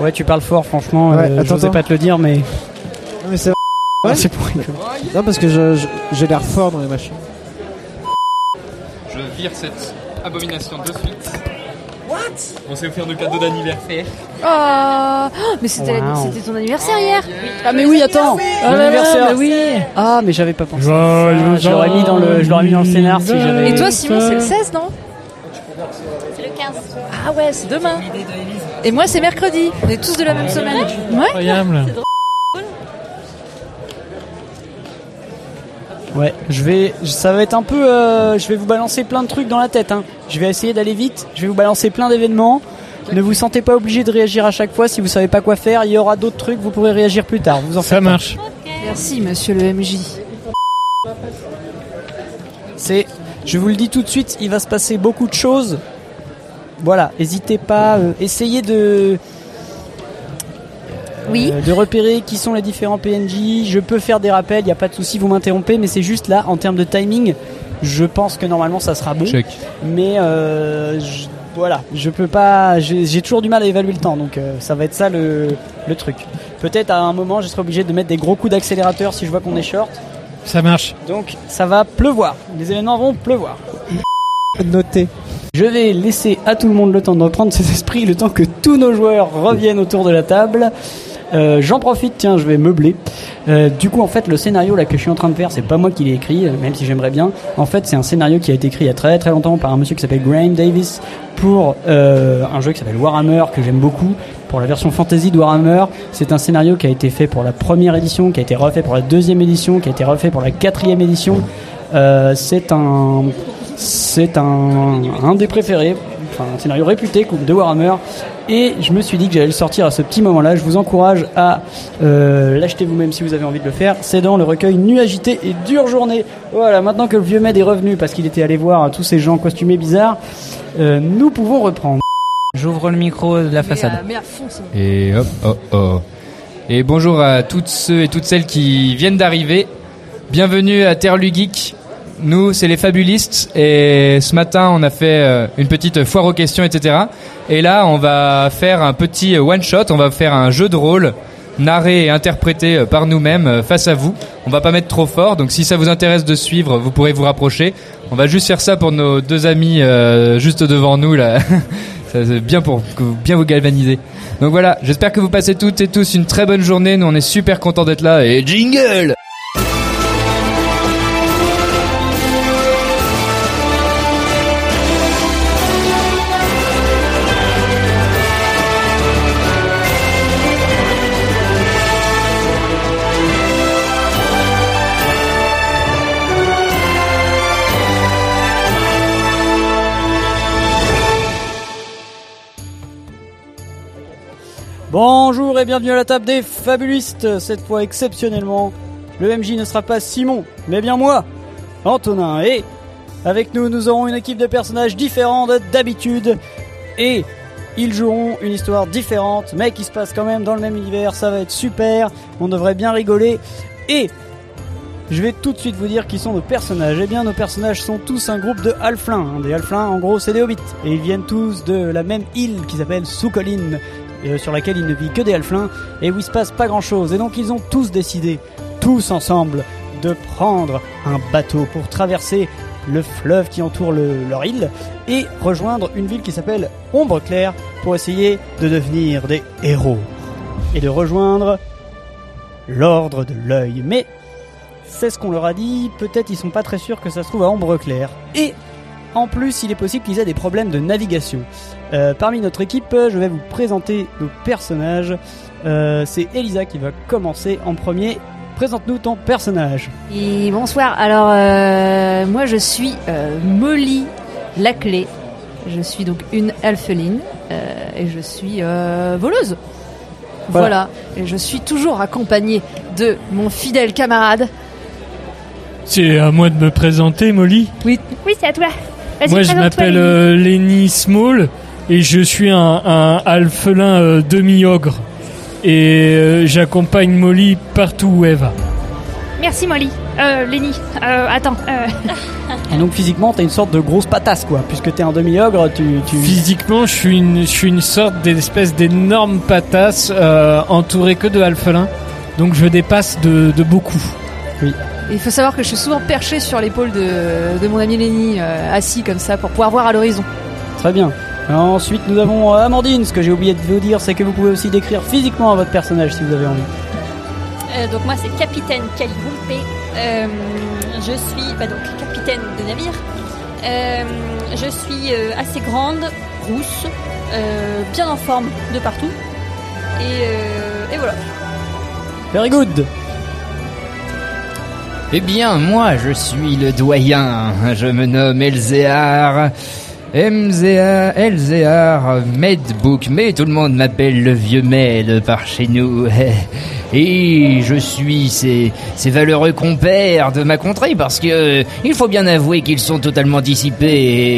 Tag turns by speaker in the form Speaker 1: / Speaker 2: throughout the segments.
Speaker 1: Ouais, tu parles fort, franchement.
Speaker 2: Ouais,
Speaker 1: euh, je
Speaker 2: attends,
Speaker 1: sais pas te le dire, mais.
Speaker 2: Non, mais c'est
Speaker 1: Ah, c'est pour rigoler.
Speaker 2: Non, parce que je- je- j'ai l'air fort dans les machines.
Speaker 3: Je vire cette abomination de suite. What On s'est offert nos cadeaux d'anniversaire.
Speaker 4: Ah, mais c'était la-
Speaker 1: Wow.
Speaker 4: c'était ton anniversaire hier. Ah mais oui, attends. Ah, là, là,
Speaker 1: L'anniversaire,
Speaker 4: mais oui.
Speaker 1: Ah, mais j'avais pas pensé. à ça. Je l'aurais mis dans le, je l'aurais mis dans le scénar si j'avais.
Speaker 4: Et toi, Simon, c'est le 16, non C'est le 15. Ah ouais, c'est demain. Et moi, c'est mercredi. On est tous de la même semaine. Ouais.
Speaker 5: Incroyable.
Speaker 1: Ouais, je vais, ça va être un peu, euh, je vais vous balancer plein de trucs dans la tête. Hein. Je vais essayer d'aller vite. Je vais vous balancer plein d'événements. Ne vous sentez pas obligé de réagir à chaque fois si vous savez pas quoi faire. Il y aura d'autres trucs, vous pourrez réagir plus tard. Vous en
Speaker 5: Ça
Speaker 1: faites pas.
Speaker 5: marche.
Speaker 4: Merci, monsieur le MJ.
Speaker 1: C'est, je vous le dis tout de suite, il va se passer beaucoup de choses. Voilà, n'hésitez pas, euh, essayez de,
Speaker 4: Oui.
Speaker 1: euh, de repérer qui sont les différents PNJ. Je peux faire des rappels, il n'y a pas de souci, vous m'interrompez, mais c'est juste là, en termes de timing, je pense que normalement ça sera bon.
Speaker 5: Check.
Speaker 1: Mais euh, je- voilà, je peux pas, j'ai j'ai toujours du mal à évaluer le temps, donc euh, ça va être ça le, le truc. Peut-être à un moment, je serai obligé de mettre des gros coups d'accélérateur si je vois qu'on est short.
Speaker 5: Ça marche.
Speaker 1: Donc ça va pleuvoir, les événements vont pleuvoir.
Speaker 2: Noté.
Speaker 1: Je vais laisser à tout le monde le temps de reprendre ses esprits, le temps que tous nos joueurs reviennent autour de la table. Euh, J'en profite, tiens, je vais meubler. Euh, du coup, en fait, le scénario là que je suis en train de faire, c'est pas moi qui l'ai écrit, euh, même si j'aimerais bien. En fait, c'est un scénario qui a été écrit il y a très très longtemps par un monsieur qui s'appelle Graham Davis pour euh, un jeu qui s'appelle Warhammer que j'aime beaucoup. Pour la version fantasy de Warhammer, c'est un scénario qui a été fait pour la première édition, qui a été refait pour la deuxième édition, qui a été refait pour la quatrième édition. Euh, c'est un c'est un, un des préférés, enfin un scénario réputé de Warhammer. Et je me suis dit que j'allais le sortir à ce petit moment-là. Je vous encourage à euh, l'acheter vous-même si vous avez envie de le faire. C'est dans le recueil Nu agité et dure journée. Voilà, maintenant que le vieux Med est revenu parce qu'il était allé voir tous ces gens costumés bizarres, euh, nous pouvons reprendre.
Speaker 5: J'ouvre le micro de la façade.
Speaker 4: Ah, Mais à fond, Simon.
Speaker 3: Et hop, oh, oh. Et bonjour à toutes ceux et toutes celles qui viennent d'arriver. Bienvenue à Terre Geek. Nous, c'est les fabulistes. Et ce matin, on a fait euh, une petite foire aux questions, etc. Et là, on va faire un petit one-shot. On va faire un jeu de rôle narré et interprété euh, par nous-mêmes euh, face à vous. On va pas mettre trop fort. Donc, si ça vous intéresse de suivre, vous pourrez vous rapprocher. On va juste faire ça pour nos deux amis euh, juste devant nous, là. Ça, c'est bien pour que vous- bien vous galvaniser. Donc voilà, j'espère que vous passez toutes et tous une très bonne journée. Nous, on est super contents d'être là et jingle
Speaker 1: Bonjour et bienvenue à la table des fabulistes. Cette fois exceptionnellement, le MJ ne sera pas Simon, mais bien moi, Antonin. Et avec nous, nous aurons une équipe de personnages différents de- d'habitude. Et ils joueront une histoire différente, mais qui se passe quand même dans le même univers. Ça va être super, on devrait bien rigoler. Et Je vais tout de suite vous dire qui sont nos personnages. Eh bien, nos personnages sont tous un groupe de halflins. Des halflins, en gros, c'est des hobbits. Et ils viennent tous de la même île qui s'appelle Sous-Colline, euh, sur laquelle il ne vit que des halflins et où il se passe pas grand chose. Et donc, ils ont tous décidé, tous ensemble, de prendre un bateau pour traverser le fleuve qui entoure le- leur île et rejoindre une ville qui s'appelle Ombre Claire pour essayer de devenir des héros et de rejoindre l'ordre de l'œil. Mais c'est ce qu'on leur a dit, peut-être ils sont pas très sûrs que ça se trouve à Ombre Claire. Et en plus, il est possible qu'ils aient des problèmes de navigation. Euh, parmi notre équipe, euh, je vais vous présenter nos personnages. Euh, c'est Elisa qui va commencer en premier. Présente-nous ton personnage.
Speaker 4: Et bonsoir, alors euh, moi je suis euh, Molly Laclé, je suis donc une alpheline euh, et je suis euh, voleuse.
Speaker 1: Voilà.
Speaker 4: Voilà. et je suis toujours accompagnée de mon fidèle camarade.
Speaker 5: C'est à moi de me présenter, Molly.
Speaker 4: Oui,
Speaker 6: oui c'est à toi. Vas-y,
Speaker 5: Moi, je
Speaker 6: présente-toi,
Speaker 5: m'appelle
Speaker 6: Ellie.
Speaker 5: euh, Lenny Small et je suis un, un alphelin euh, demi-ogre. Et euh, j'accompagne Molly partout où elle va.
Speaker 6: Merci Molly. Euh, Lenny, euh, attends. euh,
Speaker 1: Et donc physiquement, t'as une sorte de grosse patasse, quoi. Puisque t'es un demi-ogre, tu, tu...
Speaker 5: Physiquement, je suis une, je suis une sorte d'espèce d'énorme patasse euh, entourée que de alphelins. Donc, je dépasse de, de beaucoup.
Speaker 1: Oui.
Speaker 4: Et il faut savoir que je suis souvent perchée sur l'épaule de, de mon ami Lenny, euh, assis comme ça, pour pouvoir voir à l'horizon.
Speaker 1: Très bien. Ensuite, nous avons euh, Amandine. Ce que j'ai oublié de vous dire, c'est que vous pouvez aussi décrire physiquement votre personnage si vous avez envie.
Speaker 7: Euh, donc moi c'est capitaine Caligulpe. Euh, je suis bah, donc capitaine de navire. Euh, je suis euh, assez grande, rousse, euh, bien en forme de partout. Et, euh, et voilà.
Speaker 1: Very good.
Speaker 3: Eh bien, moi, je suis le doyen. Je me nomme Elzéar. Mzéar, Elzéar, Medbook, mais tout le monde m'appelle le vieux Med par chez nous. Et je suis ces, ces valeureux compères de ma contrée parce que euh, il faut bien avouer qu'ils sont totalement dissipés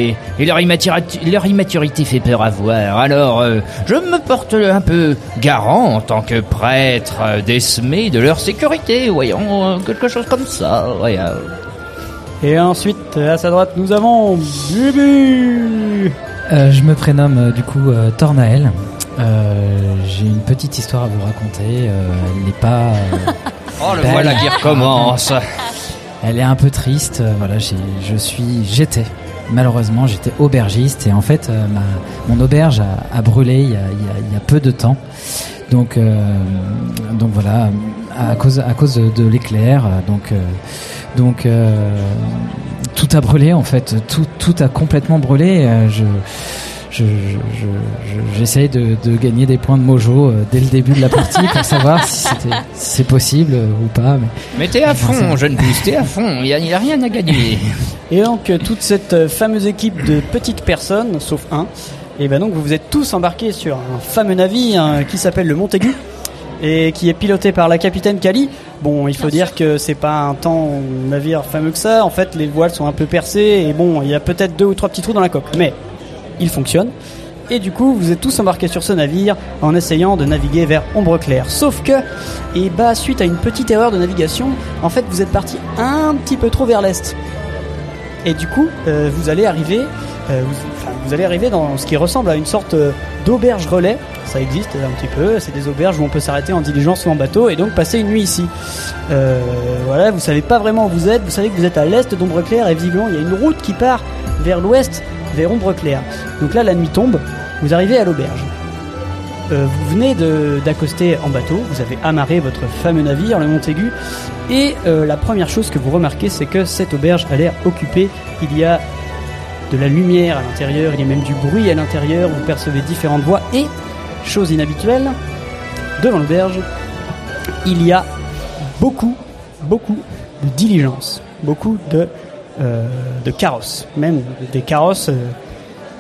Speaker 3: et, et leur, immaturati- leur immaturité fait peur à voir. Alors, euh, je me porte un peu garant en tant que prêtre euh, d'Esmé de leur sécurité, voyons, euh, quelque chose comme ça, voyons.
Speaker 1: Et ensuite, euh, à sa droite, nous avons Bubu.
Speaker 5: Euh, je me prénomme euh, du coup euh, Tornael. Euh, J'ai une petite histoire à vous raconter. Euh, elle n'est pas. euh,
Speaker 3: Oh, le
Speaker 5: belle.
Speaker 3: voilà qui recommence.
Speaker 5: Elle est un peu triste. euh, voilà, j'ai- je suis, j'étais. Malheureusement, j'étais aubergiste et en fait, euh, ma- mon auberge a, a brûlé il y a, il y a- il y a peu de temps. Donc, euh, donc voilà, à cause, à cause de l'éclair, euh, donc, euh, donc euh, tout a brûlé en fait, tout, tout a complètement brûlé. Euh, Je, je, je- je- je- j'essaye de, de gagner des points de mojo euh, dès le début de la partie pour savoir si, c'était- si c'est possible euh, ou pas. mais-
Speaker 3: Mais t'es à fond, jeune pousse, t'es à fond, il n'y a, rien à gagner.
Speaker 1: Et donc, euh, toute cette euh, fameuse équipe de petites personnes, sauf un, et ben donc vous vous êtes tous embarqués sur un fameux navire euh, qui s'appelle le Montaigu et qui est piloté par la capitaine Cali. Bon, il faut dire que c'est pas un tant navire fameux que ça. En fait, les voiles sont un peu percées et bon, il y a peut-être deux ou trois petits trous dans la coque, mais il fonctionne. Et du coup, vous êtes tous embarqués sur ce navire en essayant de naviguer vers Ombre Claire. Sauf que, et bah, suite à une petite erreur de navigation, en fait, vous êtes partis un petit peu trop vers l'est. Et du coup, euh, vous allez arriver, euh, vous, enfin, vous allez arriver dans ce qui ressemble à une sorte euh, d'auberge relais. Ça existe euh, un petit peu. C'est des auberges où on peut s'arrêter en diligence ou en bateau et donc passer une nuit ici. Euh, voilà, vous savez pas vraiment où vous êtes. Vous savez que vous êtes à l'est d'Ombre Claire et visiblement il y a une route qui part vers l'ouest, vers Ombre Claire. Donc là, la nuit tombe. Vous arrivez à l'auberge. Euh, vous venez de- d'accoster en bateau, vous avez amarré votre fameux navire, le Montaigu, et euh, la première chose que vous remarquez, c'est que cette auberge a l'air occupée. Il y a de la lumière à l'intérieur, il y a même du bruit à l'intérieur, vous percevez différentes voix, et, chose inhabituelle, devant l'auberge, il y a beaucoup, beaucoup de diligences, beaucoup de, euh, de carrosses, même des carrosses. euh,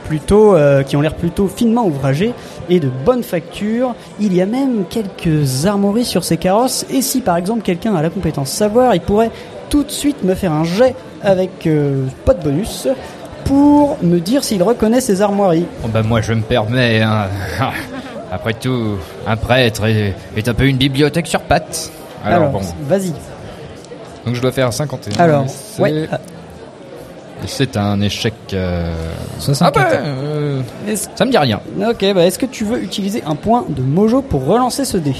Speaker 1: plutôt euh, qui ont l'air plutôt finement ouvragés et de bonne facture. Il y a même quelques armories sur ces carrosses et si par exemple quelqu'un a la compétence savoir, il pourrait tout de suite me faire un jet avec euh, pas de bonus pour me dire s'il reconnaît ces armoiries.
Speaker 3: Bon bah moi je me permets. hein. Après tout, Ah un prêtre est, est un peu une bibliothèque sur pattes. Alors, bon,
Speaker 1: vas-y.
Speaker 8: Donc je dois faire 51.
Speaker 1: Alors,
Speaker 8: C'est-
Speaker 1: ouais.
Speaker 8: Et C'est un échec. euh, Ah bah, euh, ça me dit rien.
Speaker 1: Ok, bah est-ce que tu veux utiliser un point de mojo pour relancer ce dé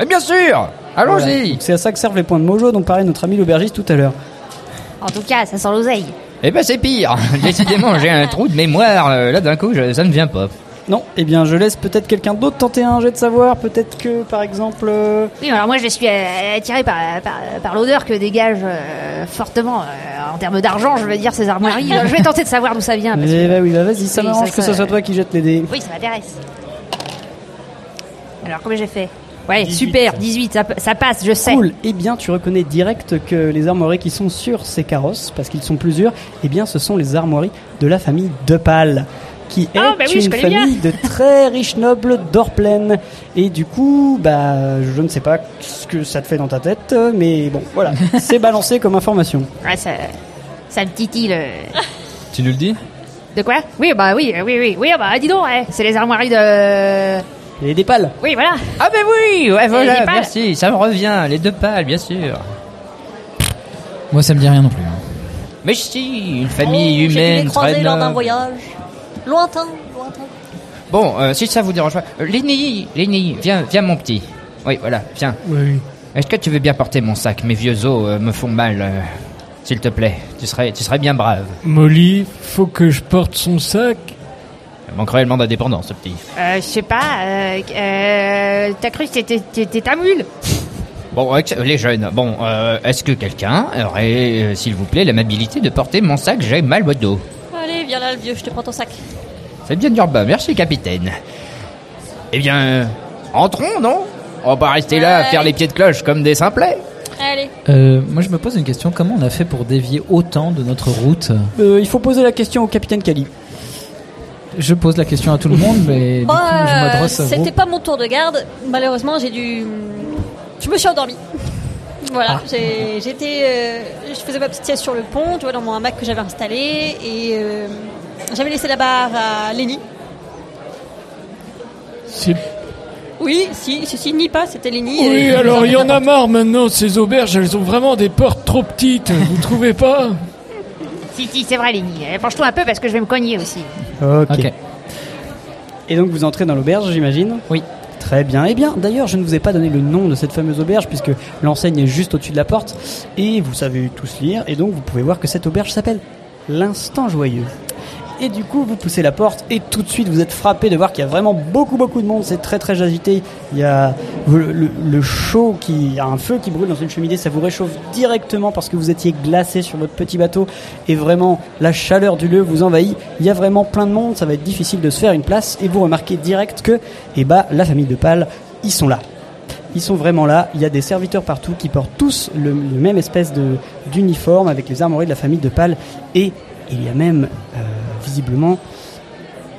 Speaker 8: Eh bien sûr
Speaker 1: Allons-y C'est à ça que servent les points de mojo, donc pareil notre ami l'aubergiste tout à l'heure.
Speaker 7: En tout cas, ça sent l'oseille.
Speaker 3: Eh ben c'est pire. Décidément, j'ai un trou de mémoire. euh, Là, d'un coup, je- ça ne vient pas.
Speaker 1: Non, eh bien je laisse peut-être quelqu'un d'autre tenter un jet de savoir, peut-être que par exemple... euh,
Speaker 4: Oui, alors moi je suis euh, attirée par, par, par l'odeur que dégage euh, fortement euh, en termes d'argent, je veux dire, ces armoiries. je vais tenter de savoir d'où ça vient. Ah, parce que-
Speaker 1: eh bah oui, bah vas-y, ça
Speaker 4: Oui,
Speaker 1: m'arrange
Speaker 4: ça-
Speaker 1: que ce
Speaker 4: ça-
Speaker 1: soit toi qui jette les dés.
Speaker 4: Oui, ça m'intéresse. Alors, combien j'ai fait Ouais, super, 18, ça, p- ça passe, je sais.
Speaker 1: Cool. Eh bien, tu reconnais direct que les armoiries qui sont sur ces carrosses, parce qu'ils sont plusieurs, eh bien, ce sont les armoiries de la famille Depal, qui est
Speaker 9: Ah, bah oui, je
Speaker 1: une
Speaker 9: connais bien.
Speaker 1: famille de très riches nobles d'or pleine. Et du coup, bah, je ne sais pas ce que ça te fait dans ta tête, mais bon, voilà, c'est balancé comme information.
Speaker 4: Ouais, ça, ça me titille. euh.
Speaker 8: Tu nous le dis
Speaker 4: De quoi Oui, bah oui, euh, oui, oui, oui, bah dis donc, ouais, c'est les armoiries de.
Speaker 1: Les Depal.
Speaker 4: Oui, voilà.
Speaker 3: Ah ben oui, ouais,
Speaker 4: Et les
Speaker 3: voilà,
Speaker 4: pales.
Speaker 3: merci, ça me revient, les deux pales, bien sûr.
Speaker 5: Moi, ça me dit rien non plus. hein.
Speaker 3: Mais si, une famille
Speaker 7: Oh, j'ai dû les
Speaker 3: humaine
Speaker 7: croiser
Speaker 3: très
Speaker 7: lors d'un
Speaker 3: noble.
Speaker 7: voyage. Lointain, lointain.
Speaker 3: Bon, euh, si ça vous dérange pas, euh, Lenny, Lenny, viens, viens mon petit. Oui, voilà, viens.
Speaker 1: Oui.
Speaker 3: Est-ce que tu veux bien porter mon sac Mes vieux os euh, me font mal. euh, S'il te plaît, tu serais, tu serais bien brave.
Speaker 6: Molly, faut que je porte son sac.
Speaker 3: Il manque réellement d'indépendance, ce petit.
Speaker 4: Euh, je sais pas, euh, euh, t'as cru que t'étais- t'étais ta mule
Speaker 3: Bon, ex- les jeunes, bon, euh, est-ce que quelqu'un aurait, euh, s'il vous plaît, l'amabilité de porter mon sac J'ai mal au dos.
Speaker 7: Allez, viens là, le vieux, je te prends ton sac.
Speaker 3: C'est bien urbain, merci capitaine. Eh bien, euh, entrons, non On va pas rester là à faire les pieds de cloche comme des simplets.
Speaker 7: Allez.
Speaker 5: Euh, moi, je me pose une question. Comment on a fait pour dévier autant de notre route
Speaker 1: Euh, il faut poser la question au capitaine Kali.
Speaker 5: Je pose la question à tout le monde, mais du coup, je
Speaker 7: Euh,
Speaker 5: m'adresse à vous.
Speaker 7: C'était pas mon tour de garde. Malheureusement, j'ai dû. Je me suis endormie. Voilà, j'ai- j'étais. euh, je faisais ma petite sieste sur le pont, tu vois, dans mon hamac que j'avais installé. Et euh, j'avais laissé la barre à Lenny.
Speaker 6: C'est-
Speaker 7: Oui, si, si, si, nie pas, c'était Lenny.
Speaker 6: Oui,
Speaker 7: Euh,
Speaker 6: alors il y en a marre maintenant, ces auberges, elles ont vraiment des portes trop petites, vous trouvez pas
Speaker 4: Si, si, c'est vrai, Lenny. Euh, Penche-toi un peu parce que je vais me cogner aussi.
Speaker 1: ok. Et donc vous entrez dans l'auberge, j'imagine
Speaker 5: Oui.
Speaker 1: Très bien. Eh bien, d'ailleurs, je ne vous ai pas donné le nom de cette fameuse auberge puisque l'enseigne est juste au-dessus de la porte et vous savez tous lire et donc vous pouvez voir que cette auberge s'appelle l'Instant Joyeux. Et du coup, vous poussez la porte et tout de suite vous êtes frappé de voir qu'il y a vraiment beaucoup beaucoup de monde. C'est très très agité. Il y a le, le- le chaud qui, il y a un feu qui brûle dans une cheminée. Ça vous réchauffe directement parce que vous étiez glacé sur votre petit bateau et vraiment la chaleur du lieu vous envahit. Il y a vraiment plein de monde. Ça va être difficile de se faire une place et vous remarquez direct que, eh bah, la famille de Pâle, ils sont là. Ils sont vraiment là. Il y a des serviteurs partout qui portent tous le, le même espèce de d'uniforme avec les armoiries de la famille de Pâle. Et il y a même euh, visiblement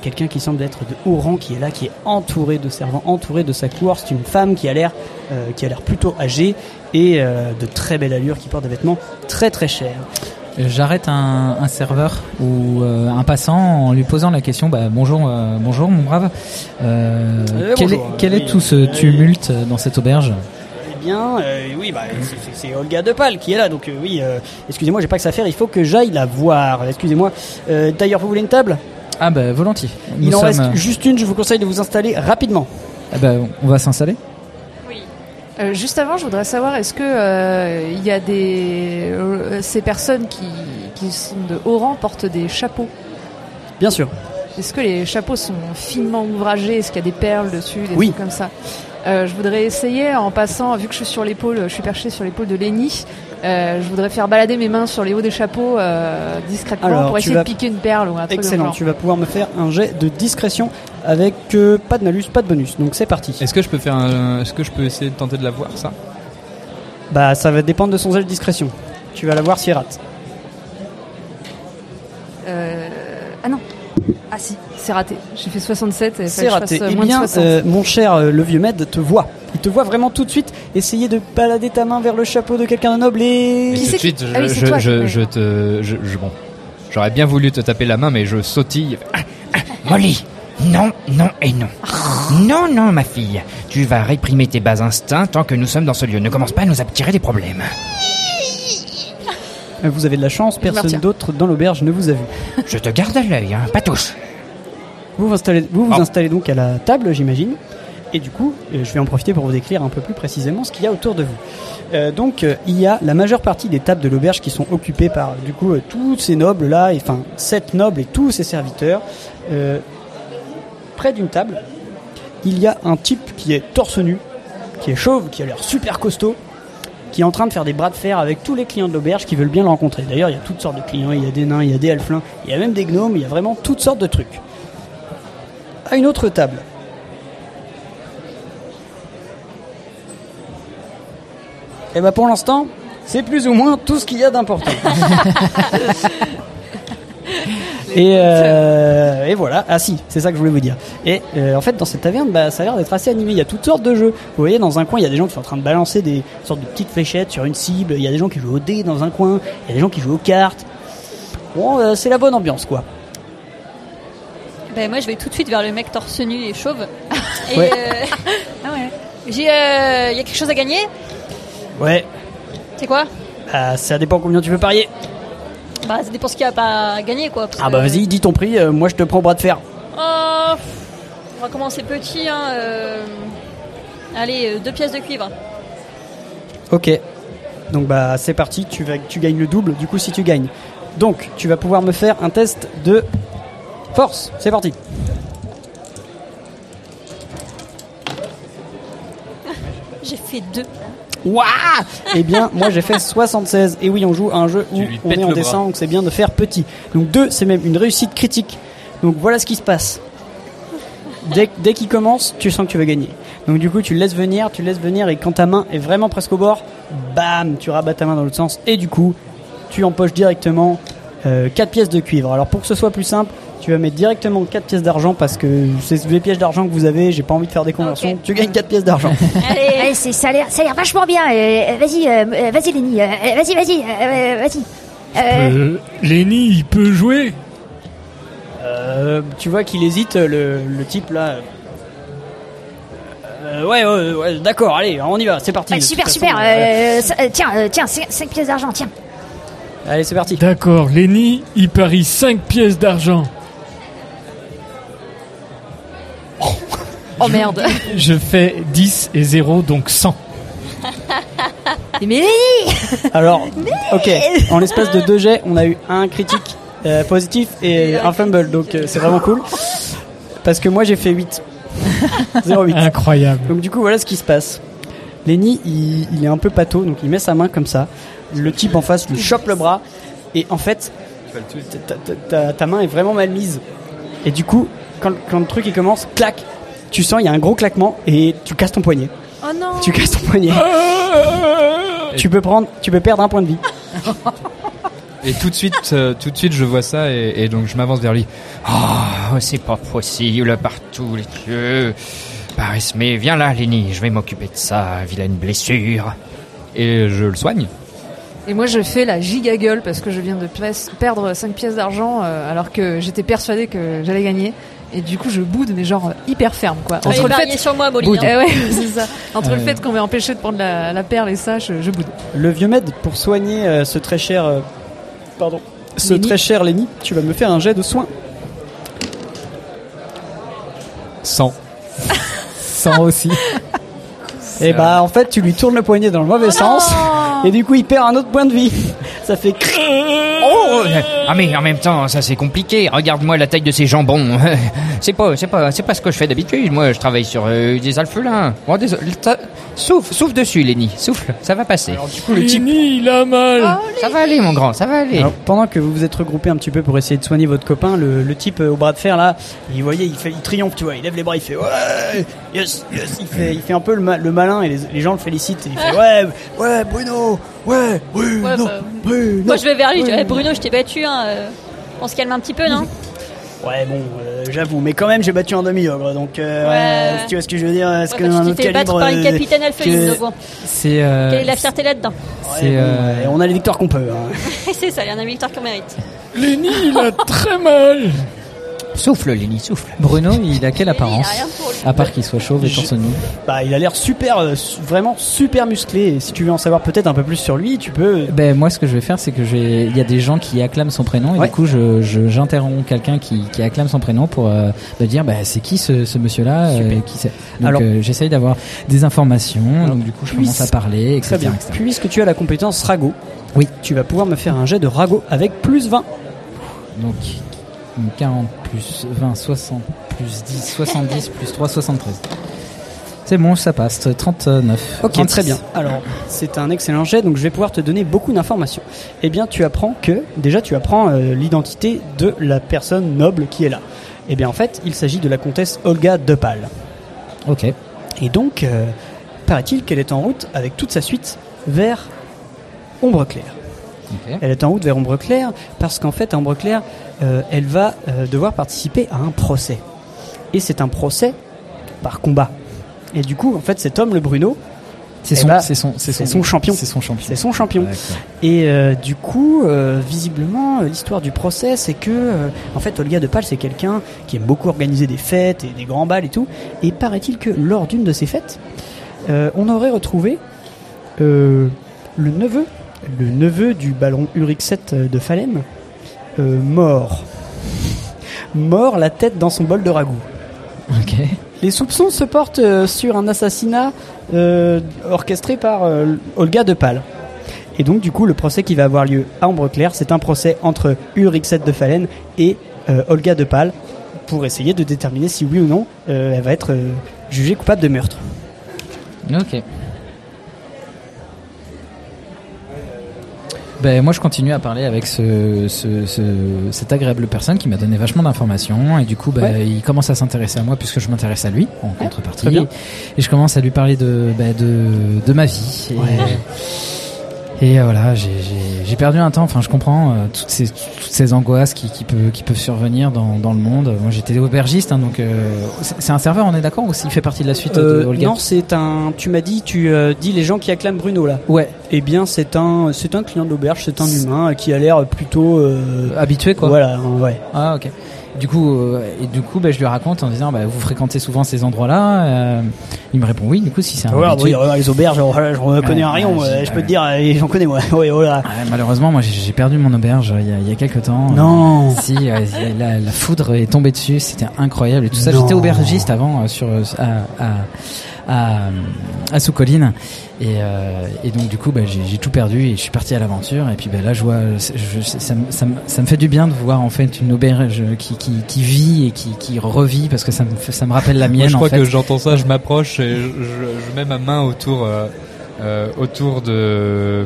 Speaker 1: quelqu'un qui semble être de haut rang qui est là, qui est entouré de servants, entouré de sa cour. C'est une femme qui a l'air euh, qui a l'air plutôt âgée et euh, de très belle allure, qui porte des vêtements très très chers.
Speaker 5: Euh, J'arrête un, un serveur ou euh, un passant en lui posant la question bah, Bonjour, euh, bonjour, mon brave. Euh,
Speaker 1: Euh,
Speaker 5: quel
Speaker 1: bonjour,
Speaker 5: est, quel est
Speaker 1: oui.
Speaker 5: tout ce tumulte euh, dans cette auberge
Speaker 1: Eh bien, euh, oui, bah, c'est- c'est- c'est Olga Depal qui est là, donc euh, oui, euh, excusez-moi, j'ai pas que ça à faire, il faut que j'aille la voir, excusez-moi. Euh, D'ailleurs, vous voulez une table
Speaker 5: Ah, bah, volontiers.
Speaker 1: Il
Speaker 5: Nous
Speaker 1: en
Speaker 5: sommes,
Speaker 1: reste
Speaker 5: euh,
Speaker 1: juste une, je vous conseille de vous installer rapidement.
Speaker 5: ah bah, on va s'installer
Speaker 4: Euh, juste avant, je voudrais savoir, est-ce que euh, il y a des euh, ces personnes qui, qui sont de haut rang portent des chapeaux
Speaker 1: Bien sûr.
Speaker 4: Est-ce que les chapeaux sont finement ouvragés Est-ce qu'il y a des perles dessus, des
Speaker 1: Oui.
Speaker 4: trucs comme ça Euh, Je voudrais essayer en passant, vu que je suis sur l'épaule, je suis perché sur l'épaule de Lenny. euh, je voudrais faire balader mes mains sur les hauts des chapeaux euh, discrètement
Speaker 1: Alors,
Speaker 4: pour
Speaker 1: tu
Speaker 4: essayer
Speaker 1: vas-
Speaker 4: de piquer une perle
Speaker 5: Ah,
Speaker 4: ou un truc
Speaker 1: Excellent,
Speaker 4: de
Speaker 1: tu vas pouvoir me faire un jet de discrétion avec euh, pas de malus, pas de bonus, donc c'est parti.
Speaker 8: Est-ce que je peux faire un- Est-ce que je peux essayer de tenter de la voir, ça
Speaker 1: Bah, ça va dépendre de son jet de discrétion. Tu vas la voir si elle rate.
Speaker 4: Euh, ah non. Ah si, c'est raté. J'ai fait 67 et
Speaker 1: C'est raté.
Speaker 4: Je fasse, euh,
Speaker 1: Eh
Speaker 4: moins
Speaker 1: bien,
Speaker 4: de 60.
Speaker 1: euh, mon cher euh, le vieux Med te voit. Il te voit vraiment tout de suite essayer de balader ta main vers le chapeau de quelqu'un de noble et.
Speaker 8: Et tout de suite,
Speaker 1: Ah
Speaker 4: Ah
Speaker 8: je, je- je- je te. Je, je- bon. J'aurais bien voulu te taper la main, mais je sautille.
Speaker 3: Ah, Molly, non, non et non. Non, non, ma fille. Tu vas réprimer tes bas instincts tant que nous sommes dans ce lieu. Ne commence pas à nous attirer des problèmes.
Speaker 1: Euh, Vous avez de la chance,
Speaker 4: me
Speaker 1: personne
Speaker 4: retiens.
Speaker 1: d'autre dans l'auberge ne vous a vu.
Speaker 10: Je te garde à l'œil, hein, pas touche.
Speaker 1: Vous vous installez, vous, vous installez donc à la table, j'imagine. Et du coup, euh, je vais en profiter pour vous décrire un peu plus précisément ce qu'il y a autour de vous. Euh, donc, euh, il y a la majeure partie des tables de l'auberge qui sont occupées par, du coup, euh, tous ces nobles-là, et, enfin, sept nobles et tous ces serviteurs. Euh, près d'une table, il y a un type qui est torse nu, qui est chauve, qui a l'air super costaud, qui est en train de faire des bras de fer avec tous les clients de l'auberge qui veulent bien le rencontrer. D'ailleurs, il y a toutes sortes de clients, il y a des nains, il y a des alflins, il y a même des gnomes, il y a vraiment toutes sortes de trucs. À une autre table, Et ben pour l'instant, c'est plus ou moins tout ce qu'il y a d'important. et, euh, et voilà. Ah si, c'est ça que je voulais vous dire. Et euh, en fait, dans cette taverne, bah, ça a l'air d'être assez animé. Il y a toutes sortes de jeux. Vous voyez, dans un coin, il y a des gens qui sont en train de balancer des sortes de petites fléchettes sur une cible. Il y a des gens qui jouent au dé dans un coin. Il y a des gens qui jouent aux cartes. Bon, euh, c'est la bonne ambiance, quoi.
Speaker 7: Ben, moi, je vais tout de suite vers le mec torse nu et chauve. Et
Speaker 1: Ouais.
Speaker 7: euh, J'ai, euh, y a quelque chose à gagner
Speaker 1: Ouais.
Speaker 7: C'est quoi
Speaker 1: Bah, ça dépend combien tu veux parier.
Speaker 7: Bah, ça dépend ce qu'il y a pas à gagner, quoi. parce
Speaker 1: Ah bah
Speaker 7: que-
Speaker 1: vas-y, dis ton prix. euh, moi, je te prends au bras de fer.
Speaker 7: Oh, pff, on va commencer petit, hein. euh, Allez, euh, deux pièces de cuivre.
Speaker 1: Ok. Donc bah c'est parti, tu, vas, tu gagnes le double, du coup si tu gagnes. Donc tu vas pouvoir me faire un test de force, c'est parti.
Speaker 7: J'ai fait deux.
Speaker 1: Waouh Eh bien moi j'ai fait 76, et oui on joue à un jeu où on
Speaker 7: pètes
Speaker 1: est en
Speaker 7: le
Speaker 1: dessin,
Speaker 7: bras.
Speaker 1: donc c'est bien de faire petit. Donc 2 c'est même une réussite critique. Donc voilà ce qui se passe. Dès, dès qu'il commence, tu sens que tu vas gagner. Donc du coup tu le laisses venir, tu le laisses venir et quand ta main est vraiment presque au bord, bam, tu rabats ta main dans l'autre sens et du coup tu empoches directement 4 pièces de cuivre. Alors pour que ce soit plus simple, tu vas mettre directement 4 pièces d'argent parce que c'est les pièces d'argent que vous avez, j'ai pas envie de faire des conversions. Tu gagnes 4 pièces d'argent.
Speaker 11: Allez, c'est, ça, a l'air, ça a l'air vachement bien. euh, vas-y, euh, euh, vas-y, Lenny. euh, euh, vas-y, vas-y, euh, vas-y. Euh,
Speaker 6: Euh, Lenny, il peut jouer
Speaker 1: Euh, tu vois qu'il hésite, le, le type là. Euh, ouais, ouais, ouais, d'accord, allez, on y va, c'est parti.
Speaker 11: ouais,
Speaker 1: De
Speaker 11: super,
Speaker 1: toute
Speaker 11: super.
Speaker 1: façon,
Speaker 11: euh, ça- euh, tiens, euh, tiens, 5, pièces d'argent, tiens.
Speaker 1: Allez, c'est parti.
Speaker 6: D'accord, Lenny, il parie 5 pièces d'argent.
Speaker 12: Oh merde.
Speaker 6: Je fais 10 et 0, donc 100.
Speaker 12: Mais
Speaker 1: Alors, ok, en l'espace de deux jets, on a eu un critique euh, positif et un fumble, donc euh, c'est vraiment cool. Parce que moi j'ai fait 8. 0,8.
Speaker 6: Incroyable.
Speaker 1: Donc du coup, voilà ce qui se passe. Lenny, il, il est un peu pâteau, donc il met sa main comme ça. Le type en face lui chope le bras. Et en fait, ta, ta- ta- ta main est vraiment mal mise. Et du coup, quand, quand le truc il commence, clac, tu sens, il y a un gros claquement et tu casses ton poignet.
Speaker 12: Oh non
Speaker 1: Tu casses ton poignet.
Speaker 11: Oh,
Speaker 1: tu, peux prendre, tu peux perdre un point de vie.
Speaker 3: Et tout de suite, euh, tout de suite, je vois ça et, et donc je m'avance vers lui.
Speaker 10: Oh, c'est pas possible, partout les dieux. Paris, mais viens là, Lenny, je vais m'occuper de ça, vilaine blessure.
Speaker 3: Et je le soigne.
Speaker 12: Et moi, je fais la giga gueule parce que je viens de pes- perdre 5 pièces d'argent euh, alors que j'étais persuadée que j'allais gagner. Et du coup, je boude, mais genre euh, hyper ferme, quoi. bah,
Speaker 7: Allez, pariez sur moi, Molly, Boude. hein.
Speaker 12: Eh ouais, c'est ça. Entre le
Speaker 1: Euh.
Speaker 12: fait qu'on m'ait empêché de prendre la, la perle et ça, je, je boude.
Speaker 1: Le vieux med, pour soigner euh, ce très cher. euh, pardon. Ce
Speaker 12: Lenny.
Speaker 1: très cher Lenny, tu vas me faire un jet de soins.
Speaker 3: 100.
Speaker 1: 100 aussi. Et bah en fait tu lui tournes le poignet dans le mauvais sens et du coup il perd un autre point de vie. Ça fait
Speaker 10: Oh euh, Ah mais en même temps, ça c'est compliqué. Regarde-moi la taille de ces jambons. C'est pas, c'est pas, c'est pas ce que je fais d'habitude. Moi, je travaille sur euh, des alphelins. Bon, désolé, t'as- souffle, souffle dessus, Lenny. Souffle, ça va passer.
Speaker 6: Lenny, il a
Speaker 1: Ah.
Speaker 6: mal.
Speaker 10: ça va aller, mon grand, ça va aller.
Speaker 1: Alors, pendant que vous vous êtes regroupés un petit peu pour essayer de soigner votre copain, le, le type euh, au bras de fer là, il voyait, il fait, il triomphe, tu vois, il lève les bras, il fait ouais, yes, yes, il fait, il fait un peu le, ma- le malin et les, les gens le félicitent. Et il fait ouais, ouais, Bruno, ouais, Bruno,
Speaker 7: Ouais, bah,
Speaker 1: Bruno.
Speaker 7: Moi, je vais vers lui. je dis,
Speaker 1: Bruno.
Speaker 7: Eh, Bruno, je t'ai battu, hein. euh, On se calme un petit peu, non
Speaker 1: Ouais, bon, euh, j'avoue, mais quand même, j'ai battu un demi-ogre, donc euh,
Speaker 7: Ouais.
Speaker 1: tu vois ce que je veux dire Est-ce
Speaker 7: Ouais,
Speaker 1: que
Speaker 7: parce
Speaker 1: un
Speaker 7: qu'il
Speaker 1: autre
Speaker 7: fait battre
Speaker 1: calibre,
Speaker 7: par une
Speaker 1: euh,
Speaker 7: capitaine
Speaker 1: que-
Speaker 7: alpheline, donc bon.
Speaker 5: C'est. euh,
Speaker 7: Quelle est la fierté là-dedans
Speaker 1: Ouais, bon, ouais, on a les victoires qu'on peut. hein.
Speaker 7: C'est ça, il y en a une victoire qu'on mérite.
Speaker 6: Lenny, il a très mal.
Speaker 5: Souffle, Lenny, souffle. Bruno, il a quelle apparence À part qu'il soit chauve et
Speaker 1: Je-
Speaker 5: torse nu.
Speaker 1: Bah, il a l'air super, euh, su- vraiment super musclé. Et si tu veux en savoir peut-être un peu plus sur lui, tu peux.
Speaker 5: Ben, moi, ce que je vais faire, c'est que je vais- il y a des gens qui acclament son prénom et
Speaker 1: Ouais.
Speaker 5: du coup, je, je- j'interromps quelqu'un qui, qui acclame son prénom pour euh, me dire bah, c'est qui ce, ce monsieur-là euh, qui c'est Donc,
Speaker 1: Alors-
Speaker 5: euh, j'essaye d'avoir des informations. donc, du coup, je
Speaker 1: puisse-
Speaker 5: commence à parler, etc.
Speaker 1: Très bien.
Speaker 5: etc.
Speaker 1: Puisque tu as la compétence Rago,
Speaker 5: oui.
Speaker 1: tu vas pouvoir me faire un jet de Rago avec plus 20.
Speaker 5: Donc, 40 plus 20, 60 plus 10, 70 plus 3, 73. C'est bon, ça passe. 39.
Speaker 1: Ok,
Speaker 5: 36.
Speaker 1: très bien. Alors, c'est un excellent jet, donc je vais pouvoir te donner beaucoup d'informations. Eh bien, tu apprends que, déjà, tu apprends euh, l'identité de la personne noble qui est là. Eh bien, en fait, il s'agit de la comtesse Olga Depal.
Speaker 5: Ok.
Speaker 1: Et donc, euh, paraît-il qu'elle est en route avec toute sa suite vers Ombre Claire. Elle est en route vers Ombre Claire parce qu'en fait, à Ombre Claire, euh, elle va euh, devoir participer à un procès. Et c'est un procès par combat. Et du coup, en fait, cet homme, le Bruno,
Speaker 5: C'est
Speaker 1: eh
Speaker 5: son,
Speaker 1: ben,
Speaker 5: c'est son, c'est son,
Speaker 1: champion.
Speaker 5: C'est son champion.
Speaker 1: C'est son champion.
Speaker 5: D'accord.
Speaker 1: Et euh, du coup, euh, visiblement, euh, l'histoire du procès, c'est que, euh, en fait, Olga de Pal, c'est quelqu'un qui aime beaucoup organiser des fêtes et des grands bals et tout. Et paraît-il que lors d'une de ces fêtes, euh, on aurait retrouvé euh, le neveu, le neveu du ballon Ulrich VII de Falem, euh, mort. Mort la tête dans son bol de ragoût. Les soupçons se portent euh, sur un assassinat euh, orchestré par euh, Olga de Pal. Et donc, du coup, le procès qui va avoir lieu à Ambre Claire, c'est un procès entre Ulrich VII de Falen et euh, Olga de Pal pour essayer de déterminer si oui ou non euh, elle va être euh, jugée coupable de meurtre.
Speaker 5: Ok. Ben, moi, je continue à parler avec ce, ce- ce- cette agréable personne qui m'a donné vachement d'informations. Et du coup, ben,
Speaker 1: Ouais.
Speaker 5: il commence à s'intéresser à moi puisque je m'intéresse à lui en contrepartie.
Speaker 1: très bien.
Speaker 5: Et je commence à lui parler de, ben, de, de ma vie. Et, et, euh, voilà, j'ai- j'ai j'ai perdu un temps. Enfin, je comprends euh, toutes, ces, toutes ces angoisses qui, qui, peuvent, qui peuvent survenir dans, dans le monde. Moi, j'étais aubergiste, hein, donc euh, c'est c'est un serveur, on est d'accord Ou s'il fait partie de la suite euh,
Speaker 1: Euh,
Speaker 5: de Holga
Speaker 1: non, c'est un. Tu m'as dit, tu euh, dis les gens qui acclament Bruno là.
Speaker 5: Ouais.
Speaker 1: Eh bien, c'est un, c'est un client d'auberge, c'est un humain euh, qui a l'air plutôt euh,
Speaker 5: habitué quoi.
Speaker 1: Voilà, hein, ouais.
Speaker 5: Ah ok. Du coup, euh, et du coup, bah, je lui raconte en disant, bah, vous fréquentez souvent ces endroits-là. euh, il me répond oui. Du coup, si c'est un
Speaker 1: Voilà,
Speaker 5: habitué-
Speaker 1: Ah bah oui, voilà, les auberges, voilà, je reconnais
Speaker 5: Ouais,
Speaker 1: un rayon,
Speaker 5: ouais,
Speaker 1: euh,
Speaker 5: Ah, j'ai-
Speaker 1: je peux te dire, euh, j'en connais moi. Ouais, voilà.
Speaker 5: Ouais, Ah, malheureusement, moi, j'ai- j'ai perdu mon auberge euh, il y a, il y a quelques temps. Euh,
Speaker 1: Non.
Speaker 5: si euh, la, la foudre est tombée dessus, c'était incroyable et tout ça.
Speaker 1: Non.
Speaker 5: J'étais aubergiste avant euh, sur euh, à à, à, à Sous-Colline. et, euh, et donc du coup, bah, j'ai j'ai tout perdu et je suis parti à l'aventure. Et puis bah, là, je vois, euh, c'est- je- c'est- ça, me- ça, me- ça me fait du bien de voir en fait une auberge qui, qui, qui vit et qui, qui revit parce que ça me fait- ça me rappelle la mienne.
Speaker 3: Moi, je
Speaker 5: en
Speaker 3: crois
Speaker 5: fait.
Speaker 3: que j'entends ça, je m'approche et je, je- je mets ma main autour, euh, euh, autour de,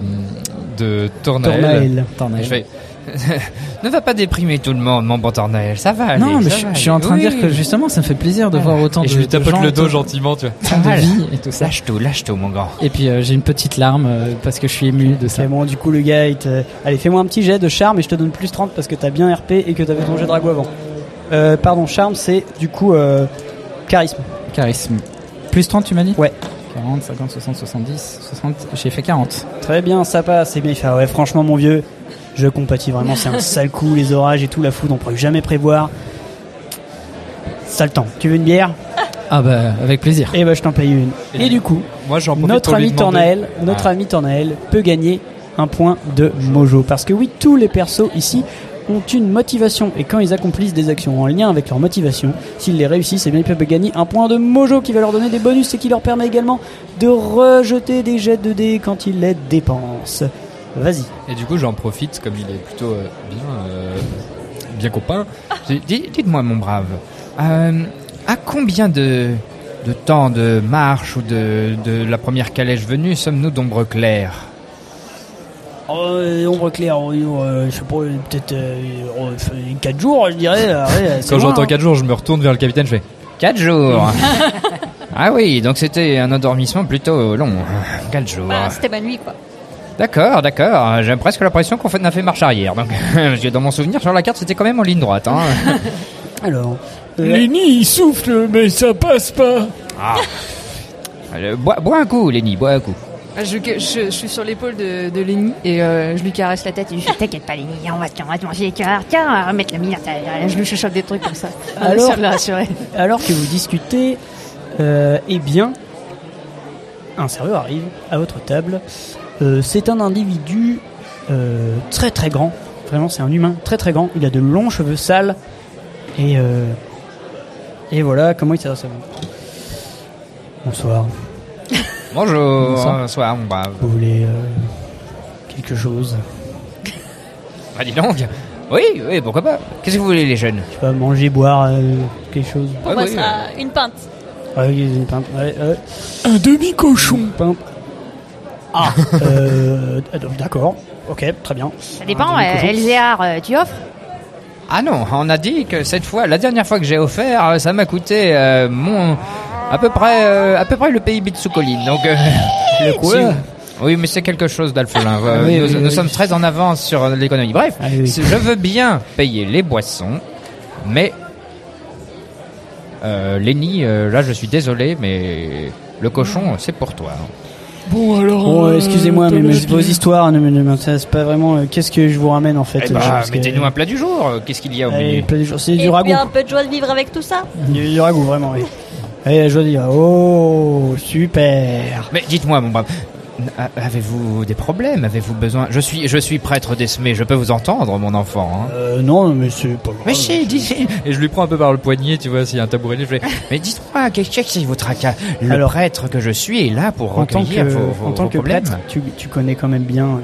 Speaker 3: de Tornael.
Speaker 1: Tornael.
Speaker 5: Tornael.
Speaker 3: Et Je fais, ne va pas déprimer tout le monde, mon bon Tornael, ça va. aller,
Speaker 5: Non, mais
Speaker 3: ça
Speaker 5: je,
Speaker 3: va
Speaker 5: je suis en
Speaker 3: aller.
Speaker 5: train de
Speaker 3: Oui. Ah.
Speaker 5: dire que justement, ça me fait plaisir de voir autant
Speaker 3: Et
Speaker 5: de
Speaker 3: je lui
Speaker 5: de
Speaker 3: tapote
Speaker 5: gens
Speaker 3: le dos
Speaker 5: autour-
Speaker 3: gentiment, tu vois. Ah.
Speaker 5: de vie et tout ça.
Speaker 10: Lâche tout, lâche tout, mon grand.
Speaker 5: Et puis euh, j'ai une petite larme euh, parce que je suis ému de ça.
Speaker 1: C'est bon, du coup, le gars, il te- allez, fais-moi un petit jet de charme et je te donne plus 30 parce que t'as bien RP et que t'avais ton jet de ragoût avant. Euh, pardon, charme, c'est du coup euh, charisme.
Speaker 5: Charisme. Plus 30, tu m'as dit
Speaker 1: Ouais.
Speaker 5: 40, 50, 60, 70, 60. J'ai fait 40.
Speaker 1: Très bien, ça passe. Et bien, il fait, ah ouais, franchement, mon vieux, je compatis vraiment, c'est un sale coup, les orages et tout, la foudre, on pourrait jamais prévoir. Sale temps. Tu veux une bière
Speaker 5: Ah bah, avec plaisir.
Speaker 1: Eh ben, je t'en paye une. Et, du coup,
Speaker 3: Moi, j'en profite
Speaker 1: notre
Speaker 3: pour lui
Speaker 1: ami
Speaker 3: demander-
Speaker 1: Tornael, notre
Speaker 3: Ah.
Speaker 1: ami Tornael peut gagner un point de mojo parce que oui, tous les persos ici ont une motivation et quand ils accomplissent des actions en lien avec leur motivation, s'ils les réussissent, eh bien ils peuvent gagner un point de mojo qui va leur donner des bonus et qui leur permet également de rejeter des jets de dés quand ils les dépensent. Vas-y.
Speaker 3: Et du coup, j'en profite, comme il est plutôt euh, bien, euh, bien copain.
Speaker 10: J'ai- dis- Dites-moi, mon brave, euh, à combien de, de temps de marche ou de, de la première calèche venue sommes-nous d'ombre claire
Speaker 1: Euh, ombre claire, euh, je sais pas, peut-être euh, 4 jours, je dirais. euh,
Speaker 5: Ah
Speaker 3: Quand
Speaker 1: hein.
Speaker 5: hein.
Speaker 3: j'entends 4 jours, je me retourne vers le capitaine, je fais
Speaker 10: 4 jours Ah oui, donc c'était un endormissement plutôt long.
Speaker 3: hein,
Speaker 10: 4 jours.
Speaker 7: Bah, C'était ma nuit, quoi.
Speaker 10: D'accord, d'accord. J'ai presque l'impression qu'on fait- on a fait marche arrière. Donc, parce que dans mon souvenir, sur la carte, c'était quand même en ligne droite. hein.
Speaker 1: Alors, euh,
Speaker 6: Lenny, il souffle, mais ça passe pas.
Speaker 10: Ah. Euh, bois, bois un coup, Lenny, bois un coup.
Speaker 4: Je, je- je suis sur l'épaule de, de Lenny et euh, je lui caresse la tête et je lui fais
Speaker 13: T'inquiète pas, Lenny, on va, on va te manger. Tu vas voir, tiens, on va remettre le mien. Je lui chuchote des trucs comme ça.
Speaker 4: Ah,
Speaker 1: Alors-
Speaker 4: ça l'a rassuré.
Speaker 1: Alors que vous discutez, euh, eh bien, un serveur arrive à votre table. Euh, c'est un individu euh, très très grand. Vraiment, c'est un humain très très grand. Il a de longs cheveux sales. Et, euh, et voilà comment il s'adresse à vous. Bonsoir.
Speaker 3: Bonjour.
Speaker 1: Bonsoir.
Speaker 3: Bonsoir, mon brave.
Speaker 1: Vous voulez euh, quelque chose
Speaker 3: Ah, dis donc. Oui, oui, pourquoi pas. Qu'est-ce que vous voulez, les jeunes
Speaker 1: Je sais pas, manger, boire, euh, quelque chose
Speaker 7: Pour moi, ça une pinte.
Speaker 1: Ouais, une pinte, ouais, ouais. Un demi-cochon. Ah, euh, d'accord. Ok, très bien.
Speaker 13: Ça dépend, euh, LZR, euh, tu offres
Speaker 3: Ah non, on a dit que cette fois, la dernière fois que j'ai offert, euh, ça m'a coûté euh, mon à peu près euh, à peu près le PIB de Soukoline. Donc euh,
Speaker 1: le Ah
Speaker 3: quoi Oui, mais c'est quelque chose d'alphelin. Euh,
Speaker 1: oui,
Speaker 3: nous
Speaker 1: oui,
Speaker 3: nous
Speaker 1: oui. Ah
Speaker 3: sommes très en avance sur euh, l'économie. Bref,
Speaker 1: oui.
Speaker 3: je veux bien payer les boissons, mais euh, Lenny, euh, là, je suis désolé, mais le
Speaker 1: Mm.
Speaker 3: cochon, c'est pour toi.
Speaker 6: Bon, alors.
Speaker 1: Bon,
Speaker 3: Oh,
Speaker 1: euh,
Speaker 6: euh,
Speaker 1: excusez-moi, mais,
Speaker 6: Thomas,
Speaker 1: mais
Speaker 6: je-
Speaker 1: vos histoires ne me- ne m'intéressent pas vraiment. Euh, Qu'est-ce que je vous ramène en fait
Speaker 3: Eh
Speaker 1: euh,
Speaker 3: ben,
Speaker 1: parce que-
Speaker 3: mettez-nous un plat du jour. euh, Qu'est-ce qu'il y a au
Speaker 1: Allez,
Speaker 3: milieu
Speaker 1: plat du jour, C'est
Speaker 7: Et
Speaker 1: du ragoût.
Speaker 7: puis un peu de joie de vivre avec tout ça.
Speaker 1: Du, du ragoût, vraiment, oui. Allez, je veux dire, oh, super.
Speaker 3: Mais dites-moi, mon brave, a- avez-vous des problèmes Avez-vous besoin Je suis, je suis prêtre d'Esmé, je peux vous entendre, mon enfant. hein.
Speaker 1: Euh, non, mais c'est pas grave.
Speaker 3: Mais si, dis- Et je lui prends un peu par le poignet, tu vois, s'il y a un tabouret, je fais. Mais dites-moi, Ah, qu'est-ce que c'est votre tracas Le
Speaker 1: Alors,
Speaker 3: prêtre que je suis est là pour
Speaker 1: en tant que,
Speaker 3: recueillir vos, vos-
Speaker 1: en tant
Speaker 3: vos
Speaker 1: que
Speaker 3: problèmes.
Speaker 1: prêtre, tu, tu connais quand même bien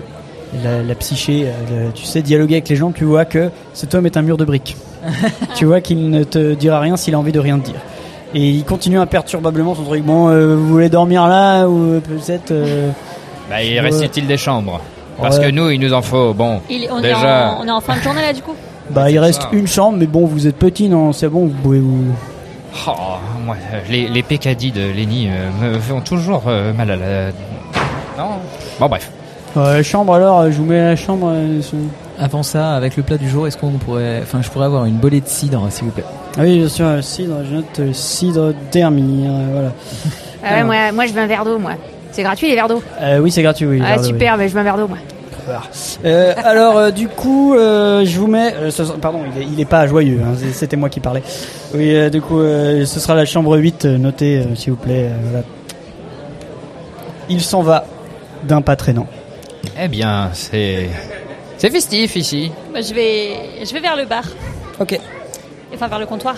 Speaker 1: la, la psyché. euh, le- tu sais dialoguer avec les gens. Tu vois que cet homme est un mur de briques. tu vois qu'il ne te dira rien s'il a envie de rien te dire. Et il continue imperturbablement son truc. Bon, euh, vous voulez dormir là ou peut-être. euh,
Speaker 3: Bah, il
Speaker 1: Ouais.
Speaker 3: reste-t-il des chambres Parce
Speaker 1: Ouais.
Speaker 3: que nous, il nous en faut. Bon,
Speaker 7: Il- on, est
Speaker 3: déjà.
Speaker 7: en, on est en fin de journée là du coup.
Speaker 1: Bah, il
Speaker 3: c'est
Speaker 1: reste
Speaker 3: ça.
Speaker 1: une chambre, mais bon, vous êtes petit, non C'est bon, vous pouvez vous.
Speaker 3: Oh, moi, euh, les, les pécadilles de Lenny euh, me font toujours euh, mal à la. Non Bon, bref.
Speaker 1: Euh, chambre alors, euh, je vous mets à la chambre. euh, sous-
Speaker 5: Avant ça, avec le plat du jour, est-ce qu'on pourrait. Enfin, je pourrais avoir une bolée de cidre, s'il vous plaît.
Speaker 1: Ah oui, bien sûr, euh, cidre, je note euh, cidre thermie, euh, voilà.
Speaker 13: Ah ouais, moi, moi, je veux un verre d'eau, moi. C'est gratuit, les verres d'eau.
Speaker 1: Euh, oui, c'est gratuit, oui.
Speaker 13: ah,
Speaker 1: pardon, oui.
Speaker 13: super, mais je veux un verre d'eau, moi.
Speaker 1: Euh, alors, euh, du coup, euh, je vous mets. euh, ce sera- pardon, il est, il est pas joyeux, hein, c'est- c'était moi qui parlais. Oui, euh, du coup, euh, ce sera la chambre 8, euh, notez, euh, s'il vous plaît. euh, voilà. Il s'en va d'un pas traînant.
Speaker 3: Eh bien, c'est. C'est festif ici.
Speaker 7: Bah, je vais, je vais vers le bar.
Speaker 1: Ok.
Speaker 7: Enfin vers le comptoir.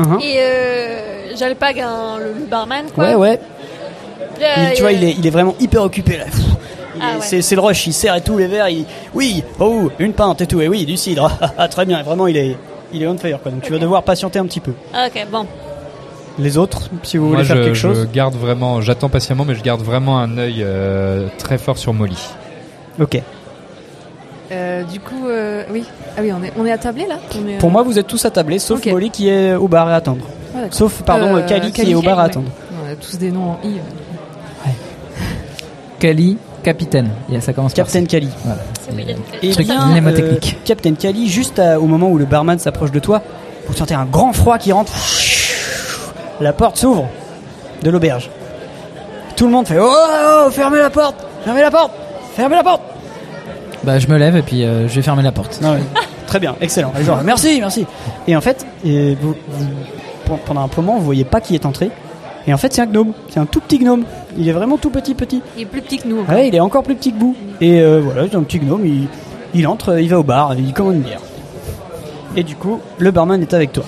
Speaker 1: Mhm.
Speaker 7: Et euh, j'alpague un- le, le barman quoi. Euh,
Speaker 1: Ouais, ouais.
Speaker 7: Là,
Speaker 1: Il- tu vois, il est, il est vraiment hyper occupé là. Pfff, il
Speaker 7: Ah
Speaker 1: est-
Speaker 7: ouais.
Speaker 1: C'est c'est le rush, il sert et tout les verres. Il... Oui, oh, une pinte et tout, et oui, du cidre. Ah, ah, Très bien, vraiment, il est, il est on fire quoi. Donc tu vas devoir patienter un petit peu.
Speaker 7: Ah, Ok bon.
Speaker 1: Les autres, si vous
Speaker 14: Moi,
Speaker 1: voulez
Speaker 14: je,
Speaker 1: faire quelque
Speaker 14: je
Speaker 1: chose.
Speaker 14: garde vraiment, j'attends patiemment, mais je garde vraiment un œil euh, très fort sur Molly.
Speaker 1: Ok.
Speaker 4: Euh, du coup, euh, oui. Ah oui, on est, on est attablés là On est, euh,
Speaker 1: Pour moi, vous êtes tous attablés, sauf
Speaker 4: Ok.
Speaker 1: Molly qui est au bar à attendre.
Speaker 4: ah, d'accord.
Speaker 1: sauf, pardon, euh, Cali qui est au bar à
Speaker 4: ouais.
Speaker 1: attendre.
Speaker 4: On a tous des noms en I. euh.
Speaker 5: Cali, capitaine. Yeah, ça commence
Speaker 1: Captain
Speaker 5: par
Speaker 1: Cali.
Speaker 5: Et euh, Truc
Speaker 1: Euh, eh bien,
Speaker 5: mnémotechnique.
Speaker 1: euh, Captain Cali, juste à- au moment où le barman s'approche de toi, vous sentez un grand froid qui rentre. La porte s'ouvre de l'auberge. Tout le monde fait Oh, oh, oh, fermez la porte Fermez la porte Fermez la porte
Speaker 5: Bah, je me lève et puis euh, je vais fermer la porte.
Speaker 1: Non, mais- Très bien, excellent. Les gens, merci, merci. Et en fait, et vous- vous- pen- pendant un moment, vous voyez pas qui est entré. Et en fait, c'est un gnome. C'est un tout petit gnome. Il est vraiment tout petit, petit.
Speaker 15: Il est plus petit que nous.
Speaker 1: Ah Ouais, il est encore plus petit que vous. Et euh, voilà, c'est un petit gnome, il, il entre, il va au bar, il commande une bière. Et du coup, le barman est avec toi.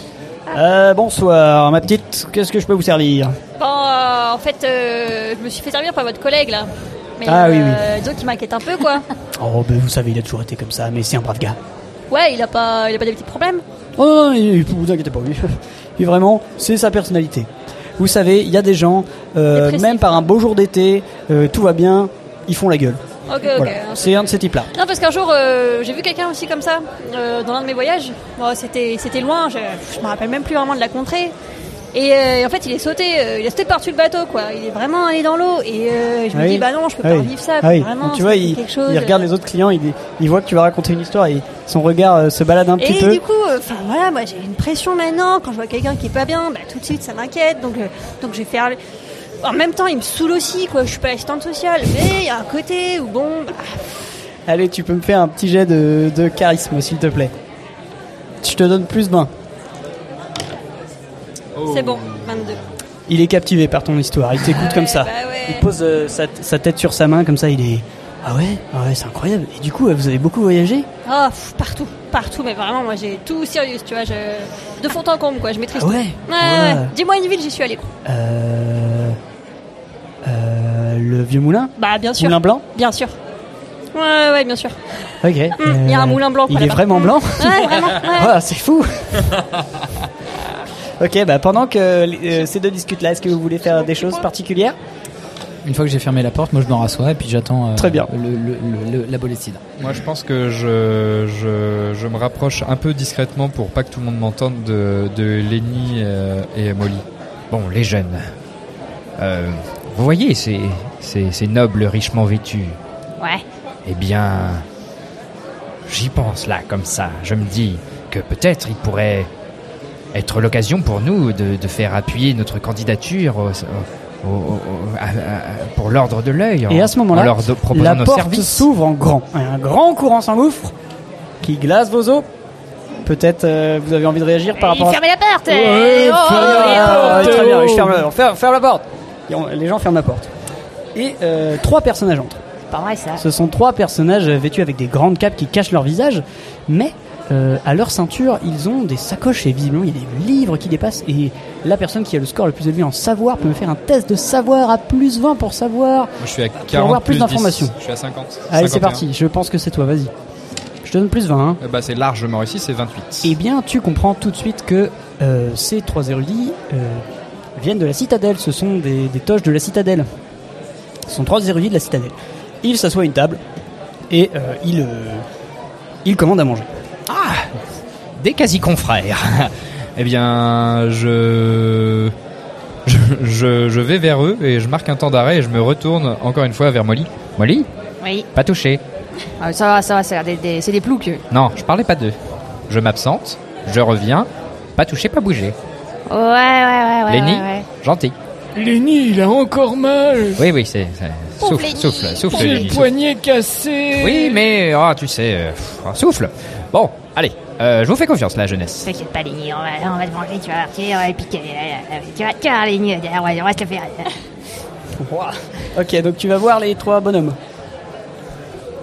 Speaker 1: Euh, bonsoir, ma petite, qu'est-ce que je peux vous servir
Speaker 7: Bon, euh, en fait, euh, je me suis fait servir par votre collègue là. Mais,
Speaker 1: Ah, oui,
Speaker 7: oui. Disons qu'il m'inquiète un peu quoi.
Speaker 1: Oh, ben, vous savez, il a toujours été comme ça, mais c'est un brave gars.
Speaker 7: ouais, il a pas, il a pas des petits problèmes.
Speaker 1: Oh, non, non, il- vous inquiétez pas, lui. Lui, vraiment, c'est sa personnalité. Vous savez, il y a des gens, euh,
Speaker 7: Dépressif.
Speaker 1: même par un beau jour d'été, euh, tout va bien, ils font la gueule.
Speaker 7: Ok, ok.
Speaker 1: Voilà, c'est un de ces types-là.
Speaker 7: Non, parce qu'un jour, euh, j'ai vu quelqu'un aussi comme ça euh, dans l'un de mes voyages. Bon, c'était, c'était loin, je, je me rappelle même plus vraiment de la contrée. Et euh, en fait, il est sauté, euh, il est sauté par-dessus le bateau, quoi. Il est vraiment allé dans l'eau. Et euh, je me
Speaker 1: Ah oui.
Speaker 7: dis, bah non, je peux
Speaker 1: Ah
Speaker 7: pas
Speaker 1: oui.
Speaker 7: vivre ça.
Speaker 1: Ah oui.
Speaker 7: Vraiment,
Speaker 1: tu vois,
Speaker 7: c'était
Speaker 1: il,
Speaker 7: quelque chose. euh,
Speaker 1: il regarde les autres clients, il, il voit que tu vas raconter une histoire et son regard euh, se balade un petit
Speaker 7: Et
Speaker 1: peu.
Speaker 7: du coup, euh, enfin voilà, moi j'ai une pression maintenant. Quand je vois quelqu'un qui est pas bien, bah, tout de suite ça m'inquiète. Donc, euh, donc je vais faire. En même temps, il me saoule aussi, quoi. Je suis pas assistante sociale, mais il y a un côté où bon. bah,
Speaker 1: Allez, tu peux me faire un petit jet de, de charisme, s'il te plaît. Je te donne plus d'un.
Speaker 7: C'est bon, 22.
Speaker 1: Il est captivé par ton histoire, il t'écoute comme ça.
Speaker 7: bah
Speaker 1: Il pose euh, sa, sa tête sur sa main, comme ça, il est. Ah ouais, ah ouais c'est incroyable. Et du coup, euh, vous avez beaucoup voyagé
Speaker 7: Ah, pff, partout, partout, mais vraiment, moi j'ai tout sérieux, tu vois. Je... De fond en comble, quoi. Je maîtrise
Speaker 1: Ah ouais
Speaker 7: tout. Ouais, ouais,
Speaker 1: Ouais.
Speaker 7: ouais. Dis-moi une ville, j'y suis allée.
Speaker 1: Euh. euh, le vieux moulin
Speaker 7: Bah, bien sûr.
Speaker 1: Moulin blanc
Speaker 7: Bien sûr. Ouais, ouais, ouais, bien sûr. Hum,
Speaker 1: Ok. Euh,
Speaker 7: Il y a un moulin blanc. quoi,
Speaker 1: Il est
Speaker 7: là-bas.
Speaker 1: vraiment blanc
Speaker 7: Ouais, vraiment. ouais.
Speaker 1: Ah, c'est fou Ok, bah pendant que euh, ces deux discutent là, est-ce que vous voulez faire des choses particulières
Speaker 5: Une fois que j'ai fermé la porte, moi je me rassois et puis j'attends euh,
Speaker 1: Très bien.
Speaker 5: le- le- le- le- la bolestide.
Speaker 16: Moi, je pense que je, je, je me rapproche un peu discrètement pour pas que tout le monde m'entende de, de Lenny euh, et Molly.
Speaker 3: Bon, les jeunes. Euh, vous voyez ces, ces, ces nobles richement vêtus
Speaker 17: Ouais.
Speaker 3: Eh bien, j'y pense là, comme ça. Je me dis que peut-être il pourrait être l'occasion pour nous de, de faire appuyer notre candidature au- au- au- au- à- à- pour l'ordre de l'œil. en-
Speaker 1: Et à ce moment-là,
Speaker 3: en leur do- proposant
Speaker 1: la
Speaker 3: nos
Speaker 1: porte
Speaker 3: services.
Speaker 1: s'ouvre en grand. Un grand courant s'engouffre qui glace vos os. Peut-être euh, vous avez envie de réagir par rapport à...
Speaker 4: Fermez la porte
Speaker 1: Ouais,
Speaker 7: Eh,
Speaker 4: euh, oh,
Speaker 1: fermez
Speaker 4: oh,
Speaker 1: la
Speaker 4: oh,
Speaker 1: porte. Ah,
Speaker 4: oh.
Speaker 1: Très bien, je ferme la, on ferme- ferme la porte. Et on- les gens ferment la porte. Et euh, trois personnages entrent.
Speaker 4: C'est pas vrai ça.
Speaker 1: Ce sont trois personnages vêtus avec des grandes capes qui cachent leur visage, mais euh, à leur ceinture, ils ont des sacoches et visiblement il y a des livres qui dépassent. Et la personne qui a le score le plus élevé en savoir peut me faire un test de savoir à plus 20 pour savoir.
Speaker 16: Moi, je suis à
Speaker 1: pour
Speaker 16: 40
Speaker 1: avoir plus,
Speaker 16: 10.
Speaker 1: d'informations.
Speaker 16: Je suis à 50.
Speaker 1: Allez, c'est
Speaker 16: 51.
Speaker 1: parti, je pense que c'est toi, vas-y. Je te donne plus 20. hein.
Speaker 16: Eh bah, c'est largement réussi, c'est 28.
Speaker 1: Eh bien, tu comprends tout de suite que euh, ces trois érudits euh, viennent de la citadelle. Ce sont des, des toches de la citadelle. Ce sont trois érudits de la citadelle. Ils s'assoient à une table et euh, ils, euh, ils commandent à manger.
Speaker 3: Des quasi-confrères.
Speaker 16: Eh bien, je... Je, je, je vais vers eux et je marque un temps d'arrêt et je me retourne encore une fois vers Molly. Molly
Speaker 18: Oui.
Speaker 16: Pas touché.
Speaker 18: Ah, ça va, ça va, ça a l'air des- des- c'est des ploucs.
Speaker 16: Non, je parlais pas d'eux. Je m'absente, je reviens, pas touché, pas bougé.
Speaker 18: Ouais, ouais, ouais, ouais.
Speaker 16: Lenny,
Speaker 18: ouais, ouais.
Speaker 16: gentil.
Speaker 6: Lenny, il a encore mal.
Speaker 16: Oui, oui, c'est. c'est-
Speaker 6: Pauvre
Speaker 16: Souffle,
Speaker 6: Lenny,
Speaker 16: souffle, souffle,
Speaker 6: J'ai
Speaker 16: Lenny,
Speaker 6: le
Speaker 16: souffle.
Speaker 6: poignet cassé.
Speaker 3: Oui, mais ah, tu sais, euh, pff, un souffle. Bon, allez, euh, je vous fais confiance, la jeunesse.
Speaker 4: T'inquiète pas, Léni, on va, on va te manger, tu vas voir, tu vas piquer. euh, Tu vas, tu vas, Léni, euh, on va, on va se le faire. euh.
Speaker 1: Ouah. Ok, donc tu vas voir les trois bonhommes.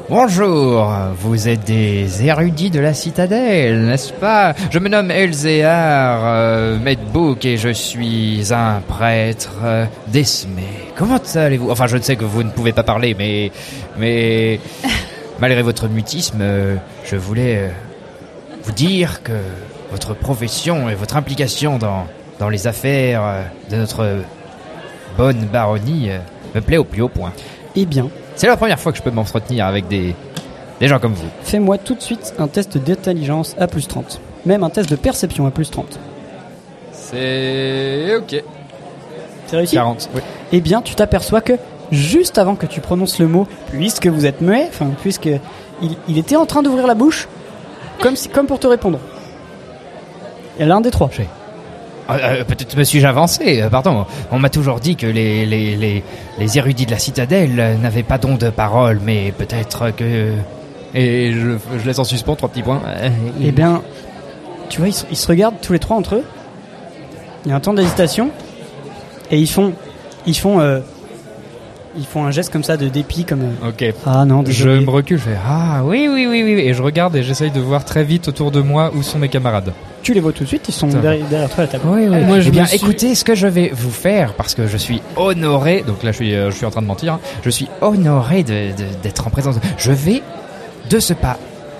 Speaker 3: Bonjour, vous êtes des érudits de la citadelle, n'est-ce pas Je me nomme Elzéar euh, Medbook et je suis un prêtre euh, d'Esmé. Comment allez-vous Enfin, je sais que vous ne pouvez pas parler, mais... Mais... Malgré votre mutisme, euh, je voulais euh, vous dire que votre profession et votre implication dans, dans les affaires euh, de notre bonne baronnie euh, me plaît au plus haut point.
Speaker 1: Eh bien,
Speaker 3: c'est la première fois que je peux m'entretenir avec des, des gens comme vous.
Speaker 1: Fais-moi tout de suite un test d'intelligence à plus 30. Même un test de perception à plus 30.
Speaker 16: C'est. Ok.
Speaker 1: C'est réussi
Speaker 16: 40, oui.
Speaker 1: Eh bien, tu t'aperçois que juste avant que tu prononces le mot, puisque vous êtes muet, enfin, puisque il, il était en train d'ouvrir la bouche, comme, si- comme pour te répondre. Et l'un des trois.
Speaker 3: Euh, euh, Peut-être me suis-je avancé, euh, pardon. On m'a toujours dit que les, les, les, les érudits de la citadelle euh, n'avaient pas don de parole, mais peut-être que...
Speaker 16: Et je, je laisse en suspens trois petits points.
Speaker 1: Eh bien, tu vois, ils, se- ils se regardent tous les trois entre eux. Il y a un temps d'hésitation. Et ils font. Ils font. euh, ils font un geste comme ça de dépit, comme. euh,
Speaker 16: Ok.
Speaker 1: Ah non,
Speaker 16: Je
Speaker 1: désolé.
Speaker 16: me recule, je fais Ah oui, oui, oui, oui. oui. Et je regarde et j'essaye de voir très vite autour de moi où sont mes camarades.
Speaker 1: Tu les vois tout de suite, ils sont
Speaker 16: Putain.
Speaker 1: derrière, derrière toi à la table.
Speaker 16: oui. Moi, je
Speaker 3: eh bien,
Speaker 16: me suis-
Speaker 3: écoutez, ce que je vais vous faire, parce que je suis honoré, donc là je suis, euh, je suis en train de mentir, hein. je suis honoré de- de- d'être en présence. Je vais, de ce pas,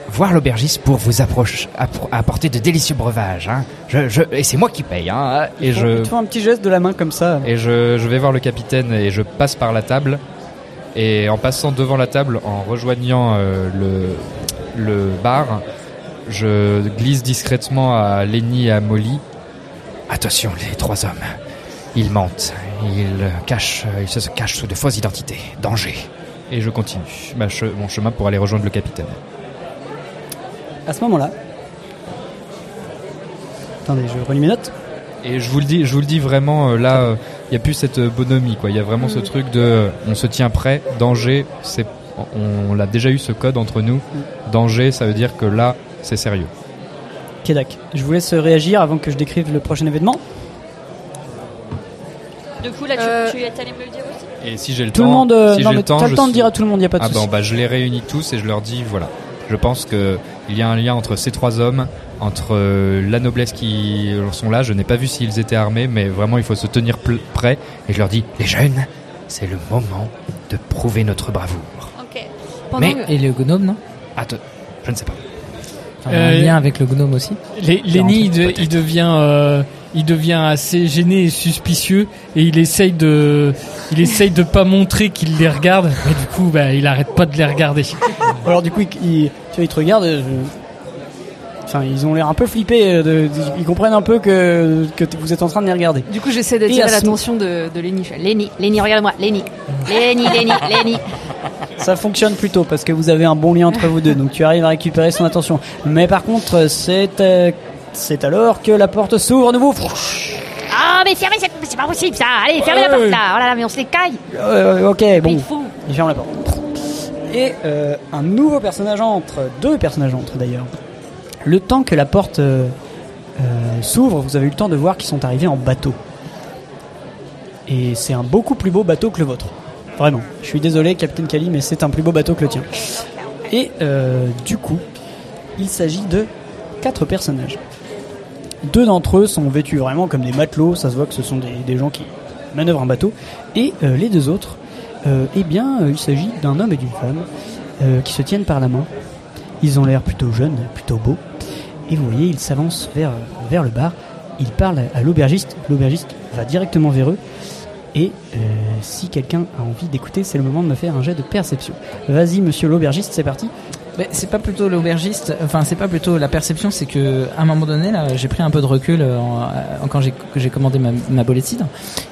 Speaker 3: voir l'aubergiste pour vous approche, appro- apporter de délicieux breuvages. hein. Je, je- et c'est moi qui paye. hein.
Speaker 16: Et
Speaker 1: Ils font-
Speaker 16: Eh euh, je,
Speaker 1: ils te font un petit geste de la main comme ça.
Speaker 16: et je, je vais voir le capitaine et je passe par la table. Et en passant devant la table, en rejoignant euh, le, le bar, je glisse discrètement à Lenny et à Molly.
Speaker 3: Attention, les trois hommes. Ils mentent, ils, cachent, ils se cachent sous de fausses identités. Danger.
Speaker 16: Et je continue ma che- mon chemin pour aller rejoindre le capitaine.
Speaker 1: À ce moment-là. Attendez, je relis mes notes.
Speaker 16: Et je vous le dis, je vous le dis vraiment euh, là, euh,
Speaker 3: il n'y a plus cette bonhomie, quoi. Il y a vraiment ce truc de euh, on se tient prêt, danger, c'est, on, on l'a déjà eu ce code entre nous.
Speaker 1: Mm.
Speaker 3: Danger, ça veut dire que là, c'est sérieux.
Speaker 1: Kedak, je vous laisse réagir avant que je décrive le prochain événement.
Speaker 7: Du coup, là, tu, tu es allé me le dire aussi
Speaker 3: Et si j'ai le
Speaker 1: Tout le
Speaker 3: temps,
Speaker 1: monde, euh,
Speaker 3: si
Speaker 1: non,
Speaker 3: j'ai
Speaker 1: mais
Speaker 3: le temps,
Speaker 1: t'as le
Speaker 3: je
Speaker 1: temps de
Speaker 3: suis-
Speaker 1: dire à tout le monde, y a pas de
Speaker 3: ah,
Speaker 1: souci.
Speaker 3: bon, bah, je les réunis tous et je leur dis voilà. Je pense que il y a un lien entre ces trois hommes, entre euh, la noblesse qui sont là. Je n'ai pas vu s'ils étaient armés, mais vraiment il faut se tenir pl- prêt. Et je leur dis les jeunes, c'est le moment de prouver notre bravoure.
Speaker 5: Mais, et le gnome, non
Speaker 3: Attends, je ne sais pas.
Speaker 5: Enfin,
Speaker 1: Euh,
Speaker 5: Un lien avec le gnome aussi
Speaker 6: Lé- Lenny, il, de- il devient, euh, il devient assez gêné et suspicieux, et il essaye de, il essaye de pas montrer qu'il les regarde. Mais du coup, bah, il arrête pas de les regarder.
Speaker 1: Alors du coup, il, il- tu vois, ils te regardent. euh, Enfin, ils ont l'air un peu flippés. euh, de- ils comprennent un peu que, que t- vous êtes en train de les regarder.
Speaker 12: Du coup, j'essaie
Speaker 1: Et à
Speaker 12: d'attirer
Speaker 1: ce-
Speaker 12: l'attention de, de Lenny. Je fais, Lenny, Lenny, regarde-moi, Lenny. Lenny, Lenny, Lenny.
Speaker 1: Ça fonctionne plutôt parce que vous avez un bon lien entre vous deux, donc tu arrives à récupérer son attention. Mais par contre, c'est euh, c'est alors que la porte s'ouvre à nouveau.
Speaker 11: Ah, mais fermez cette. C'est pas possible ça. Allez, fermez la
Speaker 1: Ouais.
Speaker 11: porte là. Oh là là, mais on se les caille.
Speaker 1: Euh, ok, bon.
Speaker 11: il faut.
Speaker 1: Il ferme la porte. Et euh, un nouveau personnage entre, deux personnages entre d'ailleurs. Le temps que la porte euh, euh, s'ouvre, vous avez eu le temps de voir qu'ils sont arrivés en bateau. Et c'est un beaucoup plus beau bateau que le vôtre. Vraiment. Je suis désolé, Capitaine Kali, mais c'est un plus beau bateau que le tien. Et euh, du coup, il s'agit de quatre personnages. Deux d'entre eux sont vêtus vraiment comme des matelots, ça se voit que ce sont des, des gens qui manœuvrent un bateau. Et euh, les deux autres, euh, eh bien, euh, il s'agit d'un homme et d'une femme euh, qui se tiennent par la main. Ils ont l'air plutôt jeunes, plutôt beaux. Et vous voyez, ils s'avancent vers, euh, vers le bar. Ils parlent à l'aubergiste. L'aubergiste va directement vers eux. Et euh, si quelqu'un a envie d'écouter, c'est le moment de me faire un jet de perception. Vas-y, monsieur l'aubergiste, c'est parti.
Speaker 5: Mais c'est pas plutôt l'aubergiste, enfin c'est pas plutôt la perception, c'est que à un moment donné là, j'ai pris un peu de recul euh, en- en- quand j'ai que j'ai commandé ma, ma bolée de cidre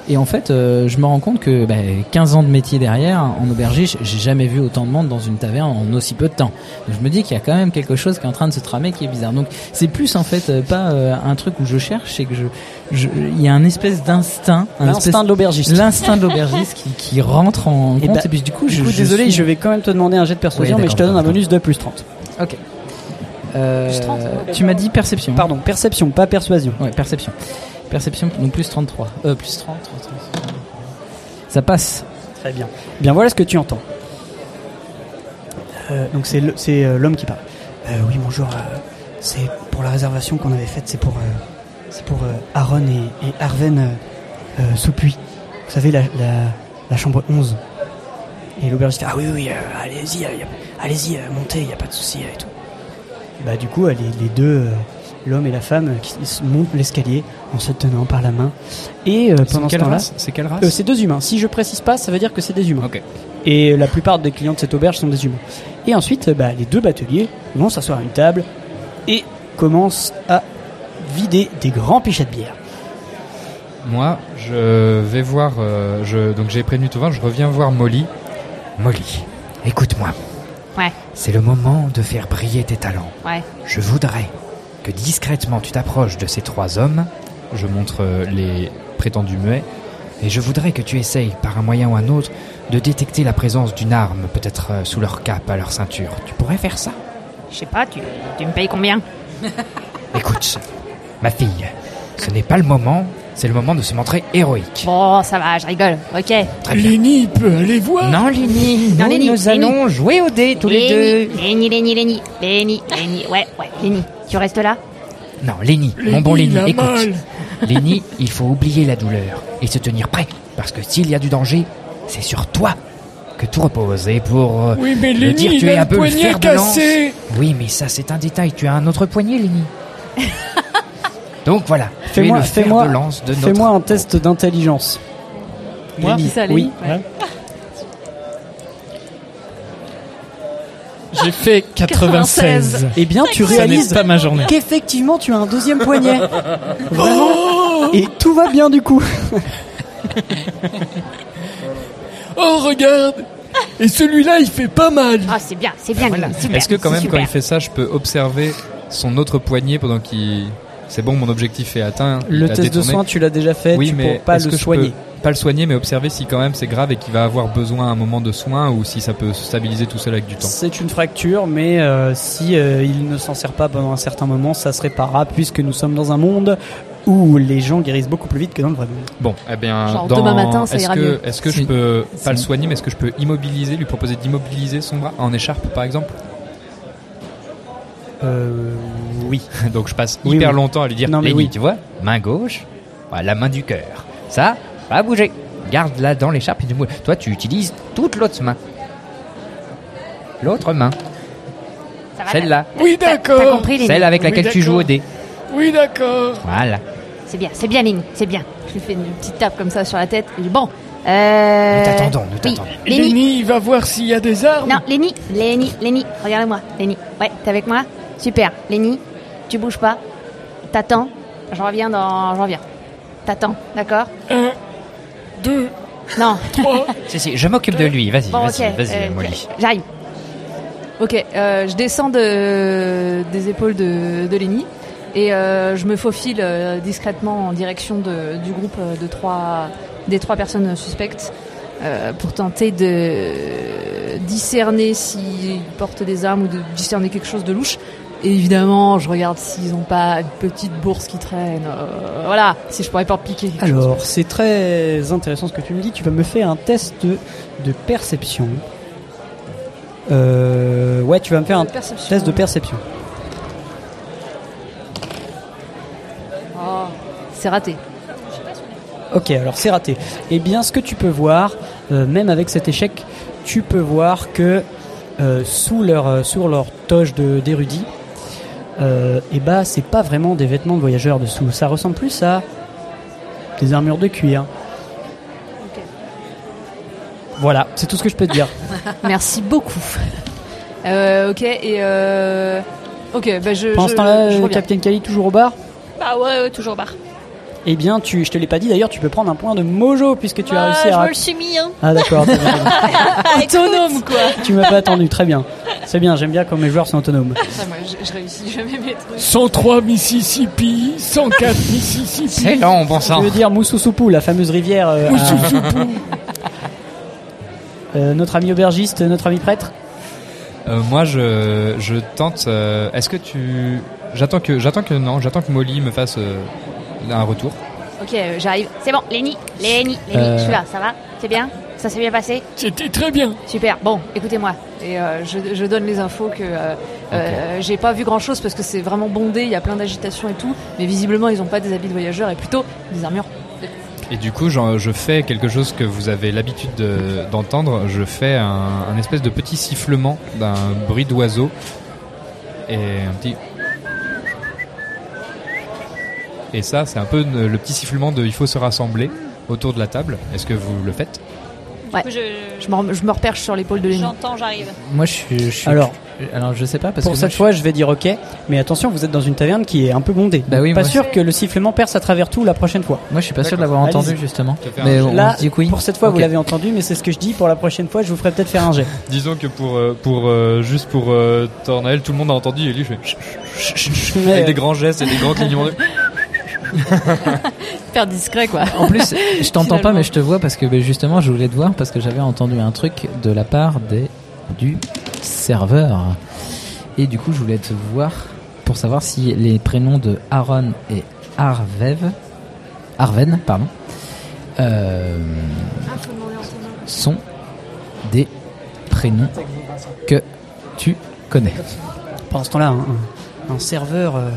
Speaker 5: et en fait euh, je me rends compte que bah, 15 ans de métier derrière en aubergiste, j'ai jamais vu autant de monde dans une taverne en aussi peu de temps. Donc, je me dis qu'il y a quand même quelque chose qui est en train de se tramer qui est bizarre. Donc c'est plus en fait euh, pas euh, un truc où je cherche, c'est que je je- il y a un espèce d'instinct, un
Speaker 1: L'instinct
Speaker 5: espèce-
Speaker 1: de l'aubergiste.
Speaker 5: l'instinct de l'aubergiste qui, qui rentre en
Speaker 1: Eh
Speaker 5: compte
Speaker 1: ben,
Speaker 5: et puis du coup, je, je
Speaker 1: désolé,
Speaker 5: suis-
Speaker 1: je vais quand même te demander un jet de persuasion,
Speaker 5: Oui,
Speaker 1: mais je te donne
Speaker 5: d'accord,
Speaker 1: un bonus de plus 30.
Speaker 5: Ok. Euh,
Speaker 1: Plus 30,
Speaker 5: tu m'as dit perception.
Speaker 1: Pardon, perception, pas persuasion.
Speaker 5: Ouais, perception. Perception, donc plus 33. Euh, plus 30. Ça passe.
Speaker 1: Très bien. Bien, voilà ce que tu entends. Euh, donc c'est le- c'est euh, l'homme qui parle. Euh, oui, bonjour. euh, c'est pour la réservation qu'on avait faite. C'est pour, euh, c'est pour euh, Aaron et, et Arven euh, euh, Soupuis. Vous savez, la, la- la chambre 11. Et l'aubergiste fait Ah oui, oui, euh, allez-y, euh, y a- allez-y, euh, montez, il n'y a pas de souci euh, et tout. Bah, du coup, euh, les, les deux, euh, l'homme et la femme, euh, qui s- montent l'escalier en se tenant par la main. Et euh,
Speaker 3: Ils sont
Speaker 1: pendant ce
Speaker 3: quelle
Speaker 1: temps-là,
Speaker 3: race C'est quelle race
Speaker 1: Euh, C'est deux humains. Si je précise pas, ça veut dire que c'est des humains. Et la plupart des clients de cette auberge sont des humains. Et ensuite, euh, bah, les deux bateliers vont s'asseoir à une table et commencent à vider des grands pichets de bière.
Speaker 3: Moi, je vais voir. euh, je, donc j'ai prévenu Tovin, je reviens voir Molly.
Speaker 10: Molly, écoute-moi.
Speaker 12: Ouais,
Speaker 10: C'est le moment de faire briller tes talents.
Speaker 12: ouais.
Speaker 10: Je voudrais que discrètement tu t'approches de ces trois hommes.
Speaker 3: Je montre euh, les prétendus muets.
Speaker 10: Et je voudrais que tu essayes, par un moyen ou un autre, de détecter la présence d'une arme, peut-être euh, sous leur cape, à leur ceinture. Tu pourrais faire ça
Speaker 12: Je sais pas, tu, tu me payes combien
Speaker 10: Écoute, ma fille, ce n'est pas le moment, c'est le moment de se montrer héroïque.
Speaker 12: Bon, ça va, je rigole. Ok.
Speaker 10: Lenny peut aller voir Non, Lenny,
Speaker 12: Non,
Speaker 10: nous,
Speaker 12: Lenny,
Speaker 10: nous
Speaker 12: Lenny.
Speaker 10: allons jouer au dé tous les deux.
Speaker 12: Lenny, Lenny, Lenny, Lenny, Lenny. Ouais, ouais, Lenny. Tu restes là
Speaker 10: Non, Lenny, mon
Speaker 12: Lenny,
Speaker 10: bon Lenny,
Speaker 12: il a
Speaker 10: écoute.
Speaker 12: mal.
Speaker 10: Lenny, il faut oublier la douleur et se tenir prêt, parce que s'il y a du danger, c'est sur toi que tout repose. Et pour euh,
Speaker 6: Oui, mais
Speaker 10: le
Speaker 6: Lenny,
Speaker 10: dire, tu
Speaker 6: il a
Speaker 10: es un
Speaker 6: le
Speaker 10: peu le
Speaker 6: poignet
Speaker 10: fer de lance.
Speaker 6: cassé.
Speaker 10: Oui, mais ça, c'est un détail. Tu as un autre poignet, Lenny. Donc voilà, tu es
Speaker 1: Fais-moi
Speaker 10: le fer
Speaker 1: fais-moi,
Speaker 10: de lance de notre.
Speaker 1: fais-moi un test d'intelligence.
Speaker 10: Moi
Speaker 1: Lenny.
Speaker 10: Qui ça, Lenny
Speaker 1: Oui.
Speaker 10: Ouais.
Speaker 6: J'ai fait 96.
Speaker 1: Eh bien, tu
Speaker 6: Ça
Speaker 1: réalises
Speaker 6: n'est pas ma journée.
Speaker 1: qu'effectivement, tu as un deuxième poignet. Vraiment. Et tout va bien du coup.
Speaker 6: Oh regarde Et celui-là, il fait pas mal.
Speaker 12: Ah, c'est bien, c'est bien, Lenny. Super.
Speaker 3: Est-ce que quand
Speaker 12: c'est
Speaker 3: même quand
Speaker 12: super.
Speaker 3: il fait ça, je peux observer son autre poignet pendant qu'il... C'est bon, mon objectif est atteint. il
Speaker 1: Le
Speaker 3: a
Speaker 1: test de
Speaker 3: détourné.
Speaker 1: soin, tu l'as déjà fait,
Speaker 3: Oui,
Speaker 1: tu
Speaker 3: mais
Speaker 1: pourras pas
Speaker 3: est-ce
Speaker 1: le
Speaker 3: que je
Speaker 1: soigner.
Speaker 3: peux- pas le soigner, mais observer si quand même c'est grave et qu'il va avoir besoin à un moment de soins ou si ça peut se stabiliser tout seul avec du temps.
Speaker 1: C'est une fracture, mais euh, si euh, il ne s'en sert pas pendant un certain moment, ça se réparera puisque nous sommes dans un monde où les gens guérissent beaucoup plus vite que dans le vrai monde.
Speaker 3: Bon, eh bien,
Speaker 1: Genre
Speaker 3: dans-
Speaker 1: demain matin, ça
Speaker 3: est-ce
Speaker 1: ira
Speaker 3: que,
Speaker 1: mieux.
Speaker 3: Est-ce que
Speaker 1: C'est-
Speaker 3: je peux
Speaker 1: c'est-
Speaker 3: pas le soigner, mais est-ce que je peux immobiliser, lui proposer d'immobiliser son bras en écharpe, par exemple
Speaker 1: Euh, oui.
Speaker 3: Donc je passe
Speaker 1: Oui,
Speaker 3: hyper
Speaker 1: oui.
Speaker 3: longtemps à lui dire,
Speaker 1: Non, mais
Speaker 3: Lenny,
Speaker 1: oui.
Speaker 10: Tu vois, main gauche, voilà, la main du cœur. Ça, pas bouger. Garde-la dans l'écharpe. et tu mou- Toi, tu utilises toute l'autre main. L'autre main. Celle-là.
Speaker 19: Oui, d'accord. T'as
Speaker 12: compris,
Speaker 10: Celle avec laquelle tu joues au dé.
Speaker 19: Oui, d'accord.
Speaker 10: Voilà.
Speaker 12: C'est bien, c'est bien, Ligne, c'est bien. Je lui fais une petite tape comme ça sur la tête. Je dis, Bon.
Speaker 10: Nous
Speaker 12: Euh...
Speaker 10: t'attendons, nous
Speaker 12: oui.
Speaker 10: t'attendons.
Speaker 12: Lenny.
Speaker 19: il va voir s'il y a des armes.
Speaker 12: Non, Lenny, Lenny, Lenny, regarde-moi. Lenny, ouais, t'es avec moi Super. Lenny, tu bouges pas. T'attends. Je reviens dans. Je reviens. T'attends, d'accord
Speaker 19: Un, deux.
Speaker 12: Non.
Speaker 10: Si, si, je m'occupe de lui. Vas-y,
Speaker 12: Bon,
Speaker 10: vas-y,
Speaker 12: ok,
Speaker 10: vas-y,
Speaker 12: euh,
Speaker 10: Molly.
Speaker 12: J'arrive.
Speaker 4: Ok, euh, je descends de, des épaules de, de Lenny et euh, je me faufile euh, discrètement en direction de- du groupe euh, de trois, des trois personnes suspectes euh, pour tenter de discerner s'ils portent des armes ou de discerner quelque chose de louche. Et évidemment, je regarde s'ils n'ont pas une petite bourse qui traîne. euh, voilà, si je pourrais pas piquer. quelque chose.
Speaker 1: Alors, c'est très intéressant ce que tu me dis. Tu vas me faire un test de perception. Euh, ouais, tu vas me faire un
Speaker 4: De perception.
Speaker 1: test de perception.
Speaker 4: Oh, c'est raté.
Speaker 1: Ok, alors c'est raté. Eh bien, ce que tu peux voir, euh, même avec cet échec, tu peux voir que euh, sous leur, euh, sur leur toge de- d'érudit, euh, eh ben, c'est pas vraiment des vêtements de voyageurs dessous. Ça ressemble plus à des armures de cuir. Voilà, c'est tout ce que je peux te dire.
Speaker 4: Merci beaucoup. Euh, ok, et euh... Ok, bah je.
Speaker 1: Pendant
Speaker 4: je-
Speaker 1: ce temps-là,
Speaker 4: je
Speaker 1: euh,
Speaker 4: reviens.
Speaker 1: Captain Kali toujours au bar
Speaker 7: Bah ouais, ouais, toujours barre.
Speaker 1: Eh bien, tu, je te l'ai pas dit d'ailleurs, tu peux prendre un point de mojo puisque tu as
Speaker 7: Bah,
Speaker 1: réussi
Speaker 7: je
Speaker 1: à.
Speaker 7: me le suis mis, hein.
Speaker 1: Ah d'accord. t'as bien raison.
Speaker 4: Autonome quoi.
Speaker 1: Bah, tu m'as pas attendu, très bien. C'est bien, j'aime bien quand mes joueurs sont autonomes.
Speaker 4: Ah, moi, je, je réussis jamais mes trucs.
Speaker 6: 103 Mississippi, 104 Mississippi.
Speaker 1: Je veux dire Moussousoupou, la fameuse rivière. euh, à-
Speaker 6: Moussousoupou.
Speaker 1: Euh, notre ami aubergiste, notre ami prêtre.
Speaker 3: Euh, moi, je, je tente. euh, Est-ce que tu J'attends que j'attends que non, j'attends que Molly me fasse euh, un retour.
Speaker 12: Ok, euh, j'arrive. C'est bon, Lenny, Lenny, Lenny,
Speaker 3: Euh.
Speaker 12: je suis là, ça va C'est bien Ça s'est bien passé
Speaker 6: C'était très bien.
Speaker 12: Super, bon,
Speaker 4: Écoutez-moi, et euh, je, je donne les infos que euh, euh, j'ai pas vu grand-chose parce que c'est vraiment bondé, il y a plein d'agitation et tout, mais visiblement ils ont pas des habits de voyageurs et plutôt des armures.
Speaker 3: Et du coup, j'en- je fais quelque chose que vous avez l'habitude de- d'entendre. Je fais un, un espèce de petit sifflement d'un bruit d'oiseau et un petit. Et ça, c'est un peu ne- le petit sifflement de il faut se rassembler autour de la table. Est-ce que vous le faites
Speaker 4: Ouais.
Speaker 7: coup, je-
Speaker 4: je... me rem- je me reperche sur l'épaule de Lenny.
Speaker 7: J'entends, j'arrive.
Speaker 5: Moi, je suis. je suis-
Speaker 1: Alors,
Speaker 5: alors, je sais pas Ah, parce
Speaker 1: Pour
Speaker 5: que. moi,
Speaker 1: cette
Speaker 5: je-
Speaker 1: fois, je vais dire ok, mais attention, vous êtes dans une taverne qui est un peu bondée.
Speaker 5: Bah oui,
Speaker 1: pas
Speaker 5: moi,
Speaker 1: sûr que le sifflement perce à travers tout la prochaine fois.
Speaker 5: Moi, je suis pas sûr de l'avoir
Speaker 1: D'accord.
Speaker 5: entendu
Speaker 1: Allez-y.
Speaker 5: justement.
Speaker 3: Tu vas faire
Speaker 5: Mais
Speaker 3: un
Speaker 5: on
Speaker 3: jet.
Speaker 1: Là,
Speaker 5: se dit que oui.
Speaker 1: pour cette fois,
Speaker 5: Ok.
Speaker 1: vous l'avez entendu, mais c'est ce que je dis. Pour la prochaine fois, je vous ferai peut-être faire un jet.
Speaker 3: Disons que pour, euh, pour euh, juste pour euh, Tornel, tout le monde a entendu et lui je fais chut, chut, chut, chut,
Speaker 1: Mais,
Speaker 3: avec
Speaker 1: euh,
Speaker 3: des grands gestes et des grands clignements. d'yeux.
Speaker 4: Faire discret quoi.
Speaker 5: En plus, je t'entends pas,
Speaker 4: Finalement.
Speaker 5: mais je te vois parce que ben, justement, je voulais te voir parce que j'avais entendu un truc de la part des du serveur. Et du coup, je voulais te voir pour savoir si les prénoms de Aaron et Arvev, Arven, pardon, euh, sont des prénoms que tu connais.
Speaker 1: Pendant ce temps-là, un, un serveur, euh,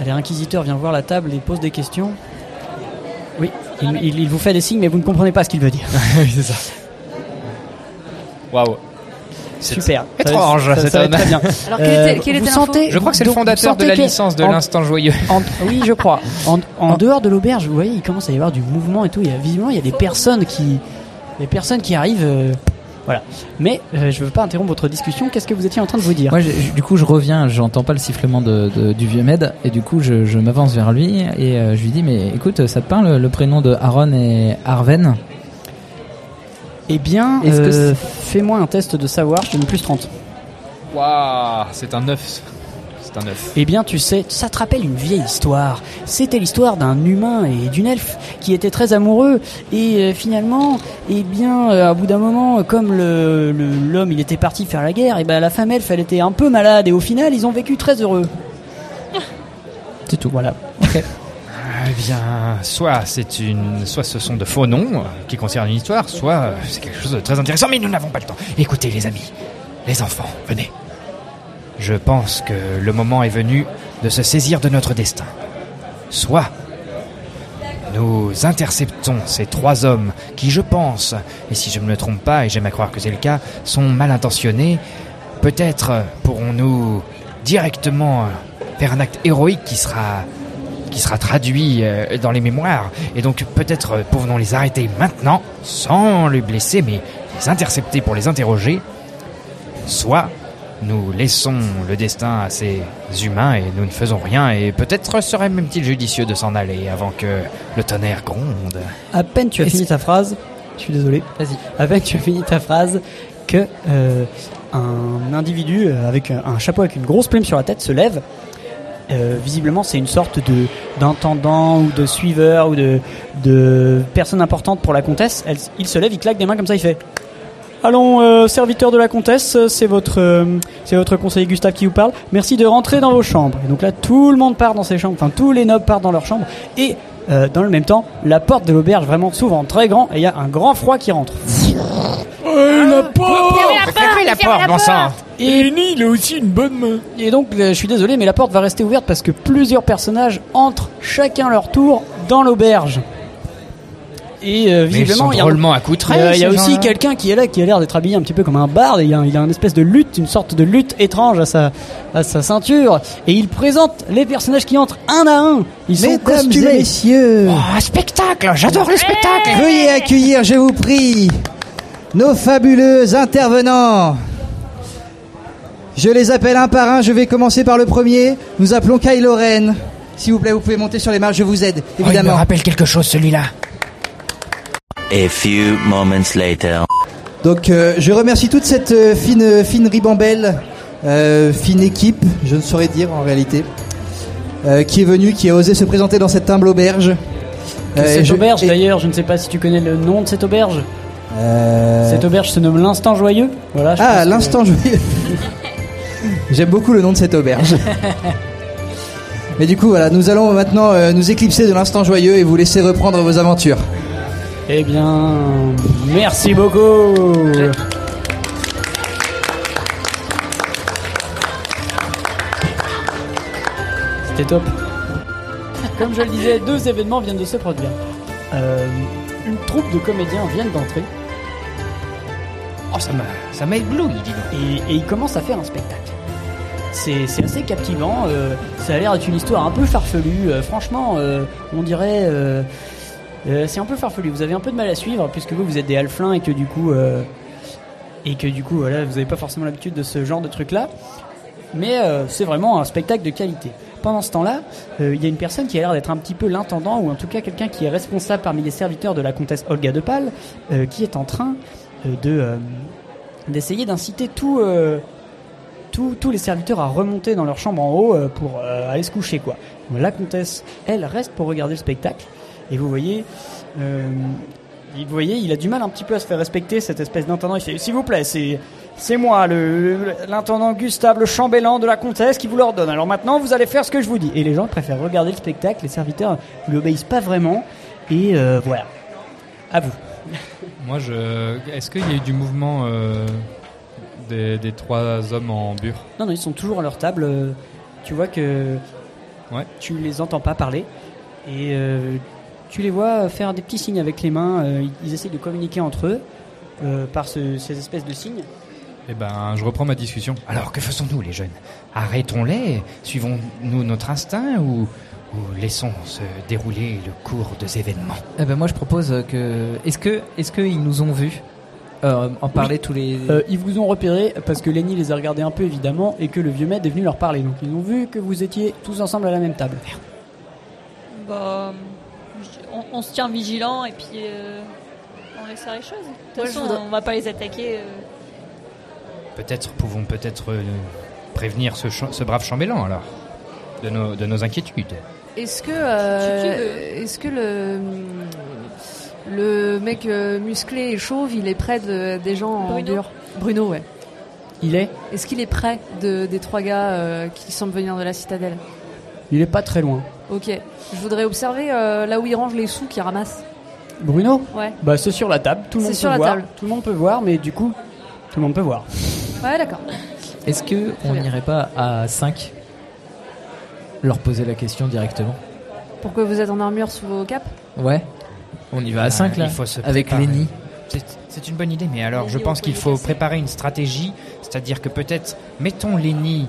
Speaker 1: allez, inquisiteur, vient voir la table et pose des questions. Oui,
Speaker 3: Ah,
Speaker 1: il, il- il vous fait des signes, mais vous ne comprenez pas ce qu'il veut dire.
Speaker 3: c'est ça. Waouh. C'est
Speaker 1: Super.
Speaker 3: étrange,
Speaker 1: ça, ça,
Speaker 3: cet
Speaker 1: ça va
Speaker 3: homme.
Speaker 1: très bien. Euh,
Speaker 3: Alors, quelle était- quelle
Speaker 1: vous
Speaker 3: était l'info
Speaker 1: sentez,
Speaker 3: Je crois que c'est le
Speaker 1: donc, vous
Speaker 3: fondateur de
Speaker 1: sentez
Speaker 3: la
Speaker 1: que-
Speaker 3: licence de
Speaker 1: en-
Speaker 3: l'instant joyeux.
Speaker 1: en- oui, je crois. En, en dehors de l'auberge, vous voyez, il commence à y avoir du mouvement et tout. Il y a, visiblement, il y
Speaker 3: Oh.
Speaker 1: a des personnes qui, des personnes qui arrivent. euh, voilà. Mais euh, je ne veux pas interrompre votre discussion. Qu'est-ce que vous étiez en train de vous dire
Speaker 5: Moi, je- je- du coup, je reviens, j'entends pas le sifflement de, de- du vieux Med, et du coup, je, je m'avance vers lui et euh, je lui dis Mais écoute, ça te parle le prénom de Aaron et Arven
Speaker 1: Eh bien,
Speaker 5: Est-ce que
Speaker 1: euh,
Speaker 5: c'est-
Speaker 1: fais-moi un test de savoir. Je te donne plus 30.
Speaker 3: Waouh, c'est un 9. C'est un œuf.
Speaker 1: Eh bien, tu sais, ça te rappelle une vieille histoire. C'était l'histoire d'un humain et d'une elfe qui étaient très amoureux. Et euh, finalement, eh bien, euh, à bout d'un moment, comme le- le- l'homme il était parti faire la guerre, et ben la femme elfe elle était un peu malade. Et au final, ils ont vécu très heureux. C'est tout. Voilà.
Speaker 3: Eh bien, soit c'est une, soit ce sont de faux noms euh, qui concernent une histoire, soit euh, c'est quelque chose de très intéressant. Mais nous n'avons pas le temps. Écoutez, les amis, les enfants, venez. Je pense que le moment est venu de se saisir de notre destin. Soit nous interceptons ces trois hommes qui, je pense, et si je ne me trompe pas, et j'aime à croire que c'est le cas, sont mal intentionnés. Peut-être euh, pourrons-nous directement euh, faire un acte héroïque qui sera qui sera traduit euh, dans les mémoires. Et donc peut-être euh, pouvons-nous les arrêter maintenant, sans les blesser, mais les intercepter pour les interroger. Soit nous laissons le destin à ces humains et nous ne faisons rien, et peut-être serait même-t-il judicieux de s'en aller avant que le tonnerre gronde.
Speaker 1: À peine tu as
Speaker 3: Est-ce-
Speaker 1: fini ta phrase, je suis désolé. Vas-y. À peine tu as fini ta phrase que euh, un individu euh, avec un, un chapeau avec une grosse plume sur la tête se lève. Euh, visiblement, c'est une sorte de d'intendant ou de suiveur ou de de personne importante pour la comtesse. Elle- il se lève, il claque des mains comme ça, il fait. Allons, euh, serviteur de la comtesse, euh, c'est votre, euh, c'est votre conseiller Gustave qui vous parle. Merci de rentrer dans vos chambres. Et donc là, tout le monde part dans ses chambres, enfin tous les nobles partent dans leurs chambres. Et euh, dans le même temps, la porte de l'auberge vraiment s'ouvre en très grand et il y a un grand froid qui rentre.
Speaker 6: la porte
Speaker 1: Fermez la porte, Fermez la fermez porte, la bon sang. porte.
Speaker 6: Et Lenny, il a aussi une bonne main.
Speaker 1: Et donc, euh, je suis désolé, mais la porte va rester ouverte parce que plusieurs personnages entrent chacun leur tour dans l'auberge. Et euh,
Speaker 3: Mais ils
Speaker 1: visiblement,
Speaker 3: sont
Speaker 1: il y a-
Speaker 3: drôlement accoutrés,
Speaker 1: Euh, Il y a
Speaker 3: ces
Speaker 1: aussi
Speaker 3: gens-là.
Speaker 1: quelqu'un qui est là, qui a l'air d'être habillé un petit peu comme un barde. et Il y a, un- il a une espèce de lutte, une sorte de lutte étrange à sa, à sa ceinture. Et il présente les personnages qui entrent un à un. Ils sont
Speaker 2: Mesdames
Speaker 1: costumés. Oh,
Speaker 2: et messieurs,
Speaker 1: un spectacle J'adore le spectacle
Speaker 2: veuillez accueillir, je vous prie, nos fabuleux intervenants. Je les appelle un par un, je vais commencer par le premier. Nous appelons Kylo Ren. S'il vous plaît, vous pouvez monter sur les marches, je vous aide, évidemment.
Speaker 3: Oh, rappelle quelque chose celui-là.
Speaker 20: A few moments later.
Speaker 2: Donc euh, je remercie toute cette euh, fine, euh, fine ribambelle, euh, fine équipe, je ne saurais dire en réalité, euh, qui est venue, qui a osé se présenter dans cette humble auberge. Euh,
Speaker 1: cette
Speaker 2: je-
Speaker 1: auberge, d'ailleurs, je ne sais pas si tu connais le nom de cette auberge.
Speaker 2: Euh,
Speaker 1: Cette auberge se nomme l'Instant Joyeux. Voilà, je pense
Speaker 2: Ah,
Speaker 1: que-
Speaker 2: l'instant joyeux. J'aime beaucoup le nom de cette auberge. Mais du coup, voilà, nous allons maintenant euh, nous éclipser de l'instant joyeux et vous laisser reprendre vos aventures.
Speaker 1: Eh bien, merci beaucoup. C'était top. Comme je le disais, deux événements viennent de se produire. Euh, une troupe de comédiens vient d'entrer.
Speaker 3: Oh, ça m'a, ça m'a ébloui, dis donc.
Speaker 1: Et, et ils commencent à faire un spectacle. C'est c'est assez captivant. euh, ça a l'air d'être une histoire un peu farfelue. euh, franchement, euh, on dirait. euh, euh, c'est un peu farfelu. Vous avez un peu de mal à suivre puisque vous, vous êtes des halflins et que du coup. euh, et que du coup, voilà, vous n'avez pas forcément l'habitude de ce genre de truc-là. Mais euh, c'est vraiment un spectacle de qualité. Pendant ce temps-là, euh, il y a une personne qui a l'air d'être un petit peu l'intendant, ou en tout cas quelqu'un qui est responsable parmi les serviteurs de la comtesse Olga de Pal, euh, qui est en train euh, de euh, d'essayer d'inciter tout, euh, tous- tous les serviteurs à remonter dans leur chambre en haut euh, pour euh, aller se coucher. quoi. La comtesse, elle, reste pour regarder le spectacle. Et vous voyez, euh, vous voyez, il a du mal un petit peu à se faire respecter, cette espèce d'intendant. Il fait S'il vous plaît, c'est. C'est moi, le- le- l'intendant Gustave, le chambellan de la comtesse, qui vous l'ordonne. Alors maintenant, vous allez faire ce que je vous dis. Et les gens préfèrent regarder le spectacle, les serviteurs lui obéissent pas vraiment. Et euh, voilà. À vous.
Speaker 3: Moi, je. Est-ce qu'il y a eu du mouvement euh, des, des trois hommes en bure
Speaker 1: Non, non, ils sont toujours à leur table. euh, Tu vois que tu les entends pas parler. Et euh, tu les vois faire des petits signes avec les mains. euh, ils- Ils essayent de communiquer entre eux euh, par ce- ces espèces de signes.
Speaker 3: Eh ben, je reprends ma discussion. Alors, que faisons-nous, les jeunes Arrêtons-les Suivons-nous notre instinct ou, ou laissons se dérouler le cours des événements
Speaker 21: Eh ben moi je propose euh, que est-ce que est-ce que ils nous ont vus Euh, en parler tous les
Speaker 1: Euh, ils vous ont repéré parce que Lenny les a regardés un peu évidemment et que le vieux maître est venu leur parler. Donc ils ont vu que vous étiez tous ensemble à la même table.
Speaker 7: Bah, je- on, on se tient vigilant et puis euh, on laisse faire les choses. De toute
Speaker 12: Moi, je
Speaker 7: façon,
Speaker 12: voudrais-
Speaker 7: on va pas les attaquer. euh.
Speaker 3: Peut-être pouvons peut-être euh, prévenir ce, cha- ce brave chambellan alors de nos, de nos inquiétudes.
Speaker 4: Est-ce que, euh, est-ce que le, le mec euh, musclé et chauve, il est près de, des gens en
Speaker 12: Bruno
Speaker 4: dur Bruno, ouais.
Speaker 1: Il est
Speaker 4: Est-ce qu'il est près de, des trois gars euh, qui semblent venir de la citadelle
Speaker 1: Il est pas très loin.
Speaker 4: Ok. Je voudrais observer euh, là où il range les sous qu'il ramasse.
Speaker 1: Bruno
Speaker 4: Ouais.
Speaker 1: Bah c'est sur la table, tout le
Speaker 4: C'est
Speaker 1: monde
Speaker 4: sur
Speaker 1: peut
Speaker 4: la
Speaker 1: voir.
Speaker 4: table.
Speaker 1: Tout le monde peut voir, mais du coup, tout le monde peut voir.
Speaker 4: Ouais, d'accord.
Speaker 21: Est-ce que on n'irait pas à 5 Leur poser la question directement.
Speaker 4: Pourquoi vous êtes en armure sous vos capes
Speaker 21: Ouais. On y va à 5 là.
Speaker 3: Euh, Il faut se
Speaker 21: avec
Speaker 3: préparer.
Speaker 21: Lenny.
Speaker 3: C'est- C'est une bonne idée, mais alors je pense qu'il faut préparer une stratégie, c'est-à-dire que peut-être mettons Lenny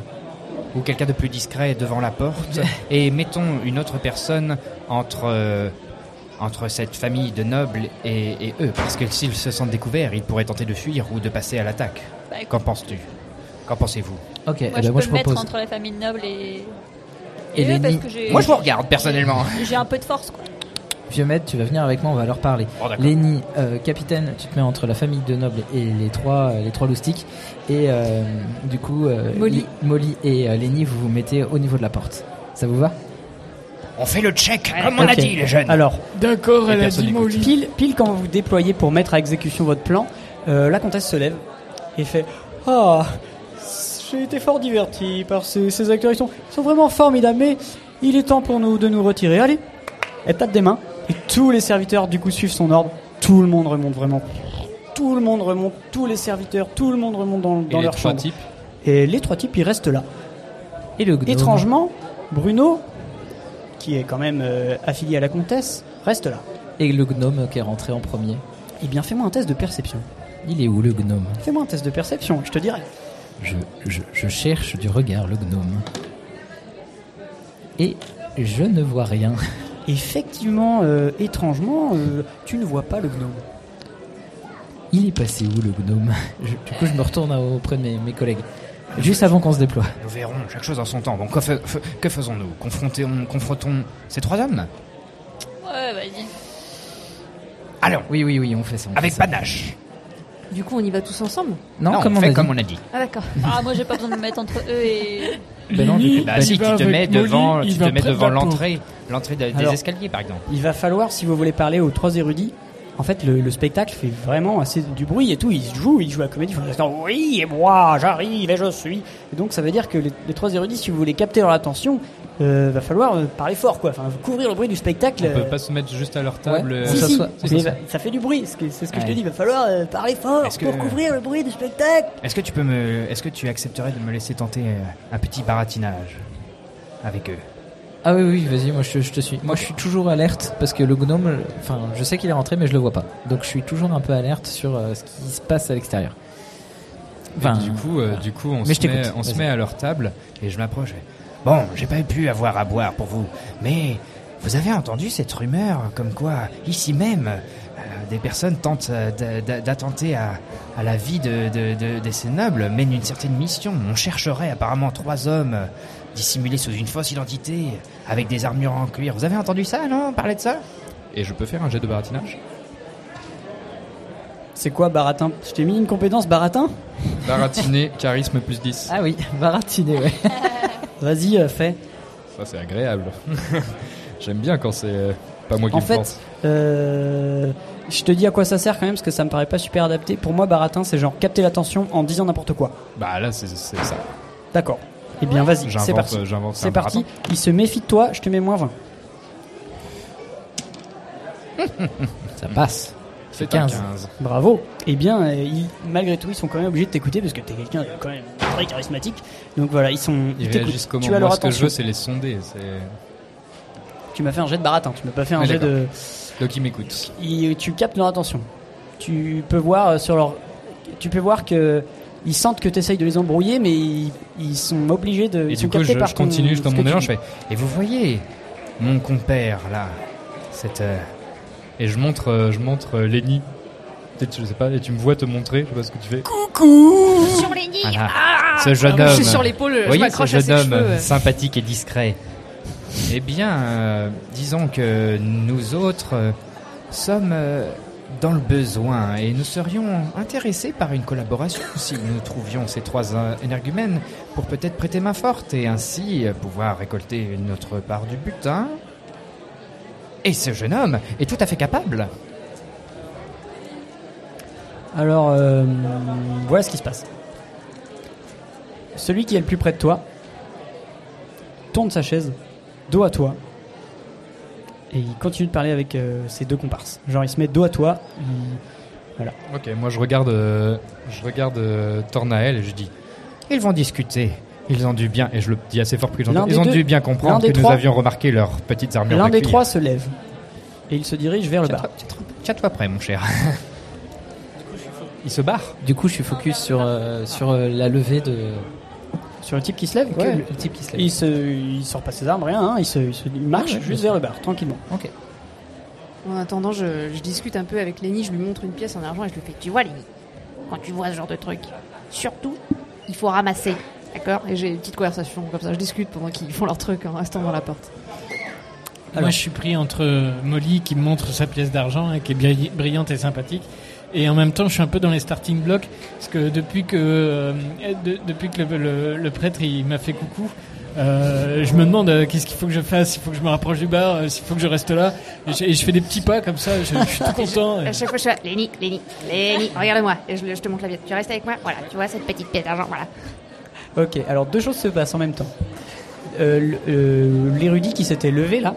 Speaker 3: ou quelqu'un de plus discret devant la porte et mettons une autre personne entre, euh, entre cette famille de nobles et, et eux, parce que s'ils se sentent découverts, ils pourraient tenter de fuir ou de passer à l'attaque.
Speaker 7: Bah, écoute.
Speaker 3: Qu'en penses-tu Qu'en pensez-vous
Speaker 21: Ok, eh
Speaker 3: Eh,
Speaker 21: ben,
Speaker 7: Moi,
Speaker 3: ben,
Speaker 7: je peux me mettre entre la famille noble et.
Speaker 21: Et
Speaker 7: eux,
Speaker 21: les
Speaker 7: parce
Speaker 21: ni-
Speaker 7: que j'ai-
Speaker 21: Moi, je vous regarde, personnellement.
Speaker 7: J'ai un peu de force, quoi.
Speaker 21: Vieux maître, tu vas venir avec moi, on va leur parler. Lenny, euh, capitaine, tu te mets entre la famille de nobles et les trois, euh, les trois loustiques. Et euh, du coup, euh,
Speaker 4: Molly.
Speaker 21: Li- Molly et euh, Lenny, vous vous mettez au niveau de la porte. Ça vous va
Speaker 3: On fait le check,
Speaker 21: comme on a dit, les jeunes.
Speaker 1: Alors,
Speaker 21: D'accord,
Speaker 6: elle a
Speaker 21: personne dit n'écoute. Molly.
Speaker 1: Pile, pile quand vous vous déployez pour mettre à exécution votre plan, euh, la comtesse se lève et fait
Speaker 6: Oh.
Speaker 1: Ah, j'ai été fort diverti par ces, ces acteurs. Ils sont, ils sont vraiment formidables, mais il est temps pour nous de nous retirer. Allez Elle tape des mains et tous les serviteurs du coup suivent son ordre. Tout le monde remonte vraiment. Tout le monde remonte, tous les serviteurs, tout le monde remonte dans, dans
Speaker 6: les
Speaker 1: leur
Speaker 6: trois
Speaker 1: chambre.
Speaker 6: types
Speaker 1: Et les trois types, ils restent là.
Speaker 21: Et le gnome
Speaker 1: Étrangement, Bruno, qui est quand même euh, affilié à la comtesse, reste là.
Speaker 21: Et le gnome qui est rentré en premier.
Speaker 1: Eh bien, fais-moi un test de perception.
Speaker 21: Il est où le gnome
Speaker 1: Fais-moi un test de perception, je te dirai.
Speaker 21: je, je- je cherche du regard le gnome. Et je ne vois rien.
Speaker 1: Effectivement, euh, étrangement, euh, tu ne vois pas le gnome.
Speaker 21: Il est passé où le gnome Je- Du coup, je me retourne auprès de mes, mes collègues. Juste avant qu'on se déploie.
Speaker 3: Nous verrons chaque chose en son temps. Bon, que, fais- fe- que faisons-nous Confrontons- Confrontons ces trois hommes
Speaker 7: Ouais, vas-y.
Speaker 3: Allons
Speaker 21: Oui, oui, oui, on fait ça.
Speaker 3: Avec panache
Speaker 4: Du coup, on y va tous ensemble
Speaker 21: Non,
Speaker 3: on fait comme on a dit.
Speaker 4: Ah, d'accord.
Speaker 7: Ah, moi, j'ai pas besoin de me mettre entre eux et.
Speaker 21: Ben
Speaker 3: Bah non,
Speaker 1: Lily,
Speaker 3: du coup, bah
Speaker 1: il
Speaker 3: si, tu
Speaker 1: va
Speaker 3: te
Speaker 1: avec
Speaker 3: mets
Speaker 1: Molly,
Speaker 3: devant,
Speaker 1: il
Speaker 3: tu te
Speaker 1: va
Speaker 3: mets
Speaker 1: près de
Speaker 3: devant
Speaker 1: la porte.
Speaker 3: l'entrée, l'entrée de- des
Speaker 1: Alors,
Speaker 3: escaliers, par exemple.
Speaker 1: Il va falloir, si vous voulez parler aux trois érudits, en fait, le, le spectacle fait vraiment assez du bruit et tout. Ils jouent, ils jouent à la comédie. Ils font des accents, oui, et moi, j'arrive et je suis. Et donc, ça veut dire que les, les trois érudits, si vous voulez capter leur attention, euh, va falloir euh, parler fort, quoi. Enfin, couvrir le bruit du spectacle.
Speaker 6: On peut
Speaker 1: euh,
Speaker 6: pas se mettre juste à leur table. euh,
Speaker 1: Si,
Speaker 6: on
Speaker 1: si,
Speaker 6: s'assoit.
Speaker 1: mais va- ça fait du bruit, c'est ce que- c'est ce que je te
Speaker 3: Ouais.
Speaker 1: dis, il va falloir euh, parler fort
Speaker 3: Est-ce que-
Speaker 1: pour couvrir le bruit du spectacle.
Speaker 3: Est-ce que tu peux me, est-ce que tu accepterais de me laisser tenter euh, un petit baratinage avec eux
Speaker 21: Ah oui, oui, vas-y, moi je, je te suis. Moi je suis toujours alerte parce que le gnome, je- enfin, je sais qu'il est rentré, mais je le vois pas. Donc je suis toujours un peu alerte sur euh, ce qui se passe à l'extérieur. Enfin,
Speaker 3: Et Du coup, euh,
Speaker 21: voilà.
Speaker 3: du coup, on
Speaker 21: Mais je
Speaker 3: se met,
Speaker 21: t'écoute,
Speaker 3: on se
Speaker 21: vas-y.
Speaker 3: met à leur table et je m'approche. et- Bon, j'ai pas pu avoir à boire pour vous, mais vous avez entendu cette rumeur comme quoi ici même euh, des personnes tentent euh, d'a- d'a- d'attenter à, à la vie de, de, de- de ces nobles, mènent une certaine mission. On chercherait apparemment trois hommes euh, dissimulés sous une fausse identité, avec des armures en cuir. Vous avez entendu ça, non Parler de ça
Speaker 6: Et je peux faire un jet de baratinage
Speaker 1: C'est quoi baratin Je t'ai mis une compétence baratin
Speaker 6: Baratiner, charisme plus 10.
Speaker 21: Ah oui, baratiner, ouais.
Speaker 1: Vas-y, euh, fais.
Speaker 6: Ça, c'est agréable. J'aime bien quand c'est euh, pas moi qui
Speaker 1: En
Speaker 6: le
Speaker 1: fait,
Speaker 6: pense.
Speaker 1: euh, je te dis à quoi ça sert quand même, parce que ça me paraît pas super adapté. Pour moi, baratin, c'est genre capter l'attention en disant n'importe quoi.
Speaker 6: Bah là, c'est c'est ça.
Speaker 1: D'accord. Eh bien, vas-y,
Speaker 6: J'invente,
Speaker 1: c'est parti.
Speaker 6: euh, j'invente
Speaker 1: C'est
Speaker 6: un baratin.
Speaker 1: parti. Il se méfie de toi, je te mets moins 20.
Speaker 21: Ça passe.
Speaker 6: C'est un 15.
Speaker 1: Bravo. Eh bien, euh, ils- malgré tout, ils sont quand même obligés de t'écouter parce que t'es quelqu'un de quand même très charismatique. Donc voilà, ils sont.
Speaker 6: Ils
Speaker 1: t'écoutent.
Speaker 6: réagissent comment
Speaker 1: Tu as
Speaker 6: Moi,
Speaker 1: leur
Speaker 6: ce que je
Speaker 1: attention.
Speaker 6: veux, c'est les sonder. c'est-
Speaker 1: Tu m'as fait un jet de baratin. Tu m'as pas fait un
Speaker 6: Ah,
Speaker 1: jet
Speaker 6: d'accord.
Speaker 1: de.
Speaker 6: Donc ils m'écoutent.
Speaker 1: Ils- euh, tu captes leur attention. Tu peux voir euh, sur leur, tu peux voir que ils sentent que tu essayes de les embrouiller, mais ils, ils sont obligés de.
Speaker 3: Et
Speaker 1: ils sont
Speaker 3: du coup,
Speaker 1: captés
Speaker 3: je,
Speaker 1: par
Speaker 3: je
Speaker 1: ton-
Speaker 3: continue, je dans
Speaker 1: ce
Speaker 3: mon
Speaker 1: que
Speaker 3: élan,
Speaker 1: tu
Speaker 3: je fais. Et vous voyez, mon compère là, cette. euh,
Speaker 6: Et je montre, euh, je montre euh, Lenny. Peut-être, je sais pas, et tu me vois te montrer, je sais pas ce que tu fais.
Speaker 7: Coucou Sur les nids
Speaker 3: voilà,
Speaker 7: Ah
Speaker 3: ce jeune
Speaker 7: Ah,
Speaker 3: homme.
Speaker 7: moi, je suis sur l'épaule, je
Speaker 3: voyez,
Speaker 7: m'accroche
Speaker 3: ce
Speaker 7: à
Speaker 3: jeune
Speaker 7: ses
Speaker 3: homme
Speaker 7: cheveux, ouais.
Speaker 3: sympathique et discret. Eh bien, euh, disons que nous autres euh, sommes euh,
Speaker 10: dans le besoin et nous serions intéressés par une collaboration si nous trouvions ces trois euh, énergumènes pour peut-être prêter main forte et ainsi euh, pouvoir récolter notre part du butin. Et ce jeune homme est tout à fait capable.
Speaker 1: Alors, euh, voilà ce qui se passe. Celui qui est le plus près de toi tourne sa chaise, dos à toi, et il continue de parler avec euh, ses deux comparses. Genre, il se met dos à toi, il- voilà.
Speaker 3: Ok, moi je regarde, euh, je regarde euh, Tornael et je dis Ils vont discuter. Ils ont dû bien, et je le dis assez fort pour qu'ils
Speaker 1: L'un
Speaker 3: entendent,
Speaker 1: des
Speaker 3: ils ont
Speaker 1: deux-
Speaker 3: dû bien
Speaker 1: l'un
Speaker 3: comprendre
Speaker 1: des
Speaker 3: que nous
Speaker 1: trois-
Speaker 3: avions remarqué leurs petites armures.
Speaker 1: L'un
Speaker 3: de
Speaker 1: des
Speaker 3: cuir.
Speaker 1: trois se lève et il se dirige vers le bar.
Speaker 3: Tiens-toi prêt, mon cher.
Speaker 21: Il se barre. Du coup, je suis focus sur, euh, sur euh, la levée de.
Speaker 1: Sur le type qui se lève
Speaker 21: Ouais,
Speaker 1: que-
Speaker 21: le type qui se lève.
Speaker 1: Il, se, il sort pas ses armes, rien, hein, il, se, il se- il marche
Speaker 21: Ouais, ouais,
Speaker 1: juste vers le bar, tranquillement.
Speaker 21: Ok.
Speaker 4: En attendant, je, je discute un peu avec Lenny, je lui montre une pièce en argent et je lui fais Tu vois, Lenny, quand tu vois ce genre de truc, surtout, il faut ramasser. D'accord Et j'ai une petite conversation comme ça, je discute pendant qu'ils font leur truc en restant dans la porte.
Speaker 6: Moi, je suis pris entre euh, Molly qui me montre sa pièce d'argent hein, qui est bien- brillante et sympathique, et en même temps, je suis un peu dans les starting blocks parce que depuis que euh, de- depuis que le, le- le prêtre il m'a fait coucou, euh, je me demande euh, qu'est-ce qu'il faut que je fasse, il faut que je me rapproche du bar, euh, s'il faut que je reste là, et je, et je fais des petits pas comme ça, je, je suis tout content.
Speaker 4: À chaque fois, je suis là Lenny, Lenny, Lenny, regarde-moi. Et je, le- je te montre la pièce. Tu restes avec moi Voilà, tu vois cette petite pièce d'argent, voilà.
Speaker 1: Ok, alors deux choses se passent en même temps. Euh, l- euh, L'érudit qui s'était levé là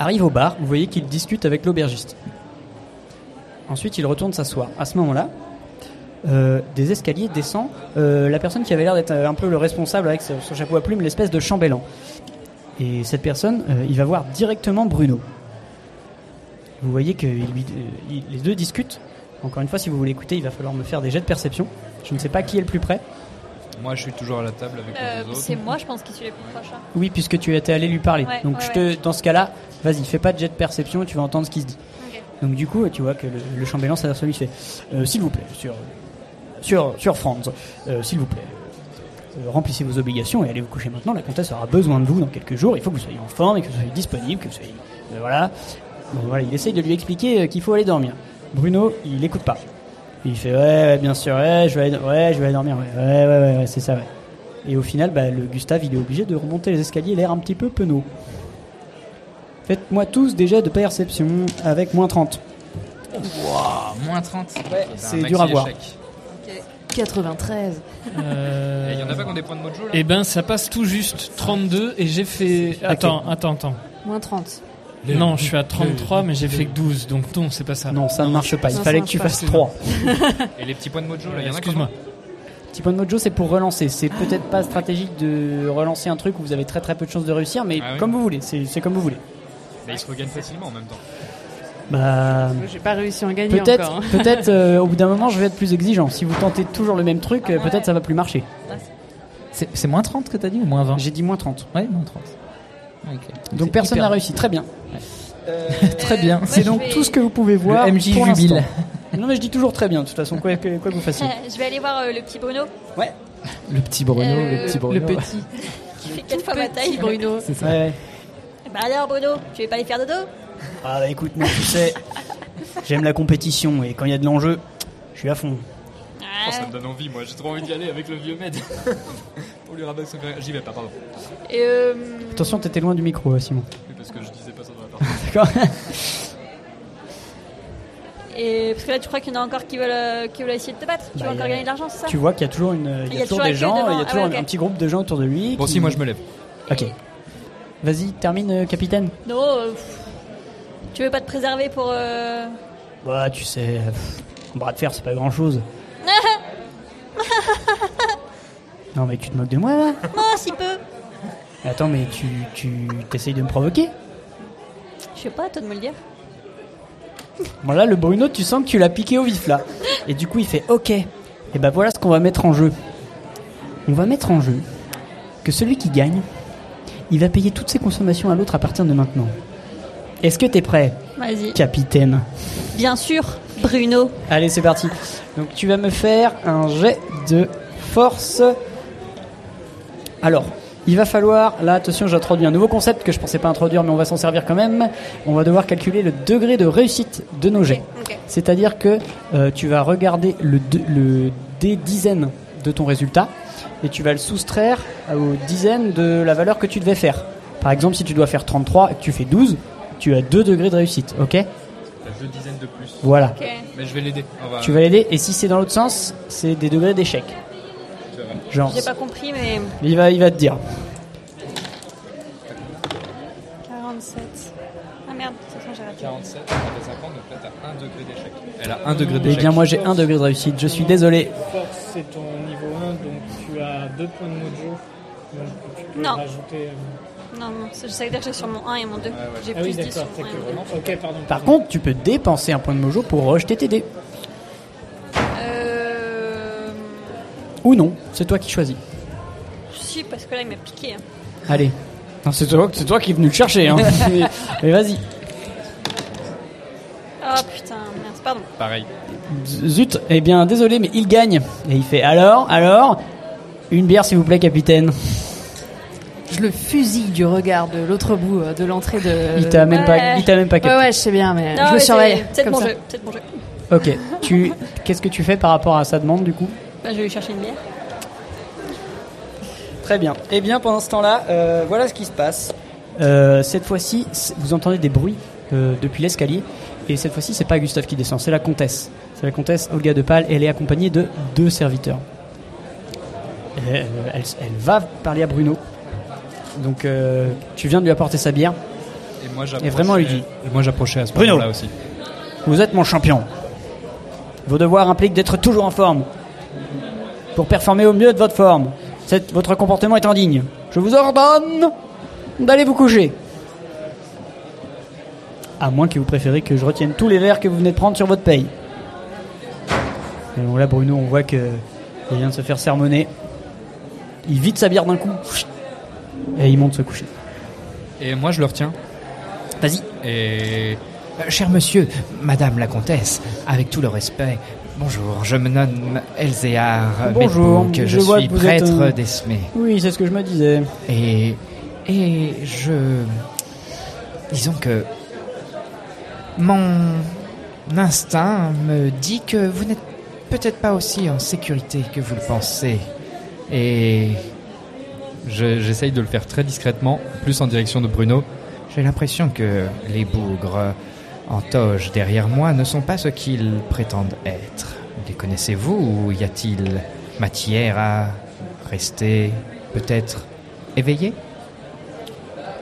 Speaker 1: arrive au bar, vous voyez qu'il discute avec l'aubergiste. Ensuite, il retourne s'asseoir. À ce moment-là, euh, des escaliers descend euh, la personne qui avait l'air d'être euh, un peu le responsable avec son son chapeau à plumes, l'espèce de chambellan. Et cette personne, euh, il va voir directement Bruno. Vous voyez que il lui- euh, il- les deux discutent. Encore une fois, si vous voulez écouter, il va falloir me faire des jets de perception. Je ne sais pas qui est le plus près.
Speaker 3: Moi je suis toujours à la table avec
Speaker 7: Euh,
Speaker 3: les autres.
Speaker 7: c'est moi, je pense, qui suis les plus proche. hein.
Speaker 1: Oui, puisque tu étais allé lui parler.
Speaker 7: Ouais,
Speaker 1: Donc
Speaker 7: ouais,
Speaker 1: je te,
Speaker 7: ouais.
Speaker 1: dans ce cas-là, vas-y, fais pas de jet de perception, tu vas entendre ce qui se dit.
Speaker 7: Ok.
Speaker 1: Donc du coup, tu vois que le, le chambellan s'adresse à lui, il fait Euh, s'il vous plaît, sur sur sur Franz, euh, s'il vous plaît, euh, remplissez vos obligations et allez vous coucher maintenant. La comtesse aura besoin de vous dans quelques jours. Il faut que vous soyez en forme et que vous soyez disponible, que vous soyez euh, voilà. Donc, voilà, il essaye de lui expliquer euh, qu'il faut aller dormir. Bruno, il n'écoute pas. Il fait ouais, ouais, bien sûr, ouais, je vais aller, ouais, je vais aller dormir, ouais, ouais, ouais, ouais, ouais, c'est ça, ouais. Et au final, bah, le Gustave, il est obligé de remonter les escaliers, l'air un petit peu penaud. Faites-moi tous des jets de perception avec moins 30.
Speaker 10: Waouh, moins 30.
Speaker 1: c'est dur à voir.
Speaker 4: 93.
Speaker 6: Euh,
Speaker 3: Il y en a pas qui ont des points de mojo là
Speaker 6: Eh ben, ça passe tout juste 32 et j'ai fait. Attends, attends, attends.
Speaker 4: Moins 30.
Speaker 6: non, je suis à 33, mais j'ai fait que 12, donc non, c'est pas ça.
Speaker 1: Non, ça ne marche pas. Il Non, fallait ça que tu marche fasses pas. trois.
Speaker 3: Et les petits points de mojo là, il y en a qui
Speaker 6: Excuse-moi.
Speaker 1: Petit point de mojo, c'est pour relancer. C'est peut-être pas stratégique de relancer un truc où vous avez très très peu de chances de réussir, mais
Speaker 3: Ah oui.
Speaker 1: comme vous voulez, c'est c'est comme vous voulez.
Speaker 3: Mais ils se regagnent facilement en même temps.
Speaker 1: Bah.
Speaker 4: J'ai pas réussi à en gagner
Speaker 1: Peut-être,
Speaker 4: encore. hein.
Speaker 1: peut-être euh, au bout d'un moment, je vais être plus exigeant. Si vous tentez toujours le même truc, euh, peut-être ça va plus marcher. C'est, moins 30 que t'as dit ou moins 20 J'ai dit moins 30. Ouais, moins 30. Donc personne
Speaker 21: hyper-
Speaker 1: n'a réussi, très bien. Euh,
Speaker 21: Très bien.
Speaker 7: moi,
Speaker 1: c'est
Speaker 7: je
Speaker 1: donc
Speaker 7: vais-
Speaker 1: tout ce que vous pouvez voir.
Speaker 21: Le MJ
Speaker 1: pour l'instant.
Speaker 21: jubile.
Speaker 1: Non mais je dis toujours très bien, de toute façon, quoi que, quoi que vous fassiez.
Speaker 7: je vais aller voir euh, le petit Bruno.
Speaker 1: Ouais.
Speaker 21: Le petit Bruno,
Speaker 7: Euh,
Speaker 21: le petit Bruno.
Speaker 1: le petit.
Speaker 7: Qui fait 4 fois ma taille.
Speaker 4: Bruno.
Speaker 21: C'est ça.
Speaker 1: Ouais.
Speaker 7: Bah alors, Bruno, tu veux pas aller faire dodo
Speaker 1: Ah bah écoute, moi tu sais, j'aime la compétition et quand il y a de l'enjeu, je suis à fond.
Speaker 3: Oh, ça me donne envie, moi j'ai trop envie d'y aller avec le vieux med. Pour lui rabattre son gré. J'y vais pas, pardon.
Speaker 7: Et euh,
Speaker 1: Attention, t'étais loin du micro, euh, Simon.
Speaker 3: Oui, Parce que je disais pas ça dans la partie.
Speaker 1: D'accord
Speaker 7: Et parce que là, tu crois qu'il y en a encore qui veulent, euh, qui veulent essayer de te battre Tu
Speaker 1: Bah,
Speaker 7: veux
Speaker 1: il y
Speaker 7: encore
Speaker 1: a-
Speaker 7: gagner de l'argent, c'est ça
Speaker 1: Tu vois qu'il y a toujours, une, il y a toujours
Speaker 7: la
Speaker 1: des
Speaker 7: queue
Speaker 1: gens,
Speaker 7: devant.
Speaker 1: il y a
Speaker 7: Ah
Speaker 1: toujours
Speaker 7: ouais,
Speaker 1: un
Speaker 7: ok.
Speaker 1: petit groupe de gens autour de lui.
Speaker 3: Bon, si, moi, je me lève.
Speaker 1: Ok. Vas-y, termine, euh, capitaine.
Speaker 7: Non, euh, pff, tu veux pas te préserver pour. euh,
Speaker 1: Bah, tu sais, euh, pff, un bras de fer, c'est pas grand chose. Non, mais tu te moques de moi là
Speaker 7: Non, si peu
Speaker 1: Attends, mais tu, tu t'essayes de me provoquer
Speaker 7: Je sais pas, à toi de me le dire.
Speaker 1: Bon, là, le Bruno, tu sens que tu l'as piqué au vif là. Et du coup, il fait Ok, et ben voilà ce qu'on va mettre en jeu. On va mettre en jeu que celui qui gagne, il va payer toutes ses consommations à l'autre à partir de maintenant. Est-ce que t'es prêt
Speaker 7: Vas-y.
Speaker 1: Capitaine.
Speaker 7: Bien sûr, Bruno.
Speaker 1: Allez, c'est parti. Donc tu vas me faire un jet de force. Alors, Il va falloir, là attention j'introduis un nouveau concept que je pensais pas introduire mais on va s'en servir quand même. On va devoir calculer le degré de réussite de nos jets. C'est-à-dire que euh, tu vas regarder le, de- le des dizaines de ton résultat et tu vas le soustraire aux dizaines de la valeur que tu devais faire. Par exemple si tu dois faire 33 et que tu fais 12, tu as 2 degrés de réussite, ok
Speaker 22: T'as deux dizaines de plus.
Speaker 1: Voilà. Ok.
Speaker 22: Mais je vais l'aider. On va-
Speaker 1: Tu vas l'aider et si c'est dans l'autre sens, c'est des degrés d'échec. Genre,
Speaker 7: J'ai pas compris, mais
Speaker 1: il va, il va te dire.
Speaker 7: 47. Ah merde, de toute façon, j'ai raté.
Speaker 22: 47, ça fait 50, donc là t'as un degré d'échec. Elle a un degré
Speaker 1: Eh
Speaker 22: d'échec.
Speaker 1: bien moi j'ai un degré de réussite, je suis désolé.
Speaker 6: Force, c'est ton niveau 1, donc tu as 2 points de mojo. Donc tu peux
Speaker 7: Non.
Speaker 6: rajouter. euh,
Speaker 7: Non, non, ça veut dire que j'ai sur mon 1 et mon 2. J'ai
Speaker 6: Ah
Speaker 7: plus
Speaker 6: oui,
Speaker 7: 10 sur
Speaker 6: d'accord,
Speaker 7: mon
Speaker 6: c'est
Speaker 7: 1
Speaker 6: que
Speaker 7: et mon 2.
Speaker 6: vraiment. Ok, pardon.
Speaker 1: Par contre, tu peux dépenser un point de mojo pour rejeter tes dés.
Speaker 7: Euh.
Speaker 1: Ou non, c'est toi qui choisis.
Speaker 7: Si, parce que là, il m'a piqué. hein.
Speaker 1: Allez. Non, c'est toi, c'est toi qui es venu le chercher. Hein. mais, mais vas-y.
Speaker 7: Ah putain, merde, pardon.
Speaker 22: Pareil.
Speaker 1: Zut, eh bien désolé, mais il gagne. Et il fait alors, alors, une bière s'il vous plaît, capitaine.
Speaker 4: Je le fusille du regard de l'autre bout euh, de l'entrée de.
Speaker 1: Il t'a même pas- Ouais. il t'a même pas capté.
Speaker 4: Ouais, ouais, je sais bien, mais
Speaker 7: Non,
Speaker 4: Euh, je
Speaker 7: mais
Speaker 4: le
Speaker 7: c'est-
Speaker 4: surveille.
Speaker 7: C'est peut-être
Speaker 4: comme
Speaker 7: mon
Speaker 4: ça.
Speaker 7: jeu. Peut-être mon jeu.
Speaker 1: Ok, tu, qu'est-ce que tu fais par rapport à sa demande du coup
Speaker 7: Bah, je vais lui chercher une bière.
Speaker 1: Très bien. Eh bien, pendant ce temps-là, euh, voilà ce qui se passe. Euh, cette fois-ci, c- vous entendez des bruits euh, depuis l'escalier. Et cette fois-ci, c'est pas Gustave qui descend, c'est la comtesse. C'est la comtesse Olga de Pâle. Elle est accompagnée de deux serviteurs. Et, euh, elle, elle va parler à Bruno. Donc, euh, tu viens de lui apporter sa bière.
Speaker 22: Et moi
Speaker 1: Et vraiment, elle lui dit
Speaker 22: Moi j'approchais à ce
Speaker 1: Bruno.
Speaker 22: moment-là aussi.
Speaker 1: Vous êtes mon champion. Vos devoirs impliquent d'être toujours en forme. Pour performer au mieux de votre forme. Cette- votre comportement est indigne. Je vous ordonne d'aller vous coucher. À moins que vous préférez que je retienne tous les verres que vous venez de prendre sur votre paye. Et donc là, Bruno, on voit que il vient de se faire sermonner. Il vide sa bière d'un coup. Et il monte se coucher.
Speaker 22: Et moi je le retiens.
Speaker 1: Vas-y.
Speaker 22: Et.
Speaker 3: euh, Cher monsieur, madame la comtesse, avec tout le respect, bonjour, je me nomme Elzéar
Speaker 1: Bonjour,
Speaker 3: Medbook, Ah, je,
Speaker 1: je vois
Speaker 3: suis
Speaker 1: que vous êtes
Speaker 3: prêtre
Speaker 1: un-
Speaker 3: d'Esmé.
Speaker 1: Oui, c'est ce que je me disais.
Speaker 3: Et. Et je. Disons que. Mon instinct me dit que vous n'êtes peut-être pas aussi en sécurité que vous le pensez.
Speaker 22: Et. je- J'essaye de le faire très discrètement, plus en direction de Bruno.
Speaker 3: J'ai l'impression que les bougres en toge derrière moi ne sont pas ce qu'ils prétendent être. Les connaissez-vous ou y a-t-il matière à rester peut-être éveillé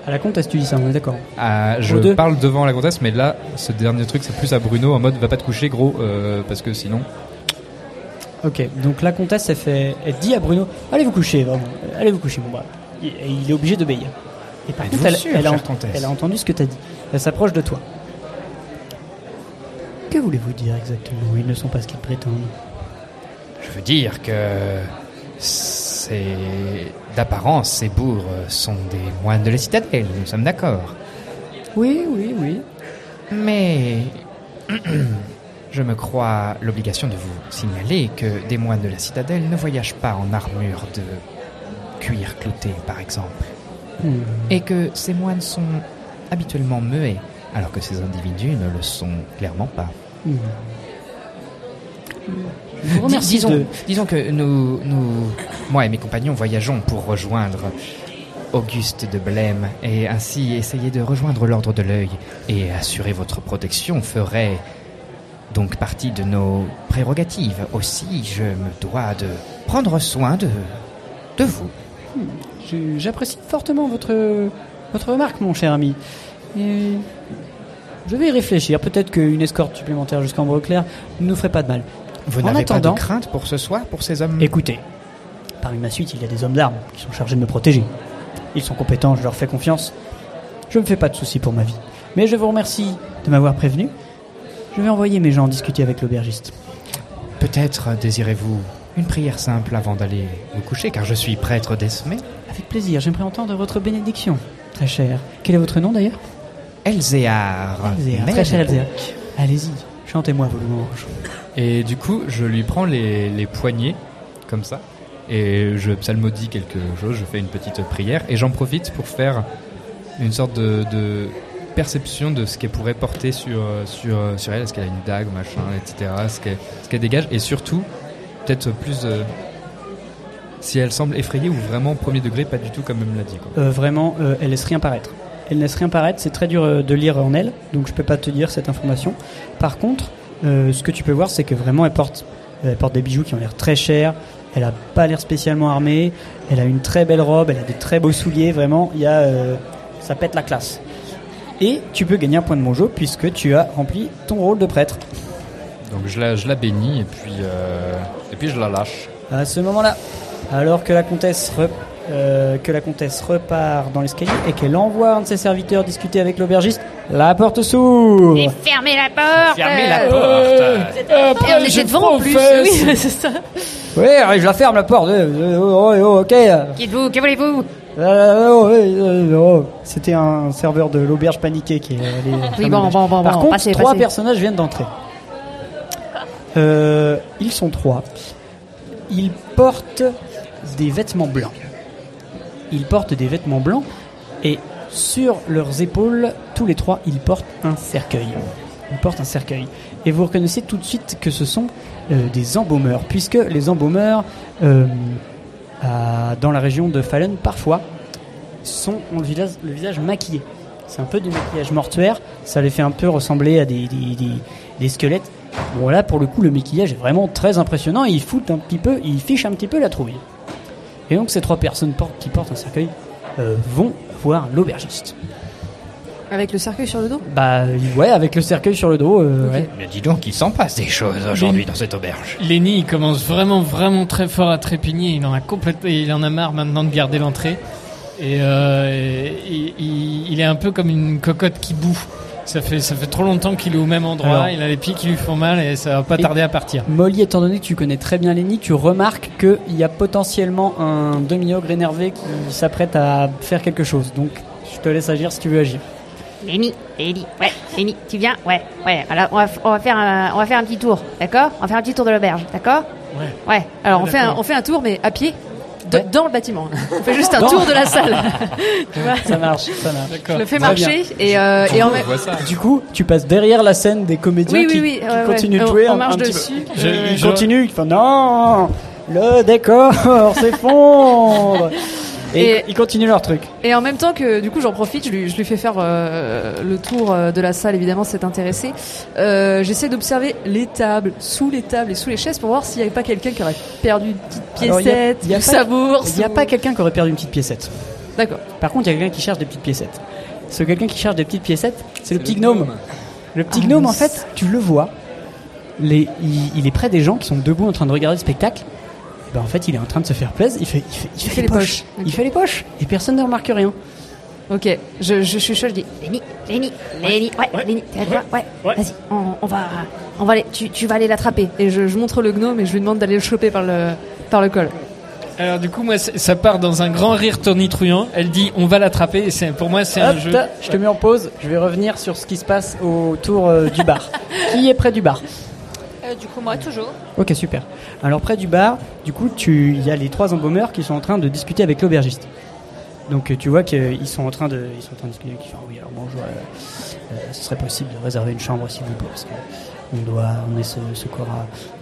Speaker 1: À la comtesse, tu dis ça, on est d'accord.
Speaker 22: Ah, je
Speaker 1: Aux deux.
Speaker 22: parle devant la comtesse, mais là, ce dernier truc, c'est plus à Bruno en mode va pas te coucher, gros, euh, parce que sinon.
Speaker 1: Ok, donc la comtesse, elle, fait, elle dit à Bruno Allez vous coucher, vraiment, allez vous coucher, mon bras. Il, il est obligé d'obéir. Et par
Speaker 3: Êtes-vous
Speaker 1: contre, elle,
Speaker 3: sûr,
Speaker 1: elle a,
Speaker 3: chère
Speaker 1: ent-
Speaker 3: comtesse
Speaker 1: elle a entendu ce que t'as dit. Elle s'approche de toi. Que voulez-vous dire exactement Ils ne sont pas ce qu'ils prétendent.
Speaker 3: Je veux dire que c'est d'apparence ces bourgs sont des moines de la citadelle, nous sommes d'accord.
Speaker 1: Oui, oui, oui.
Speaker 3: Mais je me crois l'obligation de vous signaler que des moines de la citadelle ne voyagent pas en armure de cuir clouté, par exemple,
Speaker 1: Hmm.
Speaker 3: et que ces moines sont habituellement muets, alors que ces individus ne le sont clairement pas.
Speaker 1: Hmm. Je vous
Speaker 3: Dis-
Speaker 1: remercie
Speaker 3: disons,
Speaker 1: de-
Speaker 3: disons que nous, nous, moi et mes compagnons voyageons pour rejoindre Auguste de Blême et ainsi essayer de rejoindre l'ordre de l'œil et assurer votre protection ferait donc partie de nos prérogatives. Aussi, je me dois de prendre soin de, de vous.
Speaker 1: Je- J'apprécie fortement votre, votre remarque, mon cher ami. Et je vais y réfléchir. Peut-être qu'une escorte supplémentaire jusqu'en Broclair ne nous ferait pas de mal.
Speaker 3: Vous
Speaker 1: En
Speaker 3: n'avez pas de
Speaker 1: attendant-
Speaker 3: crainte pour ce soir, pour ces hommes
Speaker 1: Écoutez, parmi ma suite, il y a des hommes d'armes qui sont chargés de me protéger. Ils sont compétents, je leur fais confiance. Je ne me fais pas de soucis pour ma vie. Mais je vous remercie de m'avoir prévenu. Je vais envoyer mes gens discuter avec l'aubergiste.
Speaker 3: Peut-être désirez-vous une prière simple avant d'aller vous coucher, car je suis prêtre d'Esmé.
Speaker 1: Avec plaisir, j'aimerais entendre votre bénédiction, très cher. Quel est votre nom d'ailleurs
Speaker 3: Elzéar.
Speaker 1: Elzéar,
Speaker 3: Mais
Speaker 1: très cher
Speaker 3: bon.
Speaker 1: Elzéar. Allez-y, chantez-moi vos louanges.
Speaker 22: Et du coup, je lui prends les, les poignets, comme ça,
Speaker 3: et je psalmodie quelque chose, je fais une petite prière et j'en profite pour faire une sorte de, de perception de ce qu'elle pourrait porter sur, sur, sur elle. Est-ce qu'elle a une dague, machin, etc. Ce qu'elle ce qu'elle dégage et surtout, peut-être plus euh, si elle semble effrayée ou vraiment premier degré, pas du tout comme elle me l'a dit. quoi.
Speaker 1: Euh, vraiment, euh, elle laisse rien paraître. Elle laisse rien paraître, c'est très dur euh, de lire en elle, donc je peux pas te dire cette information. Par contre, euh, ce que tu peux voir, c'est que vraiment elle porte, elle porte des bijoux qui ont l'air très chers, elle a pas l'air spécialement armée, elle a une très belle robe, elle a des très beaux souliers, vraiment, il y a, euh, ça pète la classe. Et tu peux gagner un point de monjo puisque tu as rempli ton rôle de prêtre.
Speaker 3: Donc je la, je la bénis et puis, euh, et puis je la lâche.
Speaker 1: À ce moment-là, alors que la comtesse, re- euh, que la comtesse repart dans l'escalier et qu'elle envoie un de ses serviteurs discuter avec l'aubergiste, la porte s'ouvre.
Speaker 19: Et fermez la porte
Speaker 1: Fermez la
Speaker 4: Euh,
Speaker 1: porte.
Speaker 19: Vous êtes à la porte.
Speaker 1: après, je professe.
Speaker 19: ça.
Speaker 1: Oui, je la ferme la porte. Euh, euh, oh, oh, ok. Euh,
Speaker 19: Qui êtes-vous Que voulez-vous
Speaker 1: oh, euh, oh. C'était un serveur de l'auberge paniqué qui est allé. fermer
Speaker 12: bon,
Speaker 1: l'auberge.
Speaker 12: bon, bon,
Speaker 1: Par
Speaker 12: bon,
Speaker 1: contre,
Speaker 12: passez,
Speaker 1: trois
Speaker 12: passez. Ah.
Speaker 1: personnages viennent d'entrer. Euh, ils sont trois. Ils portent des vêtements blancs. Ils portent des vêtements blancs et sur leurs épaules, tous les trois, ils portent un cercueil. Ils portent un cercueil. Et vous reconnaissez tout de suite que ce sont euh, des embaumeurs, puisque les embaumeurs, euh, à- dans la région de Fallen, parfois, sont, ont le visage, le visage maquillé. C'est un peu du maquillage mortuaire, ça les fait un peu ressembler à des, des- des- des squelettes. Bon là, pour le coup, le maquillage est vraiment très impressionnant et il fout un petit peu, il fiche un petit peu la trouille. Et donc ces trois personnes portent- qui portent un cercueil euh, vont voir l'aubergiste.
Speaker 4: Avec le cercueil sur le dos
Speaker 1: Bah ouais, avec le cercueil sur le dos. euh, ouais.
Speaker 10: Mais dis donc, il s'en passe des choses aujourd'hui dans cette auberge.
Speaker 6: Lenny, il commence vraiment, vraiment très fort à trépigner. Il en a complètement, il en a marre maintenant de garder l'entrée. Et, euh, et- et- il, il est un peu comme une cocotte qui boue. Ça fait, ça fait trop longtemps qu'il est au même endroit.
Speaker 1: Alors.
Speaker 6: il a les pieds qui lui font mal et ça va pas
Speaker 1: Et-
Speaker 6: tarder à partir.
Speaker 1: Molly, étant donné que tu connais très bien Lenny, tu remarques qu'il y a potentiellement un demi-ogre énervé qui s'apprête à faire quelque chose. Donc, je te laisse agir si tu veux agir.
Speaker 12: Lenny, Lenny, ouais, Lenny, tu viens Ouais, ouais. Alors on va, f- on va faire un, on va faire un petit tour, d'accord On va faire un petit tour de l'auberge, d'accord
Speaker 6: Ouais.
Speaker 12: Ouais.
Speaker 4: Alors on
Speaker 12: Ah,
Speaker 4: fait, un,
Speaker 12: d'accord.
Speaker 4: on fait un tour, mais à pied, de- dans le bâtiment. On fait juste un
Speaker 1: Dans-
Speaker 4: tour de la salle. Tu vois
Speaker 1: Ça marche, ça marche.
Speaker 4: Je le fais
Speaker 1: Très
Speaker 4: marcher
Speaker 1: bien.
Speaker 4: et, euh, et en même
Speaker 1: Du coup, tu passes derrière la scène des comédiens
Speaker 4: Oui, oui,
Speaker 1: qui,
Speaker 4: oui,
Speaker 1: qui
Speaker 4: ouais, ouais.
Speaker 1: continuent de
Speaker 4: On-
Speaker 1: jouer.
Speaker 4: on
Speaker 1: un-
Speaker 4: marche
Speaker 1: un petit
Speaker 4: dessus.
Speaker 1: peu.
Speaker 4: Je-
Speaker 1: Ils
Speaker 4: je-
Speaker 1: continuent, ils font non, le décor s'effondre. Et,
Speaker 4: Et-
Speaker 1: ils continuent leur truc.
Speaker 4: Et en même temps que du coup j'en profite, je lui, je lui fais faire euh, le tour euh, de la salle, évidemment c'est intéressé. Euh, J'essaie d'observer les tables, sous les tables et sous les chaises pour voir s'il n'y avait pas quelqu'un qui aurait perdu une petite
Speaker 1: Alors, y
Speaker 4: piécette,
Speaker 1: y
Speaker 4: ou
Speaker 1: pas-
Speaker 4: sa bourse.
Speaker 1: Il n'y a
Speaker 4: ou-
Speaker 1: pas quelqu'un qui aurait perdu une petite piécette.
Speaker 4: D'accord.
Speaker 1: Par contre, il y a quelqu'un qui cherche des petites piécettes. Ce quelqu'un qui cherche des petites piécettes, c'est le petit gnome. Le petit gnome, en fait, tu le vois. Les- il, il est près des gens qui sont debout en train de regarder le spectacle. Et ben, en fait, il est en train de se faire plaisir. Il fait, il fait, il fait les, poches. Il fait les poches. Et personne ne remarque rien.
Speaker 4: Ok, je, je suis chaud, je dis
Speaker 12: Lenny, Lenny, Lenny, ouais, Lenny, t'es avec moi ouais. Vas-y, on, on va, on va aller, tu, tu vas aller l'attraper.
Speaker 4: et je, je montre le gnome et je lui demande d'aller le choper par le, par le col.
Speaker 6: Alors du coup, moi, c'est- ça part dans un grand rire tonitruant. Elle dit, on va l'attraper. Et c'est- pour moi, c'est un
Speaker 1: Hop,
Speaker 6: jeu.
Speaker 1: je te mets en pause. Je vais revenir sur ce qui se passe autour euh, du bar. qui est près du bar
Speaker 7: Euh, du coup, moi, toujours.
Speaker 1: Ok, super. Alors, près du bar, du coup, tu- il y a les trois embaumeurs qui sont en train de discuter avec l'aubergiste. Donc, euh, tu vois qu'ils sont en train de, ils sont en train de discuter. Qui font, Ah oui, alors bonjour, euh, euh, ce serait possible de réserver une chambre, s'il vous plaît, parce que on doit, on est ce, ce corps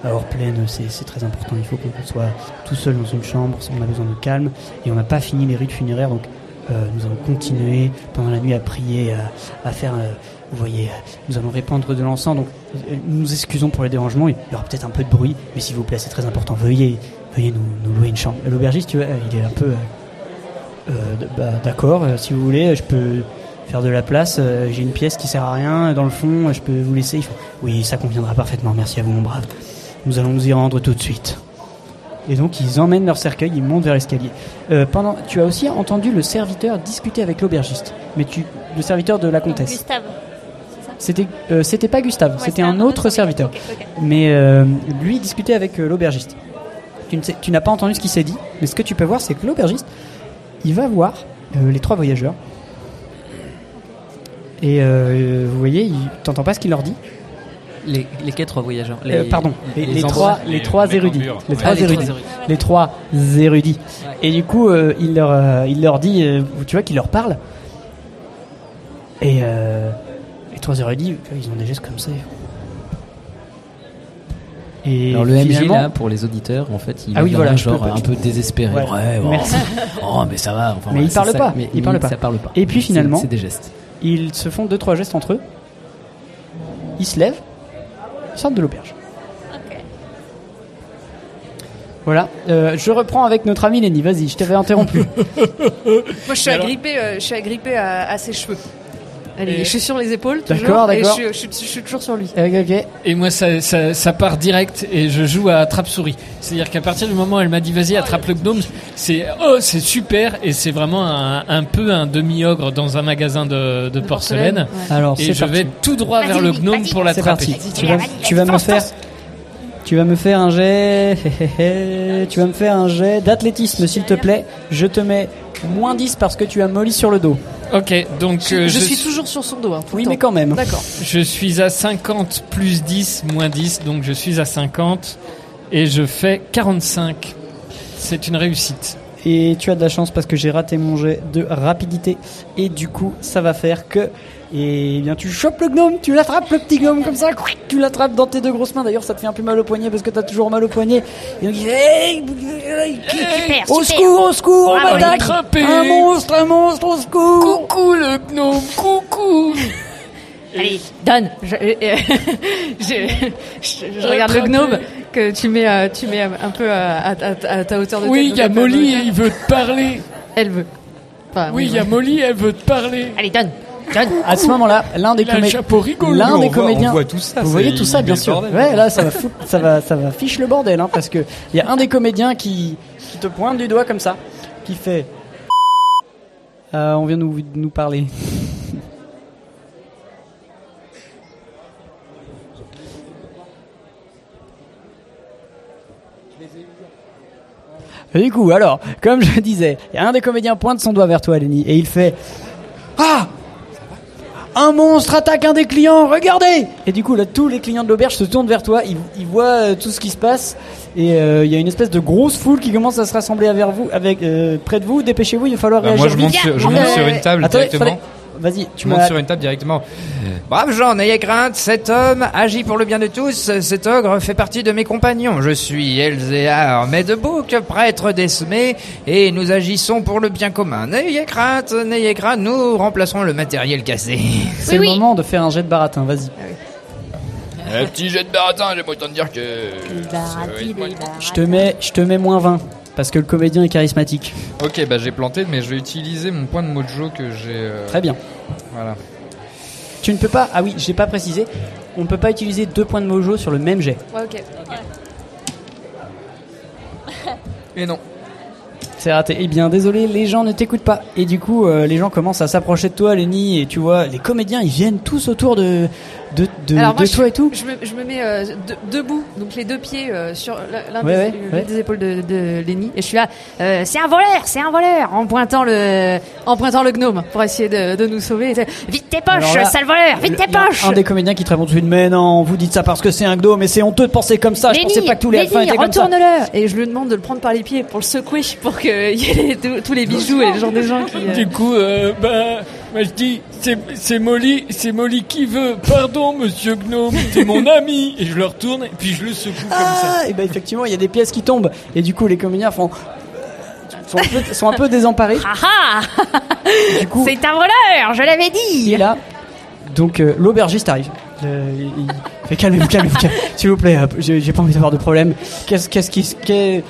Speaker 1: à, à hors pleine, c'est c'est très important. Il faut qu'on soit tout seul dans une chambre, on a besoin de calme, et on n'a pas fini les rites funéraires, donc euh, nous allons continuer pendant la nuit à prier, à, à faire. euh, vous voyez, euh, nous allons répandre de l'encens, donc euh, nous nous excusons pour les dérangements. Il y aura peut-être un peu de bruit, mais s'il vous plaît, c'est très important. Veuillez, veuillez nous, nous louer une chambre. L'aubergiste, tu vois, euh, il est un peu. euh, euh, d- bah, D'accord, euh, si vous voulez, je peux faire de la place. euh, J'ai une pièce qui sert à rien dans le fond, euh, je peux vous laisser. Il fait, oui, ça conviendra parfaitement. Merci à vous, mon brave. Nous allons nous y rendre tout de suite. Et donc ils emmènent leur cercueil, ils montent vers l'escalier. Euh, pendant, tu as aussi entendu le serviteur discuter avec l'aubergiste, mais tu, le serviteur de la comtesse.
Speaker 7: Gustave.
Speaker 1: C'était, euh, c'était pas Gustave, c'était un autre serviteur. Mais euh, lui discutait avec euh, l'aubergiste. Tu, ne sais- tu n'as pas entendu ce qui s'est dit, mais ce que tu peux voir, c'est que l'aubergiste, il va voir euh, les trois voyageurs. Et euh, vous voyez, il t'entend pas ce qu'il leur dit,
Speaker 23: Les, les quatre voyageurs.
Speaker 1: Euh, pardon, les, les trois, les trois érudits, les trois
Speaker 23: Ah, les trois
Speaker 1: érudits, les trois érudits. Et du coup, euh, il leur, euh, il leur dit, euh, tu vois, qu'il leur parle. Et euh, les trois érudits, ils ont des gestes comme ça. Et
Speaker 23: Alors le MJ
Speaker 1: finalement-
Speaker 23: là pour les auditeurs en fait il
Speaker 1: Ah oui,
Speaker 23: a
Speaker 1: voilà,
Speaker 23: un
Speaker 1: je
Speaker 23: genre
Speaker 1: peux pas-
Speaker 23: un peu désespéré.
Speaker 1: Ouais.
Speaker 23: bon.
Speaker 1: Merci.
Speaker 23: Oh mais ça va. enfin,
Speaker 1: mais
Speaker 23: voilà,
Speaker 1: ils
Speaker 23: c'est
Speaker 1: parlent
Speaker 23: ça,
Speaker 1: pas.
Speaker 23: mais
Speaker 1: ils parlent pas.
Speaker 23: Ça parle pas.
Speaker 1: Et puis
Speaker 23: C'est-
Speaker 1: finalement,
Speaker 23: c'est des gestes.
Speaker 1: Ils se font deux trois gestes entre eux. Ils se lèvent, ils sortent de l'auberge. Voilà. Euh, je reprends avec notre ami Lenny. Vas-y, je t'avais interrompu.
Speaker 4: Moi, je suis
Speaker 1: Alors-
Speaker 4: agrippée, euh, je suis agrippée à, à ses cheveux.
Speaker 6: Et-
Speaker 4: Et je suis sur les épaules, toujours.
Speaker 6: D'accord,
Speaker 4: et
Speaker 6: d'accord.
Speaker 4: Je, suis- je suis- je suis toujours sur lui.
Speaker 6: Et moi, ça, ça- ça part direct et je joue à attrape-souris. C'est-à-dire qu'à partir du moment où elle m'a dit vas-y, attrape le gnome, c'est oh, c'est super et c'est vraiment un, un peu un demi-ogre dans un magasin de, de porcelaine.
Speaker 1: porcelaine, ouais. Alors,
Speaker 6: et
Speaker 1: c'est
Speaker 6: je
Speaker 1: parti.
Speaker 6: vais tout droit vers le gnome pour
Speaker 1: C'est
Speaker 6: l'attraper.
Speaker 1: parti. Tu vas, tu vas me faire. Tu vas me faire un jet. tu vas me faire un jet d'athlétisme, s'il te plaît. Je te mets moins 10 parce que tu as Molly sur le dos.
Speaker 6: Ok, donc euh,
Speaker 4: je, suis toujours sur son dos. hein, tout le
Speaker 1: Oui,
Speaker 4: temps.
Speaker 1: mais quand même.
Speaker 4: D'accord.
Speaker 6: Je suis à 50 plus 10 moins 10, donc je suis à 50 et je fais 45. C'est une réussite.
Speaker 1: Et tu as de la chance parce que j'ai raté mon jet de rapidité. Et du coup, ça va faire que. Et bien, tu chopes le gnome, tu l'attrapes, le petit gnome, comme ça, couic, tu l'attrapes dans tes deux grosses mains. D'ailleurs, ça te fait un peu mal au poignet parce que t'as toujours mal au poignet. Et donc, il dit, Hey,
Speaker 11: Super,
Speaker 1: au
Speaker 11: super.
Speaker 1: secours, au Ah, secours, on
Speaker 11: Bravo.
Speaker 1: m'attaque
Speaker 11: Attrapé.
Speaker 1: Un monstre, un monstre, au secours
Speaker 4: Coucou le gnome, coucou
Speaker 12: Allez,
Speaker 4: donne Je, euh, je- je- je regarde le gnome que tu mets, euh, tu mets un peu euh, à, à- à- à ta hauteur de
Speaker 6: Oui,
Speaker 4: tête,
Speaker 6: il y a
Speaker 4: de ta-
Speaker 6: Molly et il veut te parler.
Speaker 4: Elle veut. Enfin,
Speaker 6: Oui, il y a
Speaker 4: ouais.
Speaker 6: Molly, elle veut te parler.
Speaker 4: Allez, donne.
Speaker 1: À ce moment-là, l'un des,
Speaker 6: Il a un
Speaker 1: comé-
Speaker 6: chapeau rigolo.
Speaker 1: l'un
Speaker 6: Mais on
Speaker 1: des
Speaker 6: voit- on
Speaker 1: comédiens.
Speaker 6: voit tout ça,
Speaker 1: vous
Speaker 6: c'est-
Speaker 1: voyez tout
Speaker 6: il
Speaker 1: ça,
Speaker 6: met
Speaker 1: bien
Speaker 6: le
Speaker 1: sûr.
Speaker 6: bordel.
Speaker 1: Ouais, là, ça va, foutre- ça va, ça va fiche le bordel, hein, parce que il y a un des comédiens qui, qui te pointe du doigt comme ça, qui fait. Euh, on vient nous, nous parler. Et du coup, alors, comme je disais, il y a un des comédiens pointe son doigt vers toi, Lenny, et il fait Ah Un monstre attaque un des clients, regardez Et du coup, là, tous les clients de l'auberge se tournent vers toi, ils, ils voient euh, tout ce qui se passe, et euh, il y a une espèce de grosse foule qui commence à se rassembler vers vous, avec, euh, près de vous, dépêchez-vous, il va falloir
Speaker 3: Bah, moi,
Speaker 1: réagir.
Speaker 3: je monte
Speaker 1: vite.
Speaker 3: sur- je monte sur une table
Speaker 1: Attendez,
Speaker 3: directement.
Speaker 1: fallait- Vas-y, tu
Speaker 3: Tu montes
Speaker 1: m'as-
Speaker 3: sur une table directement.
Speaker 10: Braves gens, n'ayez crainte, cet homme agit pour le bien de tous. Cet ogre fait partie de mes compagnons. Je suis Elzéar, mais de bouc, prêtre d'Esmé, et nous agissons pour le bien commun. N'ayez crainte, n'ayez crainte, nous remplacerons le matériel cassé.
Speaker 1: C'est le moment de faire un jet de baratin, vas-y.
Speaker 10: Un petit jet de baratin, j'ai pas le temps de dire que. Euh,
Speaker 1: Je te mets, je te mets moins 20, parce que le comédien est charismatique.
Speaker 3: Ok, bah j'ai planté, mais je vais utiliser mon point de mojo que j'ai. euh,
Speaker 1: Très bien.
Speaker 3: Voilà.
Speaker 1: Tu ne peux pas. Ah oui, j'ai pas précisé. On ne peut pas utiliser deux points de mojo sur le même jet.
Speaker 4: Ouais, ok.
Speaker 3: Et non.
Speaker 1: C'est raté. Eh bien, désolé, les gens ne t'écoutent pas. Et du coup, euh, les gens commencent à s'approcher de toi, Lenny. Et tu vois, les comédiens, ils viennent tous autour de, de, de,
Speaker 4: Alors, moi,
Speaker 1: de
Speaker 4: je,
Speaker 1: toi et tout.
Speaker 4: je me, je me mets euh, de- debout, donc les deux pieds euh, sur la- l'un
Speaker 1: Ouais,
Speaker 4: des,
Speaker 1: ouais,
Speaker 4: l'une
Speaker 1: ouais.
Speaker 4: des épaules de, de Lenny.
Speaker 12: Et je suis là, euh, c'est un voleur, c'est un voleur, en pointant le, en pointant le gnome pour essayer de, de nous sauver. Vite tes
Speaker 1: Alors
Speaker 12: poches,
Speaker 1: là,
Speaker 12: sale voleur, vite
Speaker 1: le-
Speaker 12: tes
Speaker 1: il y a
Speaker 12: poches.
Speaker 1: Un des comédiens qui te répond tout de suite Mais non, vous dites ça parce que c'est un gdo, mais c'est honteux de penser comme ça.
Speaker 4: Lenny,
Speaker 1: je pensais pas que tous les
Speaker 4: Lenny,
Speaker 1: alphas étaient comme ça.
Speaker 4: retourne-le Et je lui demande de le prendre par les pieds pour le secouer, pour qu'il y ait les- tous- tous les bijoux et le genre de gens qui. euh,
Speaker 6: Du coup, euh, bah, moi, je dis, c'est- c'est Molly, c'est Molly qui veut. Pardon, monsieur Gnome, c'est mon ami. Et je le retourne, et puis je le secoue
Speaker 1: Ah, et ben effectivement, il y a des pièces qui tombent. Et du coup, les comédiens font. euh, Sont un peu, sont un peu désemparés.
Speaker 12: Ah C'est un voleur, je l'avais dit.
Speaker 1: Et là, donc euh, l'aubergiste arrive. Euh, il- il fait calmez-vous, calmez-vous, calmez s'il vous plaît. euh, J'ai j'ai pas envie d'avoir de problème. Qu'est-ce qu'est-ce qui se- qu'est-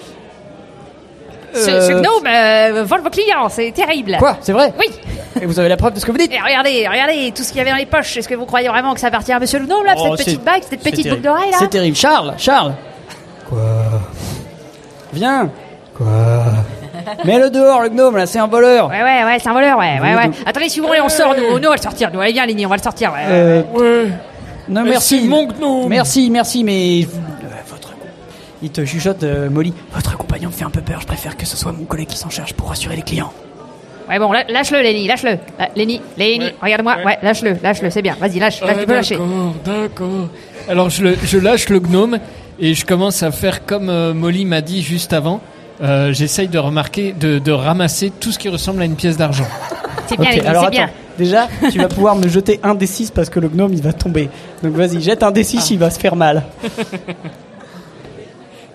Speaker 12: Ce, ce
Speaker 1: Euh,
Speaker 12: gnome euh, vole vos clients, c'est terrible.
Speaker 1: Quoi C'est vrai
Speaker 12: Oui.
Speaker 1: Et vous avez la preuve de ce que vous dites
Speaker 12: Et Eh, regardez, regardez tout ce qu'il y avait dans les poches. Est-ce que vous croyez vraiment que ça appartient à Monsieur le gnome là,
Speaker 1: Oh,
Speaker 12: Ah, cette
Speaker 1: c'est-
Speaker 12: petite bague, cette
Speaker 1: C'est
Speaker 12: petite boucle
Speaker 1: terrible.
Speaker 12: d'oreille là
Speaker 1: C'est terrible. Charles, Charles. Quoi Viens. Quoi Mets-le dehors, le gnome là, c'est un voleur.
Speaker 12: Ouais, ouais, ouais, c'est un voleur, Eh, ouais,
Speaker 1: Oui,
Speaker 12: ouais, ouais.
Speaker 1: donc-
Speaker 12: Attendez, si vous voulez, on sort, nous, nous, on va le sortir, nous, allez, viens, Lenny, on va le sortir, ouais.
Speaker 1: Euh, Non,
Speaker 12: Mais
Speaker 1: merci.
Speaker 12: c'est mon
Speaker 1: Merci, merci, mais. je- euh, votre... Il te chuchote, euh, Molly. Votre compagnon me fait un peu peur. Je préfère que ce soit mon collègue qui s'en charge pour rassurer les clients.
Speaker 24: Ouais, bon, lâ- lâche-le, Lenny, lâche-le.
Speaker 12: Euh,
Speaker 24: Ah, Lenny, Lenny, regarde-moi. Ouais, lâche-le, lâche-le, c'est bien. Vas-y, lâche, lâche,
Speaker 6: Ah,
Speaker 24: tu peux lâcher.
Speaker 6: D'accord, d'accord. Alors je, le- je lâche le gnome et je commence à faire comme euh, Molly m'a dit juste avant. Euh, J'essaye de remarquer, de, de ramasser tout ce qui ressemble à une pièce d'argent.
Speaker 24: C'est
Speaker 1: Ok, alors attends. Déjà, tu vas pouvoir me jeter un des 6 parce que le gnome il va tomber. Donc vas-y, jette un des 6,
Speaker 24: Ah.
Speaker 1: il va se faire mal.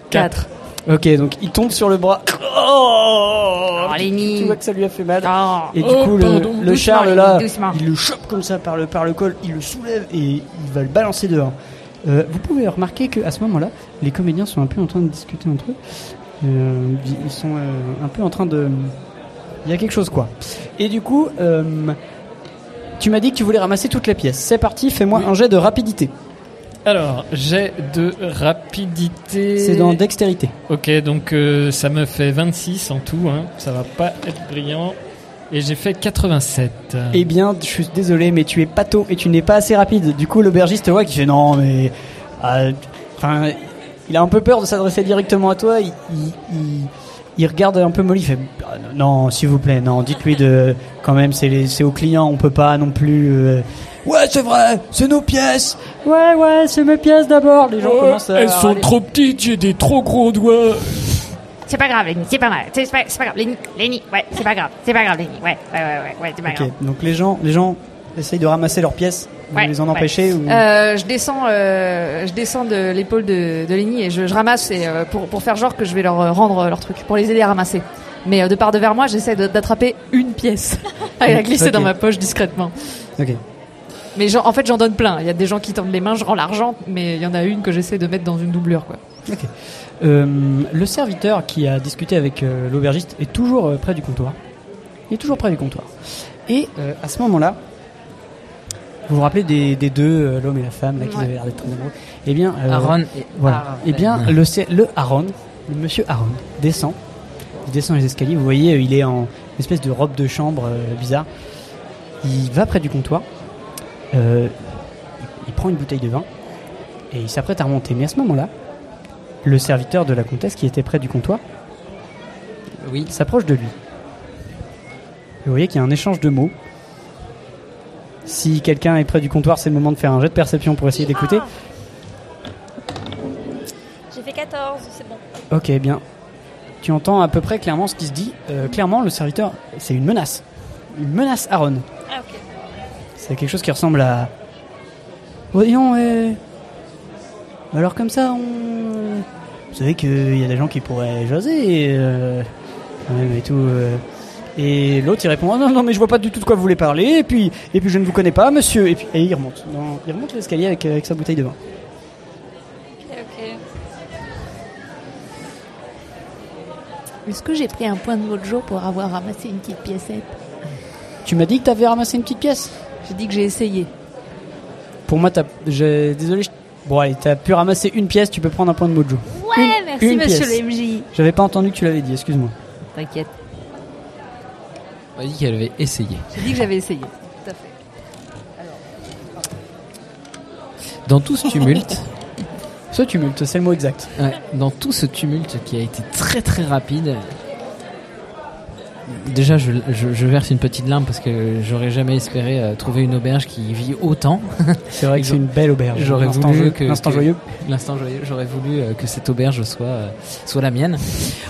Speaker 24: Quatre.
Speaker 1: Ok, donc il tombe sur le bras. Oh,
Speaker 24: Lenny.
Speaker 1: Tu vois que ça lui a fait mal. Et du
Speaker 24: Oh,
Speaker 1: coup, le,
Speaker 24: pardon,
Speaker 1: le
Speaker 24: doucement,
Speaker 1: Charles
Speaker 24: Lenny,
Speaker 1: là,
Speaker 24: doucement.
Speaker 1: il le chope comme ça par le, par le col, il le soulève et il va le balancer dehors. Euh, vous pouvez remarquer que à ce moment-là, les comédiens sont un peu en train de discuter entre eux. Euh, ils sont euh, un peu en train de. Il y a quelque chose quoi. Et du coup, euh, tu m'as dit que tu voulais ramasser toutes les pièces. C'est parti, fais-moi un jet de rapidité.
Speaker 6: Alors, j'ai de rapidité.
Speaker 1: C'est dans dextérité.
Speaker 6: Ok, donc euh, ça me fait 26 en tout. Hein. Ça va pas être brillant. Et j'ai fait 87.
Speaker 1: Eh bien, je suis désolé, mais tu es pato et tu n'es pas assez rapide. Du coup, l'aubergiste voit qui fait non, mais. euh, Enfin, il a un peu peur de s'adresser directement à toi. Il, il, il- il regarde un peu Molly, il fait Ah, non, s'il vous plaît, non, dites-lui de. Quand même, c'est les- c'est aux clients, on peut pas non plus. euh, Ouais, c'est vrai, c'est nos pièces. Ouais, ouais, c'est mes pièces d'abord. Les gens commencent à. râler.
Speaker 6: petites, j'ai des trop gros doigts.
Speaker 24: C'est pas grave, Lenny, c'est pas mal. C'est pas, c'est pas grave, Lenny, Lenny, ouais, c'est pas grave, c'est pas grave, Lenny, ouais, ouais, ouais, ouais, ouais, c'est pas
Speaker 1: Ok,
Speaker 24: grave.
Speaker 1: donc les gens, les gens essayent de ramasser leurs pièces, vous
Speaker 24: Ouais,
Speaker 1: les en
Speaker 24: ouais.
Speaker 1: empêchez ou...
Speaker 4: Euh, je descends, euh, je descends de l'épaule de, de Lenny et je, je ramasse et, euh, pour, pour faire genre que je vais leur euh, rendre euh, leur truc, pour les aider à ramasser. Mais euh, de part de vers moi, j'essaie de- d'attraper une pièce à la glisser
Speaker 1: Ok.
Speaker 4: dans ma poche discrètement.
Speaker 1: Ok.
Speaker 4: Mais j'en- en fait, j'en donne plein. Il y a des gens qui tendent les mains, je rends l'argent, mais il y en a une que j'essaie de mettre dans une doublure. Quoi.
Speaker 1: Euh, le serviteur qui a discuté avec euh, l'aubergiste est toujours euh, près du comptoir. Il est toujours près du comptoir. Et euh, à ce moment-là, vous vous rappelez des, des deux, euh, l'homme et la femme, là, qui
Speaker 5: Ouais.
Speaker 1: avaient l'air d'être très amoureux. Eh bien,
Speaker 5: Aaron et
Speaker 1: voilà.
Speaker 5: Aaron.
Speaker 1: Eh bien,
Speaker 5: Ouais.
Speaker 1: le, c'est- le Aaron, le monsieur Aaron, descend. Il descend les escaliers. Vous voyez, euh, il est en espèce de robe de chambre euh, bizarre. Il va près du comptoir. Euh, il prend une bouteille de vin et il s'apprête à remonter. Mais à ce moment-là, le serviteur de la comtesse qui était près du comptoir oui. s'approche de lui. Et vous voyez qu'il y a un échange de mots. Si quelqu'un est près du comptoir, c'est le moment de faire un jet de perception pour essayer d'écouter.
Speaker 7: J'ai fait 14, c'est bon.
Speaker 1: Ok, bien. Tu entends à peu près clairement ce qui se dit. Euh, clairement, le serviteur, c'est une menace. Une menace, Aaron.
Speaker 7: Ah, ok.
Speaker 1: C'est quelque chose qui ressemble à. Voyons, euh, alors comme ça, on. Vous savez qu'il y a des gens qui pourraient jaser. euh, quand même et tout. euh. Et l'autre, il répond Ah non, non, mais je vois pas du tout de quoi vous voulez parler. Et puis, et puis je ne vous connais pas, monsieur. Et puis, et il remonte. dans- il remonte l'escalier avec, euh, avec sa bouteille de vin.
Speaker 7: Ok, ok.
Speaker 24: Est-ce que j'ai pris un point de votre jour pour avoir ramassé une petite piécette
Speaker 1: Tu m'as dit que t'avais ramassé une petite pièce
Speaker 4: J'ai dit que j'ai essayé.
Speaker 1: Pour moi, t'as. j'ai- Désolé, je- Bon, allez, t'as pu ramasser une pièce, tu peux prendre un point de mojo.
Speaker 24: Ouais, merci,
Speaker 1: une
Speaker 24: monsieur
Speaker 1: pièce.
Speaker 24: le MJ.
Speaker 1: J'avais pas entendu que tu l'avais dit, excuse-moi.
Speaker 24: T'inquiète.
Speaker 5: On m'a dit qu'elle avait essayé.
Speaker 4: J'ai dit que j'avais essayé. Tout à fait.
Speaker 5: Dans tout ce tumulte,
Speaker 1: Ce tumulte, c'est le mot exact.
Speaker 5: ouais, dans tout ce tumulte qui a été très très rapide, déjà je, je- je verse une petite larme parce que j'aurais jamais espéré euh, trouver une auberge qui vit autant.
Speaker 1: C'est vrai que c'est
Speaker 5: J'aurais-
Speaker 1: une belle auberge.
Speaker 5: J'aurais
Speaker 1: L'instant
Speaker 5: voulu
Speaker 1: joyeux-
Speaker 5: que
Speaker 1: l'instant
Speaker 5: que-
Speaker 1: joyeux.
Speaker 5: L'instant joyeux. J'aurais voulu euh, que cette auberge soit euh, soit la mienne.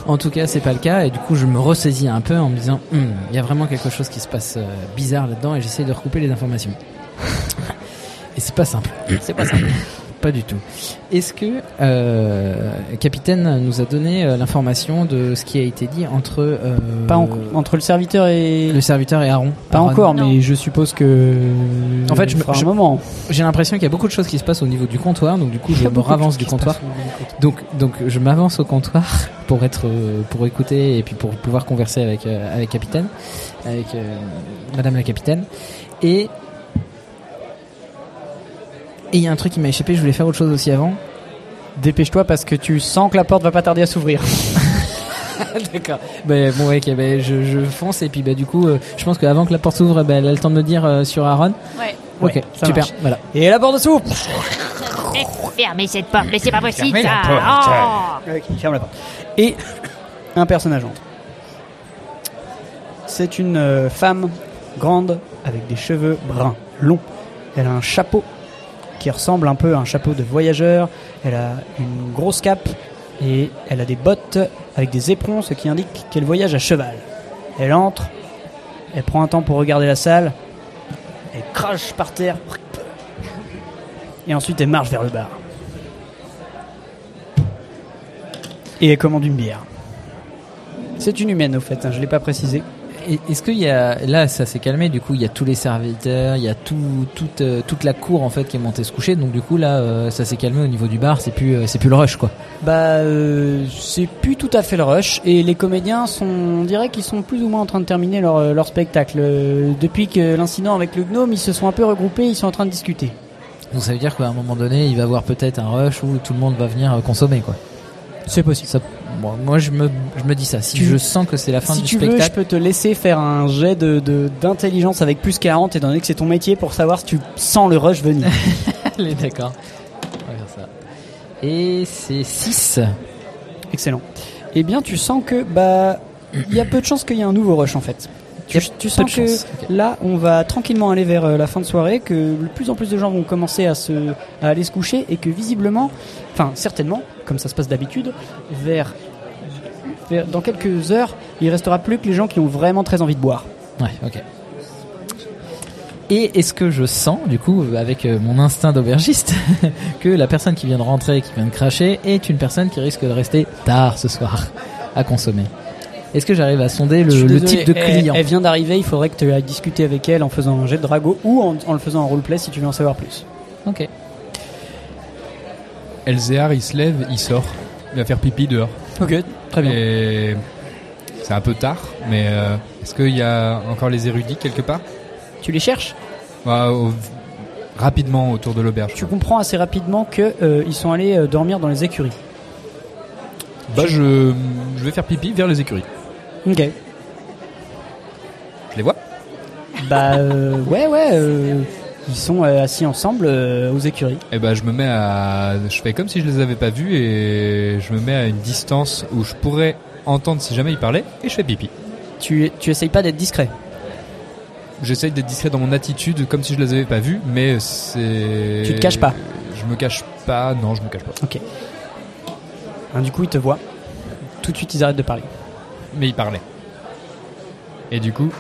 Speaker 5: En tout cas, c'est pas le cas et du coup, je me ressaisis un peu en me disant, Hmm, il y a vraiment quelque chose qui se passe euh, bizarre là-dedans et j'essaie de recouper les informations. et c'est pas simple. C'est pas simple. Pas du tout. Est-ce que euh, capitaine nous a donné euh, l'information de ce qui a été dit entre euh,
Speaker 1: Pas en- entre le serviteur et
Speaker 5: le serviteur et Aaron
Speaker 1: Pas
Speaker 5: Aaron.
Speaker 1: encore, mais je suppose que.
Speaker 5: Ah, En fait, je me-
Speaker 1: Fera un
Speaker 5: je-
Speaker 1: moment.
Speaker 5: J'ai l'impression qu'il y a beaucoup de choses qui se passent au niveau du comptoir, donc du coup je me ravance du comptoir. Donc donc je m'avance au comptoir pour être euh, pour écouter et puis pour pouvoir converser avec euh, avec capitaine, avec euh, Madame la capitaine. Et et il y a un truc qui m'a échappé. Je voulais faire autre chose aussi avant.
Speaker 1: Dépêche-toi parce que tu sens que la porte va pas tarder à s'ouvrir.
Speaker 5: D'accord.
Speaker 21: Bah,
Speaker 5: Ben, bon, ouais, ok, ben, je, je fonce et puis ben, du coup, euh, je pense qu'avant que la porte s'ouvre,
Speaker 21: bah,
Speaker 5: ben, elle a le temps de me dire euh, sur Aaron.
Speaker 7: Ouais.
Speaker 5: Ok,
Speaker 1: Ouais, ça
Speaker 5: super.
Speaker 1: marche.
Speaker 5: Voilà.
Speaker 1: Et la porte s'ouvre.
Speaker 25: Eh, Fermez cette porte, mais c'est pas possible
Speaker 1: Fermez la
Speaker 25: ça
Speaker 1: Ok, ferme la porte. Et un personnage entre. C'est une euh, femme grande avec des cheveux bruns, longs. Elle a un chapeau qui ressemble un peu à un chapeau de voyageur. Elle a une grosse cape et elle a des bottes avec des éperons, ce qui indique qu'elle voyage à cheval. Elle entre, elle prend un temps pour regarder la salle, elle crache par terre et ensuite elle marche vers le bar. Et elle commande une bière. C'est une humaine au fait, hein, je ne l'ai pas précisé.
Speaker 21: Et- Est-ce qu'il y a là ça s'est calmé du coup il y a tous les serviteurs il y a tout toute euh, toute la cour en fait qui est montée se coucher donc du coup là euh, ça s'est calmé au niveau du bar c'est plus euh, c'est plus le rush quoi
Speaker 1: Bah, euh, c'est plus tout à fait le rush. Et les comédiens sont, on dirait qu'ils sont plus ou moins en train de terminer leur, euh, leur spectacle. Euh, Depuis que l'incident avec le gnome, ils se sont un peu regroupés, ils sont en train de discuter.
Speaker 21: donc ça veut dire qu'à un moment donné il va y avoir peut-être un rush où tout le monde va venir euh, consommer quoi
Speaker 1: c'est possible
Speaker 21: moi je me je me dis ça si
Speaker 1: Tu-
Speaker 21: je sens que c'est la fin
Speaker 1: si
Speaker 21: du
Speaker 1: tu
Speaker 21: spectacle
Speaker 1: veux, je peux te laisser faire un jet de, de- d'intelligence avec plus 40, étant donné que c'est ton métier, pour savoir si tu sens le rush venir.
Speaker 21: Allez, d'accord. On va faire ça. Et c'est 6.
Speaker 1: Excellent. Eh bien, tu sens que bah il y a peu de chances qu'il y ait un nouveau rush en fait. Tu,
Speaker 21: peu
Speaker 1: tu
Speaker 21: de
Speaker 1: sens que
Speaker 21: chance,
Speaker 1: là, on va tranquillement aller vers euh, la fin de soirée, que de plus en plus de gens vont commencer à, se, à aller se coucher et que visiblement, enfin certainement, comme ça se passe d'habitude, vers, vers- dans quelques heures, il restera plus que les gens qui ont vraiment très envie de boire.
Speaker 21: Ouais, ok. Et est-ce que je sens, du coup, avec euh, mon instinct d'aubergiste, que la personne qui vient de rentrer, qui vient de cracher, est une personne qui risque de rester tard ce soir à consommer Est-ce que j'arrive à sonder
Speaker 1: Je
Speaker 21: le,
Speaker 1: suis
Speaker 21: le
Speaker 1: désolé, Eh,
Speaker 21: type de
Speaker 1: elle-
Speaker 21: client
Speaker 1: Elle, vient d'arriver, il faudrait que tu ailles discuter avec elle en faisant un jet de drago ou en, en le faisant en roleplay si tu veux en savoir plus.
Speaker 21: Ok.
Speaker 3: Elzéar, il se lève, il sort. Il va faire pipi dehors.
Speaker 1: Ok, très bien.
Speaker 3: Et c'est un peu tard, mais euh, est-ce qu'il y a encore les érudits quelque part
Speaker 1: Tu les cherches
Speaker 3: Bah, au- Rapidement autour de l'auberge.
Speaker 1: Tu comprends assez rapidement que euh, ils sont allés euh, dormir dans les écuries.
Speaker 3: Bah, je, je vais faire pipi vers les écuries.
Speaker 1: Ok.
Speaker 3: Je les vois
Speaker 1: Bah euh, ouais ouais, euh, ils sont euh, assis ensemble euh, aux écuries.
Speaker 3: Et bah, je me mets à. Je fais comme si je les avais pas vus et je me mets à une distance où je pourrais entendre si jamais ils parlaient et je fais pipi.
Speaker 1: Tu, tu essayes pas d'être discret
Speaker 3: J'essaye d'être discret dans mon attitude comme si je les avais pas vus, mais c'est.
Speaker 1: Tu te caches pas
Speaker 3: Je me cache pas, non, je me cache pas.
Speaker 1: Ok. Hein, du coup ils te voient. Tout de suite ils arrêtent de parler.
Speaker 3: Mais ils parlaient. Et du coup,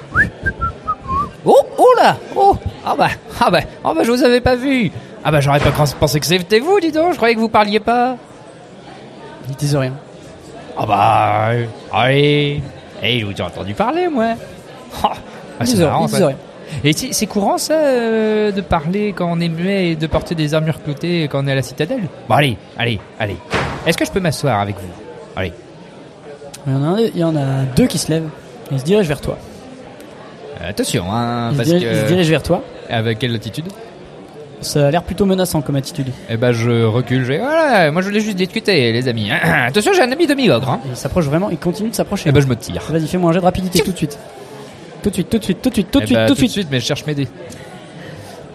Speaker 10: Oh, oh là Oh Ah bah, ah bah, ah bah, je vous avais pas vu Ah bah, j'aurais pas cran- pensé que c'était vous, dis donc, je croyais que vous parliez pas
Speaker 1: Ils disent rien.
Speaker 10: Ah bah, euh, allez Eh, je vous ai entendu parler, moi Ah, ah, c'est
Speaker 3: Ils auraient-
Speaker 10: marrant,
Speaker 3: ils
Speaker 10: ça.
Speaker 3: auraient.
Speaker 10: Et c'est c'est courant, ça, euh, de parler quand on est muet et de porter des armures clotées quand on est à la citadelle Bon, allez, allez, allez. Est-ce que je peux m'asseoir avec vous Allez.
Speaker 1: Il y en a, un- il y en a deux qui se lèvent. Ils se dirigent vers toi.
Speaker 10: Euh, Attention, hein,
Speaker 1: Ils se
Speaker 10: parce
Speaker 1: dirigent-
Speaker 10: que...
Speaker 1: ils se dirigent vers toi.
Speaker 3: Avec quelle attitude
Speaker 1: Ça a l'air plutôt menaçant comme attitude.
Speaker 3: Eh ben je recule, je vais.
Speaker 10: Voilà, moi je voulais juste discuter, les amis. Attention, j'ai un ami demi-ogre. Hein.
Speaker 1: Il s'approche vraiment, il continue de s'approcher.
Speaker 3: Eh ben je me tire.
Speaker 1: Vas-y fais-moi un jet de rapidité tout de suite. Tout de suite, tout de suite, tout de suite, tout de
Speaker 3: Eh
Speaker 1: suite,
Speaker 3: ben,
Speaker 1: tout de suite.
Speaker 3: mais je cherche mes dés.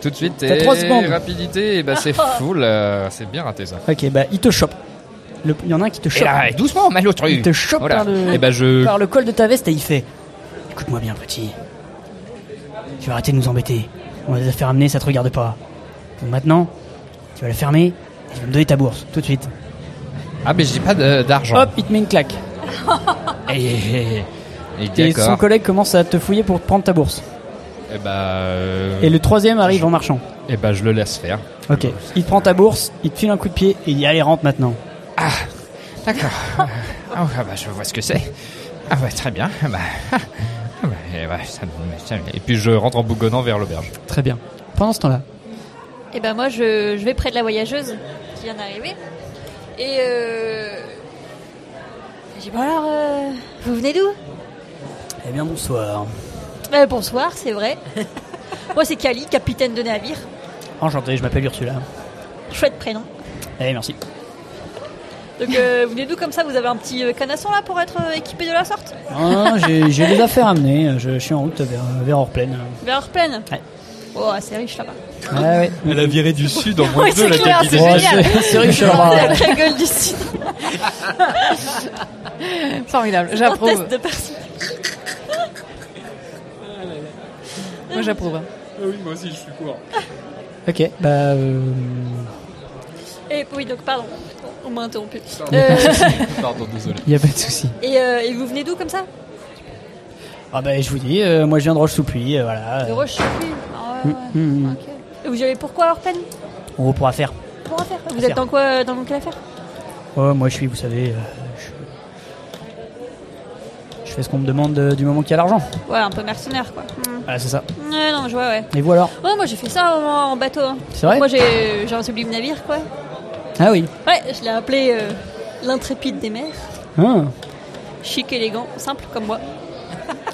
Speaker 3: Tout de suite,
Speaker 1: T'as
Speaker 3: et
Speaker 1: trois secondes.
Speaker 10: eh
Speaker 3: rapidité, et
Speaker 10: ben,
Speaker 3: bah c'est full, euh, c'est bien raté ça.
Speaker 1: Ok, bah il te chope. Le- Il y en a un qui te chope.
Speaker 3: là, Ah, doucement, malotru.
Speaker 1: Il te chope
Speaker 3: Voilà.
Speaker 1: par, le,
Speaker 3: Eh ben, je-
Speaker 1: par le col de ta veste et il fait Écoute-moi bien, petit. Tu vas arrêter de nous embêter. On va les faire amener, ça te regarde pas. Donc maintenant, tu vas la fermer et tu vas me donner ta bourse, tout de suite.
Speaker 10: Ah, mais j'ai pas de- d'argent.
Speaker 1: Hop, il te met une claque.
Speaker 10: Eh, eh, eh, eh,
Speaker 1: Et son
Speaker 10: D'accord.
Speaker 1: collègue commence à te fouiller pour te prendre ta bourse.
Speaker 3: Eh ben, euh,
Speaker 1: Et le troisième arrive en marchant.
Speaker 3: eh ben, je le laisse faire.
Speaker 1: Ok, il te prend ta bourse, il te file un coup de pied et il y a les rentes maintenant.
Speaker 10: Ah, D'accord. Ah, ah, bah, je vois ce que c'est. Ah, bah, très bien. Ah, bah, ah, bah, eh, bah, ça me- ça me-
Speaker 3: Et puis je rentre en bougonnant vers l'auberge.
Speaker 1: Très bien. Pendant ce temps-là,
Speaker 7: Et ben moi, je, je vais près de la voyageuse qui vient d'arriver. Et euh... j'ai dit, bon alors, euh, vous venez d'où
Speaker 1: eh bien bonsoir.
Speaker 7: Euh, Bonsoir, c'est vrai. moi, c'est Kali, capitaine de navire.
Speaker 1: Enchanté, je m'appelle Ursula.
Speaker 7: Chouette prénom.
Speaker 1: Eh merci.
Speaker 7: Donc, euh, vous venez d'où comme ça Vous avez un petit euh, canasson là pour être euh, équipé de la sorte
Speaker 1: Ah, j'ai j'ai des affaires à mener, je, je suis en route vers, vers Orplaine.
Speaker 7: Vers Orplaine
Speaker 1: Ouais.
Speaker 7: Oh, c'est riche là-bas.
Speaker 1: Ah ouais.
Speaker 3: Elle a viré du sud en
Speaker 7: Ouais, c'est clair, c'est génial.
Speaker 1: C'est riche,
Speaker 7: la
Speaker 1: alors. euh.
Speaker 7: gueule du sud.
Speaker 4: Formidable, j'approuve.
Speaker 7: Fantasme de personne.
Speaker 4: Moi,
Speaker 6: hein.
Speaker 4: j'approuve.
Speaker 6: Ah oui, moi aussi, je suis court.
Speaker 5: Ok, bah. euh,
Speaker 7: Et oui, donc pardon, on m'a interrompu.
Speaker 5: y a pas de
Speaker 7: Euh,
Speaker 5: souci. Y a pas de souci.
Speaker 7: et, euh, et vous venez d'où comme ça
Speaker 1: Ah bah, je vous dis, euh, moi je viens de Roche-Soupy, euh, voilà.
Speaker 7: De Roche. oui. Ah ouais, ouais.
Speaker 1: Mm, mm, mm.
Speaker 7: Et vous y allez pourquoi Orpen
Speaker 1: On pourra faire.
Speaker 7: Pour affaire. Vous êtes dans quoi euh, dans quelle affaire
Speaker 1: Oh, moi je suis, vous savez, euh, je... je fais ce qu'on me demande euh, du moment qu'il y a l'argent.
Speaker 7: Ouais, un peu mercenaire quoi. Hmm.
Speaker 1: Voilà, c'est ça.
Speaker 7: Ouais, non, je vois, ouais.
Speaker 1: Et vous alors
Speaker 7: Ouais, moi j'ai fait ça en, en bateau. hein.
Speaker 1: C'est vrai
Speaker 7: Moi j'ai j'ai un sublime navire quoi.
Speaker 1: Ah oui.
Speaker 7: Ouais, je l'ai appelé euh, l'intrépide des mers.
Speaker 1: Ah.
Speaker 7: Chic, élégant, simple comme moi.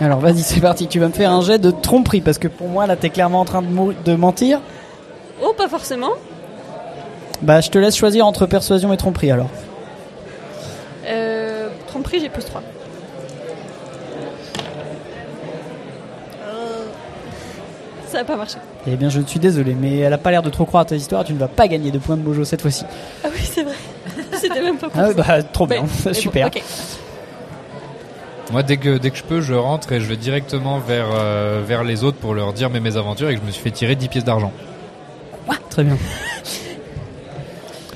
Speaker 1: Alors vas-y, c'est parti. Tu vas me faire un jet de tromperie parce que pour moi là, t'es clairement en train de, mou- de mentir.
Speaker 7: Oh, pas forcément.
Speaker 1: Bah, je te laisse choisir entre persuasion et tromperie alors.
Speaker 7: Euh, tromperie, j'ai plus 3. Euh, Ça n'a pas marché.
Speaker 1: Eh bien, je suis désolé, mais elle a pas l'air de trop croire à tes histoires. Tu ne vas pas gagner de points de Mojo cette fois-ci.
Speaker 7: Ah oui, c'est vrai. C'était même pas
Speaker 1: Ah
Speaker 7: possible.
Speaker 1: bah trop bien,
Speaker 7: Mais bon,
Speaker 1: super.
Speaker 7: ok.
Speaker 3: Moi, dès que, dès que je peux, je rentre et je vais directement vers, euh, vers les autres pour leur dire mes mésaventures et que je me suis fait tirer 10 pièces d'argent.
Speaker 1: Très bien.
Speaker 4: Ah,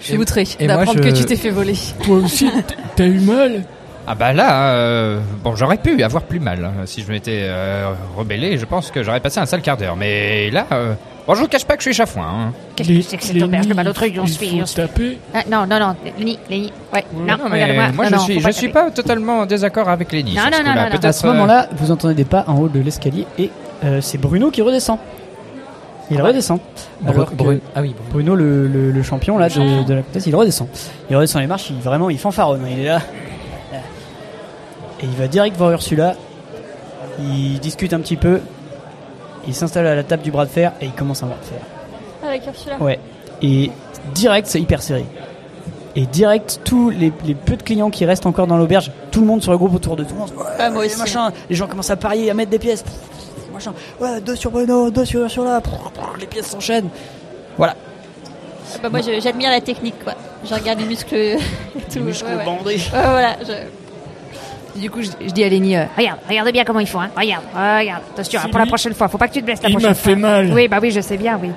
Speaker 4: Je suis outré d'apprendre que tu t'es fait voler.
Speaker 3: Toi aussi, t'as eu mal Ah bah là, euh, bon, j'aurais pu avoir plus mal. hein. Si je m'étais euh, rebellé, je pense que j'aurais passé un sale quart d'heure. Mais là, euh, bon, je vous cache pas que je suis chafouin. hein.
Speaker 26: Qu'est-ce que c'est que cette auberge de malotru On
Speaker 3: il
Speaker 26: se fait,
Speaker 3: faut
Speaker 26: on se fait. Ah, non, non, non, Lenny, Lenny, ouais, non,
Speaker 3: Non, mais
Speaker 26: regarde-moi. non,
Speaker 3: moi, je
Speaker 26: non,
Speaker 3: suis,
Speaker 26: faut
Speaker 3: je
Speaker 26: pas
Speaker 3: suis pas totalement en désaccord avec Lenny.
Speaker 26: Non,
Speaker 3: sur
Speaker 26: non,
Speaker 3: ce
Speaker 26: non,
Speaker 3: coup-là.
Speaker 26: non, non.
Speaker 3: Peut-être,
Speaker 1: À ce
Speaker 3: euh,
Speaker 1: moment-là, vous entendez des pas en haut de l'escalier et euh, c'est Bruno qui redescend. Il redescend.
Speaker 5: Bru-
Speaker 1: Alors que
Speaker 5: Bru- ah oui,
Speaker 1: Bruno, le, le- le champion là de, de la comtesse, il redescend. Il redescend les marches, il, vraiment, il fanfaronne. hein, Il est là. Et il va direct voir Ursula. Il discute un petit peu. Il s'installe à la table du bras de fer et il commence un bras de fer.
Speaker 7: Avec Ursula.
Speaker 1: Ouais. Et direct, c'est hyper serré. Et direct, tous les, les peu de clients qui restent encore dans l'auberge, tout le monde sur le groupe autour de tout le monde. Ouais,
Speaker 7: Ah, moi
Speaker 1: les
Speaker 7: aussi.
Speaker 1: machins. les gens commencent à parier, à mettre des pièces. Pff, pff, Machin. Ouais, deux sur Bruno, deux sur Ursula. Pff, pff, Les pièces s'enchaînent. Voilà.
Speaker 7: Ah bah, moi, je- j'admire la technique, quoi. Je regarde les muscles. euh, et tout,
Speaker 1: muscles
Speaker 7: ouais, ouais.
Speaker 1: bandés.
Speaker 7: Ouais, voilà. je-
Speaker 4: Du coup, je, je dis à Lenny, euh,
Speaker 26: Regarde, regarde bien comment ils font, hein. Regarde, regarde. Attention,
Speaker 4: Si
Speaker 26: pour la
Speaker 4: lui-
Speaker 26: prochaine fois, faut pas que tu te blesses la
Speaker 4: Il
Speaker 26: prochaine
Speaker 4: m'a
Speaker 26: fois.
Speaker 4: fait mal.
Speaker 26: Oui, bah oui, je sais bien, oui.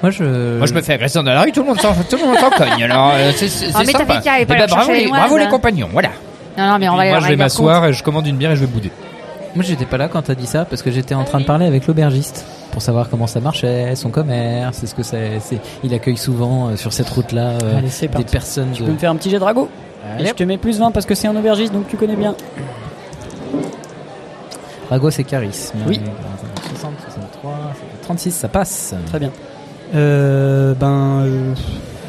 Speaker 5: Moi je.
Speaker 3: Moi je me fais agresser dans la rue, tout le monde s'en, tout le monde s'en cogne. Alors euh, c'est, c'est,
Speaker 26: Ah,
Speaker 3: c'est
Speaker 26: mais t'avais
Speaker 3: sympa.
Speaker 26: qu'à aller
Speaker 3: Eh
Speaker 26: pas
Speaker 3: ben,
Speaker 26: leur
Speaker 3: bravo,
Speaker 26: chercher les
Speaker 3: les,
Speaker 26: noises,
Speaker 3: bravo les
Speaker 26: hein.
Speaker 3: compagnons, voilà.
Speaker 26: Non, non, mais on va
Speaker 3: moi
Speaker 26: on va
Speaker 3: je vais
Speaker 26: y avoir
Speaker 3: m'asseoir et je commande une bière et je vais bouder.
Speaker 5: Moi j'étais pas là quand t'as dit ça parce que j'étais en train de parler avec l'aubergiste pour savoir comment ça marchait, son commerce, est-ce que c'est, c'est- il accueille souvent euh, sur cette route là
Speaker 1: Allez, Ah, c'est
Speaker 5: des
Speaker 1: parti.
Speaker 5: personnes.
Speaker 1: Tu peux me faire un petit jet de ragot
Speaker 5: Allez.
Speaker 1: Et je te mets plus 20 parce que c'est un aubergiste donc tu connais bien.
Speaker 5: Rago c'est charisme.
Speaker 1: Oui.
Speaker 5: Euh, 60, 63, ça fait 36, ça passe.
Speaker 1: Très bien. Euh, ben euh,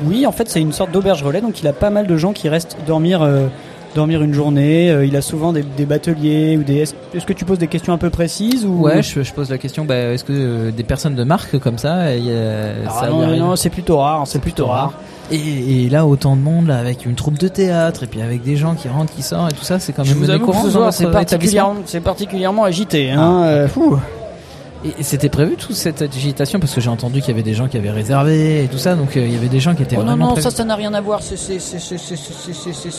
Speaker 1: oui, en fait c'est une sorte d'auberge relais, donc il a pas mal de gens qui restent dormir, euh, dormir une journée. Euh, il a souvent des, des bateliers ou des. Est-ce est-ce que tu poses des questions un peu précises ou
Speaker 5: Ouais, je, je pose la question, bah, est-ce que euh, des personnes de marque comme ça, il y a-
Speaker 1: Ah
Speaker 5: ça y
Speaker 1: non,
Speaker 5: arrive
Speaker 1: non, c'est plutôt rare, c'est plutôt rare.
Speaker 5: Et, et là, autant de monde, là, avec une troupe de théâtre, et puis avec des gens qui rentrent, qui sortent, et tout ça, c'est quand même mené courant
Speaker 1: ce
Speaker 5: dans
Speaker 1: soir
Speaker 5: votre
Speaker 1: c'est
Speaker 5: établissement.
Speaker 1: particulièrement, c'est particulièrement agité. Hein, euh, fou.
Speaker 5: Et et c'était prévu toute cette agitation parce que j'ai entendu qu'il y avait des gens qui avaient réservé et tout ça, donc euh, il y avait des gens qui étaient
Speaker 1: Oh non,
Speaker 5: vraiment.
Speaker 1: non,
Speaker 5: prévus.
Speaker 1: ça, ça n'a rien à voir. C'est- c'est- c'est- c'est- c'est- c'est- c'est- c'est-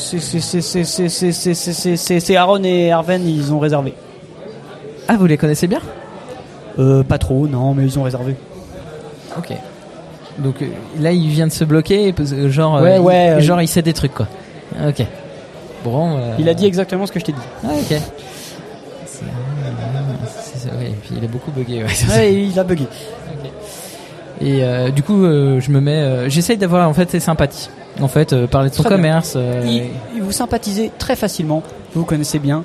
Speaker 1: c'est- c'est- c'est- c'est- c'est- c'est- c'est- c'est- c'est- c'est- c'est- c'est- c'est Aaron et Arven, ils ont réservé.
Speaker 5: Ah, vous les connaissez bien
Speaker 1: Euh, pas trop, non, mais ils ont réservé.
Speaker 5: Ok. Donc euh, là, il vient de se bloquer, parce que genre, euh,
Speaker 1: Ouais,
Speaker 5: il-
Speaker 1: ouais, euh,
Speaker 5: genre il sait des trucs quoi. Ok. Bon. euh,
Speaker 1: Il a dit exactement ce que je t'ai dit.
Speaker 5: Ah, ok. C'est- c'est- ouais, et puis il a beaucoup bugué. Ouais,
Speaker 1: Ouais, il a bugué.
Speaker 5: Et euh, du coup, euh, je me mets, euh, j'essaye d'avoir en fait ses sympathies. En fait, euh, parler de son
Speaker 1: Très bien.
Speaker 5: commerce. euh,
Speaker 1: Il, il vous sympathisez très facilement, vous vous connaissez bien.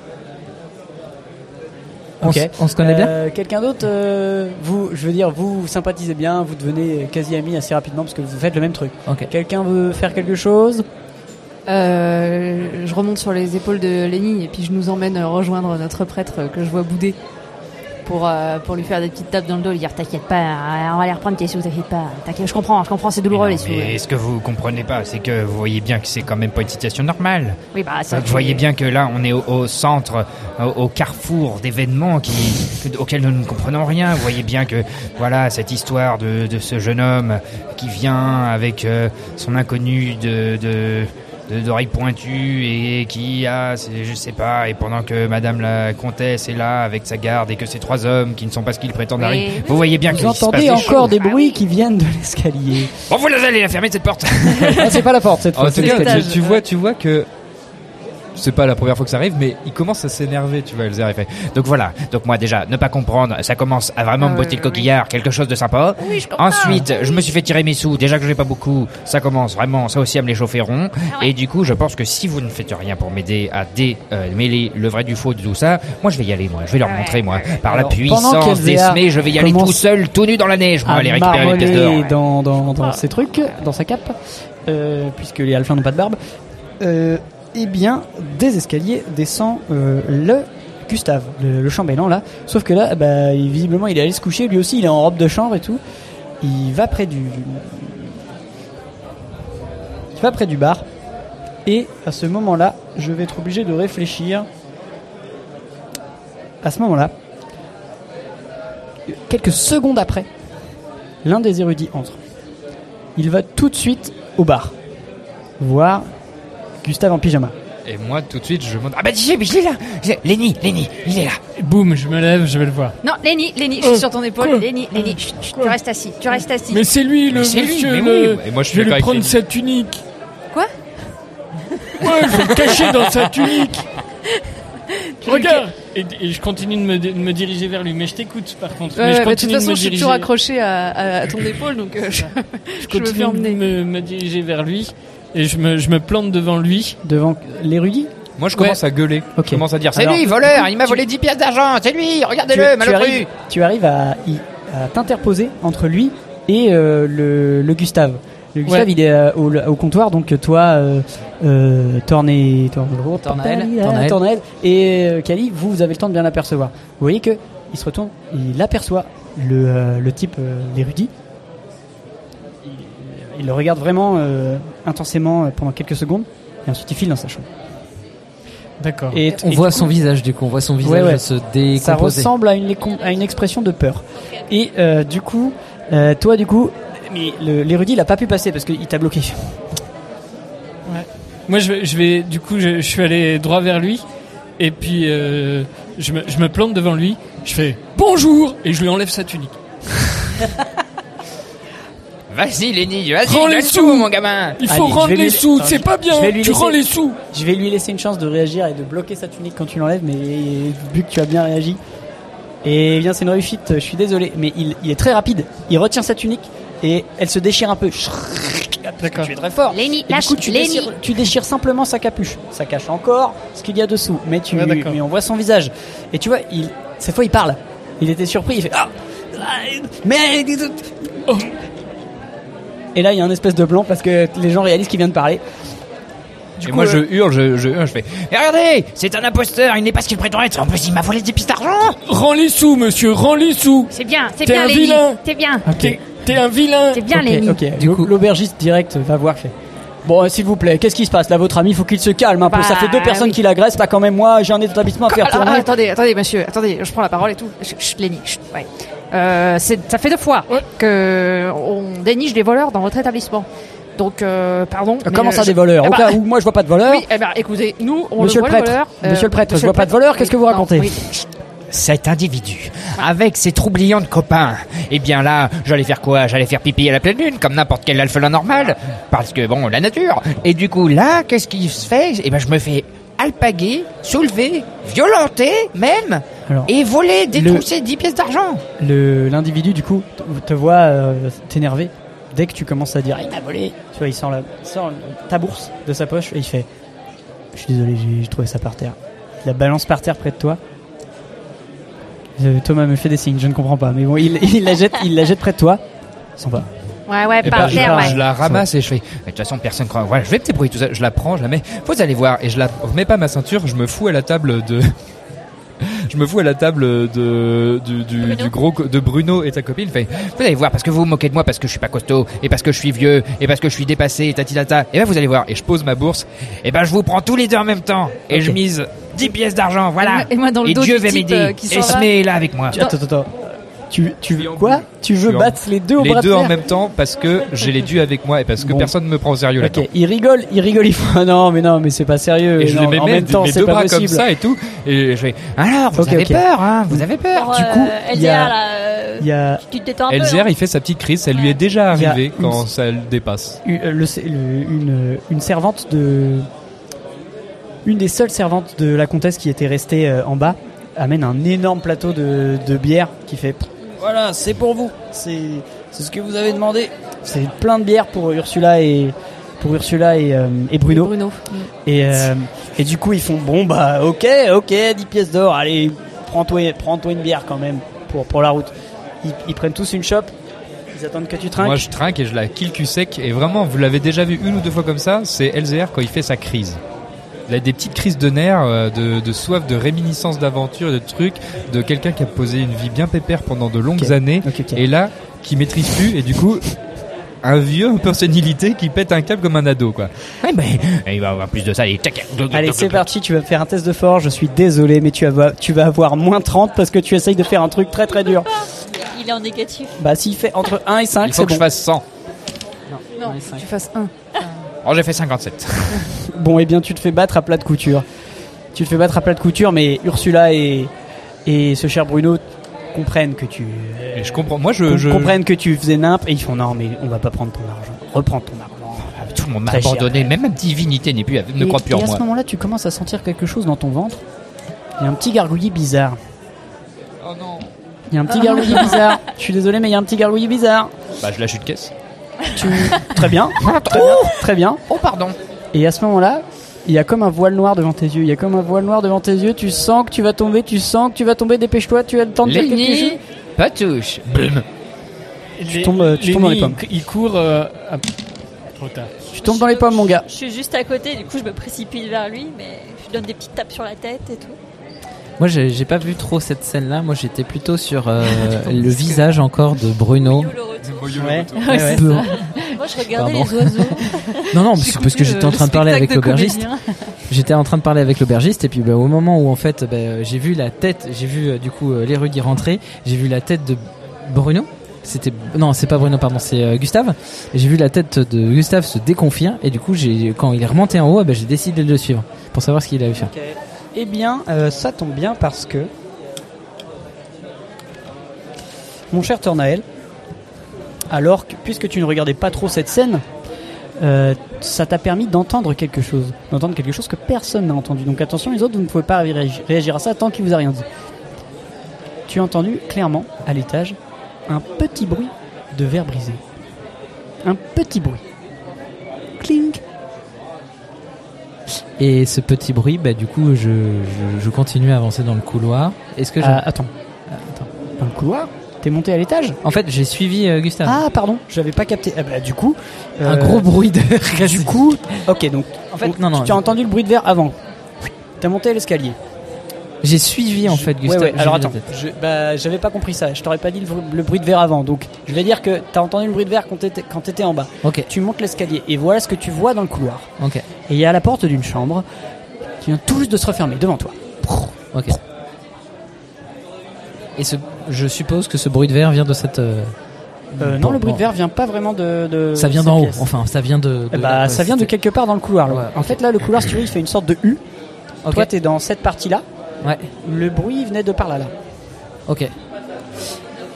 Speaker 5: On s- on se connaît bien
Speaker 1: Euh, Quelqu'un d'autre, euh, vous, je veux dire, vous vous sympathisez bien, vous devenez quasi amis assez rapidement parce que vous faites le même truc. Quelqu'un veut faire quelque chose
Speaker 4: Euh, je remonte sur les épaules de Lenny et puis je nous emmène euh, rejoindre notre prêtre euh, que je vois bouder pour, euh, pour lui faire des petites tapes dans le dos, lui dire t'inquiète pas, hein, on va les reprendre tes sous, t'inquiète pas, t'inquiète, je comprends, je comprends, c'est douloureux les sous.
Speaker 3: Mais
Speaker 4: ouais.
Speaker 3: ce que vous comprenez pas, c'est que vous voyez bien que c'est quand même pas une situation normale.
Speaker 4: Oui, bah, ça,
Speaker 3: Ah, vous
Speaker 4: tu-
Speaker 3: voyez bien que là, on est au, au centre, au, au carrefour d'événements qui, auxquels nous ne comprenons rien. Vous voyez bien que, voilà, cette histoire de, de ce jeune homme qui vient avec euh, son inconnu de, de, de- d'oreilles pointues et qui a, c'est- je sais pas, et pendant que Madame la comtesse est là avec sa garde et que ces trois hommes qui ne sont pas ce qu'ils prétendent
Speaker 1: Oui.
Speaker 3: arrivent, vous voyez bien que
Speaker 1: Vous entendez encore des bruits qui viennent de l'escalier.
Speaker 3: Bon, vous allez la fermer cette porte.
Speaker 1: Ah, c'est pas la porte cette
Speaker 27: En
Speaker 1: fois.
Speaker 27: tout
Speaker 1: c'est
Speaker 27: cas,
Speaker 1: l'escalier.
Speaker 27: tu, tu vois, tu vois que c'est pas la première fois que ça arrive, mais il commence à s'énerver, tu vois, Elzer. il fait,
Speaker 3: Donc voilà, donc moi déjà, ne pas comprendre, ça commence à
Speaker 27: Ah
Speaker 3: vraiment me botter le coquillard, quelque chose de sympa.
Speaker 27: Oui, je comprends.
Speaker 3: Ensuite, je me suis fait tirer mes sous, déjà que j'ai pas beaucoup, ça commence vraiment, ça aussi à me les chauffer rond.
Speaker 27: Ah
Speaker 3: Et du coup, je pense que si vous ne fêtes rien pour m'aider à démêler le vrai du faux de tout ça, moi je vais y aller, moi, je
Speaker 27: Ah
Speaker 3: vais leur montrer, moi, par
Speaker 1: Alors,
Speaker 3: la
Speaker 1: pendant
Speaker 3: puissance des
Speaker 1: qu'Elzéar
Speaker 3: semées, je vais y aller
Speaker 1: commence
Speaker 3: tout seul, tout nu dans la neige, moi,
Speaker 1: à
Speaker 3: aller récupérer mes pièces
Speaker 1: marmonner
Speaker 3: d'or.
Speaker 1: dans, dans, dans ses trucs, dans sa cape, euh, puisque les alphins n'ont pas de barbe. Euh, eh bien, des escaliers descend euh, le Gustave, le, le chambellan là. Sauf que là, bah, il- visiblement, il est allé se coucher. Lui aussi, il est en robe de chambre et tout. Il va près du, il va près du bar. Et à ce moment-là, je vais être obligé de réfléchir. À ce moment-là, quelques secondes après, l'un des érudits entre. Il va tout de suite au bar, voir Gustave en pyjama.
Speaker 27: Et moi, tout de suite, je monte.
Speaker 3: Ah bah dis, mais il est là Lenny, Lenny, il est là
Speaker 6: Boum, je me lève, je vais le voir.
Speaker 28: Non, Lenny, Lenny, je suis sur ton épaule. Lenny, Lenny, chut, chut, tu restes assis, tu restes assis.
Speaker 6: Oh. Mais c'est lui le
Speaker 28: Mais c'est lui, mais
Speaker 6: monsieur. le-
Speaker 28: oui.
Speaker 27: Et moi, je suis
Speaker 6: vais
Speaker 27: d'accord
Speaker 6: lui
Speaker 27: avec
Speaker 6: prendre
Speaker 27: Lenny.
Speaker 6: sa tunique.
Speaker 28: Quoi
Speaker 6: Ouais, je vais le cacher dans sa tunique.
Speaker 28: Tu veux
Speaker 6: Regarde et, et je continue de me, de me diriger vers lui, mais je t'écoute par contre. mais
Speaker 4: Ouais,
Speaker 6: je
Speaker 4: ouais, bah, de toute
Speaker 6: continue
Speaker 4: façon,
Speaker 6: me
Speaker 4: je suis
Speaker 6: diriger-
Speaker 4: toujours accroché à, à- à ton épaule, donc euh,
Speaker 6: Je
Speaker 4: je, je me
Speaker 6: continue
Speaker 4: fais
Speaker 6: de
Speaker 4: emmener.
Speaker 6: me, me diriger vers lui et je me, je me plante devant lui.
Speaker 1: Devant l'érudit
Speaker 27: Moi, je commence à gueuler. Je commence à dire,
Speaker 3: C'est lui, voleur, il m'a volé 10 pièces d'argent, c'est lui, regardez-le,
Speaker 1: tu,
Speaker 3: malheureux
Speaker 1: arrives, tu arrives à, y- à t'interposer entre lui et euh, le, le Gustave. Le Gustave,
Speaker 5: Ouais.
Speaker 1: il est euh, au, au comptoir, donc toi, euh, euh, Thorn et Oh, Thorn-
Speaker 5: Thornael.
Speaker 1: Thornael, Thornael et euh, Cali, vous, vous avez le temps de bien l'apercevoir. Vous voyez que il se retourne, il aperçoit le, euh, le type, euh, l'érudit. Il- Il le regarde vraiment euh, intensément euh, pendant quelques secondes, et ensuite il file dans sa chambre.
Speaker 6: D'accord.
Speaker 1: Et-
Speaker 29: on
Speaker 1: et
Speaker 29: voit
Speaker 1: du coup-
Speaker 29: son visage, du coup, on voit son visage
Speaker 1: Ouais, ouais.
Speaker 29: se
Speaker 1: Ça
Speaker 29: décomposer.
Speaker 1: ressemble à une, écon- à une expression de peur. Et euh, du coup, euh, toi, du coup, mais le- l'érudit, il a pas pu passer parce qu'il t'a bloqué.
Speaker 6: Moi, je, vais- je vais, du coup, je, je suis allé droit vers lui et puis euh, je, me, je me plante devant lui. Je fais bonjour et je lui enlève sa tunique.
Speaker 3: Vas-y, Lenny, vas-y,
Speaker 6: Prends les
Speaker 3: donne
Speaker 6: sous,
Speaker 3: tout, mon gamin
Speaker 6: Il faut
Speaker 1: Allez, je
Speaker 6: rendre
Speaker 1: vais lui-
Speaker 6: les sous,
Speaker 1: Attends,
Speaker 6: c'est
Speaker 1: je-
Speaker 6: pas bien.
Speaker 1: je vais lui
Speaker 6: Tu rends
Speaker 1: laisser-
Speaker 6: les sous.
Speaker 1: Je vais lui laisser une chance de réagir et de bloquer sa tunique quand tu l'enlèves, mais vu que tu as bien réagi. Et bien, c'est une réussite, je suis désolé, mais il, il est très rapide. Il retient sa tunique et elle se déchire un peu. D'accord. Tu es très fort.
Speaker 30: Lenny,
Speaker 1: Et du
Speaker 30: lâche,
Speaker 1: coup, tu
Speaker 30: Lenny.
Speaker 1: déchires, tu déchires simplement sa capuche. Ça cache encore ce qu'il y a dessous, mais tu,
Speaker 6: Ouais, d'accord.
Speaker 1: mais on voit son visage. Et tu vois, il, cette fois, il parle. Il était surpris. Il fait ah, ah, mais Oh. Et là, il y a un espèce de blanc parce que les gens réalisent qu'il vient de parler.
Speaker 3: Et
Speaker 1: coup,
Speaker 3: moi,
Speaker 1: euh,
Speaker 3: je hurle, je, je hurle, je fais.
Speaker 6: Et regardez, c'est un imposteur, il n'est pas ce qu'il prétend être. En plus, il m'a volé des pistes d'argent. Rends les sous, monsieur, rends les sous.
Speaker 30: C'est bien, c'est
Speaker 6: T'es
Speaker 30: bien,
Speaker 6: un
Speaker 30: Lenny.
Speaker 6: vilain.
Speaker 30: T'es bien.
Speaker 1: T'es-
Speaker 6: T'es un vilain.
Speaker 30: C'est bien,
Speaker 1: Ok,
Speaker 30: Lenny.
Speaker 1: ok. L'au- l'aubergiste direct va voir fait. Bon, euh, s'il vous plaît, qu'est-ce qui se passe là Votre ami, faut qu'il se calme un peu.
Speaker 4: Bah,
Speaker 1: Ça fait deux personnes
Speaker 4: oui.
Speaker 1: qui l'agressent. Là, quand même, moi, j'ai un établissement à faire
Speaker 4: Alors,
Speaker 1: tourner.
Speaker 4: Ah, attendez, attendez, monsieur, attendez, je prends la parole et tout. Chut, chut, Lenny, chut, ouais. Euh, c'est- ça fait deux fois que on déniche des voleurs dans votre établissement. Donc, euh, pardon.
Speaker 1: Euh,
Speaker 4: mais
Speaker 1: Comment ça,
Speaker 4: je-
Speaker 1: des voleurs
Speaker 4: Eh
Speaker 1: Au
Speaker 4: ben,
Speaker 1: cas où, moi, je vois pas de voleurs.
Speaker 4: Oui, eh ben, écoutez, nous, on
Speaker 1: Monsieur
Speaker 4: le
Speaker 1: le
Speaker 4: voit,
Speaker 1: prêtre,
Speaker 4: voleurs, euh,
Speaker 1: monsieur le prêtre, je vois pas de voleurs. Qu'est-ce que vous
Speaker 4: non,
Speaker 1: racontez
Speaker 4: oui.
Speaker 3: Cet individu, avec ses troublions de copains, eh bien là, j'allais faire quoi J'allais faire pipi à la pleine lune, comme n'importe quel alphelin normal, parce que bon, la nature. Et du coup, là, qu'est-ce qui se fait Eh bien, je me fais alpaguer, soulever, violenter, même,
Speaker 1: Alors,
Speaker 3: et voler,
Speaker 1: le-
Speaker 3: détrousser 10 pièces d'argent.
Speaker 1: Le l'individu du coup te, te voit euh, t'énerver dès que tu commences à dire il m'a volé. Tu vois, il sort, la, il sort le- ta bourse de sa poche et il fait je suis désolé j'ai- j'ai trouvé ça par terre. Il la balance par terre près de toi. Euh, Thomas me fait des signes, je ne comprends pas, mais bon il, il la jette il la jette près de toi. S'en va.
Speaker 28: Ouais, ouais,
Speaker 3: Eh
Speaker 28: par
Speaker 3: ben, je,
Speaker 28: terre,
Speaker 3: la,
Speaker 28: ouais.
Speaker 3: je la ramasse et je fais. De toute façon, personne croit. Voilà, je vais me débrouiller tout ça. Je la prends, je la mets. Vous allez voir. Et je la remets pas à ma ceinture. Je me fous à la table de. Je me fous à la table de du, du- du gros co- de Bruno et ta copine. Fait, vous allez voir parce que vous vous moquez de moi parce que je suis pas costaud et parce que je suis vieux et parce que je suis dépassé et tatitata. Et ben vous allez voir. Et je pose ma bourse. Et ben je vous prends tous les deux en même temps et je mise 10 pièces d'argent. Voilà.
Speaker 4: Et moi- et moi dans le dos
Speaker 3: Dieu
Speaker 4: du
Speaker 3: va
Speaker 4: type,
Speaker 3: m'aider.
Speaker 4: euh, qui s'en
Speaker 3: Et
Speaker 4: va.
Speaker 3: se met là avec moi.
Speaker 1: Attends, attends, attends. Tu, tu veux quoi Tu veux battre les deux au
Speaker 3: Les
Speaker 1: bras de
Speaker 3: deux en
Speaker 1: fer
Speaker 3: même temps parce que j'ai les dieux avec moi et parce que
Speaker 1: Bon.
Speaker 3: personne ne me prend au sérieux
Speaker 1: Ok,
Speaker 3: là-dedans.
Speaker 1: il rigole, il rigole, il faut. Non, mais non, mais c'est pas sérieux.
Speaker 3: Et je
Speaker 1: non,
Speaker 3: les mets
Speaker 1: en
Speaker 3: mes-
Speaker 1: même temps,
Speaker 3: mes
Speaker 1: c'est
Speaker 3: deux
Speaker 1: pas
Speaker 3: bras
Speaker 1: possible.
Speaker 3: comme ça et tout. Et je fais Alors, vous
Speaker 1: Ok,
Speaker 3: avez
Speaker 1: ok.
Speaker 3: peur, hein Vous avez peur
Speaker 7: Alors,
Speaker 3: Du coup,
Speaker 7: euh,
Speaker 3: il y
Speaker 7: LDR,
Speaker 3: a-
Speaker 7: là, euh,
Speaker 1: il y a-
Speaker 7: tu te détends un peu.
Speaker 3: Elzer,
Speaker 7: hein.
Speaker 3: il fait sa petite crise, ça lui est déjà
Speaker 1: Il y a
Speaker 3: arrivé
Speaker 1: une-
Speaker 3: quand ça le dépasse.
Speaker 1: Une, euh, le- le- une- euh, une servante de. Une des seules servantes de la comtesse qui était restée euh, en bas amène un énorme plateau de, de bière qui fait. Voilà, c'est pour vous. C'est c'est ce que vous avez demandé. C'est plein de bière pour Ursula et pour Ursula et, euh, et Bruno. Et, euh, et du coup ils font bon bah ok ok 10 pièces d'or allez prends-toi prends-toi une bière quand même pour pour la route. Ils, ils prennent tous une chope. Ils attendent que tu trinques.
Speaker 3: Moi, je trinque et je la kill cul sec. Et vraiment, vous l'avez déjà vu une ou deux fois comme ça, c'est Elzer quand il fait sa crise. Il a des petites crises de nerfs, euh, de, de soif, de réminiscence d'aventure, de trucs, de quelqu'un qui a posé une vie bien pépère pendant de longues
Speaker 1: Ok.
Speaker 3: années.
Speaker 1: Ok, ok.
Speaker 3: Et là, qui maîtrise plus. Et du coup, un vieux en personnalité qui pète un câble comme un ado, quoi.
Speaker 27: Eh ben,
Speaker 3: Et il va avoir plus de ça. Et tac,
Speaker 1: Allez, c'est parti, tu vas faire un test de force. Je suis désolé, mais tu vas, tu vas avoir moins 30 parce que tu essayes de faire un truc très très dur.
Speaker 7: Il est en négatif.
Speaker 1: Bah, s'il fait entre 1 et 5,
Speaker 3: Il faut
Speaker 1: c'est
Speaker 3: que
Speaker 1: bon.
Speaker 3: je fasse 100.
Speaker 31: Non, tu fasses un.
Speaker 3: Oh, j'ai fait 57.
Speaker 1: Bon, et bien, tu te fais battre à plat de couture. Tu te fais battre à plat de couture, mais Ursula et, et ce cher Bruno comprennent que tu.
Speaker 3: Et je comprends. Moi, je.
Speaker 1: com-
Speaker 3: je-
Speaker 1: comprennent que tu faisais nimp et ils font non, mais on va pas prendre ton argent. Reprends ton argent.
Speaker 3: Ah, Tout le monde m'a
Speaker 1: Très cher.
Speaker 3: abandonné. Même ma divinité n'est plus, ne
Speaker 1: Et-
Speaker 3: croit plus
Speaker 1: et
Speaker 3: en
Speaker 1: à
Speaker 3: moi.
Speaker 1: ce moment-là, tu commences à sentir quelque chose dans ton ventre. Il y a un petit gargouillis bizarre.
Speaker 3: Oh non. Ah.
Speaker 1: Il y a un petit gargouillis bizarre. Je suis désolé, mais il y a un petit gargouillis bizarre.
Speaker 3: Bah, je lâche une caisse.
Speaker 1: Tu- Très bien. Très bien. Très bien.
Speaker 3: Oh, pardon.
Speaker 1: Et à ce moment-là, il y a comme un voile noir devant tes yeux. Il y a comme un voile noir devant tes yeux. Tu sens que tu vas tomber. Tu sens que tu vas tomber. Dépêche-toi. Tu as le temps de faire quelque chose.
Speaker 32: Lenny, pas touche. Blum.
Speaker 1: Tu tombes, euh, tu tombes dans les pommes.
Speaker 6: Il court. euh, à- Trop tard.
Speaker 1: Tu tombes dans les pommes, mon gars.
Speaker 7: Je suis juste à côté, du coup, je me précipite vers lui, mais je lui donne des petites tapes sur la tête et tout.
Speaker 5: Moi, j'ai j'ai pas vu trop cette scène-là. Moi, j'étais plutôt sur euh, le visage encore de Bruno.
Speaker 7: Ouais, c'est
Speaker 5: Peu-
Speaker 7: ça. Moi, je regardais
Speaker 5: Pardon.
Speaker 7: les oiseaux.
Speaker 5: Non, non, parce, parce que
Speaker 7: le-
Speaker 5: j'étais en
Speaker 7: le
Speaker 5: train de parler
Speaker 7: spectacle
Speaker 5: avec
Speaker 7: de
Speaker 5: l'aubergiste.
Speaker 7: comédien.
Speaker 5: J'étais en train de parler avec l'aubergiste et puis bah, au moment où en fait bah, euh, j'ai vu la tête, j'ai vu euh, du coup euh, l'érudit rentrer, j'ai vu la tête de Bruno. C'était non, c'est pas Bruno, pardon, c'est euh, Gustave. Et J'ai vu la tête de Gustave se déconfire et du coup j'ai quand il est remonté en haut, bah, j'ai décidé de le suivre pour savoir ce qu'il allait faire.
Speaker 1: Eh bien, euh, ça tombe bien parce que. Mon cher Tornael, alors que, puisque tu ne regardais pas trop cette scène, euh, ça t'a permis d'entendre quelque chose. D'entendre quelque chose que personne n'a entendu. Donc attention, les autres, vous ne pouvez pas réagi- réagir à ça tant qu'il vous a rien dit. Tu as entendu clairement, à l'étage, un petit bruit de verre brisé. Un petit bruit. Cling
Speaker 5: Et ce petit bruit, bah, du coup je, je, je continue à avancer dans le couloir. Est-ce que je...
Speaker 1: Ah, attends. Dans le couloir T'es monté à l'étage
Speaker 5: En fait, j'ai suivi euh, Gustave.
Speaker 1: Ah pardon, je l'avais pas capté. Eh ben, du coup,
Speaker 5: Un gros bruit de
Speaker 1: Du coup, ok donc. En fait,
Speaker 5: non, non.
Speaker 1: Tu as entendu le bruit de verre avant. T'as monté l'escalier.
Speaker 5: J'ai suivi en fait Gustave.
Speaker 1: Ouais, ouais,
Speaker 5: j'ai
Speaker 1: Alors
Speaker 5: vu la
Speaker 1: attends,
Speaker 5: tête.
Speaker 1: je, bah, j'avais pas compris ça. Je t'aurais pas dit le, vr- le bruit de verre avant. Donc, je vais dire que t'as entendu le bruit de verre quand t'étais, quand t'étais en bas.
Speaker 5: Ok.
Speaker 1: Tu montes l'escalier et voilà ce que tu vois dans le couloir.
Speaker 5: Ok.
Speaker 1: Et il y a la porte d'une chambre qui vient tout juste de se refermer devant toi.
Speaker 5: Ok. Et ce, je suppose que ce bruit de verre vient de cette. euh,
Speaker 1: Euh,
Speaker 5: bon,
Speaker 1: non, le bruit
Speaker 5: bon.
Speaker 1: de verre vient pas vraiment de. de
Speaker 5: Ça vient
Speaker 1: cette
Speaker 5: d'en haut.
Speaker 1: pièce.
Speaker 5: Enfin, ça vient de.
Speaker 1: Eh
Speaker 5: de-
Speaker 1: bah,
Speaker 5: ouais,
Speaker 1: ça vient de
Speaker 5: c'était-
Speaker 1: quelque part dans le couloir. là. En fait, là, le couloir, si tu veux, il fait une sorte de U.
Speaker 5: Ok.
Speaker 1: Toi, t'es dans cette partie-là.
Speaker 5: Ouais.
Speaker 1: Le bruit venait de par là. là.
Speaker 5: Ok.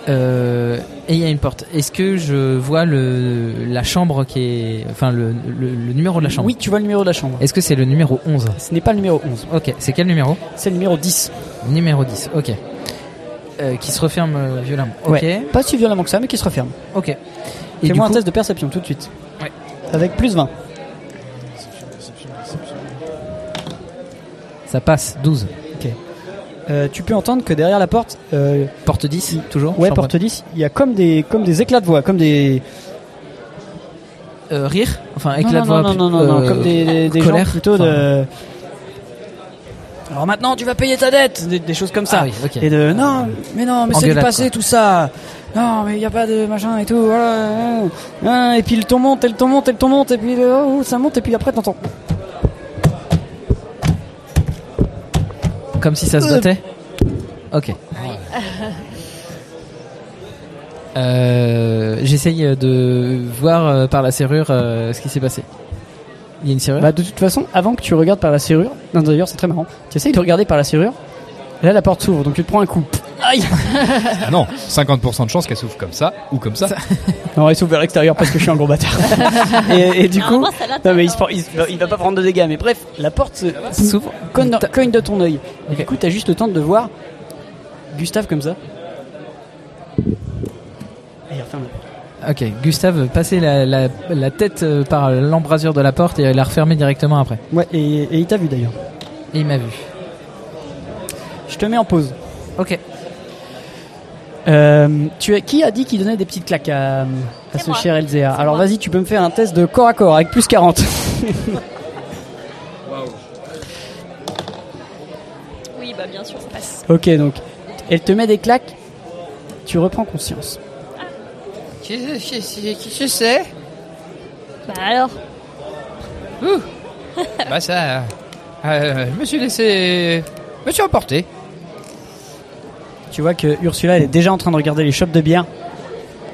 Speaker 5: Euh, et il y a une porte. Est-ce que je vois le la chambre qui est, enfin le, le, le numéro de la chambre
Speaker 1: Oui, tu vois le numéro de la chambre.
Speaker 5: Est-ce que c'est le numéro 11
Speaker 1: Ce n'est pas le numéro 11.
Speaker 5: Ok. C'est quel numéro
Speaker 1: C'est le numéro 10.
Speaker 5: Numéro 10. Ok. Euh, qui se referme euh, violemment. Ok.
Speaker 1: Ouais. Pas si violemment que ça, mais qui se referme.
Speaker 5: Ok. Et du
Speaker 1: Fais-moi un
Speaker 5: coup-
Speaker 1: test de perception tout de suite.
Speaker 5: Ouais.
Speaker 1: Avec plus 20.
Speaker 5: Ça passe 12.
Speaker 1: Ok. Euh, tu peux entendre que derrière la porte. euh,
Speaker 5: Porte 10 toujours.
Speaker 1: ouais,
Speaker 5: Chambre.
Speaker 1: porte 10, il y a comme des, comme des éclats de voix, comme des.
Speaker 5: Euh, rire. Enfin éclat
Speaker 1: non,
Speaker 5: de voix.
Speaker 1: Non, non, non,
Speaker 5: euh,
Speaker 1: non, comme des, des, des gens
Speaker 5: colère.
Speaker 1: plutôt
Speaker 5: Enfin,
Speaker 1: de. Alors maintenant, tu vas payer ta dette Des, des choses comme ça.
Speaker 5: Ah oui, ok.
Speaker 1: Et de. Non, mais non, mais c'est du
Speaker 5: Engueulade,
Speaker 1: passé
Speaker 5: quoi.
Speaker 1: tout ça Non, mais il n'y a pas de machin et tout, voilà. Ah, Et puis le ton monte, et le ton monte, et le ton monte, et puis le- oh, ça monte, et puis après t'entends. Euh.
Speaker 5: Comme si ça se battait Ok. Euh, J'essaye de voir euh, par la serrure euh, ce qui s'est passé. Il y a une serrure
Speaker 1: Bah, de toute façon, avant que tu regardes par la serrure, non, d'ailleurs, c'est très marrant. Tu essayes de regarder par la serrure. Là, la porte s'ouvre, donc tu te prends un coup. Aïe
Speaker 3: Ah non, 50% de chance qu'elle s'ouvre comme ça ou comme ça.
Speaker 1: Non, elle s'ouvre vers l'extérieur parce que je suis un gros bâtard. et, et du coup, non, mais il, se prend- il se- il va pas prendre de dégâts. Mais bref, la porte se- s'ouvre, cogne, dans- cogne de ton œil. Et Du coup, t'as juste le temps de voir Gustave comme ça. Et il referme la porte.
Speaker 5: Ok, Gustave, passez la, la- la tête euh, par l'embrasure de la porte et la refermer directement après.
Speaker 1: Ouais, et, et il t'a vu d'ailleurs.
Speaker 5: Et il m'a vu.
Speaker 1: Je te mets en pause. Euh,
Speaker 5: Ok.
Speaker 1: tu as, qui a dit qu'il donnait des petites claques à, à ce
Speaker 5: moi.
Speaker 1: cher LZA Alors vas-y, tu peux me faire un test de corps à corps avec plus 40.
Speaker 7: Oui, bah bien sûr, ça passe.
Speaker 1: ok, donc elle te met des claques, tu reprends conscience.
Speaker 33: Qui je sais
Speaker 7: Bah alors
Speaker 33: Ouh Bah ça. euh, je me suis laissé. Je me suis emporté.
Speaker 1: Tu vois que Ursula elle est déjà en train de regarder les chopes de bière.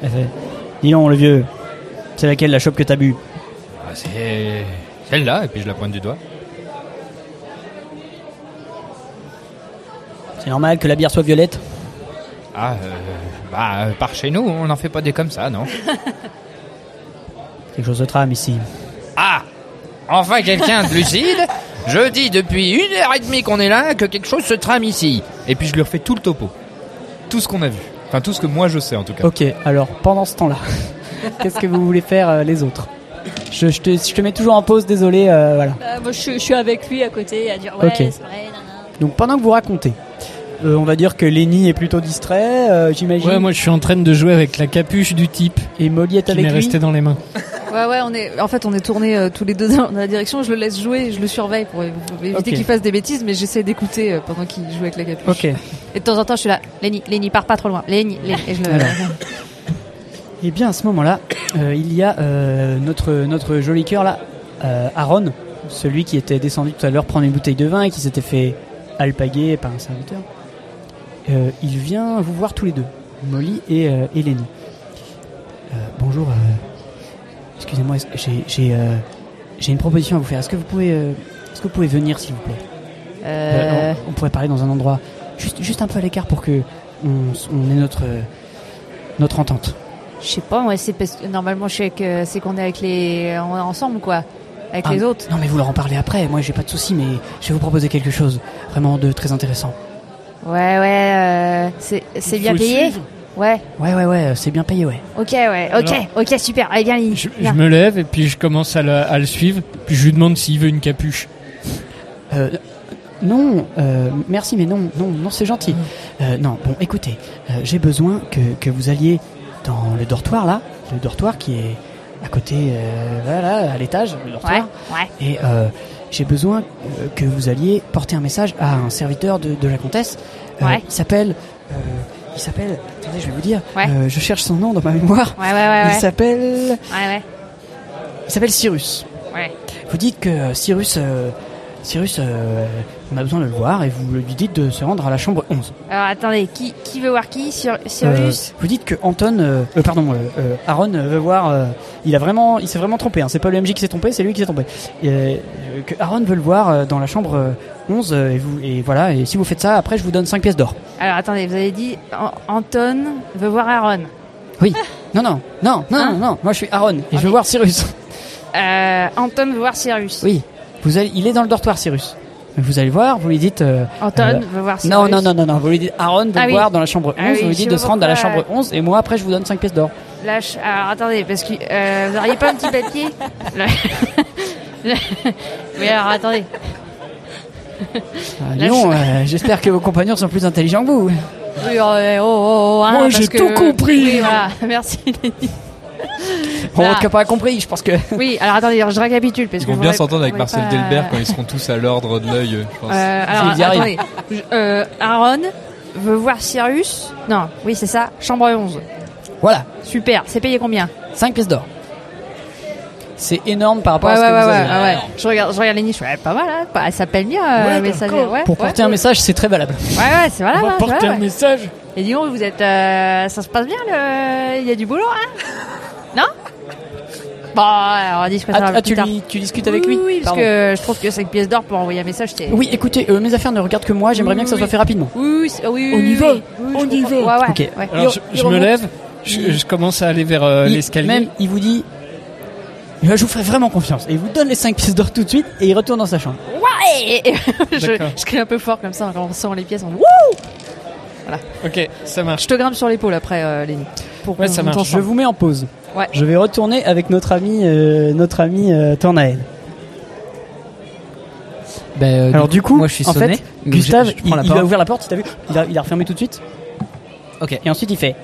Speaker 1: Elle fait Dis donc, le vieux, c'est laquelle la chope que t'as bu
Speaker 3: Ah, c'est celle-là, et puis je la pointe du doigt.
Speaker 1: C'est normal que la bière soit violette
Speaker 3: Ah, euh, bah, euh, par chez nous, on n'en fait pas des comme ça, non
Speaker 1: Quelque chose de trame ici.
Speaker 33: Ah Enfin quelqu'un de lucide Je dis depuis une heure et demie qu'on est là que quelque chose se trame ici.
Speaker 3: Et puis je lui refais tout le topo. Tout ce qu'on a vu. Enfin, tout ce que moi je sais en tout cas.
Speaker 1: Ok, alors pendant ce temps-là, qu'est-ce que vous voulez faire euh, les autres je, je te, je te mets toujours en pause, désolé, euh, voilà.
Speaker 7: Euh, moi, je, je suis avec lui à côté à dire ouais,
Speaker 1: Ok.
Speaker 7: c'est vrai. nan, nan.
Speaker 1: Donc pendant que vous racontez, euh, on va dire que Lenny est plutôt distrait, euh, j'imagine.
Speaker 6: Ouais, moi je suis en train de jouer avec la capuche du type.
Speaker 1: Et Molly est
Speaker 6: qui
Speaker 1: avec
Speaker 6: m'est
Speaker 1: lui
Speaker 6: restée dans les mains.
Speaker 34: Ouais, ouais, on est, en fait, on est tournés euh, tous les deux dans la direction. Je le laisse jouer, je le surveille pour, pour éviter
Speaker 1: Ok.
Speaker 34: qu'il fasse des bêtises, mais j'essaie d'écouter euh, pendant qu'il joue avec la capuche.
Speaker 1: Ok.
Speaker 4: Et de temps en temps, je suis là. Lenny, Lenny, pars pas trop loin. Lenny, Lenny. Et je le.
Speaker 1: Alors. Et Eh bien à ce moment-là, euh, il y a euh, notre, notre joli cœur là, euh, Aaron, celui qui était descendu tout à l'heure prendre une bouteille de vin et qui s'était fait alpaguer par un serviteur. Euh, il vient vous voir tous les deux, Molly et, euh, et Lenny. Euh, bonjour, euh, excusez-moi, est-ce que j'ai j'ai, euh, j'ai une proposition à vous faire. Est-ce que vous pouvez, euh, est-ce que vous pouvez venir s'il vous plaît Ben,
Speaker 4: Euh,
Speaker 1: on, on pourrait parler dans un endroit juste, juste un peu à l'écart pour que on, s- on ait notre, euh, notre entente.
Speaker 4: Je sais pas, ouais, c'est parce que normalement, je sais que c'est qu'on est avec les. On est ensemble, quoi. Avec
Speaker 1: Ah,
Speaker 4: les autres.
Speaker 1: Non, mais vous leur en parlez après. Moi, j'ai pas de souci, mais je vais vous proposer quelque chose vraiment de très intéressant.
Speaker 4: Ouais, ouais, euh, c'est c'est
Speaker 1: Il
Speaker 4: bien
Speaker 1: faut le
Speaker 4: payé.
Speaker 1: suivre.
Speaker 4: Ouais.
Speaker 1: Ouais, ouais, ouais, c'est bien payé, ouais.
Speaker 4: Ok, ouais, ok,
Speaker 6: Alors-
Speaker 4: ok, super. Allez, viens, Lenny.
Speaker 6: Je
Speaker 4: viens.
Speaker 6: me lève et puis je commence à, le- à le suivre. Puis je lui demande s'il veut une capuche.
Speaker 1: Euh, non, euh, merci, mais non, non, non, c'est gentil. Euh, non, bon, écoutez, euh, j'ai besoin que, que vous alliez dans le dortoir là, le dortoir qui est à côté, euh, voilà, à l'étage, le dortoir.
Speaker 4: Ouais.
Speaker 1: Et euh, j'ai besoin euh, que vous alliez porter un message à un serviteur de, de la comtesse. Euh,
Speaker 4: Ouais.
Speaker 1: Il s'appelle. euh, il s'appelle. Attendez, je vais vous dire. Euh, je cherche son nom dans ma mémoire.
Speaker 4: Ouais, ouais, ouais,
Speaker 1: Il
Speaker 4: ouais.
Speaker 1: s'appelle.
Speaker 4: Ouais,
Speaker 1: Il s'appelle Cyrus.
Speaker 4: ouais, ouais.
Speaker 1: Vous dites que euh, Cyrus. euh, Cyrus, euh, on a besoin de le voir et vous lui dites de se rendre à la chambre 11.
Speaker 4: Alors, attendez, qui, qui veut voir qui Sur,
Speaker 1: Euh,
Speaker 4: Cyrus
Speaker 1: vous dites que Anton, euh, euh, pardon, euh, euh, Aaron euh, veut voir. euh, il a vraiment, il s'est vraiment trompé. hein. C'est pas le MJ qui s'est trompé, c'est lui qui s'est trompé. Et, euh, que Aaron veut le voir euh, dans la chambre euh, 11 euh, et vous et voilà. Et si vous faites ça, après je vous donne 5 pièces d'or.
Speaker 4: Alors, attendez, vous avez dit An- Anton veut voir Aaron. Hein
Speaker 1: Oui. Non, non, non, non, non, non. Moi je suis Aaron et je veux voir Cyrus.
Speaker 4: Ah Euh, Anton veut voir Cyrus.
Speaker 1: Oui. Vous allez, il est dans le dortoir, Cyrus. Vous allez voir, vous lui dites. euh,
Speaker 4: Anton
Speaker 1: euh,
Speaker 4: veut voir Cyrus.
Speaker 1: non, non, non, non, non, vous lui dites Aaron veut
Speaker 4: Ah
Speaker 1: le
Speaker 4: oui.
Speaker 1: voir dans la chambre 11,
Speaker 4: Ah oui,
Speaker 1: vous lui
Speaker 4: je
Speaker 1: dites
Speaker 4: vois
Speaker 1: de se rendre à la
Speaker 4: pourquoi.
Speaker 1: chambre 11, et moi après je vous donne 5 pièces d'or.
Speaker 4: Lâche. Alors, attendez, parce que euh, vous auriez pas un petit papier Là- Là- Mais alors, attendez.
Speaker 1: Ah,
Speaker 4: Là,
Speaker 1: non,
Speaker 4: je-
Speaker 1: euh, j'espère que vos compagnons sont plus intelligents que vous.
Speaker 4: Oui, oh, oh, oh, oh, hein,
Speaker 1: Moi,
Speaker 4: parce
Speaker 1: j'ai
Speaker 4: que-
Speaker 1: tout compris.
Speaker 4: Oui, voilà. Merci, Lenny.
Speaker 1: Bon,
Speaker 4: Voilà.
Speaker 1: votre copain a compris, je pense que.
Speaker 4: Oui, alors attendez, je récapitule. Parce
Speaker 3: Ils
Speaker 4: que
Speaker 3: vont
Speaker 4: vous
Speaker 3: bien
Speaker 4: rép-
Speaker 3: s'entendre avec
Speaker 4: vous
Speaker 3: Marcel
Speaker 4: rép-
Speaker 3: Delbert quand ils seront tous à l'ordre de l'œil, je pense.
Speaker 4: Euh, alors,
Speaker 3: Ils y arrivent.
Speaker 4: attendez. Je- euh, Aaron veut voir Cyrus. Non, oui, c'est ça. Chambre 11.
Speaker 1: Voilà.
Speaker 4: Super. C'est payé combien
Speaker 1: 5 pièces d'or. C'est énorme par rapport
Speaker 4: Ouais,
Speaker 1: à ce
Speaker 4: ouais,
Speaker 1: que
Speaker 4: ouais,
Speaker 1: vous
Speaker 4: ouais,
Speaker 1: avez.
Speaker 4: ouais. Je regarde, je regarde les niches. Ouais, pas mal, hein, quoi. Elle s'appelle bien, euh,
Speaker 1: Ouais,
Speaker 4: messager. Ouais,
Speaker 1: Pour
Speaker 4: ouais.
Speaker 1: porter un message, c'est très valable.
Speaker 4: Ouais, ouais, c'est voilà.
Speaker 1: On va
Speaker 4: ouais,
Speaker 1: porter
Speaker 4: voilà,
Speaker 1: un
Speaker 4: ouais.
Speaker 1: message.
Speaker 4: Et dis donc, vous êtes. euh, ça se passe bien, le- il y a du boulot, hein Non Bon, alors, on dit, je
Speaker 1: Ah,
Speaker 4: préfère
Speaker 1: ah, tu lui- tu discutes avec lui
Speaker 4: Oui, oui, parce
Speaker 1: Pardon.
Speaker 4: que je trouve que 5 pièces d'or pour envoyer un message, c'est.
Speaker 1: Oui, écoutez, euh, mes affaires ne regardent que moi, j'aimerais bien que ça soit fait rapidement.
Speaker 4: Oui, oui, c'est- oui, oui,
Speaker 1: On y
Speaker 4: oui,
Speaker 1: va,
Speaker 4: oui, oui, je comprends. Ouais, ouais,
Speaker 1: Ok.
Speaker 4: ouais.
Speaker 6: Alors, je, je me lève, je, je commence à aller vers euh,
Speaker 1: Il-
Speaker 6: l'escalier.
Speaker 1: Même, il vous dit Je vous ferai vraiment confiance. Et il vous donne les 5 pièces d'or tout de suite et il retourne dans sa chambre.
Speaker 4: Ouais Et- et- je,
Speaker 6: D'accord.
Speaker 4: je crie un peu fort comme ça, on sent les pièces, on... Wouh
Speaker 6: Ok, ça marche.
Speaker 4: Je te grimpe sur l'épaule après, euh, Lenny. Pour
Speaker 1: Ouais,
Speaker 4: qu'on
Speaker 1: ça
Speaker 4: monte
Speaker 1: marche. Je
Speaker 4: ensemble.
Speaker 1: vous mets en pause.
Speaker 4: Ouais.
Speaker 1: Je vais retourner avec notre ami, euh, notre ami euh, Tornael.
Speaker 5: Ben, euh,
Speaker 1: Alors du coup,
Speaker 5: moi je suis
Speaker 1: en
Speaker 5: sonné.
Speaker 1: fait,
Speaker 5: donc
Speaker 1: Gustave,
Speaker 5: je- je prends
Speaker 1: il,
Speaker 5: la
Speaker 1: il
Speaker 5: porte.
Speaker 1: a ouvert la porte, t'as vu il a, il a refermé tout de suite. Ok. Et ensuite il fait.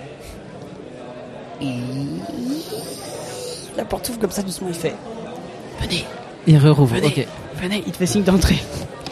Speaker 1: La porte ouvre comme ça doucement, il fait. Venez.
Speaker 5: Il rouvre.
Speaker 1: Venez.
Speaker 5: Ok.
Speaker 1: Venez, il te fait signe d'entrée.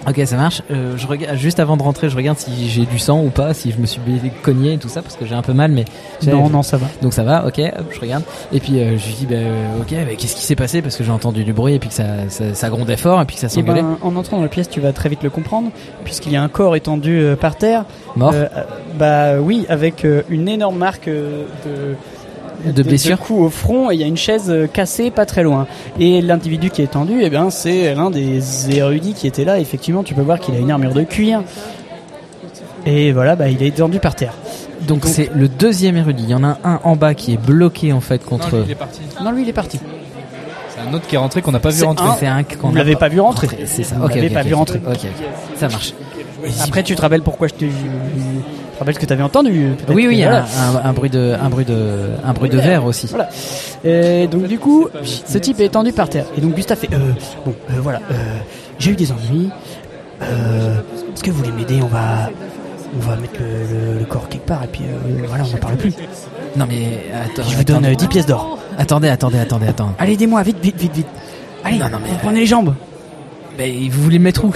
Speaker 5: Ok, ça marche. Euh, je regarde juste avant de rentrer, je regarde si j'ai du sang ou pas, si je me suis cogné et tout ça parce que j'ai un peu mal, mais
Speaker 1: Non, non, ça va.
Speaker 5: Donc ça va. Ok, hop, je regarde. Et puis euh, je lui dis, bah, euh, ok, bah, qu'est-ce qui s'est passé parce que j'ai entendu du bruit et puis que ça, ça, ça grondait fort et puis que ça
Speaker 1: Eh ben,
Speaker 5: s'engueulait.
Speaker 1: en entrant dans la pièce, tu vas très vite le comprendre, puisqu'il y a un corps étendu euh, par terre.
Speaker 5: Mort.
Speaker 1: Euh, euh, bah oui, avec euh, une énorme marque euh, de
Speaker 5: De blessure.
Speaker 1: coup au front, et il y a une chaise euh, cassée pas très loin. Et l'individu qui est étendu, eh ben c'est l'un des érudits qui était là. Effectivement, tu peux voir qu'il a une armure de cuir. Et voilà, bah il est étendu par terre.
Speaker 5: Donc c'est le deuxième érudit. Il y en a un en bas qui est bloqué en fait contre.
Speaker 1: lui, il est parti. Non, lui il est parti.
Speaker 5: C'est un autre qui est rentré qu'on n'a pas
Speaker 1: C'est un-
Speaker 5: C'est un qu'on
Speaker 1: vous
Speaker 5: n'a
Speaker 1: l'avez pas vu rentrer.
Speaker 5: C'est ça.
Speaker 1: Vous
Speaker 5: Ok,
Speaker 1: l'avez
Speaker 5: ok,
Speaker 1: pas
Speaker 5: ok.
Speaker 1: vu rentrer.
Speaker 5: Ok, ça marche.
Speaker 1: Après, tu te rappelles pourquoi je te, je te rappelle ce que t'avais entendu. peut-être
Speaker 5: Oui,
Speaker 1: que
Speaker 5: oui,
Speaker 1: voilà.
Speaker 5: un, un- un bruit de, un bruit de, un bruit de verre aussi.
Speaker 1: Voilà. Et donc du coup, ce type est étendu par terre. Et donc Gustave fait, euh, bon, euh, voilà, euh, j'ai eu des ennuis. Euh, Est-ce que vous voulez m'aider On va, on va mettre le, le- le corps quelque part et puis euh, voilà, on n'en parle plus.
Speaker 5: Non mais attends.
Speaker 1: Je vous donne
Speaker 5: attendez.
Speaker 1: euh, 10 pièces d'or.
Speaker 5: Attendez, attendez, attendez, attendez.
Speaker 1: Allez, aidez-moi, vite, vite, vite, vite. Allez,
Speaker 5: Non, non, mais, euh,
Speaker 1: vous prenez les jambes.
Speaker 5: Mais vous voulez le mettre où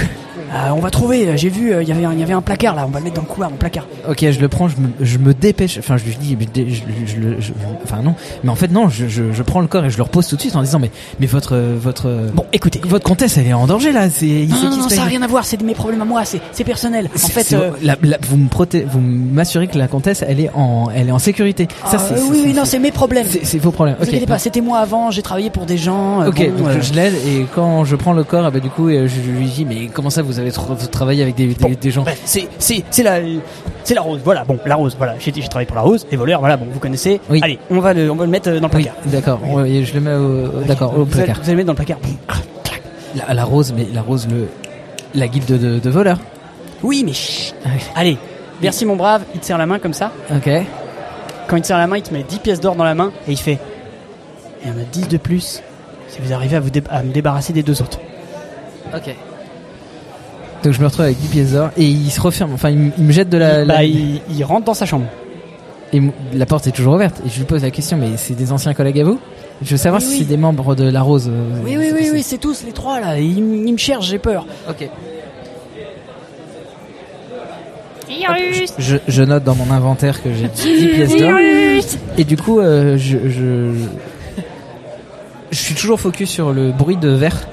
Speaker 1: Euh, on va trouver. J'ai vu, euh, il y avait un- il y avait un placard là. On va le mettre dans le couloir, mon placard.
Speaker 5: Ok, je le prends, je me, je me dépêche. Enfin, je lui dis, je, je- je le- je- enfin non, mais en fait non, je, je- je prends le corps et je le repose tout de suite en disant mais mais votre euh, votre bon
Speaker 1: écoutez
Speaker 5: votre comtesse elle est en danger là. C'est il
Speaker 1: Non,
Speaker 5: sait
Speaker 1: non,
Speaker 5: qui
Speaker 1: non,
Speaker 5: se
Speaker 1: ça n'a
Speaker 5: paye.
Speaker 1: rien à voir. C'est de mes problèmes à moi. C'est c'est personnel. En
Speaker 5: C'est-
Speaker 1: fait,
Speaker 5: c'est-
Speaker 1: euh,
Speaker 5: la- la- vous me proté- vous m'assurez que la comtesse elle est en elle est en sécurité.
Speaker 1: Ah,
Speaker 5: Ça c'est
Speaker 1: oui, oui, non, c'est mes problèmes.
Speaker 5: C'est c'est vos problèmes.
Speaker 1: vous
Speaker 5: Ok.
Speaker 1: inquiétez pas. C'était moi avant. J'ai travaillé pour des gens. euh,
Speaker 5: Ok,
Speaker 1: bon,
Speaker 5: donc
Speaker 1: euh,
Speaker 5: je l'aide et quand je prends le corps, eh ben, du coup, euh, je, je lui dis mais comment ça vous avez tra- vous travaillez avec des, des, des gens
Speaker 1: Bref, c'est c'est c'est la c'est la rose. Voilà, bon, la rose. Voilà, j'ai j'ai travaillé pour la rose. Les voleurs, voilà, bon, vous connaissez. Allez, on va le on va le mettre euh, dans le placard.
Speaker 5: D'accord, ouais, je le mets au, d'accord au
Speaker 1: Vous allez,
Speaker 5: placard.
Speaker 1: vous allez le mettre dans le placard.
Speaker 5: La, la rose, mais la rose, le, la guilde de, de voleurs. Ah
Speaker 1: Oui, mais chut. Allez, merci mon brave. Il te serre la main comme ça.
Speaker 5: Ok.
Speaker 1: Quand il te serre la main, il te met 10 pièces d'or dans la main et il fait. Il y en a 10 de plus si vous arrivez à vous dé- à me débarrasser des deux autres.
Speaker 5: Ok. Donc je me retrouve avec 10 pièces d'or et il se referme, enfin il, m- il me jette de la.
Speaker 1: Il- bah, il, rentre dans sa chambre.
Speaker 5: Et m- la porte est toujours ouverte et je lui pose la question, mais c'est des anciens collègues à vous Je veux savoir
Speaker 1: Oui,
Speaker 5: si
Speaker 1: oui.
Speaker 5: c'est des membres de la rose. euh,
Speaker 1: Oui, oui, oui, oui, c'est tous les trois là. Ils, m- ils me cherchent, j'ai peur.
Speaker 5: Ok.
Speaker 7: Cyrus
Speaker 5: Je, je note dans mon inventaire que j'ai 10 pièces d'or.
Speaker 7: Cyrus
Speaker 5: Et du coup, euh, je, je, je- je suis toujours focus sur le bruit de verre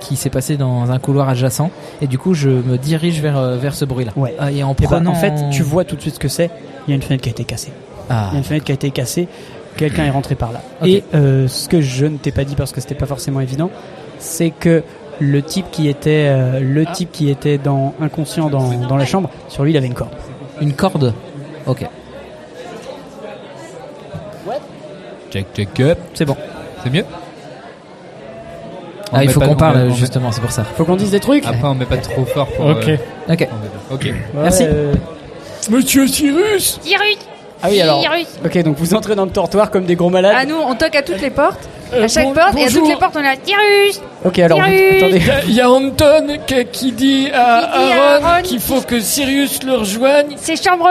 Speaker 5: qui s'est passé dans un couloir adjacent. Et du coup, je me dirige vers, euh, vers ce bruit-là.
Speaker 1: Ouais.
Speaker 5: Ah, Et en
Speaker 1: Eh ben,
Speaker 5: prenant...
Speaker 1: en fait, tu vois tout de suite ce que c'est. Il y a une fenêtre qui a été cassée.
Speaker 5: Ah.
Speaker 1: Il y a une fenêtre qui a été cassée. Quelqu'un est rentré par là.
Speaker 5: Ok.
Speaker 1: Et euh, ce que je ne t'ai pas dit parce que c'était pas forcément évident, c'est que le type qui était euh, le
Speaker 5: Ah.
Speaker 1: type qui était dans inconscient dans, dans la chambre, sur lui il avait une corde.
Speaker 5: Une corde. Ok.
Speaker 3: Check, check up.
Speaker 1: C'est bon.
Speaker 3: C'est mieux
Speaker 5: Ah, il faut qu'on parle, justement,
Speaker 3: c'est
Speaker 5: c'est pour ça.
Speaker 1: Faut qu'on dise des trucs
Speaker 3: Après, on met pas trop fort pour.
Speaker 5: Ok.
Speaker 3: euh,
Speaker 5: Ok.
Speaker 3: on met- Ok.
Speaker 1: Merci. Monsieur Cyrus.
Speaker 7: Cyrus
Speaker 1: Ah oui alors.
Speaker 7: Cyrus
Speaker 1: Ok donc vous entrez dans le tortoir comme des gros malades.
Speaker 4: Ah, nous, on toque à toutes les portes.
Speaker 7: Euh,
Speaker 4: à chaque
Speaker 7: bon-
Speaker 4: porte, et à
Speaker 7: bonjour.
Speaker 4: toutes les portes, on est là.
Speaker 7: Cyrus
Speaker 1: Ok, alors, vous-
Speaker 7: Cyrus
Speaker 1: attendez.
Speaker 6: Euh, Il y a Anton qui, qui dit à
Speaker 7: Qui dit à
Speaker 6: Aaron,
Speaker 7: Aaron
Speaker 6: qu'il faut que Sirius le rejoigne.
Speaker 7: C'est chambre.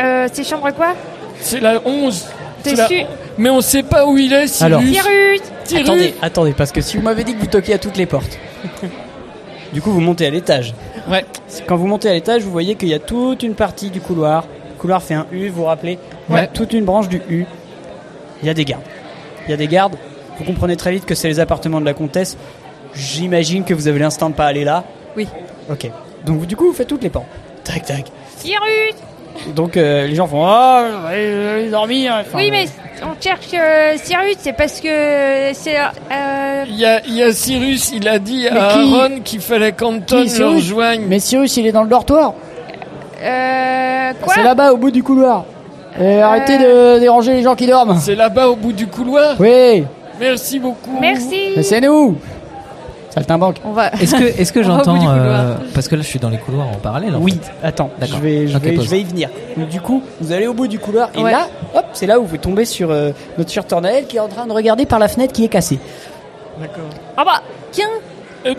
Speaker 7: Euh, c'est chambre quoi
Speaker 6: C'est la 11.
Speaker 7: T'es
Speaker 6: C'est la-
Speaker 7: sûr
Speaker 6: Mais on sait pas où il est, Sirius.
Speaker 1: Alors.
Speaker 7: Cyrus
Speaker 6: Cyrus.
Speaker 1: Attendez, attendez, parce que si vous m'avez dit que vous toquiez à toutes les portes, du coup vous montez à l'étage.
Speaker 6: Ouais.
Speaker 1: Quand vous montez à l'étage, vous voyez qu'il y a toute une partie du couloir. Le couloir fait un U, vous vous rappelez
Speaker 6: Ouais.
Speaker 1: Toute une branche du U. Il y a des gardes. Il y a des gardes. Vous comprenez très vite que c'est les appartements de la comtesse. J'imagine que vous avez l'instinct de pas aller là.
Speaker 35: Oui.
Speaker 1: Ok. Donc vous- du coup, vous faites toutes les pans. Tac, tac.
Speaker 4: Cyrus
Speaker 1: Donc euh, les gens font Ah, oh, j'allais dormir. Enfin,
Speaker 4: Oui, mais on cherche euh, Cyrus, c'est parce que c'est. euh,
Speaker 6: Il y a, il y a Cyrus, il a dit
Speaker 4: Mais
Speaker 6: à
Speaker 4: qui-
Speaker 6: Aaron qu'il fallait qu'Anton
Speaker 4: Qui,
Speaker 6: le
Speaker 4: Cyrus
Speaker 6: rejoigne.
Speaker 1: Mais Cyrus, il est dans le dortoir.
Speaker 4: euh, quoi
Speaker 1: C'est là-bas, au bout du couloir. Et arrêtez de déranger les gens qui dorment.
Speaker 6: C'est là-bas, au bout du couloir
Speaker 1: Oui.
Speaker 6: Merci beaucoup.
Speaker 4: Merci.
Speaker 1: Mais c'est nous. Saltimbanque.
Speaker 35: On va.
Speaker 5: Est-ce que, est-ce que
Speaker 1: On va au bout du
Speaker 5: j'entends.
Speaker 1: couloir.
Speaker 5: euh, parce que là, je suis dans les couloirs en parallèle. en
Speaker 1: Oui,
Speaker 5: fait.
Speaker 1: attends,
Speaker 5: D'accord.
Speaker 1: je vais, je,
Speaker 5: Ok,
Speaker 1: vais,
Speaker 5: pause.
Speaker 1: je vais y venir. Donc, du coup, vous allez au bout du couloir et
Speaker 5: Ouais.
Speaker 1: là, hop, c'est là où vous tombez sur euh, notre chère Tornael qui est en train de regarder par la fenêtre qui est cassée.
Speaker 6: D'accord.
Speaker 35: Ah bah, tiens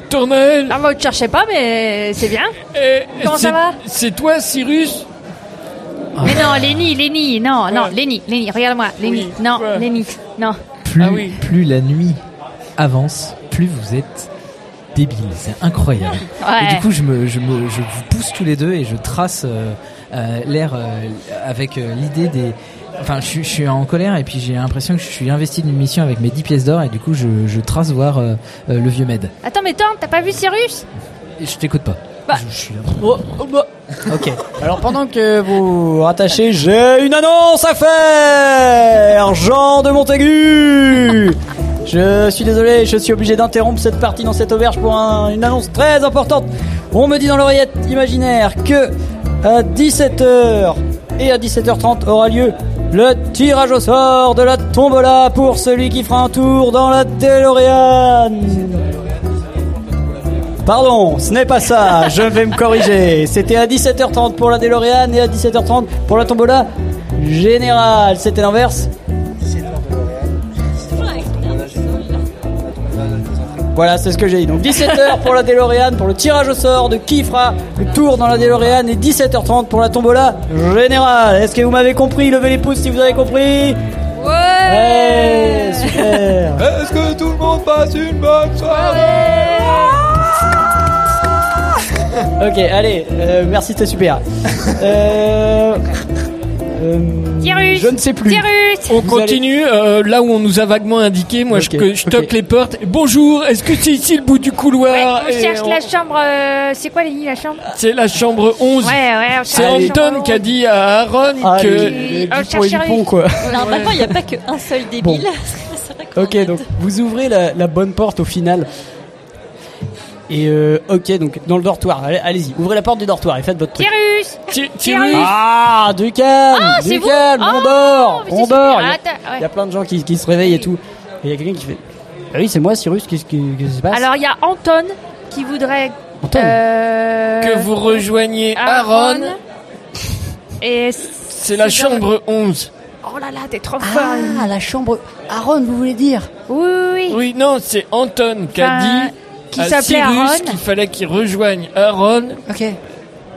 Speaker 6: Tournael
Speaker 35: Ah bah, ne cherchez pas, mais c'est bien. Comment
Speaker 6: c'est-
Speaker 35: ça va
Speaker 6: C'est toi, Cyrus
Speaker 4: Mais non, Lenny, Lenny, non, non, Lenny, Lenny, regarde-moi, Lenny, non, Lenny, non.
Speaker 5: Plus,
Speaker 6: Ah
Speaker 4: Ah
Speaker 5: plus la nuit avance, plus vous êtes débile. C'est incroyable.
Speaker 4: Ouais.
Speaker 5: Et du coup, je, me, je, me- je vous pousse tous les deux et je trace euh, euh, l'air euh, avec euh, l'idée des. Enfin, je, suis- je suis en colère et puis j'ai l'impression que je suis investi d'une mission avec mes 10 pièces d'or et du coup, je, je trace voir euh, euh, le vieux Med.
Speaker 4: Attends, mais Torn, t'as pas vu Cyrus Bah.
Speaker 5: Et je t'écoute pas.
Speaker 1: Oh, bah. Ok. Alors pendant que vous rattachez, j'ai une annonce à faire Jean de Montaigu Je suis désolé, je suis obligé d'interrompre cette partie dans cette auberge pour un- une annonce très importante. On me dit dans l'oreillette imaginaire que à 17h et à 17h30 aura lieu le tirage au sort de la tombola pour celui qui fera un tour dans la DeLorean. Pardon, ce n'est pas ça, je vais me corriger. C'était à 17h30 pour la DeLorean et à 17h30 pour la Tombola Générale. C'était l'inverse Voilà, c'est ce que j'ai dit. Donc 17h pour la DeLorean pour le tirage au sort de qui fera le tour dans la DeLorean et 17h30 pour la Tombola Générale. Est-ce que vous m'avez compris Levez les pouces si vous avez compris Ouais, super
Speaker 36: Est-ce que tout le monde passe une bonne soirée
Speaker 1: Ok, allez, euh, merci, c'était super. Euh, euh, je ne sais plus.
Speaker 6: On
Speaker 1: Vous
Speaker 6: continue euh, là où on nous a vaguement indiqué. Moi, je,
Speaker 1: Ok,
Speaker 6: que je toque
Speaker 1: ok.
Speaker 6: les portes. Bonjour, est-ce que c'est ici le bout du
Speaker 1: Ah,
Speaker 6: couloir
Speaker 4: On
Speaker 6: Et
Speaker 4: cherche
Speaker 6: on-
Speaker 4: la chambre. euh, c'est quoi, Lenny, la chambre
Speaker 1: Bah,
Speaker 6: C'est la chambre 11.
Speaker 4: Ouais, ouais, on
Speaker 6: c'est
Speaker 4: cherche la chambre
Speaker 6: Anton qui a dit à Aaron que.
Speaker 1: Allez,
Speaker 7: Ah,
Speaker 4: on cherche Cyrus.
Speaker 7: Normalement, il n'y a pas qu'un seul débile. C'est vrai qu'on
Speaker 1: Ok, donc vous ouvrez la, la bonne porte au final. Et euh, ok, donc dans le dortoir, allez- allez-y, ouvrez la porte du dortoir et faites votre truc.
Speaker 4: Cyrus Cyrus
Speaker 1: Ah, du calme,
Speaker 4: Ah, c'est
Speaker 1: du
Speaker 4: vous
Speaker 1: calme, on
Speaker 4: Ah,
Speaker 1: dort,
Speaker 4: mais c'est
Speaker 1: on
Speaker 4: super.
Speaker 1: dort. Il y a-
Speaker 4: Attends, ouais.
Speaker 1: il y, a plein de gens qui, qui se réveillent et tout. Et il y a quelqu'un qui fait. Ah oui, c'est moi, Cyrus, qu'est-ce qui qu'est-ce qui se passe
Speaker 4: Alors, il y a Anton qui voudrait.
Speaker 1: Anton
Speaker 4: euh,
Speaker 6: Que vous rejoigniez Aaron.
Speaker 4: Et.
Speaker 6: C'est la chambre 11.
Speaker 4: Oh là là, t'es trop fort.
Speaker 1: Ah, la chambre. Aaron, vous voulez dire
Speaker 4: Oui, oui.
Speaker 6: Oui, non, c'est Anton qui a
Speaker 4: Enfin,
Speaker 6: dit
Speaker 4: qui
Speaker 6: à
Speaker 4: s'appelait
Speaker 6: Cyrus
Speaker 4: Aaron.
Speaker 6: qu'il fallait qu'il rejoigne Aaron.
Speaker 1: Ok.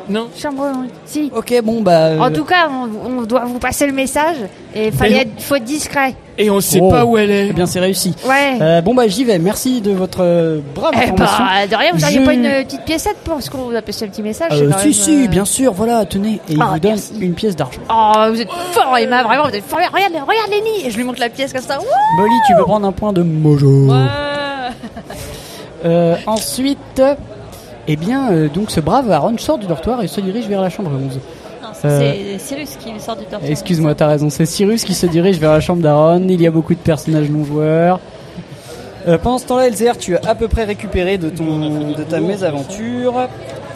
Speaker 6: Non.
Speaker 4: Chambre 11. Si.
Speaker 1: Ok, bon, bah.
Speaker 4: En tout cas, on, on doit vous passer le message et fallait être, faut être discret.
Speaker 6: Et on sait
Speaker 1: Oh.
Speaker 6: pas où elle est.
Speaker 1: Eh bien, c'est réussi.
Speaker 4: Ouais.
Speaker 1: Euh, bon, bah, j'y vais. Merci de votre euh, brave
Speaker 4: Eh
Speaker 1: information.
Speaker 4: bah, de rien, vous n'auriez
Speaker 1: Je-
Speaker 4: pas une petite piécette pour ce qu'on vous appelle ce petit message
Speaker 1: Euh,
Speaker 4: c'est quand
Speaker 1: si,
Speaker 4: même,
Speaker 1: si,
Speaker 4: euh,
Speaker 1: bien sûr, voilà, tenez. Et il
Speaker 4: Ah,
Speaker 1: vous donne une pièce d'argent.
Speaker 4: Oh, vous êtes fort, Emma, vraiment, vous êtes fort. Regarde, regarde Lenny Et je lui montre la pièce comme ça. Wouh
Speaker 1: Molly, tu peux prendre un point de mojo. Euh, ensuite, eh bien, euh, donc ce brave Aaron sort du dortoir et se dirige vers la chambre 11.
Speaker 7: Non, ça,
Speaker 1: Euh,
Speaker 7: c'est Cyrus qui me sort du torse.
Speaker 1: Excuse-moi, t'as raison. C'est Cyrus qui se dirige vers la chambre d'Aaron. Il y a beaucoup de personnages non joueurs. Euh, pendant ce temps-là, LZR, tu as à peu près récupéré de, ton, de ta mésaventure.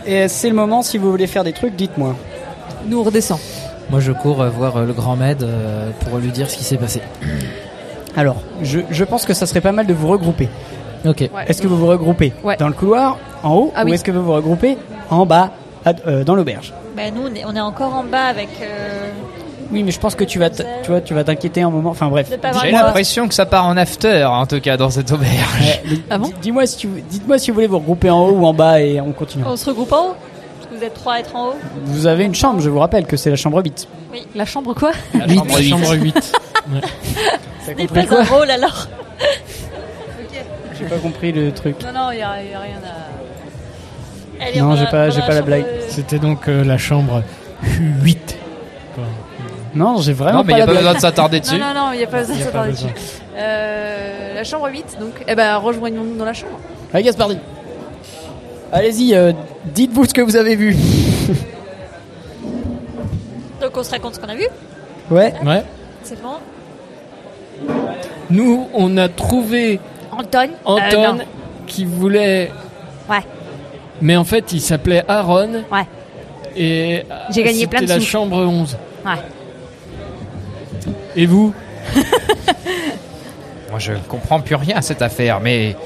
Speaker 1: Et c'est le moment, si vous voulez faire des trucs, dites-moi.
Speaker 35: Nous, on redescend.
Speaker 5: Moi, je cours euh, voir euh, le grand Med euh, pour lui dire ce qui s'est passé.
Speaker 1: Alors, je, je pense que ça serait pas mal de vous regrouper.
Speaker 5: Ok.
Speaker 1: Est-ce que vous vous regroupez
Speaker 35: Ouais.
Speaker 1: dans le couloir, en haut,
Speaker 7: Ah
Speaker 1: ou
Speaker 7: oui.
Speaker 1: est-ce que vous vous regroupez en bas, à- euh, dans l'auberge
Speaker 7: Bah, nous, on est, on est encore en bas avec. euh,
Speaker 1: Oui, mais je pense que tu vas, t- tu vois, tu vas t'inquiéter un moment. Enfin bref.
Speaker 7: De pas avoir
Speaker 36: J'ai
Speaker 7: Dis-moi.
Speaker 36: l'impression que ça part en after, en tout cas, dans cette auberge.
Speaker 7: Ah
Speaker 1: Dis- Dis-moi si tu, dites-moi si vous voulez vous regrouper en haut ou en bas et on continue.
Speaker 7: On se regroupe en haut Parce que vous êtes trois à être en haut
Speaker 1: Vous avez une chambre, je vous rappelle que c'est la chambre 8.
Speaker 7: Oui.
Speaker 35: La chambre quoi
Speaker 36: La chambre
Speaker 6: La
Speaker 36: 8.
Speaker 6: chambre 8.
Speaker 7: Ce n'est pas un rôle alors
Speaker 1: J'ai pas compris le truc.
Speaker 7: Non, non, il n'y a, il y a rien à. Allez, on
Speaker 1: Non,
Speaker 7: va-
Speaker 1: j'ai
Speaker 7: on
Speaker 1: pas,
Speaker 7: va
Speaker 1: j'ai
Speaker 7: à
Speaker 1: pas la
Speaker 7: chambre,
Speaker 1: blague.
Speaker 7: euh,
Speaker 6: C'était donc euh, la chambre 8. Quoi.
Speaker 37: Non, j'ai vraiment
Speaker 3: Non, mais
Speaker 37: pas
Speaker 3: y
Speaker 37: la
Speaker 3: a pas
Speaker 37: blague.
Speaker 3: besoin de s'attarder
Speaker 4: Non, non, non, il n'y a pas besoin de s'attarder dessus. Euh, la chambre 8, donc, eh ben, rejoignons-nous dans la chambre.
Speaker 37: Allez, Gaspardi. Allez-y, euh, dites-vous ce que vous avez vu.
Speaker 7: Donc on se raconte ce qu'on a vu.
Speaker 37: Ouais.
Speaker 6: Ouais.
Speaker 7: C'est bon.
Speaker 6: Nous, on a trouvé
Speaker 38: Anton.
Speaker 6: Anton
Speaker 38: Euh, non.
Speaker 6: qui voulait.
Speaker 38: Ouais.
Speaker 6: Mais en fait, il s'appelait Aaron.
Speaker 38: Ouais.
Speaker 6: Et
Speaker 38: J'ai gagné
Speaker 6: c'était
Speaker 38: plein de
Speaker 6: la
Speaker 38: sous.
Speaker 6: chambre 11.
Speaker 38: Ouais.
Speaker 6: Et vous
Speaker 3: Moi, je comprends plus rien à cette affaire, mais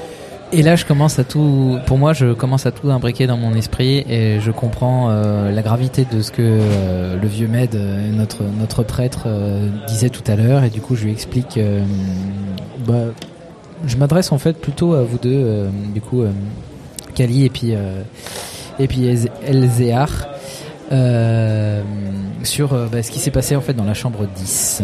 Speaker 5: Et là, je commence à tout. Pour moi, je commence à tout imbriquer dans mon esprit et je comprends euh, la gravité de ce que euh, le vieux Med, euh, notre notre prêtre, euh, disait tout à l'heure. Et du coup, je lui explique. euh, bah, je m'adresse en fait plutôt à vous deux, euh, du coup, euh, Kali et puis euh, et puis Ez- Elzéar, euh, sur euh, bah, ce qui s'est passé en fait dans la chambre 10.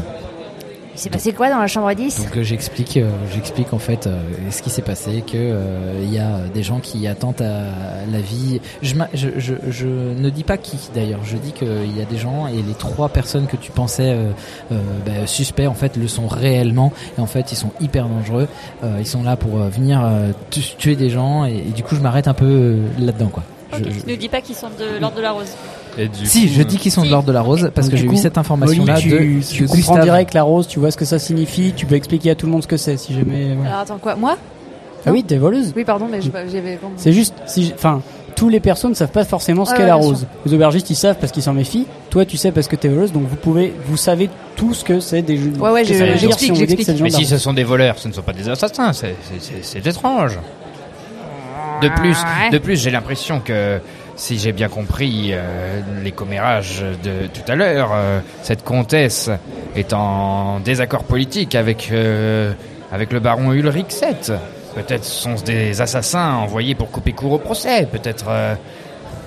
Speaker 39: Il s'est passé quoi dans la chambre 10
Speaker 5: Donc euh, j'explique, euh, j'explique en fait euh, ce qui s'est passé, que euh, il y a des gens qui attendent à la vie. Je, m'a- je, je, je ne dis pas qui d'ailleurs, je dis qu'il y a des gens et les trois personnes que tu pensais euh, euh, bah, suspects en fait le sont réellement et en fait ils sont hyper dangereux. Euh, ils sont là pour euh, venir euh, tu- tuer des gens et, et du coup je m'arrête un peu euh, là-dedans quoi. Je- je-
Speaker 7: Ne dis pas qu'ils sont de l'ordre de la rose.
Speaker 5: si,
Speaker 6: euh,
Speaker 5: je dis qu'ils sont de l'ordre de la rose parce que
Speaker 1: Du
Speaker 5: j'ai eu
Speaker 1: coup,
Speaker 5: cette information là
Speaker 1: Molly,
Speaker 5: de,
Speaker 1: tu,
Speaker 5: de
Speaker 1: tu comprends
Speaker 5: Gustave.
Speaker 1: direct la rose, tu vois ce que ça signifie, tu peux expliquer à tout le monde ce que c'est si jamais. voilà.
Speaker 4: Alors attends, quoi Moi
Speaker 1: Ah oui, t'es voleuse. Mm.
Speaker 4: Oui, pardon, mais je- j'avais. bon.
Speaker 1: C'est juste, si, j'- enfin, tous les personnes ne savent pas forcément ce
Speaker 4: Ouais,
Speaker 1: qu'est
Speaker 4: ouais,
Speaker 1: la
Speaker 4: bien
Speaker 1: rose.
Speaker 4: sûr.
Speaker 1: Les aubergistes, ils savent parce qu'ils s'en méfient. Toi, tu sais parce que t'es voleuse, donc vous pouvez, vous savez tout ce que c'est des jeux.
Speaker 4: Ouais, ouais,
Speaker 1: ce Mmh. que
Speaker 4: je-
Speaker 1: ça veut dire
Speaker 4: j'explique,
Speaker 1: si on vous dit que c'est le
Speaker 3: Mais si
Speaker 1: gendarme.
Speaker 3: ce sont des voleurs, ce ne sont pas des assassins, c'est- c'est- c'est c'est étrange. De plus,
Speaker 4: Ah,
Speaker 1: Ouais.
Speaker 3: de plus j'ai l'impression que, si j'ai bien compris euh, les commérages de tout à l'heure, euh, cette comtesse est en désaccord politique avec, euh, avec le baron Ulrich VII. Peut-être sont-ce des assassins envoyés pour couper court au procès, peut-être... euh,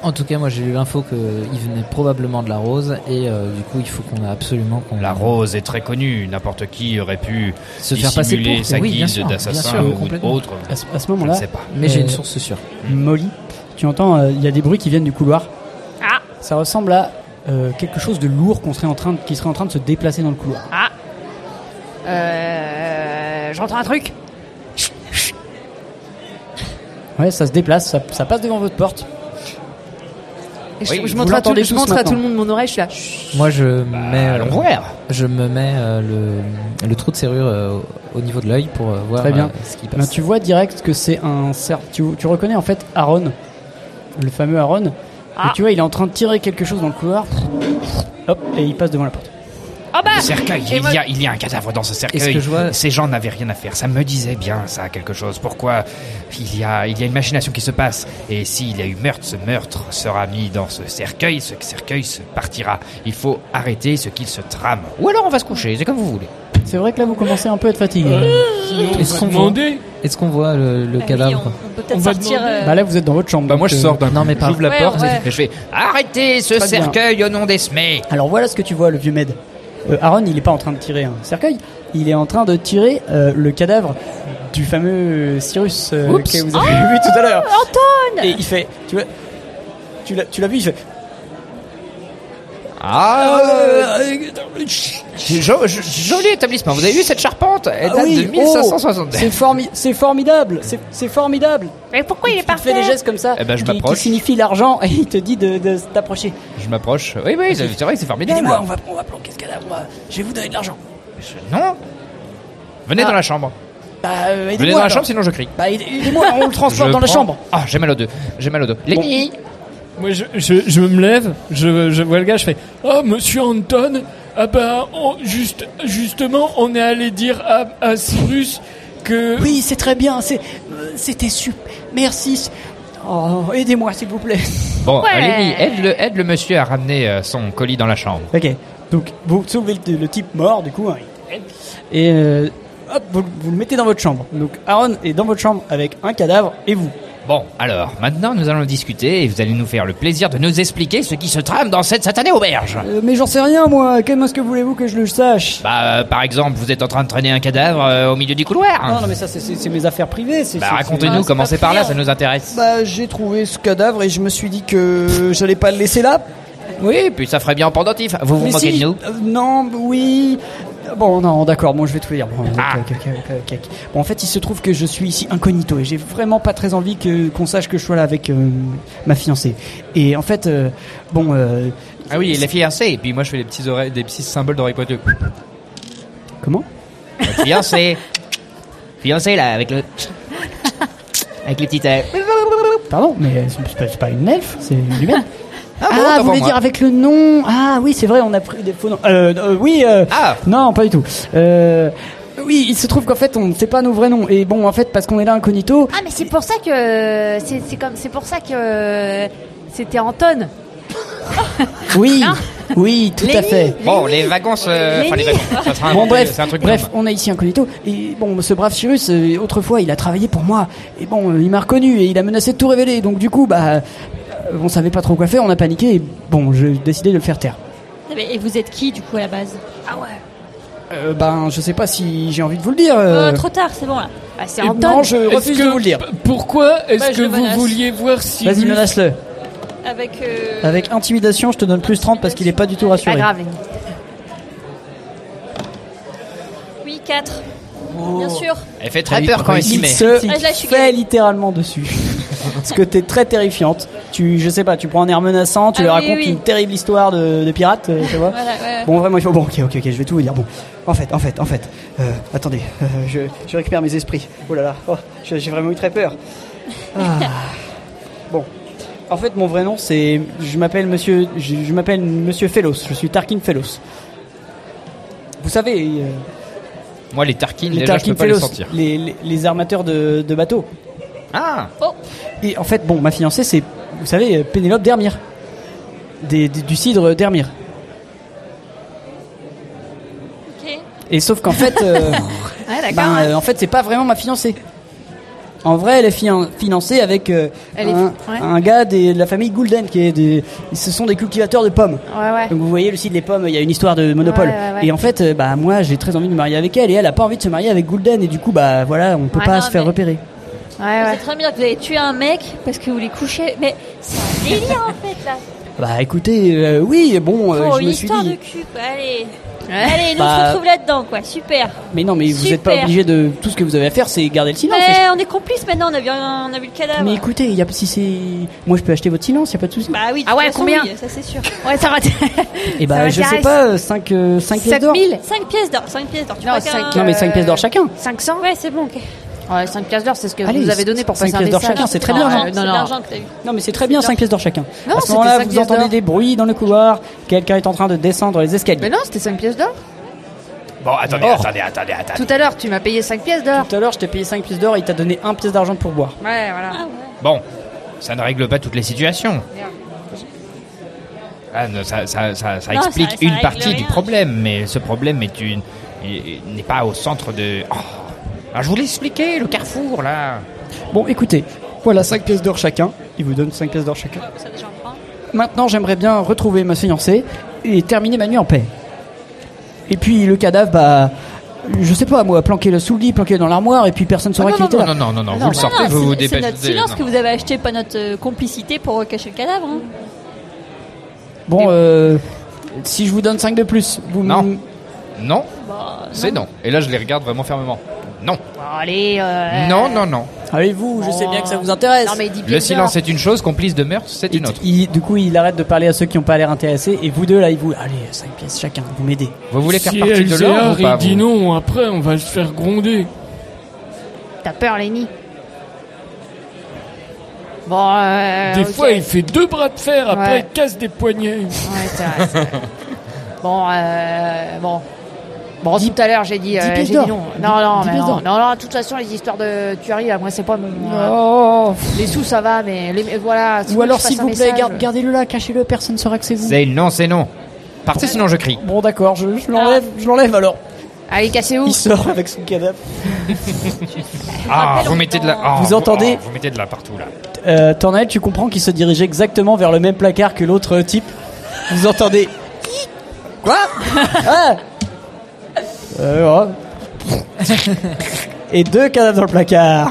Speaker 5: En tout cas, moi j'ai eu l'info qu'il venait probablement de la rose et euh, du coup il faut qu'on a absolument qu'on
Speaker 3: La rose est très connue, n'importe qui aurait pu
Speaker 5: Se faire passer
Speaker 3: dissimuler
Speaker 5: pour-
Speaker 3: sa
Speaker 5: oui, bien
Speaker 3: guise
Speaker 5: sûr,
Speaker 3: d'assassin
Speaker 5: bien sûr,
Speaker 3: ou
Speaker 5: complètement.
Speaker 3: autre.
Speaker 1: À ce, à ce moment-là, euh,
Speaker 3: je ne sais pas.
Speaker 5: sûre.
Speaker 1: Molly, tu entends, euh, il y a des bruits qui viennent du couloir.
Speaker 38: Ah.
Speaker 1: Ça ressemble à euh, quelque chose de lourd qu'on serait en train, de- qui serait en train de se déplacer dans le couloir.
Speaker 39: Ah Euh, J'entends un truc
Speaker 1: Ouais, ça se déplace, ça, ça passe devant votre porte.
Speaker 4: Et je,
Speaker 1: Oui,
Speaker 4: je
Speaker 1: vous
Speaker 4: montre, à tout,
Speaker 1: l'entendez
Speaker 4: je
Speaker 1: tous
Speaker 4: montre à
Speaker 1: maintenant.
Speaker 4: tout le monde mon oreille, je suis là. Chut.
Speaker 5: Moi, je mets. euh,
Speaker 4: allons voir.
Speaker 5: Je me mets euh, le, le trou de serrure euh, au niveau de l'œil pour euh, voir
Speaker 1: Très bien.
Speaker 5: euh, ce qui
Speaker 1: Ben,
Speaker 5: passe.
Speaker 1: tu vois direct que c'est un cerf. Tu, tu reconnais en fait Aaron, le fameux Aaron.
Speaker 7: Ah.
Speaker 1: Et tu vois, il est en train de tirer quelque chose dans le couloir. Hop, et il passe devant la porte.
Speaker 7: Ah
Speaker 38: Oh bah
Speaker 3: Euh, Le cercueil,
Speaker 38: Et
Speaker 3: il
Speaker 38: moi-
Speaker 3: y, a, il y a un cadavre dans ce cercueil.
Speaker 5: que je vois-
Speaker 3: Ces gens n'avaient rien à faire. Ça me disait bien, ça, quelque chose. Pourquoi il y, a, il y a une machination qui se passe. Et s'il y a eu meurtre, ce meurtre sera mis dans ce cercueil. Ce cercueil se partira. Il faut arrêter ce qu'il se trame. Ou alors on va se coucher, c'est comme vous voulez.
Speaker 1: C'est vrai que là, vous commencez un peu à être fatigué.
Speaker 5: Euh, Est-ce qu'on voit, est-ce qu'on voit le, le cadavre
Speaker 7: Bah peut peut-être sortir. euh,
Speaker 1: Bah là, vous êtes dans votre chambre.
Speaker 5: moi, je sors d'un
Speaker 1: Non, mais
Speaker 5: pas- j'ouvre la
Speaker 7: Ouais, porte ouais.
Speaker 3: Et je fais Arrêtez ce
Speaker 1: Très bien.
Speaker 3: cercueil au nom d'Esmé
Speaker 1: Alors voilà ce que tu vois, le vieux Med. Euh, Aaron, il est pas en train de tirer un cercueil, il est en train de tirer euh, le cadavre du fameux euh, Cyrus euh,
Speaker 38: Oups.
Speaker 1: que vous avez
Speaker 4: Oh,
Speaker 38: Ah,
Speaker 1: vu tout à l'heure.
Speaker 38: Anton
Speaker 1: Et il fait, tu vois, tu l'as, tu l'as vu, il fait.
Speaker 3: Ah
Speaker 1: Euh,
Speaker 3: Joli établissement. Vous avez vu cette charpente Elle
Speaker 1: Ah
Speaker 3: date
Speaker 1: oui,
Speaker 3: de
Speaker 1: oh,
Speaker 3: 1560.
Speaker 1: c'est, formi- c'est formidable, c'est, c'est formidable.
Speaker 38: Mais pourquoi il est
Speaker 1: Il fait des gestes comme ça.
Speaker 3: Eh ben, je
Speaker 1: qui- qui,
Speaker 3: m'approche.
Speaker 1: signifie l'argent et il te dit de, de t'approcher.
Speaker 3: Je m'approche. Oui, oui, c'est c'est vrai que c'est formidable.
Speaker 1: Aidez-moi, Eh, on va, on va planquer ce cadavre. on va- Je vais vous donner de l'argent.
Speaker 3: Non Venez dans la chambre.
Speaker 1: Bah, euh,
Speaker 3: Venez
Speaker 1: aidez-moi,
Speaker 3: dans la
Speaker 1: Ah. alors.
Speaker 3: chambre, sinon je crie.
Speaker 1: Bah, aide- aidez-moi, on le transporte
Speaker 3: Je
Speaker 1: dans la
Speaker 3: prends-
Speaker 1: chambre.
Speaker 3: Ah, j'ai mal au dos. J'ai mal au dos. Lenny
Speaker 6: Moi, je, je- je me lève, je, je vois le gars, je fais Oh, monsieur Anton, ah bah, on- juste, justement, on est allé dire à, à Cyrus que.
Speaker 1: Oui, c'est très bien, c'est, euh, c'était super. Merci. Oh, aidez-moi, s'il vous plaît.
Speaker 3: Bon,
Speaker 1: Ouais.
Speaker 3: Lenny, aide le, aide le monsieur à ramener euh, son colis dans la chambre.
Speaker 1: Ok, donc vous soulevez le, le type mort, du coup, hein, et euh, hop, vous, vous le mettez dans votre chambre. Donc Aaron est dans votre chambre avec un cadavre et vous.
Speaker 3: Bon, alors, maintenant nous allons discuter et vous allez nous faire le plaisir de nous expliquer ce qui se trame dans cette satanée auberge.
Speaker 1: Euh, mais j'en sais rien, moi. Comment est-ce que voulez-vous que je le sache
Speaker 3: Bah, euh, par exemple, vous êtes en train de traîner un cadavre euh, au milieu du couloir.
Speaker 1: Non, non, mais ça, c'est- c'est c'est mes affaires privées. c'est-
Speaker 3: Bah,
Speaker 1: c'est-
Speaker 3: racontez-nous,
Speaker 1: c'est-
Speaker 3: commencez par là, ça nous intéresse.
Speaker 1: Bah, j'ai trouvé ce cadavre et je me suis dit que j'allais pas le laisser là.
Speaker 3: Oui, puis ça ferait bien en pendentif. Vous vous
Speaker 1: Mais
Speaker 3: moquez
Speaker 1: si,
Speaker 3: de nous
Speaker 1: euh, Non, oui. Bon, non, d'accord, bon, je vais tout dire. Bon,
Speaker 3: Ah.
Speaker 1: ok, ok, ok, ok, ok. Bon, en fait, il se trouve que je suis ici incognito et j'ai vraiment pas très envie que qu'on sache que je sois là avec euh, ma fiancée. Et en fait, euh, bon, euh,
Speaker 40: Ah oui, et la
Speaker 3: hein,
Speaker 40: fiancée. Et puis moi, je fais des petits, oreilles, des petits symboles d'oreilles pointues.
Speaker 1: Comment
Speaker 3: Votre fiancée. fiancée, là, avec le. avec les petites. euh,
Speaker 1: pardon, mais c'est c'est pas, c'est pas une elfe, c'est une humaine.
Speaker 3: bon,
Speaker 1: Ah, vous
Speaker 3: d'accord,
Speaker 1: voulez
Speaker 3: moi.
Speaker 1: dire avec le nom Ah oui, c'est vrai, on a pris des faux noms. Euh, euh, oui, euh, non, pas du tout. Euh, oui, il se trouve qu'en fait, on ne sait pas nos vrais noms. Et bon, en fait, parce qu'on est là incognito,
Speaker 4: Ah mais c'est pour ça que c'est c'est comme c'est pour ça que c'était Anton.
Speaker 1: Oui, oui, tout à
Speaker 4: Lenny,
Speaker 1: fait.
Speaker 3: Bon, hein les wagons se. Enfin, les
Speaker 1: Lenny.
Speaker 3: wagons. Ça sera un,
Speaker 1: Bon bref,
Speaker 3: Ah, c'est un truc
Speaker 1: bref,
Speaker 3: énorme.
Speaker 1: on est ici incognito. Et bon, ce brave Cyrus, euh, autrefois, il a travaillé pour moi. Et bon, euh, il m'a reconnu et il a menacé de tout révéler. Donc du coup, bah, euh, on savait pas trop quoi faire, on a paniqué. Et bon, j'ai décidé de le faire taire.
Speaker 7: Eh ben, Et vous êtes qui du coup à la base Ah ouais.
Speaker 1: Euh, ben, je sais pas si j'ai envie de vous le dire. euh.
Speaker 7: Oh, trop tard, c'est bon là.
Speaker 4: c'est
Speaker 6: Et
Speaker 1: Non, je
Speaker 6: Est-ce
Speaker 1: refuse
Speaker 6: que-
Speaker 1: de vous le dire.
Speaker 6: p- Pourquoi est-ce
Speaker 7: Bah, je
Speaker 6: que
Speaker 7: le
Speaker 6: vous
Speaker 7: menace.
Speaker 6: vouliez voir si.
Speaker 1: Vas-y,
Speaker 6: Mus-
Speaker 1: menace-le.
Speaker 7: Avec. euh,
Speaker 1: Avec intimidation, je te donne plus 30 parce qu'il est pas du tout
Speaker 7: Ah,
Speaker 1: rassuré.
Speaker 7: Oui, 4. Bien sûr.
Speaker 3: Oh. Elle fait très peur quand elle s'y
Speaker 1: il
Speaker 3: met.
Speaker 1: se
Speaker 7: Ah, je la suis
Speaker 1: fait littéralement dessus. Parce que t'es très terrifiante. Tu, je sais pas, tu prends un air menaçant, tu
Speaker 7: Ah
Speaker 1: leur
Speaker 7: oui,
Speaker 1: racontes
Speaker 7: oui.
Speaker 1: une terrible histoire de, de pirate, euh, tu vois.
Speaker 7: Voilà, ouais.
Speaker 1: Bon, vraiment, il faut. Bon, ok, ok, ok, je vais tout vous dire. Bon, en fait, en fait, en fait. euh, attendez, euh, je, je récupère mes esprits. Oh là là, oh, je- j'ai vraiment eu très peur. Ah. Bon. En fait, mon vrai nom, c'est. Je m'appelle Monsieur. Je, je m'appelle Monsieur Fellos. Je suis Tarkin Fellos. Vous savez. euh,
Speaker 3: Moi, les tarkins,
Speaker 1: les
Speaker 3: déjà, je
Speaker 1: Tarkin
Speaker 3: peux pas les
Speaker 1: Fellows,
Speaker 3: sentir.
Speaker 1: les, les- les armateurs de, de bateaux.
Speaker 3: Ah
Speaker 4: Oh.
Speaker 1: Et en fait, bon, ma fiancée, c'est, vous savez, Pénélope Dermire. Des- des- du cidre Dermire.
Speaker 7: Ok.
Speaker 1: Et sauf qu'en fait, euh,
Speaker 4: Ah, d'accord.
Speaker 1: ben, euh, en fait, c'est pas vraiment ma fiancée. En vrai, elle est fian- financée avec euh,
Speaker 4: Elle est-
Speaker 1: un,
Speaker 4: ouais.
Speaker 1: un gars des- de la famille Goulden, qui est des, ce sont des cultivateurs de pommes.
Speaker 4: Ouais, ouais.
Speaker 1: Donc vous voyez le site des pommes, il y a une histoire de monopole.
Speaker 4: Ouais, ouais, ouais.
Speaker 1: Et en fait, euh, bah moi, j'ai très envie de me marier avec elle, et elle a pas envie de se marier avec Goulden, et du coup, bah voilà, on peut
Speaker 7: Ouais,
Speaker 1: pas
Speaker 7: non,
Speaker 1: se faire
Speaker 7: mais-
Speaker 1: repérer.
Speaker 7: Vous êtes très bien que vous avez tué un mec parce que vous voulez coucher. Mais c'est un délire en fait là.
Speaker 1: Bah écoutez, euh, oui, bon, euh,
Speaker 7: oh,
Speaker 1: je
Speaker 7: une
Speaker 1: me suis
Speaker 7: histoire
Speaker 1: dit.
Speaker 7: de cul. quoi. Allez. Allez, nous on
Speaker 1: Bah-
Speaker 7: se retrouve là-dedans quoi. Super.
Speaker 1: Mais non, mais vous
Speaker 7: Super.
Speaker 1: êtes pas obligé de tout ce que vous avez à faire, c'est garder le silence.
Speaker 7: mais on est complices maintenant, on a vu, on a vu le cadavre.
Speaker 1: Mais écoutez, y a, si c'est, moi je peux acheter votre silence, y a pas de souci.
Speaker 7: Bah oui, de
Speaker 4: Ah ouais,
Speaker 7: toute façon,
Speaker 4: combien
Speaker 7: oui, Ça c'est sûr.
Speaker 4: Ouais, ça va.
Speaker 1: Et bah
Speaker 4: Ça
Speaker 1: je sais
Speaker 4: m'intéresse.
Speaker 1: pas, 5 5 pièces d'or.
Speaker 7: 5 pièces d'or, 5 pièces d'or. Tu
Speaker 4: Non,
Speaker 7: crois qu'un-
Speaker 4: cinq,
Speaker 1: Non mais 5 pièces d'or
Speaker 4: Euh,
Speaker 1: chacun.
Speaker 4: 500
Speaker 7: Ouais, c'est bon, ok.
Speaker 4: Ouais, 5 pièces d'or, c'est ce que
Speaker 1: Allez,
Speaker 4: vous nous avez donné pour
Speaker 1: cinq
Speaker 4: passer un
Speaker 1: pièces d'or
Speaker 4: message.
Speaker 1: chacun, c'est très bien,
Speaker 4: Non,
Speaker 1: hein.
Speaker 4: euh,
Speaker 7: C'est
Speaker 4: non,
Speaker 7: de
Speaker 4: non.
Speaker 7: l'argent que t'as eu.
Speaker 1: Non mais c'est très bien 5 pièces d'or chacun.
Speaker 4: Non,
Speaker 1: à ce
Speaker 4: c'était
Speaker 1: moment-là,
Speaker 4: cinq
Speaker 1: vous
Speaker 4: pièces
Speaker 1: entendez
Speaker 4: d'or.
Speaker 1: des bruits dans le couloir, quelqu'un est en train de descendre les escaliers.
Speaker 4: Mais non, c'était 5 pièces d'or.
Speaker 3: Bon, attendez, attendez, attendez, attendez.
Speaker 4: Tout à l'heure, tu m'as payé 5 pièces d'or.
Speaker 1: Tout à l'heure, je t'ai payé 5 pièces d'or et il t'a donné 1 pièce d'argent pour boire.
Speaker 4: Ah Ouais, voilà.
Speaker 3: Bon, ça ne règle pas toutes les situations. Ah, non, ça, ça- ça- ça
Speaker 7: Non, ça-
Speaker 3: explique
Speaker 7: ça
Speaker 3: une
Speaker 7: règle
Speaker 3: partie du
Speaker 7: rien.
Speaker 3: problème, mais ce problème est une- est- n'est pas au centre de. Oh. Ah, je vous l'ai expliqué, le carrefour là.
Speaker 1: Bon, écoutez, voilà 5 pièces d'or chacun, il vous donne 5 pièces d'or chacun.
Speaker 7: Ça déjà on prend.
Speaker 1: Maintenant, j'aimerais bien retrouver ma fiancée et terminer ma nuit en paix. Et puis le cadavre, bah, je sais pas moi, planquer sous le lit, planquer dans l'armoire, et puis personne saura
Speaker 3: Ah, non,
Speaker 1: qu'il
Speaker 3: non,
Speaker 1: était
Speaker 3: non, non,
Speaker 1: là.
Speaker 3: non, non, vous le sortez, vous
Speaker 7: non, c'est-
Speaker 3: vous
Speaker 7: C'est
Speaker 3: dépêchez.
Speaker 7: notre
Speaker 3: de-
Speaker 7: silence
Speaker 3: non.
Speaker 7: que vous avez acheté, pas notre euh, complicité pour euh, cacher le cadavre. hein.
Speaker 1: Bon, euh, si je vous donne 5 de plus, vous me-
Speaker 3: Non. Non,
Speaker 7: Bah,
Speaker 3: c'est non. Et là, je les regarde vraiment fermement. Non.
Speaker 4: allez. euh,
Speaker 3: Non, non, non.
Speaker 1: Allez-vous, je sais bien que ça vous intéresse.
Speaker 4: Oh. Non, mais dis
Speaker 3: Le silence est une chose, complice de meurtre, c'est une autre.
Speaker 1: Il- du coup, il arrête de parler à ceux qui n'ont pas l'air intéressés, et vous deux là, il vous. Allez, 5 pièces chacun, vous m'aidez.
Speaker 3: Vous voulez faire
Speaker 6: Si
Speaker 3: partie de l'ordre
Speaker 6: LCR
Speaker 3: ou pas
Speaker 6: il dit
Speaker 3: vous
Speaker 6: non, après on va se faire gronder.
Speaker 4: T'as peur, Lenny Bon, euh,
Speaker 6: des
Speaker 4: ok.
Speaker 6: fois il fait deux bras de fer, après
Speaker 4: Ouais.
Speaker 6: il casse des poignets.
Speaker 4: Ouais, c'est vrai, c'est vrai. bon, euh, bon. Bon, tout à l'heure, j'ai dit, euh,
Speaker 1: dix
Speaker 4: j'ai
Speaker 1: pièces
Speaker 4: dit
Speaker 1: d'or.
Speaker 4: non. Non, non,
Speaker 1: Dix
Speaker 4: mais
Speaker 1: pièces
Speaker 4: non,
Speaker 1: d'or.
Speaker 4: non, non, de toute façon, les histoires de tueries, là, moi, c'est pas mon. euh,
Speaker 1: Oh.
Speaker 4: Les sous, ça va, mais les, voilà. faut
Speaker 1: Ou
Speaker 4: que
Speaker 1: alors,
Speaker 4: je fasse
Speaker 1: s'il
Speaker 4: un
Speaker 1: vous plaît,
Speaker 4: message.
Speaker 1: gar- gardez-le là, cachez-le, personne saura que c'est vous.
Speaker 3: C'est non, c'est non. Partez, sinon je crie.
Speaker 1: Bon, d'accord, je, je l'enlève, je l'enlève alors. Ah
Speaker 4: Allez, cassez-vous.
Speaker 1: Il sort avec son cadavre.
Speaker 3: Ah, vous mettez de la. ah,
Speaker 1: Vous entendez
Speaker 3: ah, Vous mettez de la partout là.
Speaker 1: Euh, Tornel, tu comprends qu'il se dirigeait exactement vers le même placard que l'autre euh, type. Vous entendez Quoi Ah Euh, ouais. Et deux cadavres dans le placard.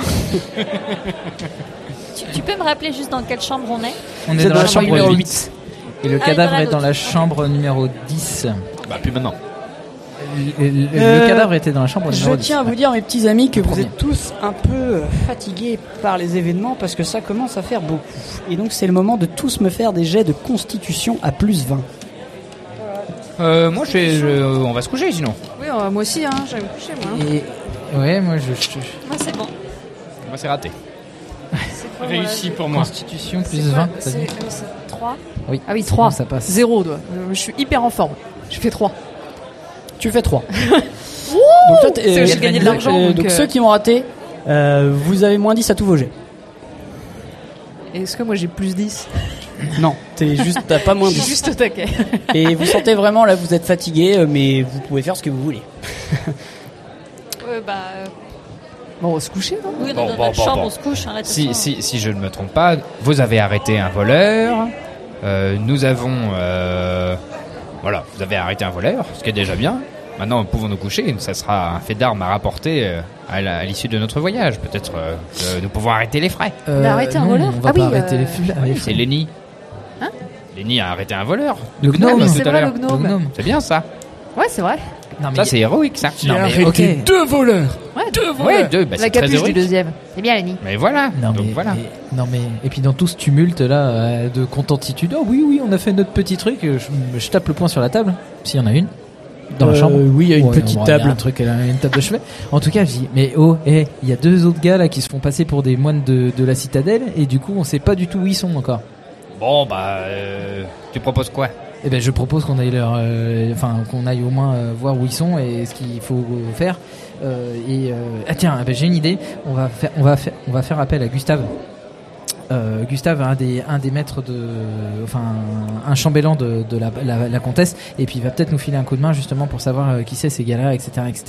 Speaker 7: Tu, tu peux me rappeler juste dans quelle chambre on est
Speaker 1: Vous êtes dans la chambre numéro 8.
Speaker 41: Et le
Speaker 42: Ah, il
Speaker 41: cadavre
Speaker 42: y en a
Speaker 41: est dans
Speaker 42: d'autres.
Speaker 41: la chambre numéro 10.
Speaker 43: Bah, puis maintenant.
Speaker 41: Le, le- le
Speaker 1: Euh,
Speaker 41: cadavre était dans la chambre
Speaker 1: Je
Speaker 41: numéro 10.
Speaker 1: tiens à vous dire, mes petits amis, que vous
Speaker 41: Premier.
Speaker 1: êtes tous un peu euh, fatigués par les événements parce que ça commence à faire beaucoup. Et donc, c'est le moment de tous me faire des jets de constitution à plus 20.
Speaker 3: Euh, moi, je, fais- je- on va se coucher sinon.
Speaker 44: Oui, euh, moi aussi, hein, j'allais me coucher, moi. hein.
Speaker 41: Ouais, moi je. je-
Speaker 44: Moi, c'est bon.
Speaker 3: Moi, c'est raté.
Speaker 44: quoi,
Speaker 6: Réussi
Speaker 44: moi,
Speaker 6: pour moi.
Speaker 41: Constitution
Speaker 44: C'est quoi, c'est, euh, c'est 3
Speaker 41: Oui.
Speaker 44: Ah oui, 3.
Speaker 41: Ça passe.
Speaker 44: 0,
Speaker 4: Euh,
Speaker 44: je suis hyper en forme. Je fais 3.
Speaker 1: Tu fais 3.
Speaker 44: donc
Speaker 1: toi, t'es-
Speaker 44: j'ai gagné de l'argent.
Speaker 1: euh,
Speaker 44: donc,
Speaker 1: donc,
Speaker 44: euh,
Speaker 1: ceux qui m'ont raté, euh, vous avez moins 10 à tous vos jets.
Speaker 44: Est-ce que moi j'ai plus 10
Speaker 1: Non, t'es juste, t'as pas moins
Speaker 44: Je suis
Speaker 1: 10.
Speaker 44: Juste au taquet.
Speaker 1: Et vous sentez vraiment, là, vous êtes fatigué, euh, mais vous pouvez faire ce que vous voulez.
Speaker 7: Ouais, bah, euh,
Speaker 44: Bon, on va se coucher, non
Speaker 7: oui, on est dans notre chambre, on se couche. hein, là, de toute
Speaker 3: si,
Speaker 7: façon.
Speaker 3: si, si je ne me trompe pas, vous avez arrêté un voleur. Euh, nous avons. euh, voilà, vous avez arrêté un voleur, ce qui est déjà bien. Maintenant, pouvons nous coucher. Ça sera un fait d'armes à rapporter euh, à la- à l'issue de notre voyage. Peut-être euh, que nous pouvons arrêter les frais.
Speaker 5: Euh, Mais arrêter un non, voleur on va Ah pas oui, arrêter euh, Hein les
Speaker 3: frais.
Speaker 5: fl- les
Speaker 3: C'est Lenny. Lenny a arrêté un voleur.
Speaker 5: Le gnome.
Speaker 3: tout
Speaker 5: C'est
Speaker 3: à
Speaker 5: vrai,
Speaker 3: l'heure.
Speaker 5: le gnome. Le gnome.
Speaker 3: C'est bien ça.
Speaker 44: Ouais, c'est vrai.
Speaker 3: ça, c'est héroïque ça.
Speaker 5: J'ai arrêté
Speaker 3: deux voleurs.
Speaker 44: Ouais,
Speaker 3: deux voleurs. Ouais, deux, bah, c'est
Speaker 4: La
Speaker 3: très
Speaker 4: capuche du
Speaker 3: héroïque.
Speaker 4: deuxième. C'est bien, Lenny.
Speaker 3: Mais voilà.
Speaker 5: Non,
Speaker 3: Donc
Speaker 5: mais-
Speaker 3: voilà.
Speaker 5: mais- non mais et puis dans tout ce tumulte là euh, de contentitude, oh oui oui on a fait notre petit truc, euh, je, je tape le poing sur la table, s'il y en a une, dans la
Speaker 42: Euh,
Speaker 5: chambre.
Speaker 42: oui, il y a une petite
Speaker 5: il y a
Speaker 42: table.
Speaker 5: un truc, elle a une table de chevet. En tout cas je dis mais oh hé, il y a deux autres gars là qui se font passer pour des moines de, de la citadelle et du coup on sait pas du tout où ils sont encore.
Speaker 3: Bon bah, euh, tu proposes quoi
Speaker 5: Eh ben, je propose qu'on aille leur, euh, enfin qu'on aille au moins euh, voir où ils sont et ce qu'il faut faire. Euh, et euh, ah tiens, eh ben, j'ai une idée. On va faire, on va faire, on va faire appel à Gustave. Euh, Gustave, un des, un des maîtres de, enfin, un chambellan de, de la, la- la comtesse, et puis il va peut-être nous filer un coup de main justement pour savoir euh, qui c'est ces gars-là, etc., etc.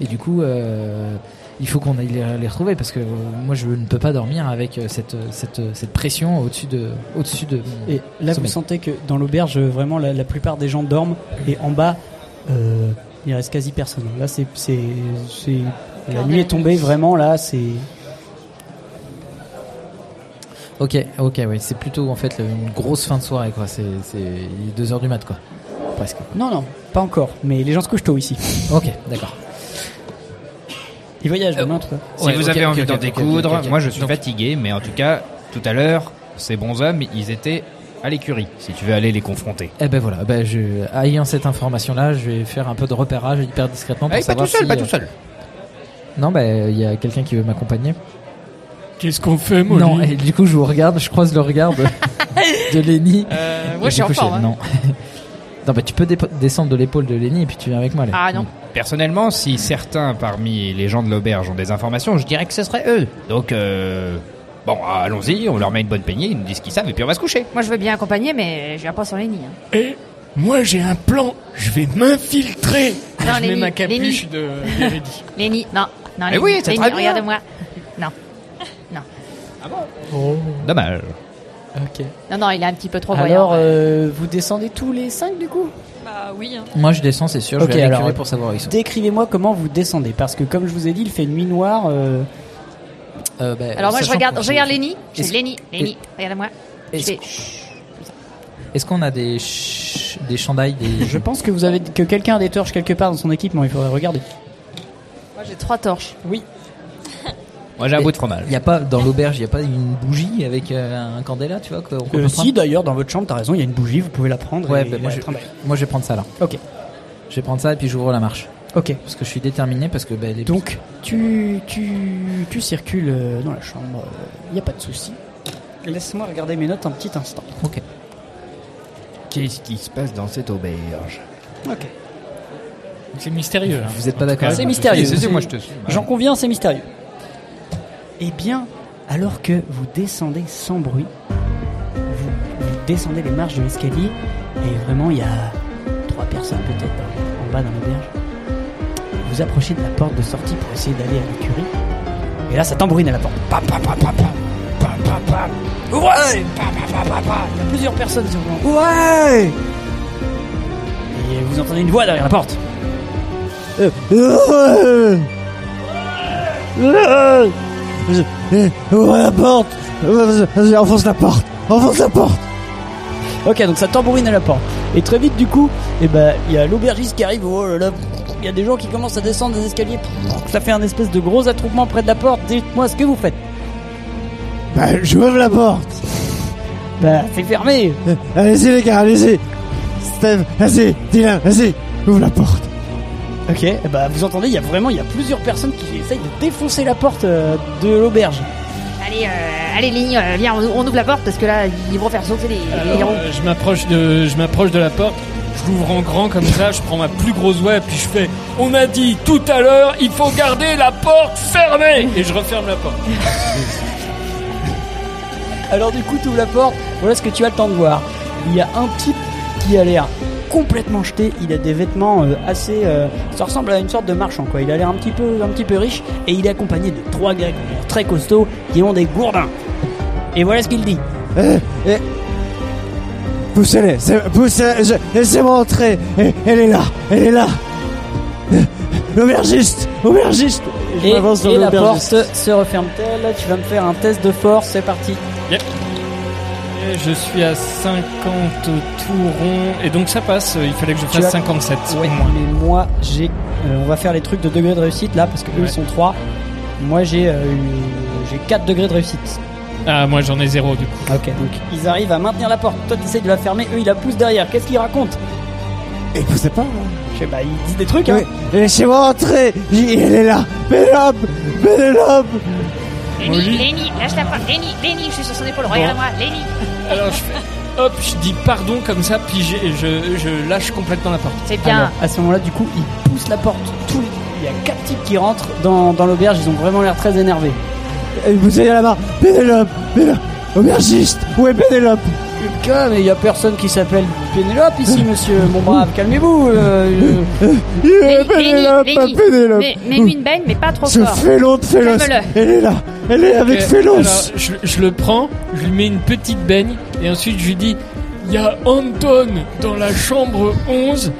Speaker 5: Et du coup, euh, il faut qu'on aille les, les retrouver parce que euh, moi je ne peux pas dormir avec euh, cette, cette, cette pression au-dessus de, au-dessus de. mon
Speaker 1: Et là, vous
Speaker 5: sommeil.
Speaker 1: sentez que dans l'auberge, euh, vraiment, la, la plupart des gens dorment. Et en bas, euh, il reste quasi personne. Là, c'est, c'est, c'est- la nuit est tombée. Vraiment, là, c'est.
Speaker 5: Ok, ok, oui, c'est plutôt en fait le- une grosse fin de soirée, quoi. C'est 2h du mat, quoi. Presque.
Speaker 1: Non, non, pas encore. Mais les gens se couchent tôt ici.
Speaker 5: Ok, d'accord. Euh,
Speaker 1: Ils voyagent demain, en tout cas.
Speaker 3: Si vous avez envie d'en découdre, moi je suis fatigué, mais en tout cas, tout à l'heure, ces bons hommes, ils étaient à l'écurie, si tu veux aller les confronter.
Speaker 5: Eh ben voilà, ben je, ayant cette information-là, je vais faire un peu de repérage hyper discrètement pour
Speaker 3: Eh, pas
Speaker 5: savoir
Speaker 3: tout seul,
Speaker 5: si,
Speaker 3: pas
Speaker 5: euh,
Speaker 3: tout seul.
Speaker 5: Non, ben il y a quelqu'un qui veut m'accompagner.
Speaker 6: Qu'est-ce qu'on fait, Molly
Speaker 5: Non, et du coup je vous regarde, je croise le regard de, de Lenny.
Speaker 6: Euh,
Speaker 5: Et
Speaker 6: moi, je
Speaker 5: du
Speaker 6: suis
Speaker 5: coup,
Speaker 6: en forme, hein.
Speaker 5: Non. non, ben tu peux dépo- descendre de l'épaule de Lenny et puis tu viens avec moi. Là.
Speaker 3: Ah, Personnellement, si certains parmi les gens de l'auberge ont des informations, je dirais que ce serait eux. Donc, euh, bon, allons-y, on leur met une bonne peignée, ils nous disent ce qu'ils savent, et puis on va se coucher.
Speaker 4: Moi, je veux bien accompagner, mais je viens pas sur Lenny. hein.
Speaker 43: Et moi, j'ai un plan. Je vais m'infiltrer.
Speaker 4: Non,
Speaker 6: je mets
Speaker 4: Lenny,
Speaker 6: ma capuche
Speaker 4: Lenny.
Speaker 6: de Veridi.
Speaker 4: Lenny, non. non
Speaker 6: Mais
Speaker 4: Lenny,
Speaker 6: oui, c'est
Speaker 4: Lenny,
Speaker 6: très bien.
Speaker 4: regarde-moi. Non. Non.
Speaker 3: Oh. Dommage.
Speaker 1: Ok.
Speaker 4: Non, non, il est un petit peu trop voyant.
Speaker 1: Alors, euh, vous descendez tous les 5 du coup
Speaker 7: Bah oui. hein.
Speaker 5: Moi je descends, c'est sûr. je
Speaker 1: Ok,
Speaker 5: vais aller
Speaker 1: alors, euh,
Speaker 5: curer pour savoir où ils sont.
Speaker 1: Décrivez-moi comment vous descendez. Parce que, comme je vous ai dit, il fait nuit noire. euh,
Speaker 4: Alors, moi, je
Speaker 5: Euh, bah, sachant
Speaker 4: regarde,
Speaker 5: qu'on-
Speaker 4: je regarde Lenny. Je
Speaker 5: Est-ce-
Speaker 4: fais Lenny,
Speaker 5: est-
Speaker 4: Lenny, regarde-moi. Je fais chut.
Speaker 5: Est-ce qu'on a des ch- des chandails des
Speaker 1: Je pense que vous avez que quelqu'un a des torches quelque part dans son équipement. Il faudrait regarder.
Speaker 44: Moi, j'ai 3 torches.
Speaker 1: Oui.
Speaker 3: Moi j'ai un bout de fromage.
Speaker 5: Y a pas dans l'auberge, il y a pas une bougie avec euh, un candéla, tu vois qu'on qu'on peut
Speaker 1: Euh,
Speaker 5: prendre
Speaker 1: si d'ailleurs dans votre chambre, t'as raison, il y a une bougie, vous pouvez la prendre.
Speaker 5: Ouais,
Speaker 1: et
Speaker 5: bah, moi,
Speaker 1: la
Speaker 5: je,
Speaker 1: trimballer.
Speaker 5: moi je vais prendre ça là.
Speaker 1: Ok.
Speaker 5: Je vais prendre ça et puis j'ouvre la marche.
Speaker 1: Ok.
Speaker 5: Parce que je suis déterminé parce que bah, les
Speaker 1: Donc tu, tu, tu circules euh, dans la chambre, il n'y a pas de souci. Laisse-moi regarder mes notes un petit instant.
Speaker 5: Ok.
Speaker 3: Qu'est-ce qui se passe dans cette auberge
Speaker 1: Ok.
Speaker 6: C'est mystérieux. hein.
Speaker 5: Vous êtes pas
Speaker 6: En tout
Speaker 5: d'accord
Speaker 6: cas,
Speaker 1: C'est mystérieux.
Speaker 6: c'est-
Speaker 1: J'en conviens, c'est mystérieux. Eh bien, alors que vous descendez sans bruit, vous, vous descendez les marches de l'escalier et vraiment il y a trois personnes peut-être en- en bas dans l'auberge. Vous approchez de la porte de sortie pour essayer d'aller à l'écurie. Et là, ça tambourine à la porte. Pam, pam, pam, pam, pam. Pam, pam, pam. Ouais Pam, pam, pam, pam, pam. Il y a plusieurs personnes sur le moment. Ouais Et vous entendez une voix derrière la porte. Euh, euh, euh, euh, euh,
Speaker 45: Ouvre la porte Euh, euh, Enfonce la porte Enfonce la porte
Speaker 1: Ok, donc ça tambourine à la porte. Et très vite, du coup, et ben, il y a l'aubergiste qui arrive. Oh là là, il y a des gens qui commencent à descendre des escaliers. Ça fait un espèce de gros attroupement près de la porte. Dites-moi ce que vous faites.
Speaker 44: Bah, j'ouvre la porte.
Speaker 1: Bah, c'est fermé.
Speaker 44: Eh, Allez-y, les gars, allez-y. Steve, vas-y, Dylan, vas-y, ouvre la porte.
Speaker 1: Ok, eh ben, vous entendez, il y a vraiment il y a plusieurs personnes qui essayent de défoncer la porte euh, de l'auberge.
Speaker 3: Allez, euh, allez, Lenny, euh, viens, on, on ouvre la porte parce que là, ils vont faire sauter les, les
Speaker 6: Alors,
Speaker 3: roues.
Speaker 6: euh, je m'approche de, je m'approche de la porte. Je l'ouvre en grand comme ça. Je prends ma plus grosse voix et puis je fais. On a dit tout à l'heure, il faut garder la porte fermée. Et je referme la porte.
Speaker 1: Alors du coup, tu ouvres la porte, voilà ce que tu as le temps de voir. Il y a un type qui a l'air complètement jeté, il a des vêtements euh, assez... euh, ça ressemble à une sorte de marchand, quoi. Il a l'air un petit peu un petit peu riche, et il est accompagné de trois gars qui ont l'air très costauds, qui ont des gourdins. Et voilà ce qu'il dit.
Speaker 44: Eh, eh, Poussez-les, c'est- poussez-les, Euh, je- laissez-moi entrer. Eh, Elle est là, elle est là. Eh, L'aubergiste, aubergiste. Je
Speaker 1: Et,
Speaker 44: m'avance vers
Speaker 1: et la
Speaker 44: l'aubergiste.
Speaker 1: porte se referme-t-elle Tu vas me faire un test de force, c'est parti.
Speaker 6: Yep. Et je suis à 50 tout rond. Et donc ça passe. Il fallait que je
Speaker 1: Tu as-
Speaker 6: fasse 57
Speaker 1: Ouais,
Speaker 6: au moins.
Speaker 1: mais moi j'ai. euh, on va faire les trucs de degrés de réussite là parce que eux
Speaker 6: Ouais.
Speaker 1: ils sont 3. Moi j'ai euh, eu- j'ai 4 degrés de réussite.
Speaker 6: Ah, moi j'en ai zéro du coup.
Speaker 1: Ok, donc Ils arrivent à maintenir la porte. Toi t'essayes de la fermer, eux ils la poussent derrière. Qu'est-ce qu'ils racontent
Speaker 44: Et vous savez pas
Speaker 1: Je sais pas, ils disent des trucs hein.
Speaker 44: Oui, Laissez-moi entrer. J- Elle est là, Pénélope, Pénélope.
Speaker 3: Lenny, Lenny, lâche la porte. Lenny, Lenny, je suis sur son épaule. Regarde-moi, Lenny.
Speaker 6: Alors je fais. Hop, je dis pardon comme ça, puis j'ai- je, je lâche complètement la porte.
Speaker 3: C'est
Speaker 1: Alors, à ce moment-là, du coup, ils poussent la porte. Tous les- Il y a 4 types qui rentrent dans, dans l'auberge, ils ont vraiment l'air très énervés.
Speaker 44: Et vous allez là-bas, Pénélope, Pénélope. Aubergiste, où est Pénélope
Speaker 1: Putain, mais il y a personne qui s'appelle Pénélope ici, monsieur. Mon brave, calmez-vous. euh, euh.
Speaker 3: Lenny,
Speaker 44: Pénélope,
Speaker 3: Lenny, Lenny.
Speaker 44: Pénélope.
Speaker 3: Mais- Mets-lui une benne, mais pas trop
Speaker 44: Ce
Speaker 3: fort.
Speaker 44: félon de félos.
Speaker 3: Calme-le.
Speaker 44: Elle est là, elle est avec
Speaker 6: Ok,
Speaker 44: Félos.
Speaker 6: alors, je, je le prends, je lui mets une petite baigne, et ensuite je lui dis Il y a Anton dans la chambre 11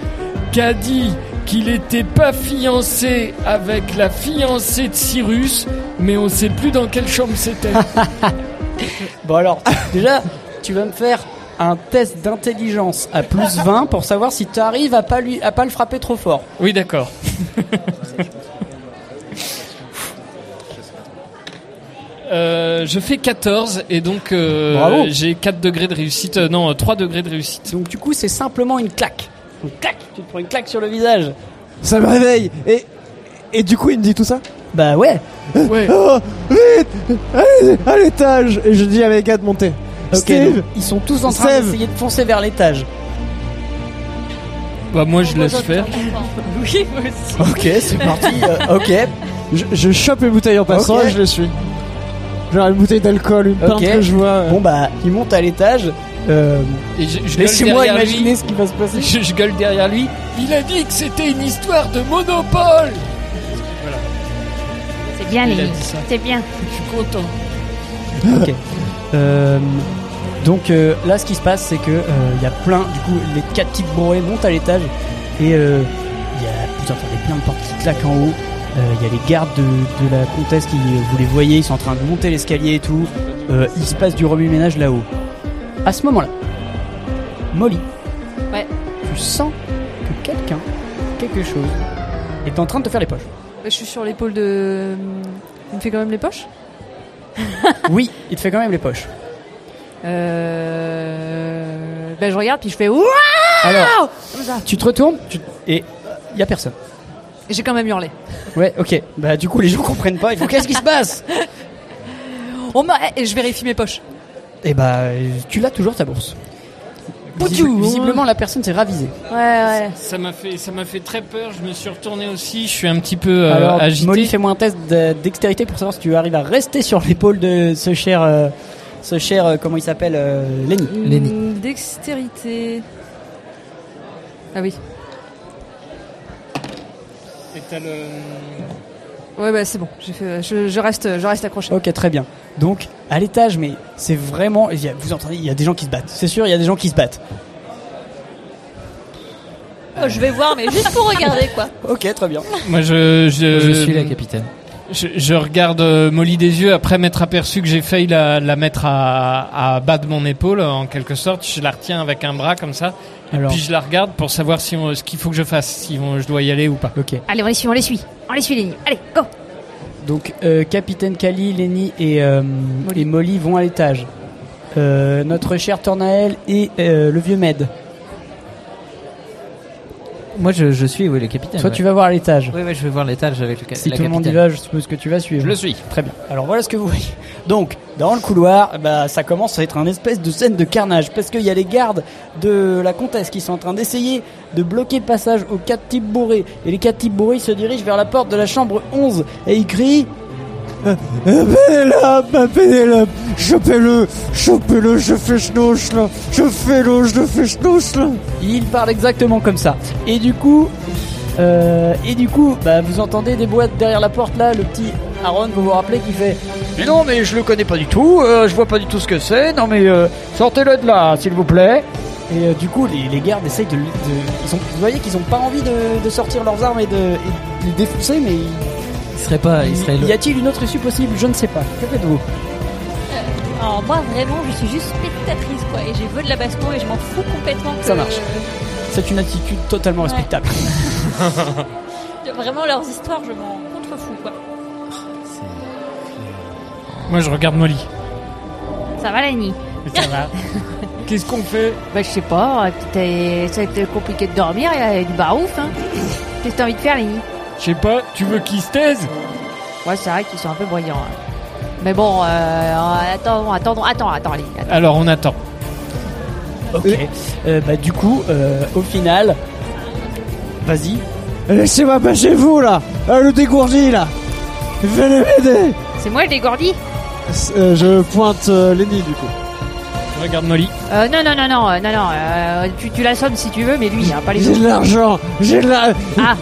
Speaker 6: qui a dit qu'il n'était pas fiancé avec la fiancée de Cyrus, mais on sait plus dans quelle chambre c'était.
Speaker 1: Bon alors, déjà, tu vas me faire un test d'intelligence à plus 20 pour savoir si tu arrives à pas lui à pas le frapper trop fort.
Speaker 6: oui, d'accord. Euh, je fais 14 et donc euh,
Speaker 1: Bravo.
Speaker 6: j'ai 4 degrés de réussite, euh, non 3 degrés de réussite.
Speaker 1: Donc du coup c'est simplement une claque. Une claque, tu te prends une claque sur le visage.
Speaker 44: Ça me réveille. Et, et du coup, il me dit tout ça
Speaker 1: Bah ouais.
Speaker 6: Ouais.
Speaker 44: Oh, vite Allez, à l'étage Et je dis à mes gars de monter.
Speaker 1: Ok,
Speaker 44: Steve,
Speaker 1: donc, ils sont tous en train
Speaker 44: Steve.
Speaker 1: d'essayer de foncer vers l'étage.
Speaker 6: Bah moi je laisse faire.
Speaker 1: Oui, moi aussi.
Speaker 44: Ok, c'est parti.
Speaker 1: Euh, ok.
Speaker 44: Je, je chope une bouteille en passant
Speaker 1: Ok.
Speaker 44: et je le suis. Genre une bouteille d'alcool, une pinte
Speaker 1: Ok.
Speaker 44: que je vois. euh.
Speaker 1: Bon bah, ils montent à l'étage. Euh,
Speaker 6: Et je- je gueule
Speaker 1: Laissez-moi
Speaker 6: derrière lui.
Speaker 1: imaginer ce qui va se passer.
Speaker 6: Je, je gueule derrière lui. Il a dit que c'était une histoire de monopole.
Speaker 3: C'est bien,
Speaker 6: Il a
Speaker 3: Lenny.
Speaker 6: dit ça.
Speaker 3: C'est bien.
Speaker 6: Je suis content.
Speaker 1: Ok. Euh, donc euh, là, ce qui se passe, c'est que euh, il y a plein, du coup, les quatre types bourrés montent à l'étage et euh, il y a vous entendez plein de portes qui claquent en haut. Euh, Il y a les gardes de, de la comtesse qui, euh, vous les voyez, ils sont en train de monter l'escalier et tout. Euh, il se passe du remue-ménage là-haut. À ce moment-là, Molly,
Speaker 4: Ouais.
Speaker 1: tu sens que quelqu'un, quelque chose, est en train de te faire les poches.
Speaker 4: Bah, Je suis sur l'épaule de. Il me fait quand même les poches
Speaker 1: oui, il te fait quand même les poches.
Speaker 4: Euh. Ben, je regarde, puis je fais. Waouh
Speaker 1: Alors,
Speaker 4: Comme ça.
Speaker 1: tu te retournes tu- et il y a personne.
Speaker 4: Et J'ai quand même hurlé.
Speaker 1: Ouais, ok. Bah du coup les gens comprennent pas. Ils font qu'est-ce qui se passe
Speaker 4: On m'a- Et je vérifie mes poches.
Speaker 1: Et bah euh, tu l'as toujours ta bourse. Visible-
Speaker 4: Boudiou.
Speaker 1: visiblement la personne s'est ravisée.
Speaker 4: Ouais, ouais.
Speaker 6: Ça m'a fait, ça m'a fait très peur. Je me suis retourné aussi. Je suis un petit peu euh,
Speaker 1: Alors
Speaker 6: agité.
Speaker 1: Molly fais-moi un test de- dextérité pour savoir si tu arrives à rester sur l'épaule de ce cher, euh, ce cher euh, comment il s'appelle euh, Lenny.
Speaker 4: Hmm, Dextérité. Ah oui.
Speaker 6: Et t'as le-
Speaker 4: Ouais, bah c'est bon. J'ai fait- Je, je reste, je reste accroché.
Speaker 1: Ok très bien. Donc à l'étage mais c'est vraiment il y a- vous entendez il y a des gens qui se battent. C'est sûr il y a des gens qui se battent.
Speaker 7: Oh, je vais voir, mais juste pour regarder quoi.
Speaker 1: Ok très bien.
Speaker 6: Moi, je, je,
Speaker 5: Je suis la capitaine.
Speaker 6: Je, je regarde euh, Molly des yeux après m'être aperçu que j'ai failli la, la mettre à, à bas de mon épaule en quelque sorte. Je la retiens avec un bras comme ça. Et
Speaker 1: Alors.
Speaker 6: puis je la regarde pour savoir si on- ce qu'il faut que je fasse, si on- je dois y aller ou pas.
Speaker 1: Ok.
Speaker 4: Allez, on les suit, on les suit. On les suit, Lenny. Allez, go
Speaker 1: Donc, euh, Capitaine Kali, Lenny et, euh, et Molly vont à l'étage. Euh, notre cher Tornael et euh, le vieux Med.
Speaker 3: Moi, je, je suis oui, le capitaine.
Speaker 1: Toi,
Speaker 3: ouais.
Speaker 1: tu vas voir à l'étage.
Speaker 3: Oui, oui, je vais voir l'étage avec le ca-
Speaker 1: Si
Speaker 3: la
Speaker 1: tout le monde y
Speaker 3: capitaine.
Speaker 1: va, je suppose que tu vas suivre.
Speaker 3: Je le suis.
Speaker 1: Très bien. Alors voilà ce que vous voyez. Donc, dans le couloir, bah, ça commence à être un espèce de scène de carnage parce qu'il y a les gardes de la comtesse qui sont en train d'essayer de bloquer le passage aux quatre types bourrés. Et les quatre types bourrés se dirigent vers la porte de la chambre 11 et ils crient Euh,
Speaker 5: Pénélope, Pénélope, chopez-le, chopez-le, je fais schnoche là, je fais l'eau, je fais schnoche là.
Speaker 1: Il parle exactement comme ça. Et du coup, euh, et du coup, bah, vous entendez des boîtes derrière la porte là. Le petit Aaron, vous vous rappelez qui fait
Speaker 46: Mais non, mais je le connais pas du tout, euh, je vois pas du tout ce que c'est, non mais euh, sortez-le de là, s'il vous plaît.
Speaker 1: Et euh, du coup, les, les gardes essayent de. de- ils ont- vous voyez qu'ils ont pas envie de, de sortir leurs armes et de, et de les défoncer, mais.
Speaker 3: Il serait pas, il serait.
Speaker 1: ils- Y a-t-il une autre issue possible Je ne sais pas. Que faites-vous
Speaker 7: Alors moi vraiment je suis juste spectatrice quoi et j'ai veux de la baston et je m'en fous complètement que
Speaker 1: Ça marche. C'est une attitude totalement respectable.
Speaker 7: de- vraiment leurs histoires je m'en contrefous quoi.
Speaker 6: Moi je regarde Molly.
Speaker 4: Ça va, Lenny
Speaker 6: Ça va. Qu'est-ce qu'on fait
Speaker 4: Bah, je sais pas. t'es- Ça va être compliqué de dormir. Il y a du barouf, hein. Qu'est-ce que t'as envie de faire, Lenny
Speaker 6: Je sais pas, tu veux qu'ils se taisent
Speaker 4: Ouais, c'est vrai qu'ils sont un peu bruyants. hein. Mais bon, euh, attendons, attendons, attends, attends, Lenny. attends.
Speaker 6: Alors on attend.
Speaker 1: Ok. Euh, bah, du coup, euh, au final. Vas-y.
Speaker 5: Laissez-moi pas chez vous là, Ah, le dégourdi là, venez m'aider.
Speaker 4: C'est moi le dégourdi
Speaker 5: Euh, je pointe euh, Lenny du coup.
Speaker 6: Je regarde Molly.
Speaker 4: Euh, non, non, non, non, euh, non, non. euh, tu, tu l'assommes si tu veux, mais lui, hein, pas les
Speaker 5: J'ai
Speaker 4: autres. Ah.
Speaker 5: de l'argent, j'ai de l'argent.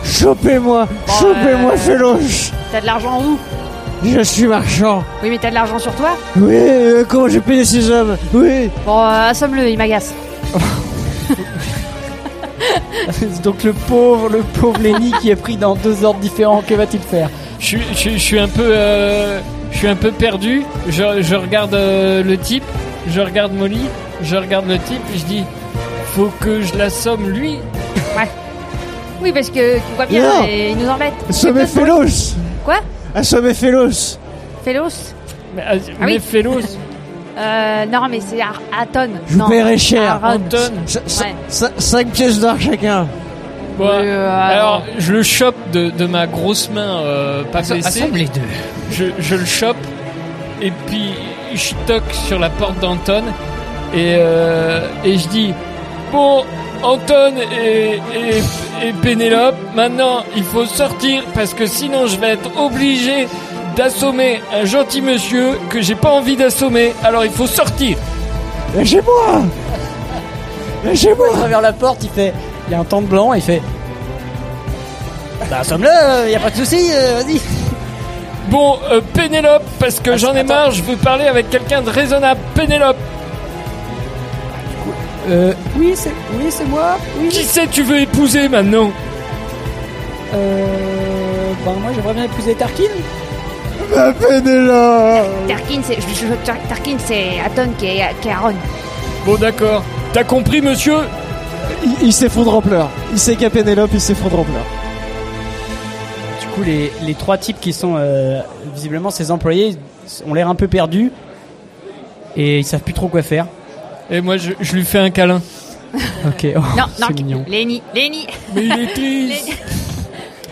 Speaker 5: Chopez-moi, chopez-moi,
Speaker 4: euh,
Speaker 5: Féloche.
Speaker 4: T'as de l'argent où
Speaker 5: Je suis marchand.
Speaker 4: Oui, mais t'as de l'argent sur toi
Speaker 5: Oui, euh, comment j'ai payé ces hommes Oui.
Speaker 4: Bon, euh, assomme-le, il m'agace.
Speaker 1: Donc le pauvre, le pauvre Lenny qui est pris dans deux ordres différents. Que va-t-il faire
Speaker 6: Je, suis- je suis- je suis un peu, euh, je suis un peu perdu. Je, je regarde euh, le type, je regarde Molly, je regarde le type. Je dis, faut que je l'assomme lui.
Speaker 4: Ouais. Oui, parce que tu vois bien,
Speaker 5: Non.
Speaker 4: euh, il nous embête.
Speaker 5: Assommez Féloche.
Speaker 4: Quoi
Speaker 5: Assommez Féloche.
Speaker 4: Félos
Speaker 6: Mais,
Speaker 4: Ah oui. mais
Speaker 6: Félos
Speaker 4: euh, Non, mais c'est Ar- Aton.
Speaker 5: Je vous
Speaker 4: Non,
Speaker 5: paierai cher.
Speaker 4: Aaron.
Speaker 5: C- c-
Speaker 4: Ouais.
Speaker 5: c- Cinq pièces d'or chacun.
Speaker 6: Bon, Euh, alors, je le chope de, de ma grosse main, euh, pas
Speaker 3: Assom-
Speaker 6: blessée.
Speaker 3: assomme les deux.
Speaker 6: Je, je le chope et puis je toque sur la porte d'Anton et, euh, et je dis Bon, Anton et, et, et Pénélope, maintenant il faut sortir parce que sinon je vais être obligé d'assommer un gentil monsieur que j'ai pas envie d'assommer, alors il faut sortir.
Speaker 5: Lâchez-moi Lâchez-moi
Speaker 1: À travers la porte, il fait. Il y a un temps de blanc, il fait. Bah, assomme-le, il y a pas de souci, euh, vas-y. Ah,
Speaker 6: Bon, euh, Pénélope, parce que j'en ai marre, je veux parler avec quelqu'un de raisonnable. Pénélope,
Speaker 1: Euh, oui, c'est oui, c'est moi. Oui.
Speaker 6: qui c'est tu veux épouser maintenant
Speaker 1: Euh, ben moi j'aimerais bien épouser Tarkin.
Speaker 5: Ma
Speaker 6: Euh,
Speaker 5: Pénélope
Speaker 4: Tarkin, c'est je- je- Tar- Tarkin, c'est Aton qui est, qui est Aaron.
Speaker 6: Bon, d'accord. T'as compris, monsieur
Speaker 5: Il, il s'effondre en pleurs. Il sait qu'à Pénélope, il s'effondre en pleurs.
Speaker 1: Du coup les, les trois types qui sont euh, visiblement ses employés ont l'air un peu perdus et ils savent plus trop quoi faire.
Speaker 6: Et moi, je, je lui fais un câlin.
Speaker 1: Ok.
Speaker 4: Non, non,
Speaker 1: Oh, c'est mignon.
Speaker 4: Lenny, Lenny.
Speaker 6: Mais il est triste.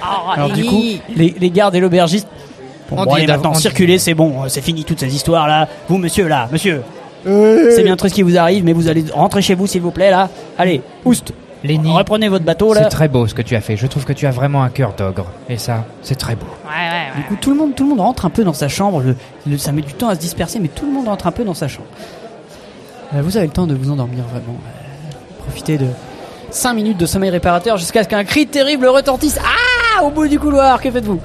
Speaker 4: Oh,
Speaker 1: Alors du coup
Speaker 4: Lenny.
Speaker 1: les, les gardes et l'aubergiste. Bon,
Speaker 3: On
Speaker 1: bon
Speaker 3: dit
Speaker 1: allez
Speaker 3: d'avant-
Speaker 1: maintenant
Speaker 3: on dit-
Speaker 1: circulez c'est bon euh, c'est fini toutes ces histoires là. Vous monsieur là monsieur.
Speaker 3: Euh.
Speaker 1: C'est bien triste ce qui vous arrive mais vous allez rentrer chez vous s'il vous plaît là. Allez oust.
Speaker 3: Lenny,
Speaker 1: Reprenez votre bateau Oh là.
Speaker 3: c'est très beau ce que tu as fait. Je trouve que tu as vraiment un cœur d'ogre. Et ça, c'est très beau.
Speaker 4: Ouais, ouais,
Speaker 1: Du coup, tout le monde, tout le monde rentre un peu dans sa chambre. Le- le- ça met du temps à se disperser, mais tout le monde rentre un peu dans sa chambre. Euh, vous avez le temps de vous endormir vraiment. Euh, profitez de 5 minutes de sommeil réparateur jusqu'à ce qu'un cri terrible retentisse. Ah Au bout du couloir, que faites-vous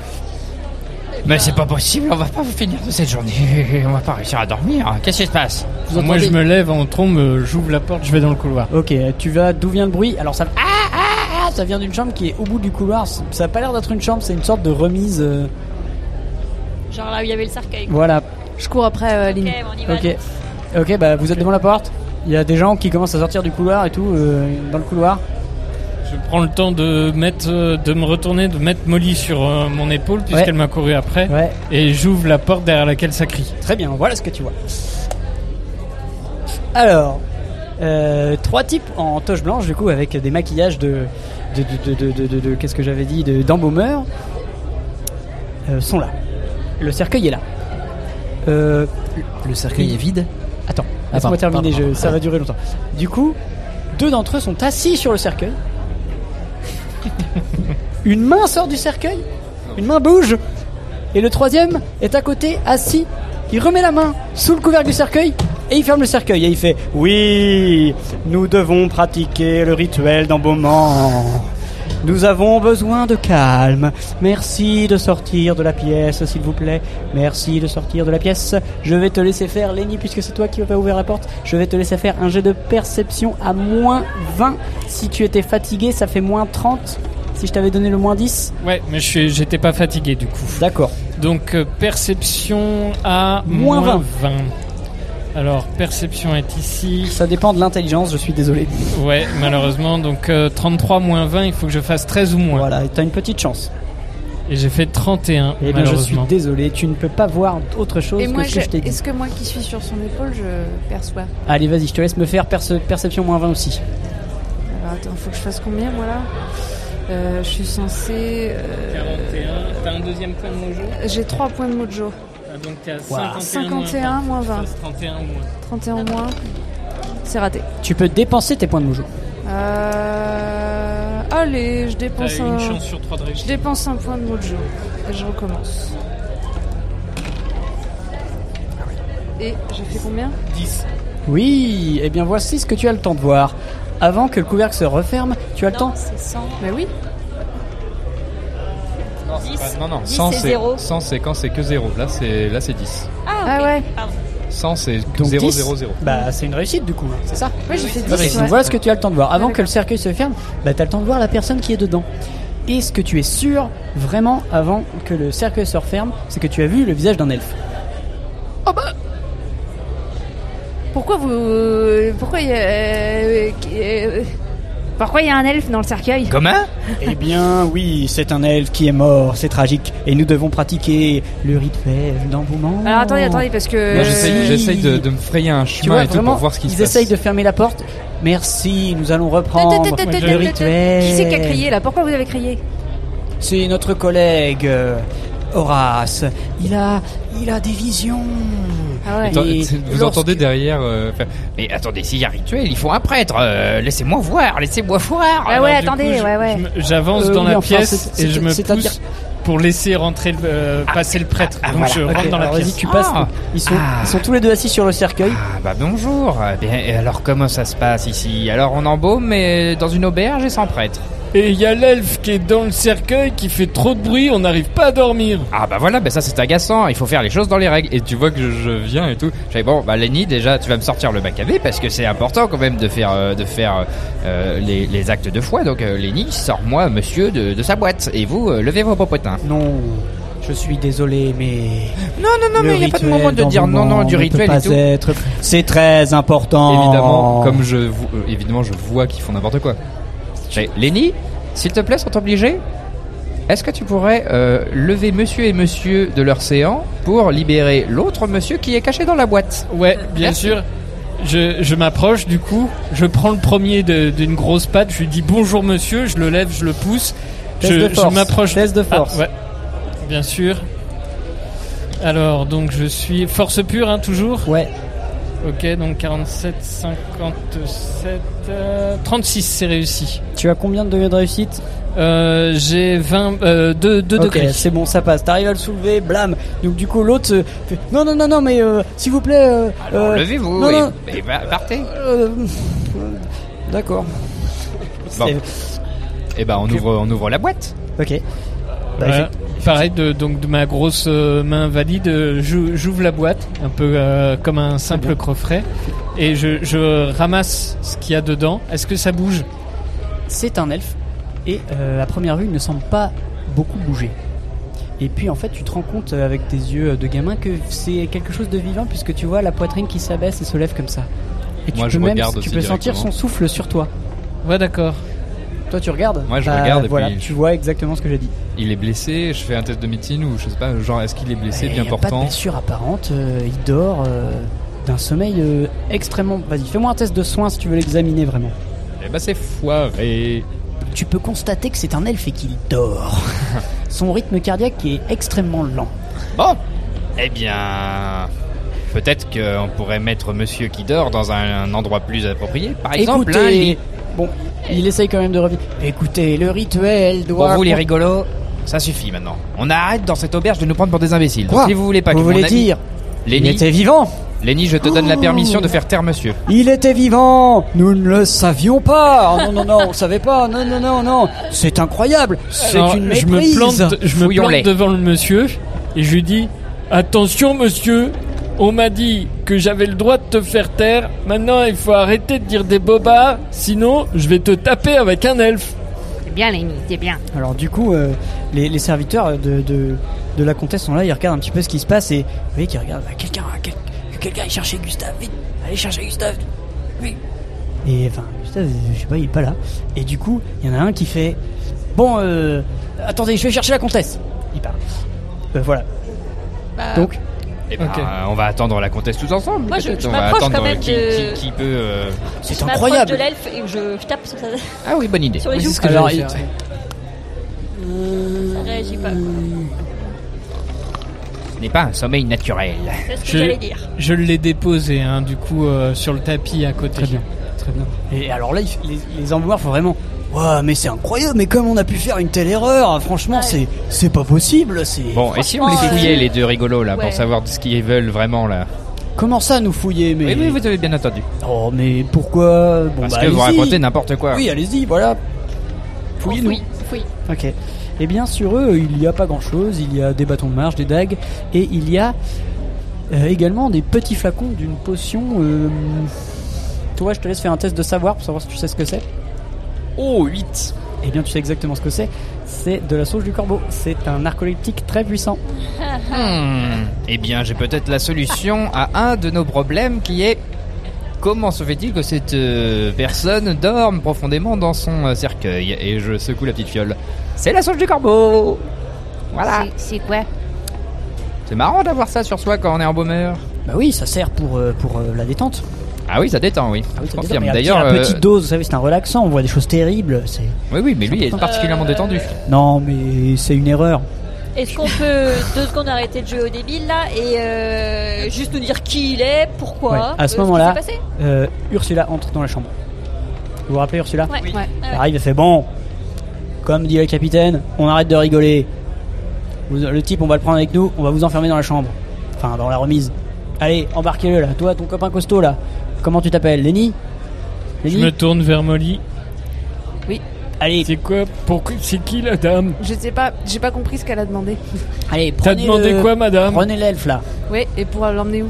Speaker 3: Mais c'est pas possible, on va pas finir de cette journée. On va pas réussir à dormir. Qu'est-ce qui se passe
Speaker 1: Vous
Speaker 6: Moi,
Speaker 1: entendez
Speaker 6: je me lève en trombe, euh, j'ouvre la porte, je vais dans le couloir.
Speaker 1: Ok, euh, tu vas. D'où vient le bruit Alors ça. Ah, ah, ah, Ça vient d'une chambre qui est au bout du couloir. Ça a pas l'air d'être une chambre, c'est une sorte de remise. euh,
Speaker 7: Genre là où il y avait le cercueil. quoi.
Speaker 1: Voilà.
Speaker 4: Je cours après euh, Lini.
Speaker 7: Ok, on y va.
Speaker 1: Ok. Ok, bah vous êtes devant la porte. Il y a des gens qui commencent à sortir du couloir et tout, euh, dans le couloir.
Speaker 6: Je prends le temps de mettre, euh, de me retourner, de mettre Molly sur euh, mon épaule puisqu'elle m'a couru après.
Speaker 1: Ouais.
Speaker 6: Et j'ouvre la porte derrière laquelle ça crie.
Speaker 1: Très bien, voilà ce que tu vois. Alors, euh, trois types en toche blanche, du coup, avec des maquillages de. de, de, de, de- de- de- de- Qu'est-ce que j'avais dit de- D'embaumeurs. euh, sont là. Le cercueil est là. Euh,
Speaker 5: Le cercueil
Speaker 1: il-
Speaker 5: est vide
Speaker 1: Attends,
Speaker 5: Ah,
Speaker 1: laisse-moi
Speaker 5: pardon,
Speaker 1: terminer,
Speaker 5: pardon,
Speaker 1: je-
Speaker 5: pardon.
Speaker 1: ça va durer longtemps. Du coup, deux d'entre eux sont assis sur le cercueil. Une main sort du cercueil, une main bouge, et le troisième est à côté, assis. Il remet la main sous le couvercle du cercueil et il ferme le cercueil et il fait Oui, nous devons pratiquer le rituel d'embaumement. Nous avons besoin de calme. Merci de sortir de la pièce, s'il vous plaît. Merci de sortir de la pièce. Je vais te laisser faire, Lenny, puisque c'est toi qui vas ouvrir la porte. Je vais te laisser faire un jet de perception à moins 20. Si tu étais fatigué, ça fait moins 30. Si je t'avais donné le moins 10.
Speaker 6: Ouais, mais je suis- j'étais pas fatigué du coup.
Speaker 1: D'accord.
Speaker 6: Donc euh, perception à
Speaker 1: Moins
Speaker 6: moins 20. Alors perception est ici.
Speaker 1: Ça dépend de l'intelligence, je suis désolé.
Speaker 6: Ouais, malheureusement. Donc euh, 33 moins 20, il faut que je fasse 13 ou moins.
Speaker 1: Voilà, t'as une petite chance.
Speaker 6: Et j'ai fait 31,
Speaker 1: Eh bien, je suis
Speaker 6: malheureusement.
Speaker 1: désolé, tu ne peux pas voir autre chose
Speaker 4: Et
Speaker 1: que
Speaker 4: moi,
Speaker 1: ce
Speaker 4: je-
Speaker 1: que je t'ai dit.
Speaker 4: est-ce que moi qui suis sur son épaule, je perçois
Speaker 1: Allez, vas-y, je te laisse me faire perce- perception moins 20 aussi.
Speaker 4: Alors attends, faut que je fasse combien moi là Euh, Je suis censé. euh,
Speaker 6: T'as un deuxième point de mojo
Speaker 4: J'ai 3 points de mojo.
Speaker 1: Ah,
Speaker 6: Donc t'es à
Speaker 4: 51 moins 20.
Speaker 6: 31 moins.
Speaker 4: 31 moins. C'est raté.
Speaker 1: Tu peux dépenser tes points de mojo.
Speaker 4: Euh, Allez, je dépense
Speaker 6: T'as une
Speaker 4: un.
Speaker 6: chance sur trois de réussite.
Speaker 4: je dépense un point de mojo. Et je recommence. Et j'ai fait combien
Speaker 6: 10.
Speaker 1: Oui, et bien voici ce que tu as le temps de voir. Avant que le couvercle se referme, tu as le temps.
Speaker 7: C'est 100.
Speaker 4: Mais oui.
Speaker 3: Non, c'est pas- non, non,
Speaker 7: 10,
Speaker 3: 100
Speaker 7: c'est
Speaker 3: c'est
Speaker 7: zéro.
Speaker 3: 100 c'est quand c'est que 0. Là c'est là c'est 10.
Speaker 7: Ah,
Speaker 4: ah ouais.
Speaker 3: 100 c'est
Speaker 1: Donc
Speaker 3: 0
Speaker 1: 10,
Speaker 3: 0 0.
Speaker 1: Bah, c'est une réussite du coup, hein, c'est ça
Speaker 4: Oui, j'ai fait
Speaker 1: Ah, mais
Speaker 4: 10. ouais.
Speaker 1: Voilà ce que tu as le temps de voir. Avant que le cercueil se ferme, bah, tu as le temps de voir la personne qui est dedans. Et ce que tu es sûr, vraiment, avant que le cercueil se referme, c'est que tu as vu le visage d'un elfe.
Speaker 12: Pourquoi vous. Pourquoi il y a. euh, euh, Pourquoi il y a un elfe dans le cercueil
Speaker 1: Eh bien, oui, c'est un elfe qui est mort, c'est tragique. Et nous devons pratiquer le rituel d'embaumement.
Speaker 12: Alors attendez, attendez, parce que. euh,
Speaker 3: Moi j'essaye j'essaye de, de me frayer un
Speaker 1: Tu
Speaker 3: chemin
Speaker 1: vois,
Speaker 3: et tout
Speaker 1: vraiment,
Speaker 3: pour voir ce qui
Speaker 1: ils
Speaker 3: se passe.
Speaker 1: essayent de fermer la porte. Merci, nous allons reprendre Oh, le rituel.
Speaker 12: Qui c'est qui a crié là Pourquoi vous avez crié
Speaker 1: C'est notre collègue euh, Horace. Il a, il a des visions.
Speaker 12: Ah
Speaker 3: Et t'en- vous entendez derrière euh, enfin,
Speaker 47: Mais attendez, s'il y a rituel, il faut un prêtre. euh, laissez-moi voir, laissez-moi voir.
Speaker 12: Ouais,
Speaker 47: Alors,
Speaker 12: ouais,
Speaker 47: du coup,
Speaker 12: attendez,
Speaker 47: je-
Speaker 12: ouais, ouais.
Speaker 6: J'avance
Speaker 47: Euh,
Speaker 6: dans
Speaker 47: oui,
Speaker 6: la
Speaker 47: enfin,
Speaker 6: pièce
Speaker 47: c'est-
Speaker 6: et je
Speaker 47: c'est-
Speaker 6: me
Speaker 47: c'est à
Speaker 6: pousse
Speaker 47: dire-
Speaker 6: pour laisser rentrer le, euh,
Speaker 3: Ah,
Speaker 6: passer le prêtre. Donc
Speaker 47: voilà,
Speaker 6: je
Speaker 47: ok,
Speaker 6: rentre dans la
Speaker 47: alors
Speaker 6: pièce.
Speaker 47: vas-y, tu passes. Ah.
Speaker 1: Ils sont,
Speaker 47: Ah.
Speaker 1: ils sont tous les deux assis sur le cercueil.
Speaker 47: Ah bah bonjour. Eh bien, et alors comment ça se passe ici Alors on embaume mais dans une auberge et sans prêtre.
Speaker 6: Et il y a l'elfe qui est dans le cercueil qui fait trop de bruit, on n'arrive pas à dormir.
Speaker 47: Ah bah voilà, bah ça c'est agaçant, il faut faire les choses dans les règles. Et tu vois que je, je viens et tout. J'avais bon, bah Lenny, déjà tu vas me sortir le bac à V parce que c'est important quand même de faire, euh, de faire euh, les, les actes de foi. Donc euh, Lenny, sors-moi monsieur de, de sa boîte et vous, euh, levez vos popotins.
Speaker 1: Non, je suis désolé, mais.
Speaker 47: Non, non, non,
Speaker 1: le
Speaker 47: mais il n'y a pas de
Speaker 1: rituel
Speaker 47: moment de dire non, non, du
Speaker 1: ne peut
Speaker 47: rituel
Speaker 1: pas
Speaker 47: et tout.
Speaker 1: être- C'est très important.
Speaker 3: Évidemment, comme je vo- euh, évidemment je vois qu'ils font n'importe quoi.
Speaker 47: J'ai- Lenny, s'il te plaît, sont obligés Est-ce que tu pourrais euh, lever monsieur et monsieur de leur séant pour libérer l'autre monsieur qui est caché dans la boîte
Speaker 6: Ouais, Bien sûr, je, je m'approche du coup, je prends le premier de- d'une grosse patte, je lui dis bonjour monsieur, je le lève, je le pousse.
Speaker 1: Test
Speaker 6: je
Speaker 1: de
Speaker 6: je
Speaker 1: force,
Speaker 6: m'approche.
Speaker 1: test de
Speaker 6: Ah,
Speaker 1: force.
Speaker 6: ouais, bien sûr. Alors, donc je suis force pure, hein, toujours
Speaker 1: Ouais.
Speaker 6: Ok, donc 47, 57, euh, 36, c'est réussi.
Speaker 1: Tu as combien de degrés de réussite
Speaker 6: Euh, J'ai 20, 2,
Speaker 1: Ok,
Speaker 6: degrés.
Speaker 1: C'est bon, ça passe. T'arrives à le soulever, blâme. Donc du coup, l'autre euh, fait non, non, non, non, mais euh, s'il vous plaît. euh, euh,
Speaker 47: Levez-vous
Speaker 1: non,
Speaker 47: et,
Speaker 1: non,
Speaker 47: et va- partez.
Speaker 1: euh, euh, D'accord.
Speaker 47: Bon.
Speaker 3: Et bah on ouvre on ouvre la boîte.
Speaker 1: Ok. Bah,
Speaker 6: Voilà. Pareil, Bah, de, donc de ma grosse euh, main valide, euh, j'ou- j'ouvre la boîte, un peu euh, comme un simple coffret, et je, je ramasse ce qu'il y a dedans. Est-ce que ça bouge
Speaker 1: C'est un elfe et euh, à première vue, il ne semble pas beaucoup bouger. Et puis en fait, tu te rends compte euh, avec tes yeux de gamin que c'est quelque chose de vivant puisque tu vois la poitrine qui s'abaisse et se lève comme ça. Et tu
Speaker 5: Moi,
Speaker 1: peux
Speaker 5: je
Speaker 1: même
Speaker 5: regarde
Speaker 1: tu
Speaker 5: aussi
Speaker 1: peux sentir
Speaker 5: directement.
Speaker 1: son souffle sur toi.
Speaker 6: Ouais, d'accord.
Speaker 1: Toi, tu regardes
Speaker 5: Moi, je
Speaker 1: Bah,
Speaker 5: regarde et
Speaker 1: Voilà,
Speaker 5: puis-
Speaker 1: tu vois exactement ce que j'ai dit.
Speaker 5: Il est blessé, je fais un test de médecine ou je sais pas, genre est-ce qu'il est blessé,
Speaker 1: Et
Speaker 5: bien
Speaker 1: y a Pas de
Speaker 5: portant
Speaker 1: blessure apparente, euh, il dort euh, d'un sommeil euh, extrêmement. Vas-y, fais-moi un test de soins si tu veux l'examiner vraiment.
Speaker 5: Eh
Speaker 3: ben,
Speaker 5: bah c'est foiré.
Speaker 1: Tu peux constater que c'est un elfe et qu'il dort. Son rythme cardiaque est extrêmement lent.
Speaker 5: Bon,
Speaker 3: Eh bien. Peut-être qu'on pourrait mettre monsieur qui dort dans un, un endroit plus approprié. Par exemple, un lit.
Speaker 1: Écoutez, bon, il essaye quand même de revenir. Écoutez, le rituel doit.
Speaker 3: Pour vous, les rigolos, ça suffit maintenant. On arrête dans cette auberge de nous prendre pour des imbéciles.
Speaker 1: Quoi
Speaker 3: si vous voulez pas
Speaker 1: Vous
Speaker 3: que mon
Speaker 1: voulez
Speaker 3: ami-
Speaker 1: dire
Speaker 3: Lenny,
Speaker 1: Il était vivant Oh.
Speaker 3: Lenny, je te donne la permission de faire taire monsieur.
Speaker 1: Il était vivant Nous ne le savions pas Oh Non, non, non, on savait pas Non, non, non, non C'est incroyable C'est
Speaker 6: Alors,
Speaker 1: une
Speaker 6: je me
Speaker 1: méprise
Speaker 6: plante, je me plante devant le monsieur et je lui dis Attention, monsieur, on m'a dit que j'avais le droit de te faire taire. Maintenant, il faut arrêter de dire des bobards, sinon, je vais te taper avec un elfe.
Speaker 28: T'es bien, Lenny, t'es bien.
Speaker 1: Alors du coup, euh, les, les serviteurs de, de, de la comtesse sont là, ils regardent un petit peu ce qui se passe et vous voyez qu'ils regardent, bah, quelqu'un, quel- que quelqu'un aille chercher Gustave, vite, allez chercher Gustave, oui. Et enfin, Gustave, euh, je sais pas, il est pas là. Et du coup, il y en a un qui fait, bon, euh, attendez, je vais chercher la comtesse. Il part. Euh, voilà. Donc,
Speaker 3: Eh ben, euh, on va attendre la comtesse tous ensemble.
Speaker 7: Moi, je-
Speaker 3: peut-être.
Speaker 7: je
Speaker 3: on va
Speaker 7: m'approche
Speaker 3: attendre euh,
Speaker 7: quand même
Speaker 3: qui,
Speaker 7: de-
Speaker 3: qui- qui peut. euh,
Speaker 7: Je m'approche de l'elfe et je, je tape sur sa.
Speaker 3: Ah oui, bonne idée.
Speaker 7: Sur les joues.
Speaker 3: Alors, il-
Speaker 7: Ça réagit pas.
Speaker 3: Ce n'est pas un sommeil naturel.
Speaker 7: C'est ce que
Speaker 6: Je-
Speaker 7: j'allais dire.
Speaker 6: Je l'ai déposé, hein, du coup, euh, sur le tapis à côté. Très bien,
Speaker 1: très bien. Et alors là, il f- les, les emboîtes font vraiment. Ouah, mais c'est incroyable, mais comme on a pu faire une telle erreur, franchement, c'est c'est pas possible, c'est.
Speaker 3: Bon, et si on les
Speaker 1: Franchement,
Speaker 3: fouillait,
Speaker 1: euh,
Speaker 3: les deux rigolos, là,
Speaker 1: ouais.
Speaker 3: pour savoir ce qu'ils veulent vraiment, là
Speaker 1: Comment ça nous fouiller mais...
Speaker 3: Oui, oui, vous avez bien entendu.
Speaker 1: Oh, mais pourquoi Bon,
Speaker 3: Parce
Speaker 1: bah,
Speaker 3: que vous
Speaker 1: allez-y.
Speaker 3: racontez n'importe quoi.
Speaker 1: Oui, allez-y, voilà. Fouillez-nous.
Speaker 7: Fouille.
Speaker 1: Ok. Eh bien, sur eux, il n'y a pas grand-chose. Il y a des bâtons de marche, des dagues, et il y a euh, également des petits flacons d'une potion. euh, Toi, je te laisse faire un test de savoir pour savoir si tu sais ce que c'est.
Speaker 3: Oh, 8
Speaker 1: Eh bien, tu sais exactement ce que c'est. C'est de la sauge du corbeau. C'est un narcoleptique très puissant.
Speaker 3: Hmm. Eh bien, j'ai peut-être la solution à un de nos problèmes qui est comment se fait-il que cette euh, personne dorme profondément dans son euh, cercueil Et je secoue la petite fiole. C'est la sauge du corbeau Voilà.
Speaker 28: C'est c'est quoi
Speaker 3: C'est marrant d'avoir ça sur soi quand on est en baumeur.
Speaker 1: Bah oui, ça sert pour, euh, pour euh, la détente.
Speaker 3: Ah oui, ça détend, oui.
Speaker 1: Ah oui,
Speaker 3: Je
Speaker 1: ça
Speaker 3: confirme.
Speaker 1: détend. Mais
Speaker 3: D'ailleurs,
Speaker 1: la
Speaker 3: euh,
Speaker 1: petite- petite dose, vous savez, c'est un relaxant. On voit des choses terribles. C'est
Speaker 3: oui, oui, mais lui
Speaker 1: Euh,
Speaker 3: il est particulièrement détendu.
Speaker 1: non, mais c'est une erreur.
Speaker 7: Est-ce qu'on peut deux secondes arrêter de jouer au débile là et euh, juste nous dire qui il est, pourquoi
Speaker 1: Ouais.
Speaker 7: euh,
Speaker 1: À ce
Speaker 7: qui
Speaker 1: moment-là,
Speaker 7: s'est passé
Speaker 1: euh, Ursula entre dans la chambre. Vous vous rappelez Ursula
Speaker 7: Ouais. Oui. Ah Ouais.
Speaker 1: Elle arrive et fait bon. Comme dit le capitaine, on arrête de rigoler. Vous- le type, on va le prendre avec nous. On va vous enfermer dans la chambre. Enfin, dans la remise. Allez, embarquez-le là. Toi, ton copain costaud là. Comment tu t'appelles, Lenny
Speaker 6: Je
Speaker 1: Lenny
Speaker 6: me tourne vers Molly.
Speaker 4: Oui.
Speaker 1: Allez.
Speaker 6: C'est quoi Pourquoi C'est qui la dame
Speaker 4: Je sais pas, j'ai pas compris ce qu'elle a demandé.
Speaker 1: Allez,
Speaker 6: T'as
Speaker 1: prenez
Speaker 6: demandé
Speaker 1: le-
Speaker 6: quoi, madame
Speaker 1: Prenez l'elfe là.
Speaker 4: Oui, et pour l'emmener où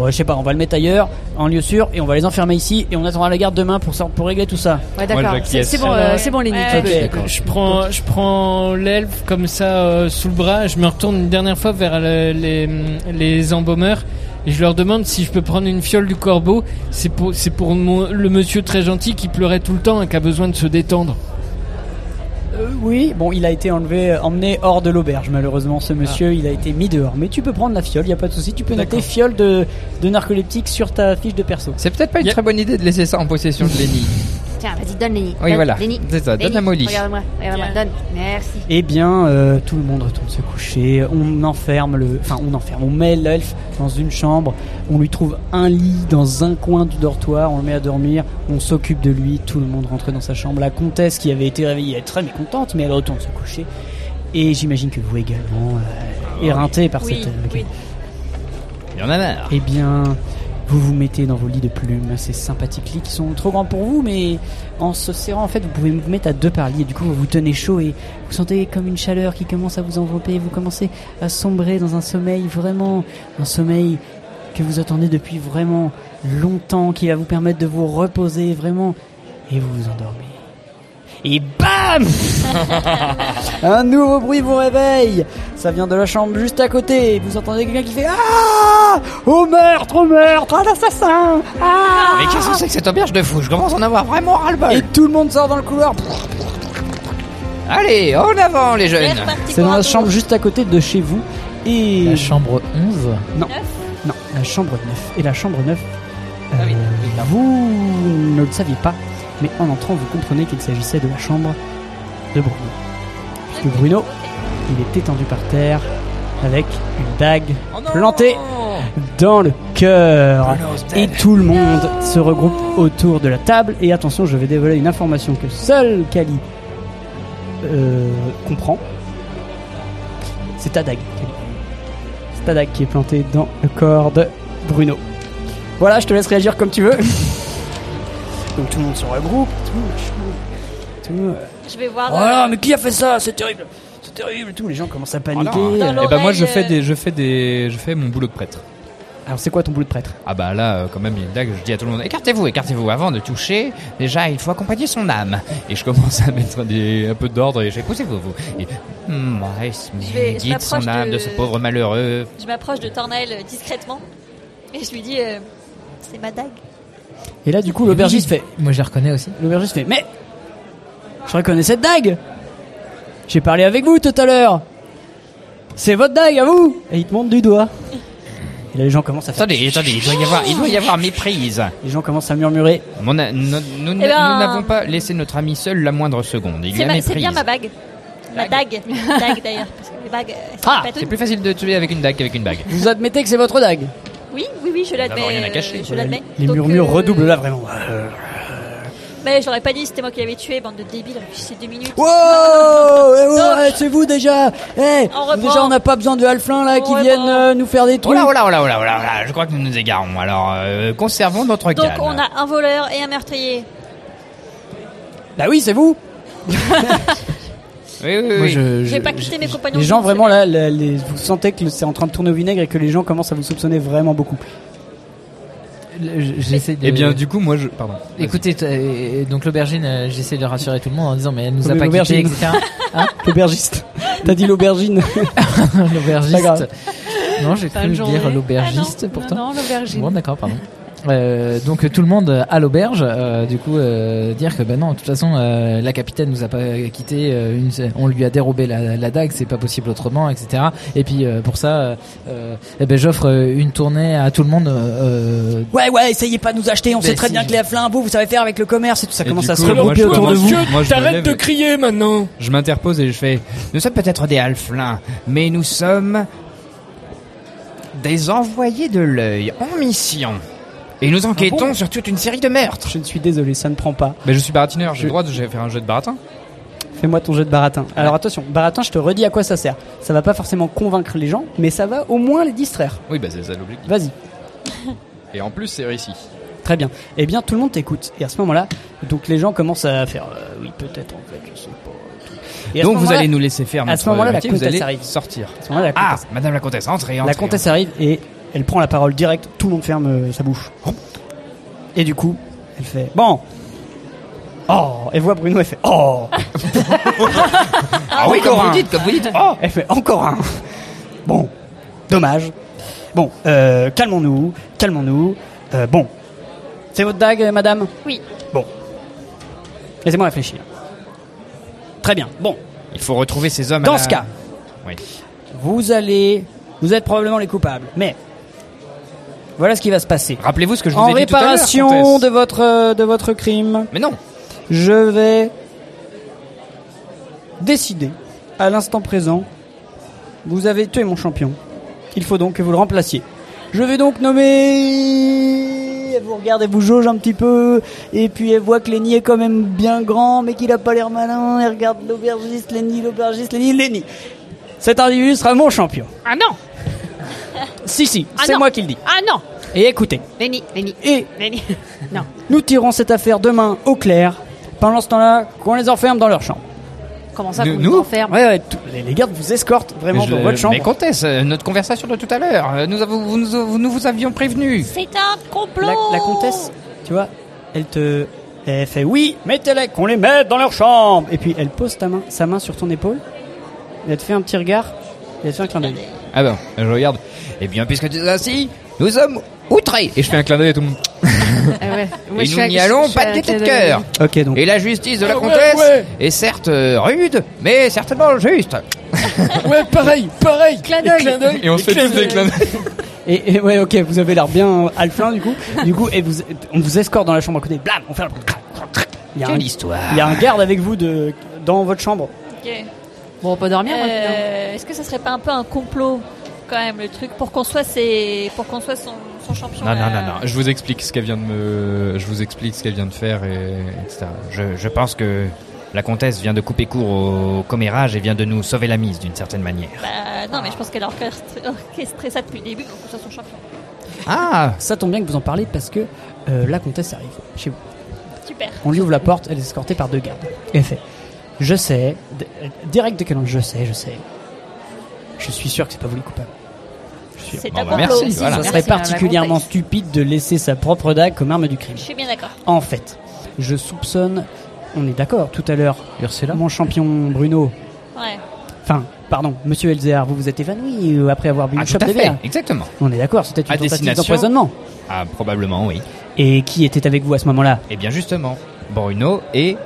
Speaker 1: Ouais, je sais pas, on va le mettre ailleurs, en lieu sûr, et on va les enfermer ici, et on attendra la garde demain pour, ça- pour régler tout ça.
Speaker 4: Ouais, d'accord. Moi, j'acquiesce. C'est- c'est bon, euh,
Speaker 6: Alors,
Speaker 4: c'est bon, Lenny, tu
Speaker 6: ok.
Speaker 4: peux. D'accord.
Speaker 6: Je prends, je prends l'elfe comme ça euh, sous le bras. Je me retourne une dernière fois vers le- les, les embaumeurs et je leur demande si je peux prendre une fiole du corbeau. C'est pour, c'est pour mon- le monsieur très gentil qui pleurait tout le temps et qui a besoin de se détendre.
Speaker 1: Euh, oui, bon, il a été enlevé, euh, emmené hors de l'auberge, malheureusement, ce monsieur,
Speaker 5: Ah.
Speaker 1: il a été mis dehors. Mais tu peux prendre la fiole, y a pas de souci, tu peux noter fiole de, de narcoleptique sur ta fiche de perso.
Speaker 5: C'est peut-être pas une très bonne idée de laisser ça en possession de Lenny.
Speaker 28: Tiens, vas-y, donne Lenny.
Speaker 5: Oui,
Speaker 28: Donne,
Speaker 5: voilà.
Speaker 28: Lenny.
Speaker 5: C'est ça, donne
Speaker 28: Lenny,
Speaker 5: à Molly.
Speaker 28: Regarde-moi, regarde-moi, donne. Merci.
Speaker 1: Eh bien, euh, tout le monde retourne se coucher. On enferme le, enfin, on enferme, on met l'elfe dans une chambre. On lui trouve un lit dans un coin du dortoir. On le met à dormir. On s'occupe de lui. Tout le monde rentre dans sa chambre. La comtesse qui avait été réveillée, elle est très mécontente, mais elle retourne se coucher. Et j'imagine que vous également, euh, éreintée par
Speaker 7: Oui,
Speaker 1: cette. euh,
Speaker 7: oui.
Speaker 3: Il y en a marre.
Speaker 1: eh bien, vous vous mettez dans vos lits de plumes, ces sympathiques lits qui sont trop grands pour vous, mais en se serrant, en fait, vous pouvez vous mettre à deux par lit. Et du coup, vous vous tenez chaud et vous sentez comme une chaleur qui commence à vous envelopper. Vous commencez à sombrer dans un sommeil vraiment, un sommeil que vous attendez depuis vraiment longtemps, qui va vous permettre de vous reposer vraiment. Et vous vous endormez. Et bam Bam Un nouveau bruit vous réveille. Ça vient de la chambre juste à côté. Vous entendez quelqu'un qui fait Ah Au meurtre, au meurtre, un assassin Ah
Speaker 3: Mais qu'est-ce que c'est que cette auberge de fou Je commence à en avoir vraiment ras-le-bol.
Speaker 1: Et tout le monde sort dans le couloir.
Speaker 3: Allez, en avant les jeunes
Speaker 1: C'est dans la chambre juste à côté de chez vous. Et...
Speaker 5: La chambre 11
Speaker 1: Non. Non, la chambre 9. Et la chambre 9, euh, bah, vous ne le saviez pas, mais en entrant, vous comprenez qu'il s'agissait de la chambre de Bruno. Puisque Bruno, il est étendu par terre avec une dague plantée dans le cœur. Et tout le monde se regroupe autour de la table. Et attention, je vais dévoiler une information que seul Kali euh, comprend. C'est ta dague, Kali. C'est ta dague qui est plantée dans le corps de Bruno. Voilà, je te laisse réagir comme tu veux. Donc tout le monde se regroupe. Tout, euh, tout, tout.
Speaker 7: Je vais voir.
Speaker 4: euh,
Speaker 1: Voilà, Oh mais qui a fait ça C'est terrible. C'est terrible. Tous les gens commencent à
Speaker 3: Oh
Speaker 1: paniquer.
Speaker 3: Eh
Speaker 48: Et
Speaker 1: Eh
Speaker 3: ben,
Speaker 1: ben,
Speaker 48: bah moi je fais
Speaker 1: euh,
Speaker 7: euh,
Speaker 48: des, je fais des, je fais mon boulot de prêtre.
Speaker 1: Alors c'est quoi ton boulot de prêtre
Speaker 3: Ah bah là, euh, quand même, il y a une dague, je dis à tout le monde, écartez-vous, écartez-vous, avant de toucher, déjà, il faut accompagner son âme. Et je commence à mettre des, un peu d'ordre et j'écoutez-vous, vous. Et, Hmm, ouais,
Speaker 7: Je vais- je
Speaker 3: guide son
Speaker 7: m'approche
Speaker 3: âme
Speaker 7: de
Speaker 3: de ce pauvre malheureux.
Speaker 7: Je m'approche de Tornel euh, discrètement et je lui dis euh, C'est ma dague.
Speaker 1: Et là, du coup, l'aubergiste fait.
Speaker 5: Moi, je la reconnais aussi.
Speaker 1: L'aubergiste fait. Mais je reconnais cette dague. J'ai parlé avec vous tout à l'heure. C'est votre dague à vous. Et il te montre du doigt. Et là, les gens commencent à faire.
Speaker 3: Attendez, attendez, il doit y avoir, il doit y avoir méprise.
Speaker 1: Les gens commencent à murmurer.
Speaker 3: Mon a- no- nous
Speaker 7: Eh
Speaker 3: nous
Speaker 7: ben-
Speaker 3: n'avons pas laissé notre ami seul la moindre seconde. Il y
Speaker 7: C'est
Speaker 3: a
Speaker 7: ma- c'est
Speaker 3: méprise.
Speaker 7: bien ma bague. Ma dague. dague d'ailleurs. Parce que les bagues. euh, elles sont
Speaker 3: Ah,
Speaker 7: pas toutes.
Speaker 3: c'est plus facile de tuer avec une dague qu'avec une bague.
Speaker 1: Vous admettez que c'est votre dague
Speaker 7: Oui, oui, oui, je l'admets.
Speaker 3: D'abord, il y en a
Speaker 7: euh,
Speaker 3: caché.
Speaker 7: Je l'admets.
Speaker 1: Les
Speaker 7: Donc,
Speaker 1: murmures
Speaker 7: euh,
Speaker 1: redoublent là vraiment. Euh,
Speaker 7: Mais j'aurais pas dit, c'était moi qui l'avais tué, bande de débiles, réfléchissez deux minutes.
Speaker 1: Wow Eh ouais, ouais, C'est vous déjà Eh,
Speaker 7: On
Speaker 1: Déjà, on n'a pas besoin de Halflin là qui
Speaker 7: reprend.
Speaker 1: viennent euh, nous faire des
Speaker 3: Oh
Speaker 1: trucs.
Speaker 3: là, oh là, oh là, oh là, oh là, oh là, je crois que nous nous égarons. Alors, euh, conservons notre
Speaker 7: Donc
Speaker 3: calme.
Speaker 7: on a un voleur et un meurtrier.
Speaker 1: Bah oui, c'est vous
Speaker 3: Oui, oui, oui.
Speaker 1: Moi, je-
Speaker 7: Je vais pas quitter mes compagnons.
Speaker 1: Les
Speaker 7: de
Speaker 1: gens
Speaker 7: route.
Speaker 1: vraiment là, là, les- vous sentez que c'est en train de tourner au vinaigre et que les gens commencent à vous soupçonner vraiment beaucoup.
Speaker 5: J'essaie de.
Speaker 48: Eh bien, du coup, moi je. Pardon.
Speaker 5: Écoutez, t- euh, donc l'aubergine, euh, j'essaie de rassurer tout le monde en disant mais elle nous a
Speaker 1: Mais
Speaker 5: pas quittés,
Speaker 1: l'aubergine. Hein
Speaker 5: etc.
Speaker 1: L'aubergiste. T'as dit l'aubergine. C'est pas grave.
Speaker 5: l'aubergiste. Non, j'ai
Speaker 1: Fin
Speaker 5: cru
Speaker 1: de
Speaker 5: dire
Speaker 1: journée.
Speaker 5: l'aubergiste
Speaker 1: Ah non,
Speaker 5: pourtant.
Speaker 1: non, non, l'aubergine.
Speaker 5: Bon, d'accord, pardon. Euh, donc euh, tout le monde euh, à l'auberge, euh, du coup euh, dire que ben non, de toute façon euh, la capitaine nous a pas quitté, euh, une- on lui a dérobé la, la dague, c'est pas possible autrement, etc. Et puis euh, pour ça, euh, euh, eh ben j'offre euh, une tournée à tout le monde. euh,
Speaker 1: Ouais, ouais, essayez pas de nous acheter, on
Speaker 5: Mais
Speaker 1: sait très
Speaker 5: si,
Speaker 1: bien que les Halflin, vous, vous savez faire avec le commerce et tout ça
Speaker 48: Et
Speaker 1: commence
Speaker 48: du
Speaker 1: à se
Speaker 48: coup, moi,
Speaker 1: regrouper
Speaker 48: je-
Speaker 1: autour de vous.
Speaker 48: Monsieur, Moi, je me t'arrêtes lève de et-
Speaker 3: crier maintenant
Speaker 48: Je m'interpose et je fais.
Speaker 3: Nous sommes peut-être des halflins, mais nous sommes des envoyés de l'œil en mission. Et nous enquêtons
Speaker 1: Ah bon
Speaker 3: sur toute une série de meurtres.
Speaker 1: Je ne suis désolé, ça ne prend pas.
Speaker 48: Mais je suis baratineur, j'ai le droit de j'ai fait un jeu de baratin.
Speaker 1: Fais-moi ton jeu de baratin. Alors attention, baratin, je te redis à quoi ça sert. Ça va pas forcément convaincre les gens, mais ça va au moins les distraire.
Speaker 48: Oui, bah c'est ça l'objectif.
Speaker 1: Vas-y.
Speaker 48: Et en plus, c'est réussi.
Speaker 1: Très bien. Eh bien, tout le monde t'écoute. Et à ce moment-là, donc les gens commencent à faire euh, oui, peut-être en fait, je sais pas. et tout. Et à ce
Speaker 3: Donc vous
Speaker 1: moment-là-
Speaker 3: allez nous laisser faire
Speaker 1: À
Speaker 3: notre
Speaker 1: ce moment-là, la
Speaker 3: métier, vous allez
Speaker 1: comtesse arrive.
Speaker 48: sortir.
Speaker 1: À ce moment-là, la
Speaker 3: Ah,
Speaker 1: comtesse-
Speaker 3: madame la comtesse, entrez, entrez.
Speaker 1: la comtesse arrive et elle prend la parole directe. Tout le monde ferme euh, sa bouche. Et du coup, elle fait bon. Oh, elle voit Bruno, elle fait oh.
Speaker 3: Ah oui,
Speaker 1: Encore
Speaker 3: comme
Speaker 1: un.
Speaker 3: vous dites, comme vous dites.
Speaker 1: Oh Elle fait encore un. Bon, dommage. Bon, euh, calmons-nous, calmons-nous. Euh, bon, c'est votre dague, madame
Speaker 7: Oui.
Speaker 1: Bon, laissez-moi réfléchir. Très bien. Bon,
Speaker 3: Il faut retrouver ces hommes. à
Speaker 1: dans
Speaker 3: la-
Speaker 1: ce cas,
Speaker 3: Oui.
Speaker 1: vous allez, vous êtes probablement les coupables, mais voilà ce qui va se passer.
Speaker 3: Rappelez-vous ce que je vous
Speaker 1: En
Speaker 3: ai dit tout à l'heure.
Speaker 1: réparation
Speaker 3: comtesse.
Speaker 1: de votre euh, de votre crime.
Speaker 3: Mais non.
Speaker 1: Je vais décider à l'instant présent. Vous avez tué mon champion. Il faut donc que vous le remplaciez. Je vais donc nommer. Elle vous regarde, elle vous jauge un petit peu, et puis elle voit que Lenny est quand même bien grand, mais qu'il a pas l'air malin. Elle regarde l'aubergiste, Lenny, l'aubergiste, Lenny, Lenny. Cet individu sera mon champion.
Speaker 4: Ah non
Speaker 1: Si, si,
Speaker 4: Ah
Speaker 1: c'est
Speaker 4: non.
Speaker 1: moi qui le dis.
Speaker 4: Ah non
Speaker 1: Et écoutez,
Speaker 4: Lenny, Lenny.
Speaker 1: Et
Speaker 4: Lenny. Non.
Speaker 1: nous tirons cette affaire demain au clair, pendant ce temps-là, qu'on les enferme dans leur chambre.
Speaker 4: Comment ça
Speaker 3: Nous-
Speaker 4: qu'on
Speaker 3: nous
Speaker 4: t'enferme
Speaker 1: Ouais, ouais, tout- les, les gardes vous escortent vraiment
Speaker 3: Je-
Speaker 1: dans votre
Speaker 3: Mais
Speaker 1: chambre.
Speaker 3: comtesse, euh, notre conversation de tout à l'heure, euh, nous, avons- vous, nous, vous- nous vous avions prévenu.
Speaker 7: C'est un complot
Speaker 1: La, la comtesse, tu vois, elle te, Et elle fait oui, mettez-les, qu'on les mette dans leur chambre. Et puis elle pose ta main, sa main sur ton épaule. Et elle te fait un petit regard. Et elle te fait un clin d'œil.
Speaker 3: Ah bon, je regarde. Eh bien, puisque tu es ainsi, nous sommes outrés. Et je fais un clin d'œil à tout le monde. Et nous n'y allons pas de gaieté de cœur.
Speaker 1: Ok, donc.
Speaker 3: Et la justice de la
Speaker 1: Ah ouais,
Speaker 3: comtesse
Speaker 1: ouais.
Speaker 3: est certes euh, rude, mais certainement juste.
Speaker 1: Ouais, pareil, pareil.
Speaker 7: Clin
Speaker 1: d'œil. Et clin d'œil.
Speaker 3: Et on se fait tous des clins
Speaker 1: Et, et ouais, ok, vous avez l'air bien alflin du coup. Du coup, et vous, on vous escorte dans la chambre à côté. Blam, on fait. un- Il y a un-
Speaker 10: Quelle histoire.
Speaker 1: Il y a un garde avec vous de dans votre chambre.
Speaker 7: Ok.
Speaker 4: Bon, on peut
Speaker 3: Ah,
Speaker 4: dormir. moi,
Speaker 7: Euh,
Speaker 4: putain.
Speaker 7: Est-ce que ça serait pas un peu un complot quand même le truc pour qu'on soit ses... pour qu'on soit son, son champion
Speaker 3: Non, non,
Speaker 7: euh,
Speaker 3: non, non. Je vous explique ce qu'elle vient de me, je vous explique ce qu'elle vient de faire, et, etc. Je, je pense que la comtesse vient de couper court au commérage et vient de nous sauver la mise d'une certaine manière.
Speaker 7: Bah, non, mais je pense qu'elle a orchestré, orchestré ça depuis le début pour qu'on soit son champion.
Speaker 3: Ah
Speaker 1: Ça tombe bien que vous en parlez parce que euh, la comtesse arrive chez vous.
Speaker 7: Super.
Speaker 1: On lui ouvre la porte, elle est escortée par deux gardes. Et elle fait Je sais, d- euh, direct de canon, je sais, je sais. Je suis sûr que c'est pas vous les coupables. Je suis-
Speaker 7: C'est Bon, un bah, complot. merci, voilà.
Speaker 1: Ça serait
Speaker 7: Merci, madame la
Speaker 1: particulièrement
Speaker 7: comtesse.
Speaker 1: stupide de laisser sa propre dague comme arme du crime.
Speaker 7: Je suis bien d'accord.
Speaker 1: En fait, je soupçonne, on est d'accord tout à l'heure, mon champion Bruno,
Speaker 7: Ouais.
Speaker 1: enfin, pardon, monsieur Elzéar, vous vous êtes évanoui euh, après avoir bu une
Speaker 3: Ah, tout
Speaker 1: chope
Speaker 3: à
Speaker 1: de
Speaker 3: fait,
Speaker 1: bière.
Speaker 3: exactement.
Speaker 1: On est d'accord, c'était
Speaker 3: À
Speaker 1: une tentative
Speaker 3: destination.
Speaker 1: d'empoisonnement.
Speaker 3: Ah, probablement, oui.
Speaker 1: Et qui était avec vous à ce moment-là
Speaker 3: Eh bien, justement, Bruno et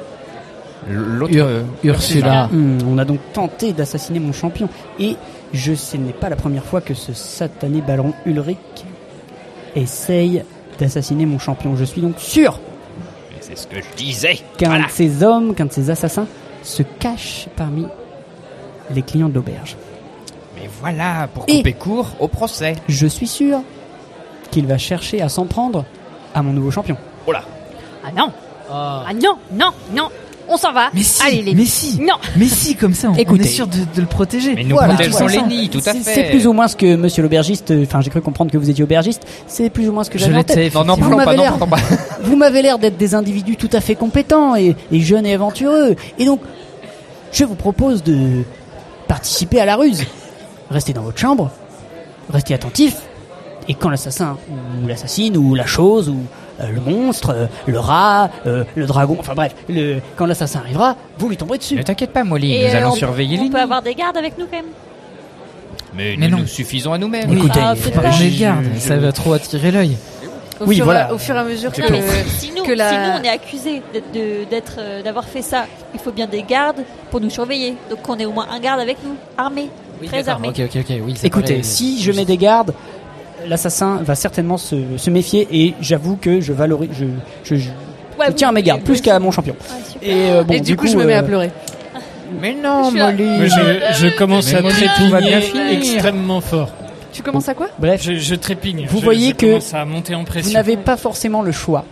Speaker 3: l'autre
Speaker 1: Hmm, on a donc tenté d'assassiner mon champion. Et je, ce n'est pas la première fois que ce satané ballon Ulrich essaye d'assassiner mon champion. Je suis donc sûr
Speaker 3: Mais C'est ce que je disais.
Speaker 1: qu'un
Speaker 3: Voilà.
Speaker 1: de ces hommes, qu'un de ces assassins se cache parmi les clients de l'auberge.
Speaker 3: Mais voilà, pour couper court au procès.
Speaker 1: Je suis sûr qu'il va chercher à s'en prendre à mon nouveau champion.
Speaker 3: Oh là
Speaker 19: Ah non Ah non, non, non On s'en va
Speaker 5: Mais si,
Speaker 19: Allez, les
Speaker 5: mais si,
Speaker 19: Non
Speaker 5: mais si, comme ça, on,
Speaker 1: Écoutez.
Speaker 5: on est sûr de, de le protéger.
Speaker 3: Mais nous protégeons Lenny, tout à
Speaker 1: C'est-
Speaker 3: fait.
Speaker 1: C'est plus ou moins ce que monsieur l'aubergiste, euh, enfin j'ai cru comprendre que vous étiez aubergiste, c'est plus ou moins ce que
Speaker 3: Je
Speaker 1: j'avais en
Speaker 3: l'étais,
Speaker 1: tête.
Speaker 3: Non, non,
Speaker 1: Vous
Speaker 3: parlons pas,
Speaker 1: m'avez
Speaker 3: non,
Speaker 1: l'air-
Speaker 3: parlons pas.
Speaker 1: Vous m'avez l'air d'être des individus tout à fait compétents et, et jeunes et aventureux. Et donc, je vous propose de participer à la ruse. Restez dans votre chambre, restez attentifs, et quand l'assassin, ou l'assassine, ou la chose, ou euh, le monstre, euh, le rat, euh, le dragon, enfin bref, le- quand l'assassin arrivera, vous lui tomberez dessus. Ne
Speaker 3: t'inquiète pas, Molly,
Speaker 7: euh, on, On peut avoir des gardes avec nous quand même.
Speaker 3: Mais, nous nous suffisons à nous-mêmes.
Speaker 5: Écoutez,
Speaker 7: Ah,
Speaker 5: faut pas
Speaker 7: peut-être.
Speaker 5: qu'on les garde,
Speaker 3: Je-
Speaker 5: ça va trop attirer l'œil.
Speaker 4: Au fur et- Au fur et à mesure que,
Speaker 7: Si nous,
Speaker 4: que la.
Speaker 7: si nous, on est accusés d'être- de- d'être, euh, d'avoir fait ça, il faut bien des gardes pour nous surveiller. Donc qu'on ait au moins un garde avec nous, armé, très armé.
Speaker 5: Ah, Ok, ok, ok, oui. ça
Speaker 1: Écoutez,
Speaker 5: paraît-
Speaker 1: si je mets des gardes, l'assassin va certainement se, se méfier et j'avoue que je valorise, je, je, je- je
Speaker 7: vous-
Speaker 1: tiens à mes gardes plus qu'à mon champion. et, euh, bon,
Speaker 4: Et du coup, je me
Speaker 1: euh,
Speaker 4: mets à pleurer.
Speaker 3: Mais non,
Speaker 6: Mais je, je commence
Speaker 3: Mais
Speaker 6: à
Speaker 3: Molly,
Speaker 6: trépigner
Speaker 3: tout va bien finir.
Speaker 6: extrêmement fort.
Speaker 4: Tu commences à quoi
Speaker 1: Bref,
Speaker 6: je, je trépigne.
Speaker 1: Vous
Speaker 6: Je-
Speaker 1: voyez
Speaker 6: je
Speaker 1: que
Speaker 6: commence à monter en
Speaker 1: Vous
Speaker 6: pression.
Speaker 1: n'avez pas forcément le choix.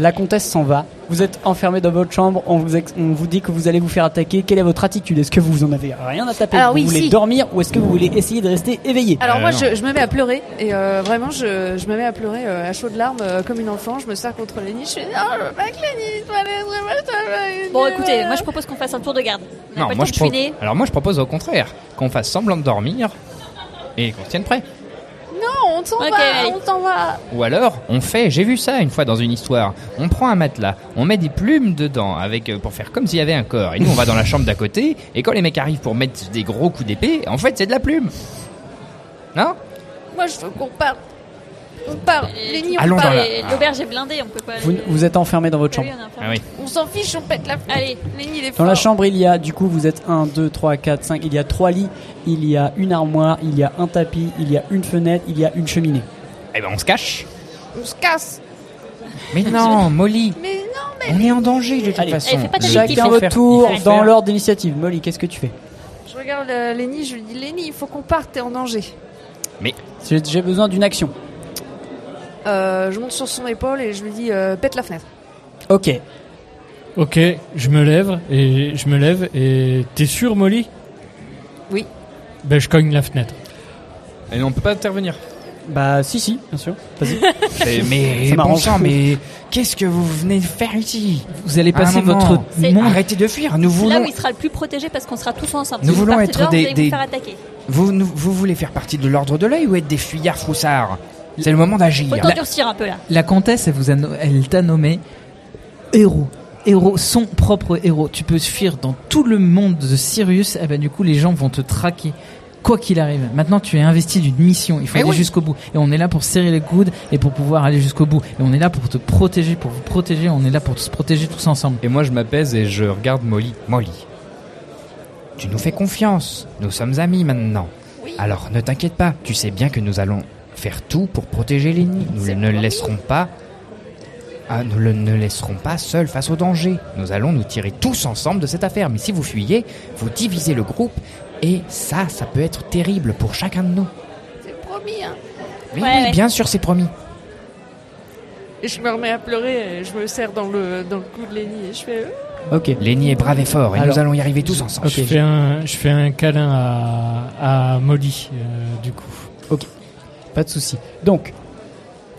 Speaker 1: La comtesse s'en va. Vous êtes enfermé dans votre chambre. On vous, ex- on vous dit que vous allez vous faire attaquer. Quelle est votre attitude Est-ce que vous en avez rien à taper
Speaker 4: Alors
Speaker 1: Vous
Speaker 4: oui,
Speaker 1: voulez
Speaker 4: si.
Speaker 1: dormir ou est-ce que vous voulez essayer de rester éveillé
Speaker 4: Alors
Speaker 6: Ah
Speaker 4: moi, je, je me mets à pleurer et euh, vraiment, je, je me mets à pleurer euh, à chaudes larmes euh, comme une enfant. Je me serre contre les niches. Je fais, non, je veux pas que les niches soient les vrais, je veux pas-
Speaker 7: Bon, écoutez, moi je propose qu'on fasse un tour de garde. On n'a pas
Speaker 3: Non,
Speaker 7: le
Speaker 3: moi
Speaker 7: temps
Speaker 3: je
Speaker 7: de chouiner.
Speaker 3: pro- Alors moi je propose au contraire qu'on fasse semblant de dormir et qu'on se tienne prêt.
Speaker 4: Non, on s'en
Speaker 7: Ok.
Speaker 4: va, on s'en va.
Speaker 3: Ou alors on fait, j'ai vu ça une fois dans une histoire, on prend un matelas, on met des plumes dedans avec euh, pour faire comme s'il y avait un corps et nous on va dans la chambre d'à côté et quand les mecs arrivent pour mettre des gros coups d'épée, en fait c'est de la plume. Non
Speaker 4: Moi, je veux qu'on parte. On part. Les nids, on
Speaker 1: Allons
Speaker 4: part.
Speaker 1: dans la-
Speaker 4: Et-
Speaker 7: Et L'auberge est blindée, on peut pas.
Speaker 1: Vous,
Speaker 7: aller-
Speaker 1: vous êtes enfermé dans votre chambre.
Speaker 3: Ah oui.
Speaker 4: On s'en fiche, on pète la. Allez, les nids, les
Speaker 1: Dans la chambre, il y a, du coup, vous êtes 1, 2, 3, 4, 5, il y a 3 lits, il y a une armoire, il y a un tapis, il y a une fenêtre, il y a une cheminée.
Speaker 3: Eh ben on se cache.
Speaker 4: On se casse.
Speaker 3: Mais non, Molly,
Speaker 4: Mais non, mais.
Speaker 3: on est en danger de toute
Speaker 1: Eh,
Speaker 3: façon.
Speaker 1: Chacun votre tour, dans l'ordre d'initiative. Molly, qu'est-ce que tu fais
Speaker 4: Je regarde euh, Lenny, je lui dis Lenny, il faut qu'on parte, t'es en danger.
Speaker 3: Mais
Speaker 1: J'ai j'ai besoin d'une action.
Speaker 4: Euh, je monte sur son épaule et je lui dis euh, pète la fenêtre.
Speaker 1: Ok.
Speaker 6: Ok, je me lève et je me lève et t'es sûr, Molly
Speaker 4: Oui.
Speaker 6: Ben je cogne la fenêtre.
Speaker 3: Et on peut pas intervenir.
Speaker 1: Bah, si, si, bien sûr. Vas-y.
Speaker 3: Mais, mais
Speaker 1: Ça
Speaker 3: bon
Speaker 1: m'arrange.
Speaker 3: sang, mais qu'est-ce que vous venez de faire ici
Speaker 5: Vous allez
Speaker 3: À un
Speaker 5: passer
Speaker 3: moment,
Speaker 5: votre
Speaker 7: C'est-
Speaker 5: monde.
Speaker 3: Arrêtez de fuir, nous
Speaker 7: C'est là
Speaker 3: voulons
Speaker 7: où il sera le plus protégé parce qu'on sera tous ensemble.
Speaker 3: Nous
Speaker 7: Si vous
Speaker 3: voulons
Speaker 7: partez
Speaker 3: être
Speaker 7: dehors,
Speaker 3: des-
Speaker 7: vous allez
Speaker 3: des-
Speaker 7: vous faire attaquer.
Speaker 3: Vous, nous- vous voulez faire partie de l'ordre de l'œil ou être des fuyards
Speaker 1: Bah-
Speaker 3: froussards C'est le moment d'agir.
Speaker 7: Faut t'endurcir un peu là.
Speaker 5: La comtesse, elle vous a no- elle t'a nommé héros. Héros, son propre héros. Tu peux fuir dans tout le monde de Sirius, et ben du coup, les gens vont te traquer. Quoi qu'il arrive, maintenant tu es investi d'une mission, il faut
Speaker 49: Eh
Speaker 5: aller
Speaker 49: oui.
Speaker 5: jusqu'au bout. Et on est là pour serrer les coudes et pour pouvoir aller jusqu'au bout. Et on est là pour te protéger, pour vous protéger, on est là pour se protéger tous ensemble.
Speaker 3: Et moi je m'apaise et je regarde Molly. Molly, tu nous fais confiance. Nous sommes amis maintenant. Alors ne t'inquiète pas, tu sais bien que nous allons faire tout pour protéger Lenny. Nous ne le laisserons pas. Ah, nous le- ne laisserons pas seul face au danger. Nous allons nous tirer tous ensemble de cette affaire. Mais si vous fuyez, vous divisez le groupe et ça, ça peut être terrible pour chacun de nous.
Speaker 50: Promis, hein.
Speaker 3: Oui,
Speaker 50: Ouais,
Speaker 3: oui,
Speaker 50: ouais.
Speaker 3: bien sûr, c'est promis.
Speaker 4: Et je me remets à pleurer et je me serre dans le, dans le cou de Lenny et je fais. euh,
Speaker 3: Ok. Lenny est brave et fort et
Speaker 6: Alors,
Speaker 3: nous allons y arriver tous ensemble.
Speaker 6: Je, fais un, je fais un câlin à, à Molly, euh, du coup.
Speaker 1: Ok, pas de souci. Donc,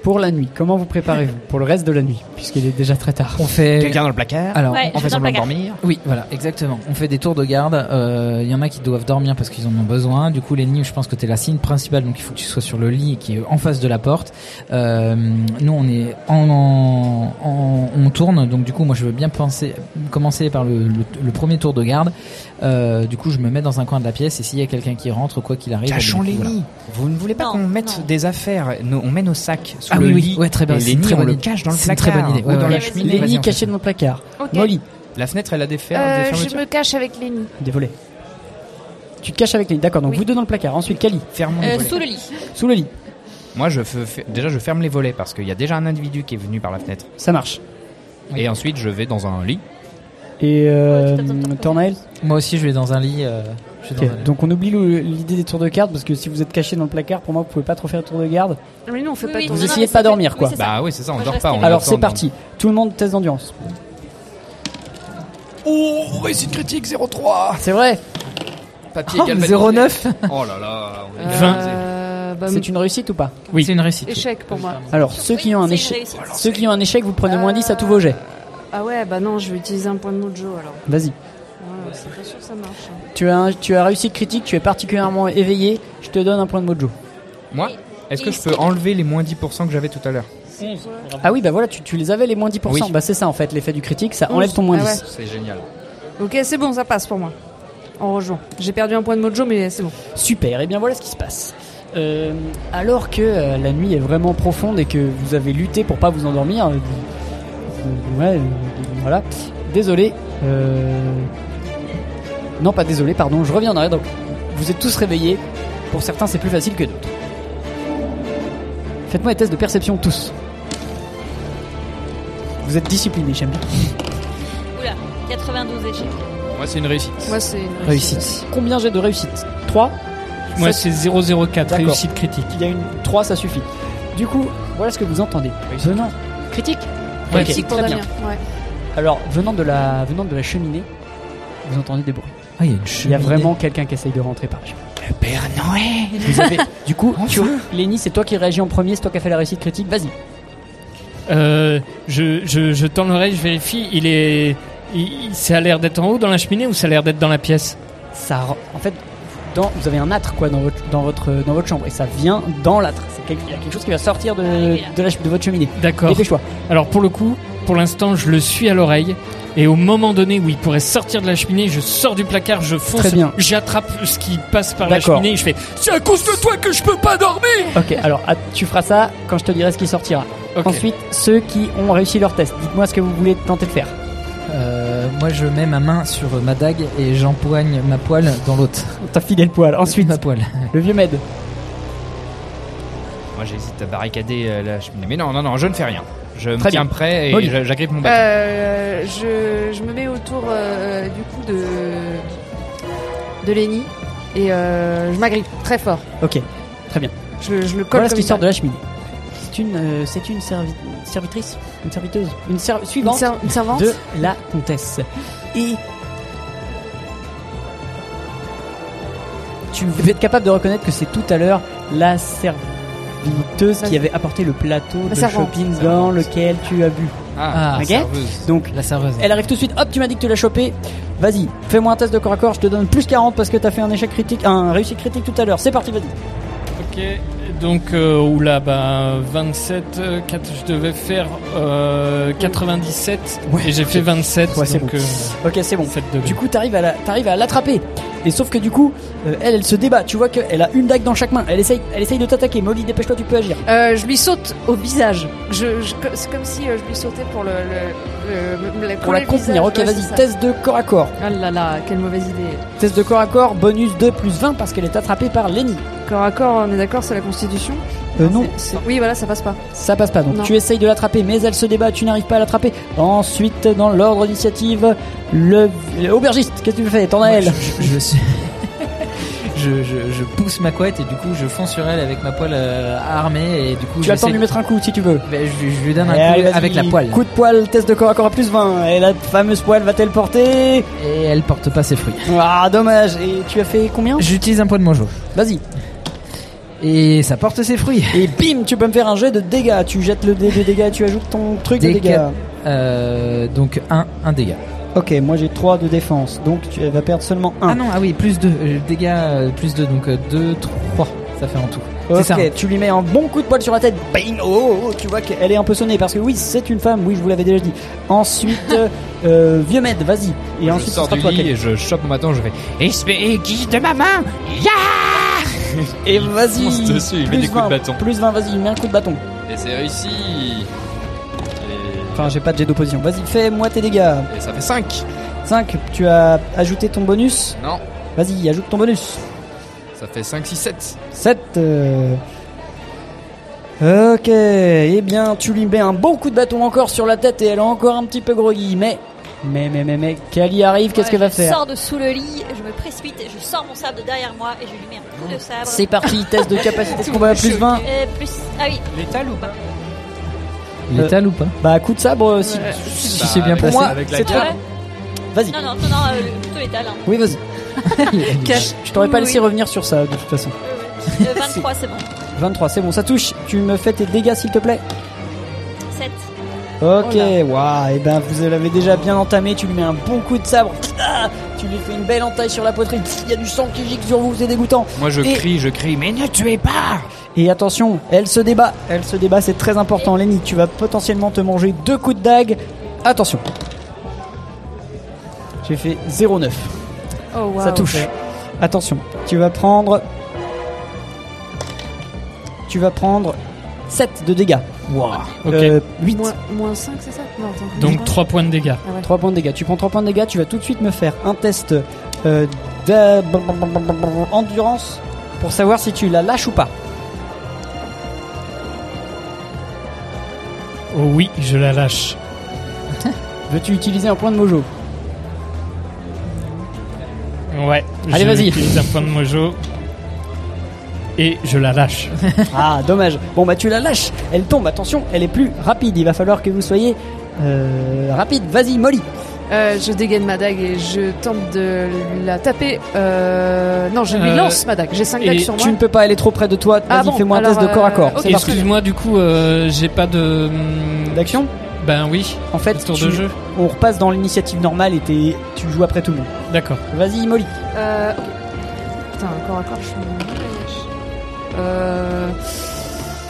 Speaker 1: pour la nuit, comment vous préparez-vous Pour le reste de la nuit, puisqu'il est déjà très tard.
Speaker 5: On fait.
Speaker 1: Quelqu'un dans le placard
Speaker 5: Alors,
Speaker 1: Ouais,
Speaker 5: on
Speaker 1: je
Speaker 5: fait
Speaker 1: vais dans
Speaker 5: semblant
Speaker 1: le
Speaker 5: de
Speaker 1: placard.
Speaker 5: dormir. Oui, voilà, exactement. On fait des tours de garde. Euh, Il y en a qui doivent dormir parce qu'ils en ont besoin. Du coup, les nids, je pense que t'es la signe principale, donc il faut que tu sois sur le lit qui est en face de la porte. Euh, nous, on est en, en- en- on tourne, donc du coup, moi, je veux bien penser, commencer par le, le- le premier tour de garde. Euh, du coup, je me mets dans un coin de la pièce et s'il y a quelqu'un qui rentre, quoi qu'il arrive,
Speaker 3: Cachons
Speaker 5: du
Speaker 3: les
Speaker 5: coup, voilà.
Speaker 3: nids. Vous ne voulez pas qu'on mette des affaires Nous, On met nos sacs sous
Speaker 5: Ah
Speaker 3: le
Speaker 5: oui, oui.
Speaker 3: lit.
Speaker 5: Ouais, très bien,
Speaker 3: Et
Speaker 5: c'est
Speaker 3: les
Speaker 5: une
Speaker 3: nids,
Speaker 5: très
Speaker 3: on
Speaker 5: bonne
Speaker 3: le
Speaker 5: idée.
Speaker 3: cache dans le
Speaker 5: C'est une
Speaker 3: placard.
Speaker 5: très bonne idée.
Speaker 3: ou
Speaker 5: Ouais,
Speaker 3: dans
Speaker 5: ouais.
Speaker 3: la
Speaker 5: Les
Speaker 3: cheminée.
Speaker 5: nids
Speaker 3: Vas-y, on fait
Speaker 5: cachés
Speaker 3: ça.
Speaker 5: dans le placard.
Speaker 50: Ok.
Speaker 1: Molly.
Speaker 3: La fenêtre, elle a des fers.
Speaker 50: Euh,
Speaker 1: des
Speaker 50: je
Speaker 1: fermetures.
Speaker 50: me cache avec Lenny.
Speaker 1: Des volets. Tu te caches avec les. D'accord, donc vous deux dans le placard. Ensuite, Cali.
Speaker 3: Fermons les
Speaker 50: Euh,
Speaker 3: volets.
Speaker 50: sous le lit.
Speaker 1: Sous le lit.
Speaker 3: Moi, je fe- fe- déjà, je ferme les volets parce qu'il y a déjà un individu qui est venu par la fenêtre.
Speaker 1: Ça marche.
Speaker 3: Et ensuite, je vais dans un lit.
Speaker 1: Et euh, Tornael
Speaker 5: Moi aussi, je vais dans un lit. euh, je vais dans
Speaker 1: Ok,
Speaker 5: un lit.
Speaker 1: Donc on oublie le- l'idée des tours de garde parce que si vous êtes caché dans le placard, pour moi vous pouvez pas trop faire de tour de garde.
Speaker 4: Mais nous on fait pas
Speaker 1: Vous essayez de pas dormir quoi.
Speaker 3: Bah oui, c'est ça, on dort pas. on
Speaker 1: Alors
Speaker 3: attend
Speaker 1: c'est
Speaker 3: dans-
Speaker 1: parti. Tout le monde test d'endurance.
Speaker 3: Oh, réussite critique 03
Speaker 1: Ah, C'est vrai
Speaker 3: Papier
Speaker 1: Oh,
Speaker 3: galvanisé.
Speaker 1: 09.
Speaker 3: Oh là là on est
Speaker 4: bah,
Speaker 1: Euh, C'est une réussite ou pas
Speaker 5: Oui. C'est une réussite.
Speaker 4: Échec pour moi.
Speaker 1: Alors ceux qui ont un
Speaker 4: c'est une
Speaker 1: échec,
Speaker 4: réussite.
Speaker 1: ceux qui ont un échec, vous prenez moins 10 à tous vos jets.
Speaker 4: Ah ouais, bah non, je vais utiliser un point de mojo alors.
Speaker 1: Vas-y.
Speaker 4: Ouais, c'est pas sûr que ça marche. hein.
Speaker 1: Tu as un- tu as réussi critique, tu es particulièrement éveillé. Je te donne un point de mojo.
Speaker 3: Moi, est-ce que je peux enlever les moins 10% que j'avais tout à l'heure
Speaker 1: Ah oui, bah voilà, tu, tu les avais les moins 10%.
Speaker 3: Oui.
Speaker 1: Bah c'est ça en fait, l'effet du critique, ça enlève ton moins
Speaker 4: Ah ouais.
Speaker 1: 10.
Speaker 3: C'est génial.
Speaker 4: Ok, c'est bon, ça passe pour moi. On rejoint. J'ai perdu un point de mojo, mais c'est bon.
Speaker 1: Super, et bien voilà ce qui se passe. Euh, alors que euh, la nuit est vraiment profonde et que vous avez lutté pour pas vous endormir, euh, vous- ouais, euh, voilà. Désolé. euh, Non, pas désolé, pardon, je reviens en arrière. Donc, vous êtes tous réveillés. Pour certains, c'est plus facile que d'autres. Faites-moi des tests de perception, tous. Vous êtes disciplinés, j'aime bien.
Speaker 7: Oula, 92 échecs.
Speaker 3: Moi, c'est une réussite.
Speaker 4: Moi, c'est une
Speaker 1: Réussite. Combien j'ai de réussite 3
Speaker 6: Moi, c'est 004, réussite critique.
Speaker 1: Il y a une 3, ça suffit. Du coup, voilà ce que vous entendez. Venant. Critique
Speaker 4: Ouais,
Speaker 1: Ok,
Speaker 4: critique pour
Speaker 1: très
Speaker 4: Damien.
Speaker 1: bien.
Speaker 4: Ouais.
Speaker 1: Alors, venant de, la, venant de la cheminée, vous entendez des bruits.
Speaker 5: Ah, il y a une
Speaker 1: Il y
Speaker 5: cheminée.
Speaker 1: a vraiment quelqu'un qui essaye de rentrer par là.
Speaker 5: Le Père Noël.
Speaker 1: Vous avez- du coup,
Speaker 5: Enfin.
Speaker 1: tu, Lenny, c'est toi qui réagis en premier, c'est toi qui as fait la réussite critique. Vas-y.
Speaker 6: Euh, je, je, je tends l'oreille, je vérifie. Il est. il- il- ça a l'air d'être en haut dans la cheminée ou ça a l'air d'être dans la pièce
Speaker 1: Ça, re- en fait, dans, vous avez un âtre quoi dans votre, dans votre, dans votre chambre et ça vient dans l'âtre. C'est quelque- Il y a quelque chose qui va sortir de,
Speaker 4: Ah,
Speaker 1: de, la, de votre cheminée.
Speaker 6: D'accord.
Speaker 1: Dépêche-toi.
Speaker 6: Alors pour le coup, pour l'instant, je le suis à l'oreille. Et au moment donné où il pourrait sortir de la cheminée, je sors du placard, je fonce,
Speaker 1: Très bien.
Speaker 6: j'attrape ce qui passe par la
Speaker 1: D'accord.
Speaker 6: cheminée et je fais C'est à cause de toi que je peux pas dormir
Speaker 1: Ok, alors ah, tu feras ça quand je te dirai ce qui sortira. Ensuite, ceux qui ont réussi leur test, dites-moi ce que vous voulez tenter de faire.
Speaker 5: Euh, moi, je mets ma main sur euh, ma dague et j'empoigne ma poêle dans l'autre.
Speaker 1: T'as filé le poil. Ensuite,
Speaker 5: ma poêle.
Speaker 1: Le vieux Med.
Speaker 3: Moi, j'hésite à barricader euh, la cheminée. Mais non, non, non, je ne fais rien. Je me
Speaker 1: Très
Speaker 3: tiens
Speaker 1: bien.
Speaker 3: prêt et
Speaker 1: Molly.
Speaker 3: je- j'agrippe mon bâton.
Speaker 4: Euh, je, je me mets autour euh, du coup de de Lenny et euh, je m'agrippe très fort.
Speaker 1: Ok, très bien.
Speaker 4: Je, je le colle
Speaker 1: Voilà ce
Speaker 4: comme
Speaker 1: qui
Speaker 4: ça.
Speaker 1: sort de la cheminée. C'est une, euh, c'est une servi- servitrice, une serviteuse, une ser- suivante
Speaker 4: Une ser- une servante
Speaker 1: de la comtesse. Et tu vous êtes capable de reconnaître que c'est tout à l'heure la serviteuse qui avait apporté le plateau
Speaker 4: La
Speaker 1: de
Speaker 4: servante.
Speaker 1: shopping dans lequel tu as bu.
Speaker 5: Ah,
Speaker 1: Ok
Speaker 5: serveuse.
Speaker 1: Donc
Speaker 5: la serveuse.
Speaker 1: Elle arrive tout de suite. Hop, tu m'as dit que tu l'as chopé. Vas-y, fais-moi un test de corps à corps. Je te donne plus 40 parce que t'as fait un échec critique, un réussite critique tout à l'heure. C'est parti, vas-y.
Speaker 6: Ok, donc, euh, oula, bah, 27, euh, quatre- je devais faire euh, 97, et j'ai fait 27.
Speaker 1: Ouais, c'est
Speaker 6: donc,
Speaker 1: bon.
Speaker 6: euh,
Speaker 1: Ok, c'est bon.
Speaker 6: faites de-
Speaker 1: Du coup, t'arrives à la- t'arrives à l'attraper. Et sauf que du coup, euh, elle, elle se débat. Tu vois qu'elle a une dague dans chaque main. Elle essaye, elle essaye de t'attaquer. Molly, dépêche-toi, tu peux agir.
Speaker 51: Euh, je lui saute au visage. Je, je- c'est comme si euh, je lui sautais pour le, le- le- le-
Speaker 1: Pour la
Speaker 51: le
Speaker 1: contenir.
Speaker 51: visage.
Speaker 1: Ok,
Speaker 51: Ouais, c'est
Speaker 1: vas-y,
Speaker 51: ça.
Speaker 1: test de corps à corps.
Speaker 51: Ah là là, quelle mauvaise idée.
Speaker 1: Test de corps à corps, bonus 2 plus 20 parce qu'elle est attrapée par Lenny.
Speaker 51: Corps à corps, on est d'accord, c'est la constitution
Speaker 1: Euh, non.
Speaker 51: C'est- Oui, voilà, ça passe pas.
Speaker 1: Ça passe pas, donc
Speaker 51: Non.
Speaker 1: tu essayes de l'attraper, mais elle se débat, tu n'arrives pas à l'attraper. Ensuite, dans l'ordre d'initiative, le aubergiste, qu'est-ce que tu fais T'en as elle
Speaker 5: Je suis. Je, je- je pousse ma couette et du coup je fonce sur elle avec ma poêle euh, armée et du coup Bah,
Speaker 1: Tu as le temps de lui mettre un coup si tu veux.
Speaker 5: je, je lui donne un
Speaker 1: Et allez,
Speaker 5: coup
Speaker 1: vas-y,
Speaker 5: avec la poêle.
Speaker 1: Coup de poêle, test de corps à corps à plus 20. Et la fameuse poêle va-t-elle porter
Speaker 5: Et elle porte pas ses fruits.
Speaker 1: Ah, dommage. Et tu as fait combien
Speaker 5: J'utilise un point de mojo.
Speaker 1: Vas-y.
Speaker 5: Et ça porte ses fruits.
Speaker 1: Et bim, tu peux me faire un jet de dégâts. Tu jettes le dé de dégâts, tu ajoutes ton truc de
Speaker 5: Dégâts.
Speaker 1: dégâts.
Speaker 5: Euh, donc un, un dégât.
Speaker 1: Ok, moi j'ai 3 de défense, donc tu elle va perdre seulement 1.
Speaker 5: Ah non, ah oui, plus 2. dégâts euh, plus 2, donc 2, 3. Ça fait en tout. C'est
Speaker 1: Ok,
Speaker 5: ça. hein.
Speaker 1: tu lui mets un bon coup de poil sur la tête. Bang oh, oh, tu vois qu'elle est un peu sonnée parce que oui, c'est une femme. Oui, je vous l'avais déjà dit. Ensuite, euh, euh, vieux Med, vas-y. Et
Speaker 47: Je
Speaker 1: ensuite,
Speaker 47: sors
Speaker 1: ce sera
Speaker 47: du
Speaker 1: toi,
Speaker 47: lit
Speaker 1: Kate.
Speaker 47: et je chope mon bâton, je fais Espérez qui de ma main Yeah
Speaker 1: Et vas-y.
Speaker 47: fonce dessus, il met
Speaker 1: plus
Speaker 47: des coups de
Speaker 1: 20,
Speaker 47: bâton.
Speaker 1: Plus 20, vas-y, mets un coup de bâton.
Speaker 47: Et c'est réussi
Speaker 1: Enfin, j'ai pas de jet d'opposition. Vas-y, fais-moi tes dégâts.
Speaker 47: Et ça fait 5
Speaker 1: 5, tu as ajouté ton bonus
Speaker 47: Non.
Speaker 1: Vas-y, ajoute ton bonus.
Speaker 47: Ça fait 5, 6, 7
Speaker 1: 7. euh, Ok, eh bien, tu lui mets un bon coup de bâton encore sur la tête et elle est encore un petit peu groggy. Mais, mais, mais, mais, mais, Kali arrive, qu'est-ce
Speaker 7: Ouais,
Speaker 1: qu'elle va
Speaker 7: je
Speaker 1: faire
Speaker 7: sors de sous le lit, je me précipite, et je sors mon sabre de derrière moi et je lui mets un coup de sabre.
Speaker 1: C'est parti, test de capacité de combat, plus 20.
Speaker 7: Euh, plus, ah oui.
Speaker 47: Létal ou pas
Speaker 5: Létal ou pas
Speaker 1: Bah, coup de sabre, euh, si,
Speaker 7: Ouais.
Speaker 1: si-
Speaker 5: Bah,
Speaker 1: si c'est bien
Speaker 5: avec-
Speaker 1: placé.
Speaker 5: moi, avec la
Speaker 1: c'est
Speaker 5: carte.
Speaker 1: toi. Vas-y.
Speaker 7: Non, non, non, non euh, plutôt létal. Hein.
Speaker 1: Oui, vas-y.
Speaker 7: Cache.
Speaker 1: Je t'aurais pas
Speaker 7: Oui,
Speaker 1: laissé
Speaker 7: oui.
Speaker 1: revenir sur ça, de toute façon.
Speaker 7: Euh, 23, c'est bon.
Speaker 1: 23, c'est bon, ça touche. Tu me fais tes dégâts, s'il te plaît.
Speaker 7: 7.
Speaker 1: Ok,
Speaker 7: Voilà.
Speaker 1: waouh, et ben vous l'avez déjà bien entamé, tu lui mets un bon coup de sabre, Ah tu lui fais une belle entaille sur la poitrine, il y a du sang qui gicle sur vous, c'est dégoûtant.
Speaker 47: Moi je
Speaker 1: Et-
Speaker 47: crie, je crie, mais ne tuez pas
Speaker 1: Et attention, elle se débat, elle se débat, c'est très important, Lenny, tu vas potentiellement te manger deux coups de dague, attention. J'ai fait 0,9,
Speaker 51: Oh, wow.
Speaker 1: ça touche. Attention, tu vas prendre... Tu vas prendre 7 de dégâts. Euh,
Speaker 6: Ok.
Speaker 1: 8.
Speaker 51: Moins, moins 5, c'est ça Non, attends.
Speaker 6: Donc
Speaker 51: Moins-
Speaker 6: 3 points de dégâts.
Speaker 1: 3 points de dégâts. Tu prends 3 points de dégâts, tu vas tout de suite me faire un test euh, d'a- endurance pour savoir si tu la lâches ou pas.
Speaker 6: Oh oui, je la lâche.
Speaker 1: Veux-tu utiliser un point de mojo
Speaker 6: Ouais.
Speaker 1: Allez,
Speaker 6: je
Speaker 1: vas-y.
Speaker 6: utilise un point de mojo. Et je la lâche.
Speaker 1: Ah, dommage. Bon, bah tu la lâches. Elle tombe, attention, elle est plus rapide. Il va falloir que vous soyez euh, rapide. Vas-y, Molly.
Speaker 51: Euh, je dégaine ma dague et je tente de la taper. Euh... Non, je lui
Speaker 6: Euh,
Speaker 51: lance ma dague. J'ai 5
Speaker 6: et
Speaker 51: dagues sur moi.
Speaker 1: Tu ne peux pas aller trop près de toi. Vas-y,
Speaker 51: Ah bon,
Speaker 1: fais-moi un test de
Speaker 51: alors,
Speaker 1: corps à corps.
Speaker 51: euh,
Speaker 1: C'est parti.
Speaker 6: Excuse-moi, du coup, euh, j'ai pas de.
Speaker 1: D'action
Speaker 6: Hmm. Ben oui.
Speaker 1: En fait,
Speaker 6: tour
Speaker 1: tu-
Speaker 6: de jeu.
Speaker 1: on repasse dans l'initiative normale et t'es- tu joues après tout le monde.
Speaker 6: D'accord.
Speaker 1: Vas-y, Molly.
Speaker 51: Euh... ok. Putain, corps à corps, je suis moche. Euh...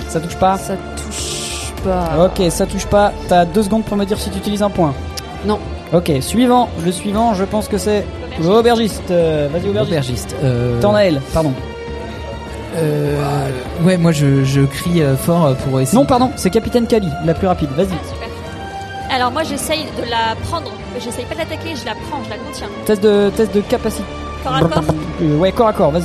Speaker 1: Ça touche pas
Speaker 51: Ça touche pas.
Speaker 1: Ok, ça touche pas. T'as deux secondes pour me dire si tu utilises un point.
Speaker 51: Non.
Speaker 1: Ok, suivant. Le suivant, je pense que c'est l'aubergiste. Euh, Vas-y, aubergiste.
Speaker 5: Aubergiste, euh,
Speaker 1: T'en as elle, pardon.
Speaker 5: Euh, ouais, moi je, je crie euh, fort euh, pour essayer.
Speaker 1: Non, pardon, c'est Capitaine Kali, la plus rapide. Vas-y.
Speaker 7: Alors moi j'essaye de la prendre, j'essaye pas de l'attaquer, je la prends, je la contiens.
Speaker 1: Test de, test de capacité.
Speaker 7: Corps à corps
Speaker 1: Euh, ouais, corps à corps, vas-y.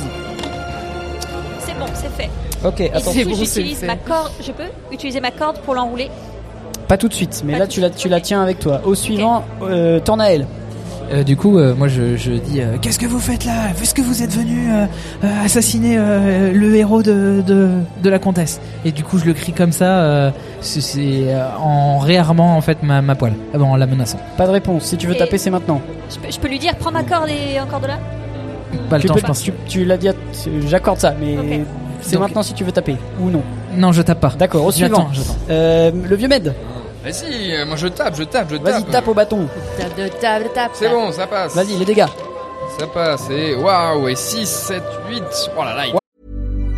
Speaker 7: C'est bon, c'est fait.
Speaker 1: Ok,
Speaker 7: Et
Speaker 1: attends.
Speaker 7: du coup, j'utilise ma corde, je peux utiliser ma corde pour l'enrouler.
Speaker 1: Pas tout de suite, mais là tu la, tu la tiens avec toi. Au suivant, euh, t'en as elle.
Speaker 5: Euh, du coup, euh, moi je, je dis euh, Qu'est-ce que vous faites là Est-ce que vous êtes venu euh, euh, assassiner euh, le héros de, de, de la comtesse Et du coup, je le crie comme ça, euh, c'est- c'est euh, en réarmant en fait ma, ma poêle, Ah bon, en la menaçant.
Speaker 1: Pas de réponse. Si tu veux
Speaker 7: Et-
Speaker 1: taper, c'est maintenant.
Speaker 7: Je peux, je peux lui dire prends ma corde et encore de là
Speaker 5: Pas le
Speaker 1: tu
Speaker 5: temps,
Speaker 1: peux-
Speaker 5: je pense.
Speaker 1: Tu, tu l'as dit, à- j'accorde ça, mais c'est
Speaker 5: Donc-
Speaker 1: maintenant si tu veux taper ou non.
Speaker 5: Non, je tape pas.
Speaker 1: D'accord, au suivant.
Speaker 5: J'attends, j'attends.
Speaker 1: Euh, le vieux Med,
Speaker 47: Mais si, euh, moi je tape, je tape, je tape
Speaker 1: vas-y, tape au bâton.
Speaker 51: Tape de table, tape.
Speaker 47: C'est bon, ça passe
Speaker 1: Vas-y, les dégâts.
Speaker 47: Ça passe, et waouh, et 6, 7, 8 Oh là là, il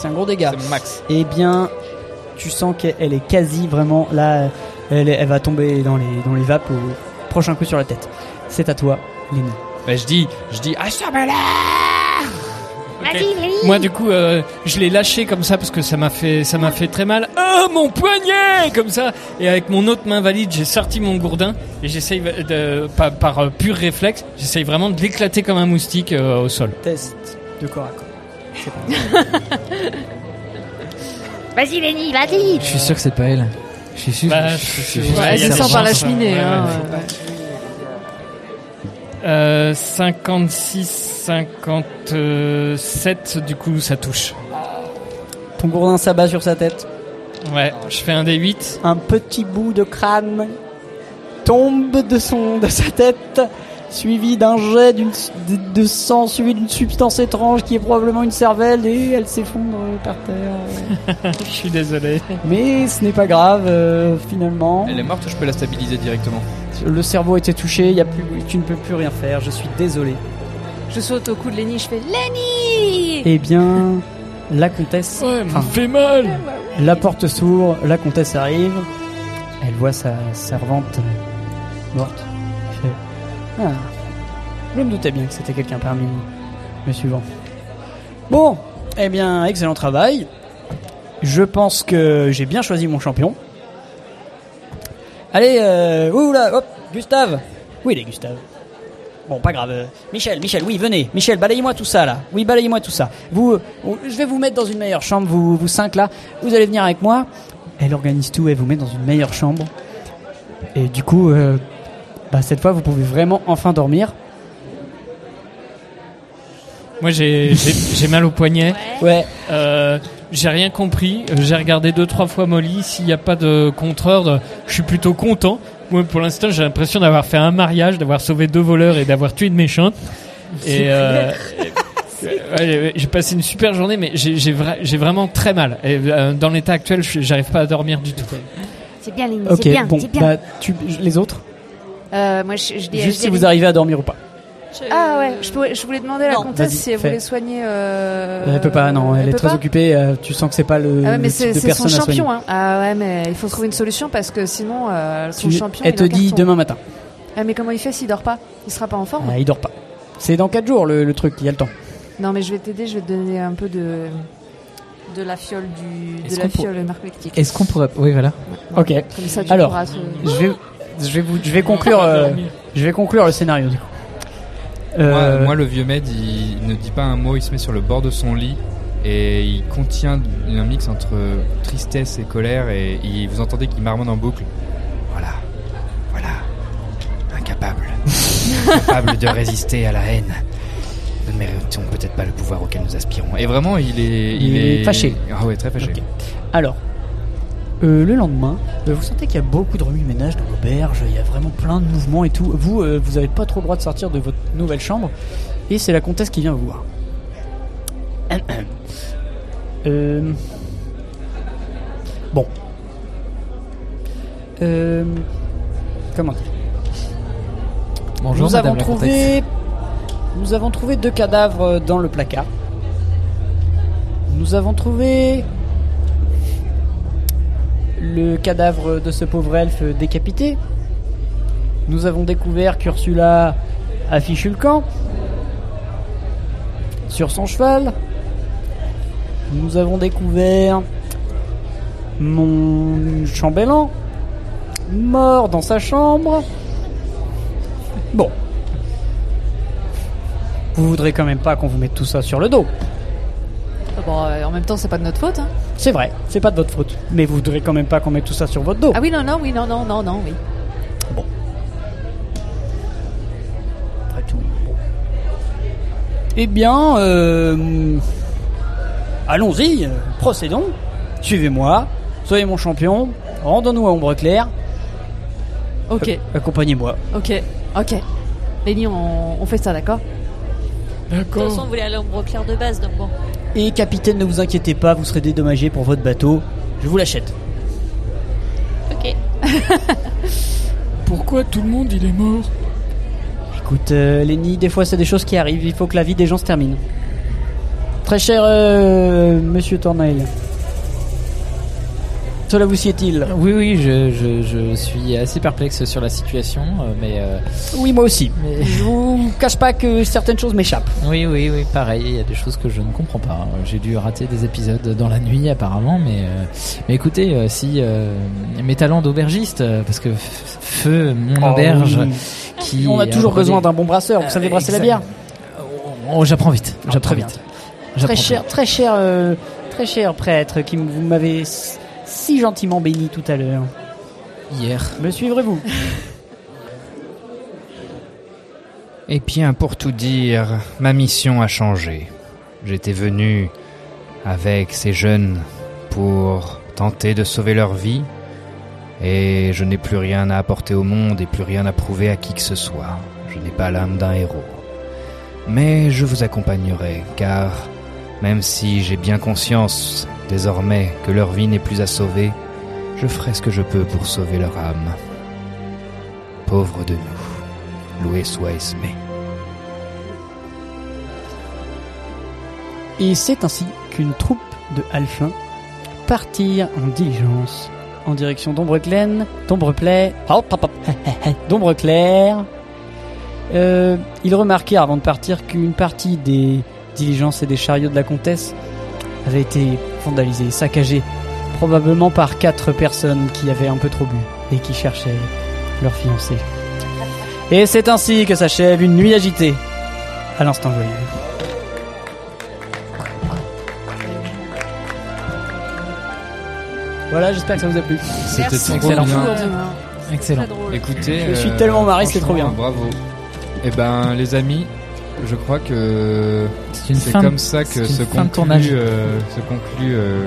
Speaker 1: C'est un gros dégât. Eh bien, tu sens qu'elle est quasi vraiment là. Elle, elle va tomber dans les, dans les vapes au prochain coup sur la tête. C'est à toi, Lenny.
Speaker 47: Bah, je dis, je dis, assomme-la
Speaker 6: Ok. Moi, du coup, euh, je l'ai lâché comme ça parce que ça m'a fait, ça m'a fait très mal. Oh, mon poignet Comme ça. Et avec mon autre main valide, j'ai sorti mon gourdin et j'essaye de, par, par, euh, pur réflexe, j'essaye vraiment de l'éclater comme un moustique euh, au sol.
Speaker 1: Test de corps à corps. C'est pas mal.
Speaker 11: Vas-y, Lenny, vas-y.
Speaker 5: Je suis sûr que c'est pas elle. Je suis sûr.
Speaker 6: Bah,
Speaker 5: je-
Speaker 6: je-
Speaker 5: je- je-
Speaker 6: ouais, il y
Speaker 5: je-
Speaker 6: a
Speaker 5: je-
Speaker 6: des
Speaker 5: je-
Speaker 6: chances,
Speaker 5: je-
Speaker 6: ouais,
Speaker 5: je-
Speaker 6: ouais,
Speaker 4: Euh,
Speaker 5: je-
Speaker 6: ouais. Euh, 56, 57, du coup, ça touche.
Speaker 1: Ton gourdin s'abat sur sa tête.
Speaker 6: Ouais, je fais un D8.
Speaker 1: Un petit bout de crâne tombe de, son, de sa tête, suivi d'un jet d'une- de, de sang, suivi d'une substance étrange qui est probablement une cervelle, et elle s'effondre par terre.
Speaker 6: je suis désolé.
Speaker 1: Mais ce n'est pas grave, euh, finalement.
Speaker 47: Elle est morte ou je peux la stabiliser directement
Speaker 1: Le cerveau était touché, il y a plus, tu ne peux plus rien faire, je suis désolé.
Speaker 4: Je saute au cou de Lenny, je fais Lenny
Speaker 1: Eh bien, la comtesse.
Speaker 6: Ouais,
Speaker 1: enfin,
Speaker 6: fait mal
Speaker 1: La porte s'ouvre, la comtesse arrive, elle voit sa servante euh, morte. Elle fait, Ah, je me doutais bien que c'était quelqu'un parmi nous. Le suivant. Bon, eh bien, excellent travail. Je pense que j'ai bien choisi mon champion. Allez, euh, oula, hop, Gustave. Où il est Gustave Bon, pas grave. euh, Michel, Michel, oui, venez. Michel, balayez-moi tout ça là. Oui, balayez-moi tout ça. Vous, euh, on- je vais vous mettre dans une meilleure chambre, vous, vous cinq là. Vous allez venir avec moi. Elle organise tout, elle vous met dans une meilleure chambre. Et du coup, euh, bah, cette fois, vous pouvez vraiment enfin dormir.
Speaker 6: Moi, j'ai j'ai- j'ai mal au poignet.
Speaker 1: Ouais.
Speaker 6: Euh, j'ai rien compris. Euh, J'ai regardé deux, trois fois Molly. S'il n'y a pas de contre-ordre, je suis plutôt content. Moi, pour l'instant, j'ai l'impression d'avoir fait un mariage, d'avoir sauvé deux voleurs et d'avoir tué une méchante. Et, euh, et- ouais, ouais, j'ai passé une super journée, mais j'ai j'ai vra- j'ai vraiment très mal. Et euh, dans l'état actuel, je- j'arrive pas à dormir du tout.
Speaker 11: C'est bien, Lenny,
Speaker 1: Ok,
Speaker 11: c'est bien,
Speaker 1: bon,
Speaker 11: c'est bien.
Speaker 1: bah, tu, les autres,
Speaker 4: Euh, moi, je, je dis.
Speaker 1: juste
Speaker 4: je
Speaker 1: si
Speaker 4: dis-
Speaker 1: vous arrivez à dormir ou pas.
Speaker 4: Ah ouais, je, pourrais- je voulais demander à la comtesse
Speaker 1: Vas-y,
Speaker 4: si elle
Speaker 1: fais.
Speaker 4: voulait soigner. Euh...
Speaker 1: elle peut pas, non, elle, est
Speaker 4: peut
Speaker 1: très
Speaker 4: pas
Speaker 1: occupée. euh, tu sens que c'est pas le,
Speaker 4: Ah ouais, mais
Speaker 1: le type
Speaker 4: c'est
Speaker 1: de
Speaker 4: c'est son
Speaker 1: personne à soigner.
Speaker 4: champion. Hein. Ah ouais, mais il faut trouver une solution parce que sinon, euh, son
Speaker 1: Tu-
Speaker 4: champion.
Speaker 1: elle
Speaker 4: il
Speaker 1: te
Speaker 4: est en
Speaker 1: dit
Speaker 4: carton.
Speaker 1: demain matin.
Speaker 4: Ah, mais comment il fait s'il dort pas Il sera pas en forme
Speaker 1: Ah, il dort pas. C'est dans 4 jours le, le truc, il y a le temps.
Speaker 4: Non, mais je vais t'aider, je vais te donner un peu de. de la fiole du. de
Speaker 5: Est-ce
Speaker 4: la
Speaker 5: qu'on pour-
Speaker 4: fiole narcotique.
Speaker 5: Est-ce qu'on pourrait. Oui, voilà.
Speaker 1: Ok.
Speaker 4: Comme ça, tu
Speaker 1: Alors,
Speaker 4: pourras te-
Speaker 1: je vais, je vais vous, je vais conclure, euh, je vais conclure le scénario du coup. Euh,
Speaker 47: Moi, moi, le vieux Med, il ne dit pas un mot, il se met sur le bord de son lit et il contient un mix entre tristesse et colère et il- vous entendez qu'il marmonne en boucle. Voilà, voilà, incapable, incapable de résister à la haine. Nous ne méritons peut-être pas le pouvoir auquel nous aspirons. Et vraiment, il est,
Speaker 1: Il est fâché.
Speaker 47: Ah ouais, très fâché.
Speaker 1: Alors, euh, le lendemain, euh, vous sentez qu'il y a beaucoup de remue-ménage dans l'auberge, il y a vraiment plein de mouvements et tout. Vous, euh, vous n'avez pas trop le droit de sortir de votre nouvelle chambre, et c'est la comtesse qui vient vous voir. Euh, Bon. Euh, Comment dire
Speaker 5: Bonjour,
Speaker 1: nous avons
Speaker 5: madame la
Speaker 1: trouvé, nous avons trouvé deux cadavres euh, dans le placard. Nous avons trouvé le cadavre de ce pauvre elfe décapité. Nous avons découvert qu'Ursula affiche le camp sur son cheval. Nous avons découvert mon chambellan mort dans sa chambre. Bon. Vous voudrez quand même pas qu'on vous mette tout ça sur le dos.
Speaker 4: Ah Bon, euh, en même temps, c'est pas de notre faute. hein.
Speaker 1: C'est vrai, c'est pas de votre faute. Mais vous voudrez quand même pas qu'on mette tout ça sur votre dos.
Speaker 4: Ah oui, non, non, oui, non, non, non, non, oui.
Speaker 1: Après tout. bon. Eh bien, euh, allons-y, euh, procédons. Suivez-moi, soyez mon champion, rendons-nous à Ombre Claire.
Speaker 4: Ok.
Speaker 1: A- Accompagnez-moi.
Speaker 4: Ok, ok. Lenny, on, on fait ça, d'accord
Speaker 7: De toute façon, vous voulez aller au clair de base, donc bon.
Speaker 1: Et capitaine, ne vous inquiétez pas, vous serez dédommagé pour votre bateau. Je vous l'achète.
Speaker 7: Ok.
Speaker 6: Pourquoi tout le monde il est mort
Speaker 1: Écoute, euh, Lenny, des fois c'est des choses qui arrivent, il faut que la vie des gens se termine. Très cher euh, monsieur Tornail, cela vous sied-il
Speaker 5: Oui, oui, je, je- je suis assez perplexe sur la situation, euh, mais. euh,
Speaker 1: Oui, moi aussi.
Speaker 5: Mais-
Speaker 1: Je vous cache pas que certaines choses m'échappent.
Speaker 5: Oui, oui, oui, pareil, il y a des choses que je ne comprends pas. Euh, J'ai dû rater des épisodes dans la nuit apparemment, mais, euh, mais écoutez, euh, si euh, mes talents d'aubergiste, euh, parce que f- feu, mon
Speaker 1: Oh
Speaker 5: auberge,
Speaker 1: oui.
Speaker 5: qui...
Speaker 1: On a toujours besoin d'un bon brasseur, vous
Speaker 5: Euh,
Speaker 1: savez brasser la
Speaker 5: exact.
Speaker 1: bière
Speaker 5: Oh, j'apprends vite, j'apprends
Speaker 1: bien.
Speaker 5: vite.
Speaker 1: Ah, Très
Speaker 5: J'apprends
Speaker 1: cher, très cher, euh, très cher prêtre qui m- vous m'avez s- si gentiment béni tout à l'heure.
Speaker 5: Hier.
Speaker 1: Me suivrez-vous
Speaker 3: Eh bien, pour tout dire, ma mission a changé. J'étais venu avec ces jeunes pour tenter de sauver leur vie, et je n'ai plus rien à apporter au monde et plus rien à prouver à qui que ce soit. Je n'ai pas l'âme d'un héros. Mais je vous accompagnerai, car même si j'ai bien conscience désormais que leur vie n'est plus à sauver, je ferai ce que je peux pour sauver leur âme. Pauvre de nous, loué soit Esmé.
Speaker 1: Et c'est ainsi qu'une troupe de halflins partirent en diligence en direction d'Ombreclaine, d'Ombreplet, hop, hop, hop, d'Ombreclaire. Euh, ils remarquèrent avant de partir qu'une partie des diligences et des chariots de la comtesse avait été vandalisée, saccagée, probablement par quatre personnes qui avaient un peu trop bu et qui cherchaient leur fiancée. Et c'est ainsi que s'achève une nuit agitée à l'instant joyeux. Voilà, j'espère que ça vous a plu.
Speaker 52: C'était Merci trop beaucoup, bien. Romain.
Speaker 5: Excellent.
Speaker 52: Écoutez,
Speaker 1: je suis
Speaker 52: euh,
Speaker 1: tellement marré, c'est trop
Speaker 52: franchement,
Speaker 1: bien.
Speaker 52: Bravo. Eh ben, les amis, je crois que
Speaker 5: une
Speaker 52: c'est
Speaker 5: fin de-
Speaker 52: comme ça
Speaker 5: c'est
Speaker 52: que
Speaker 5: une
Speaker 52: se
Speaker 5: fin de
Speaker 52: conclut,
Speaker 5: tournage.
Speaker 52: euh, se conclut euh,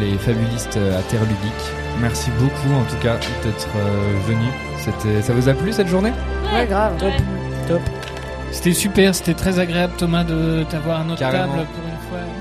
Speaker 52: les fabulistes euh, à Terre Ludique. Merci beaucoup, en tout cas, d'être euh, venus. C'était, ça vous a plu cette journée
Speaker 4: Ouais, grave.
Speaker 1: Top.
Speaker 6: hein. C'était super, c'était très agréable Thomas de t'avoir à notre
Speaker 52: Carrément.
Speaker 6: table pour une fois.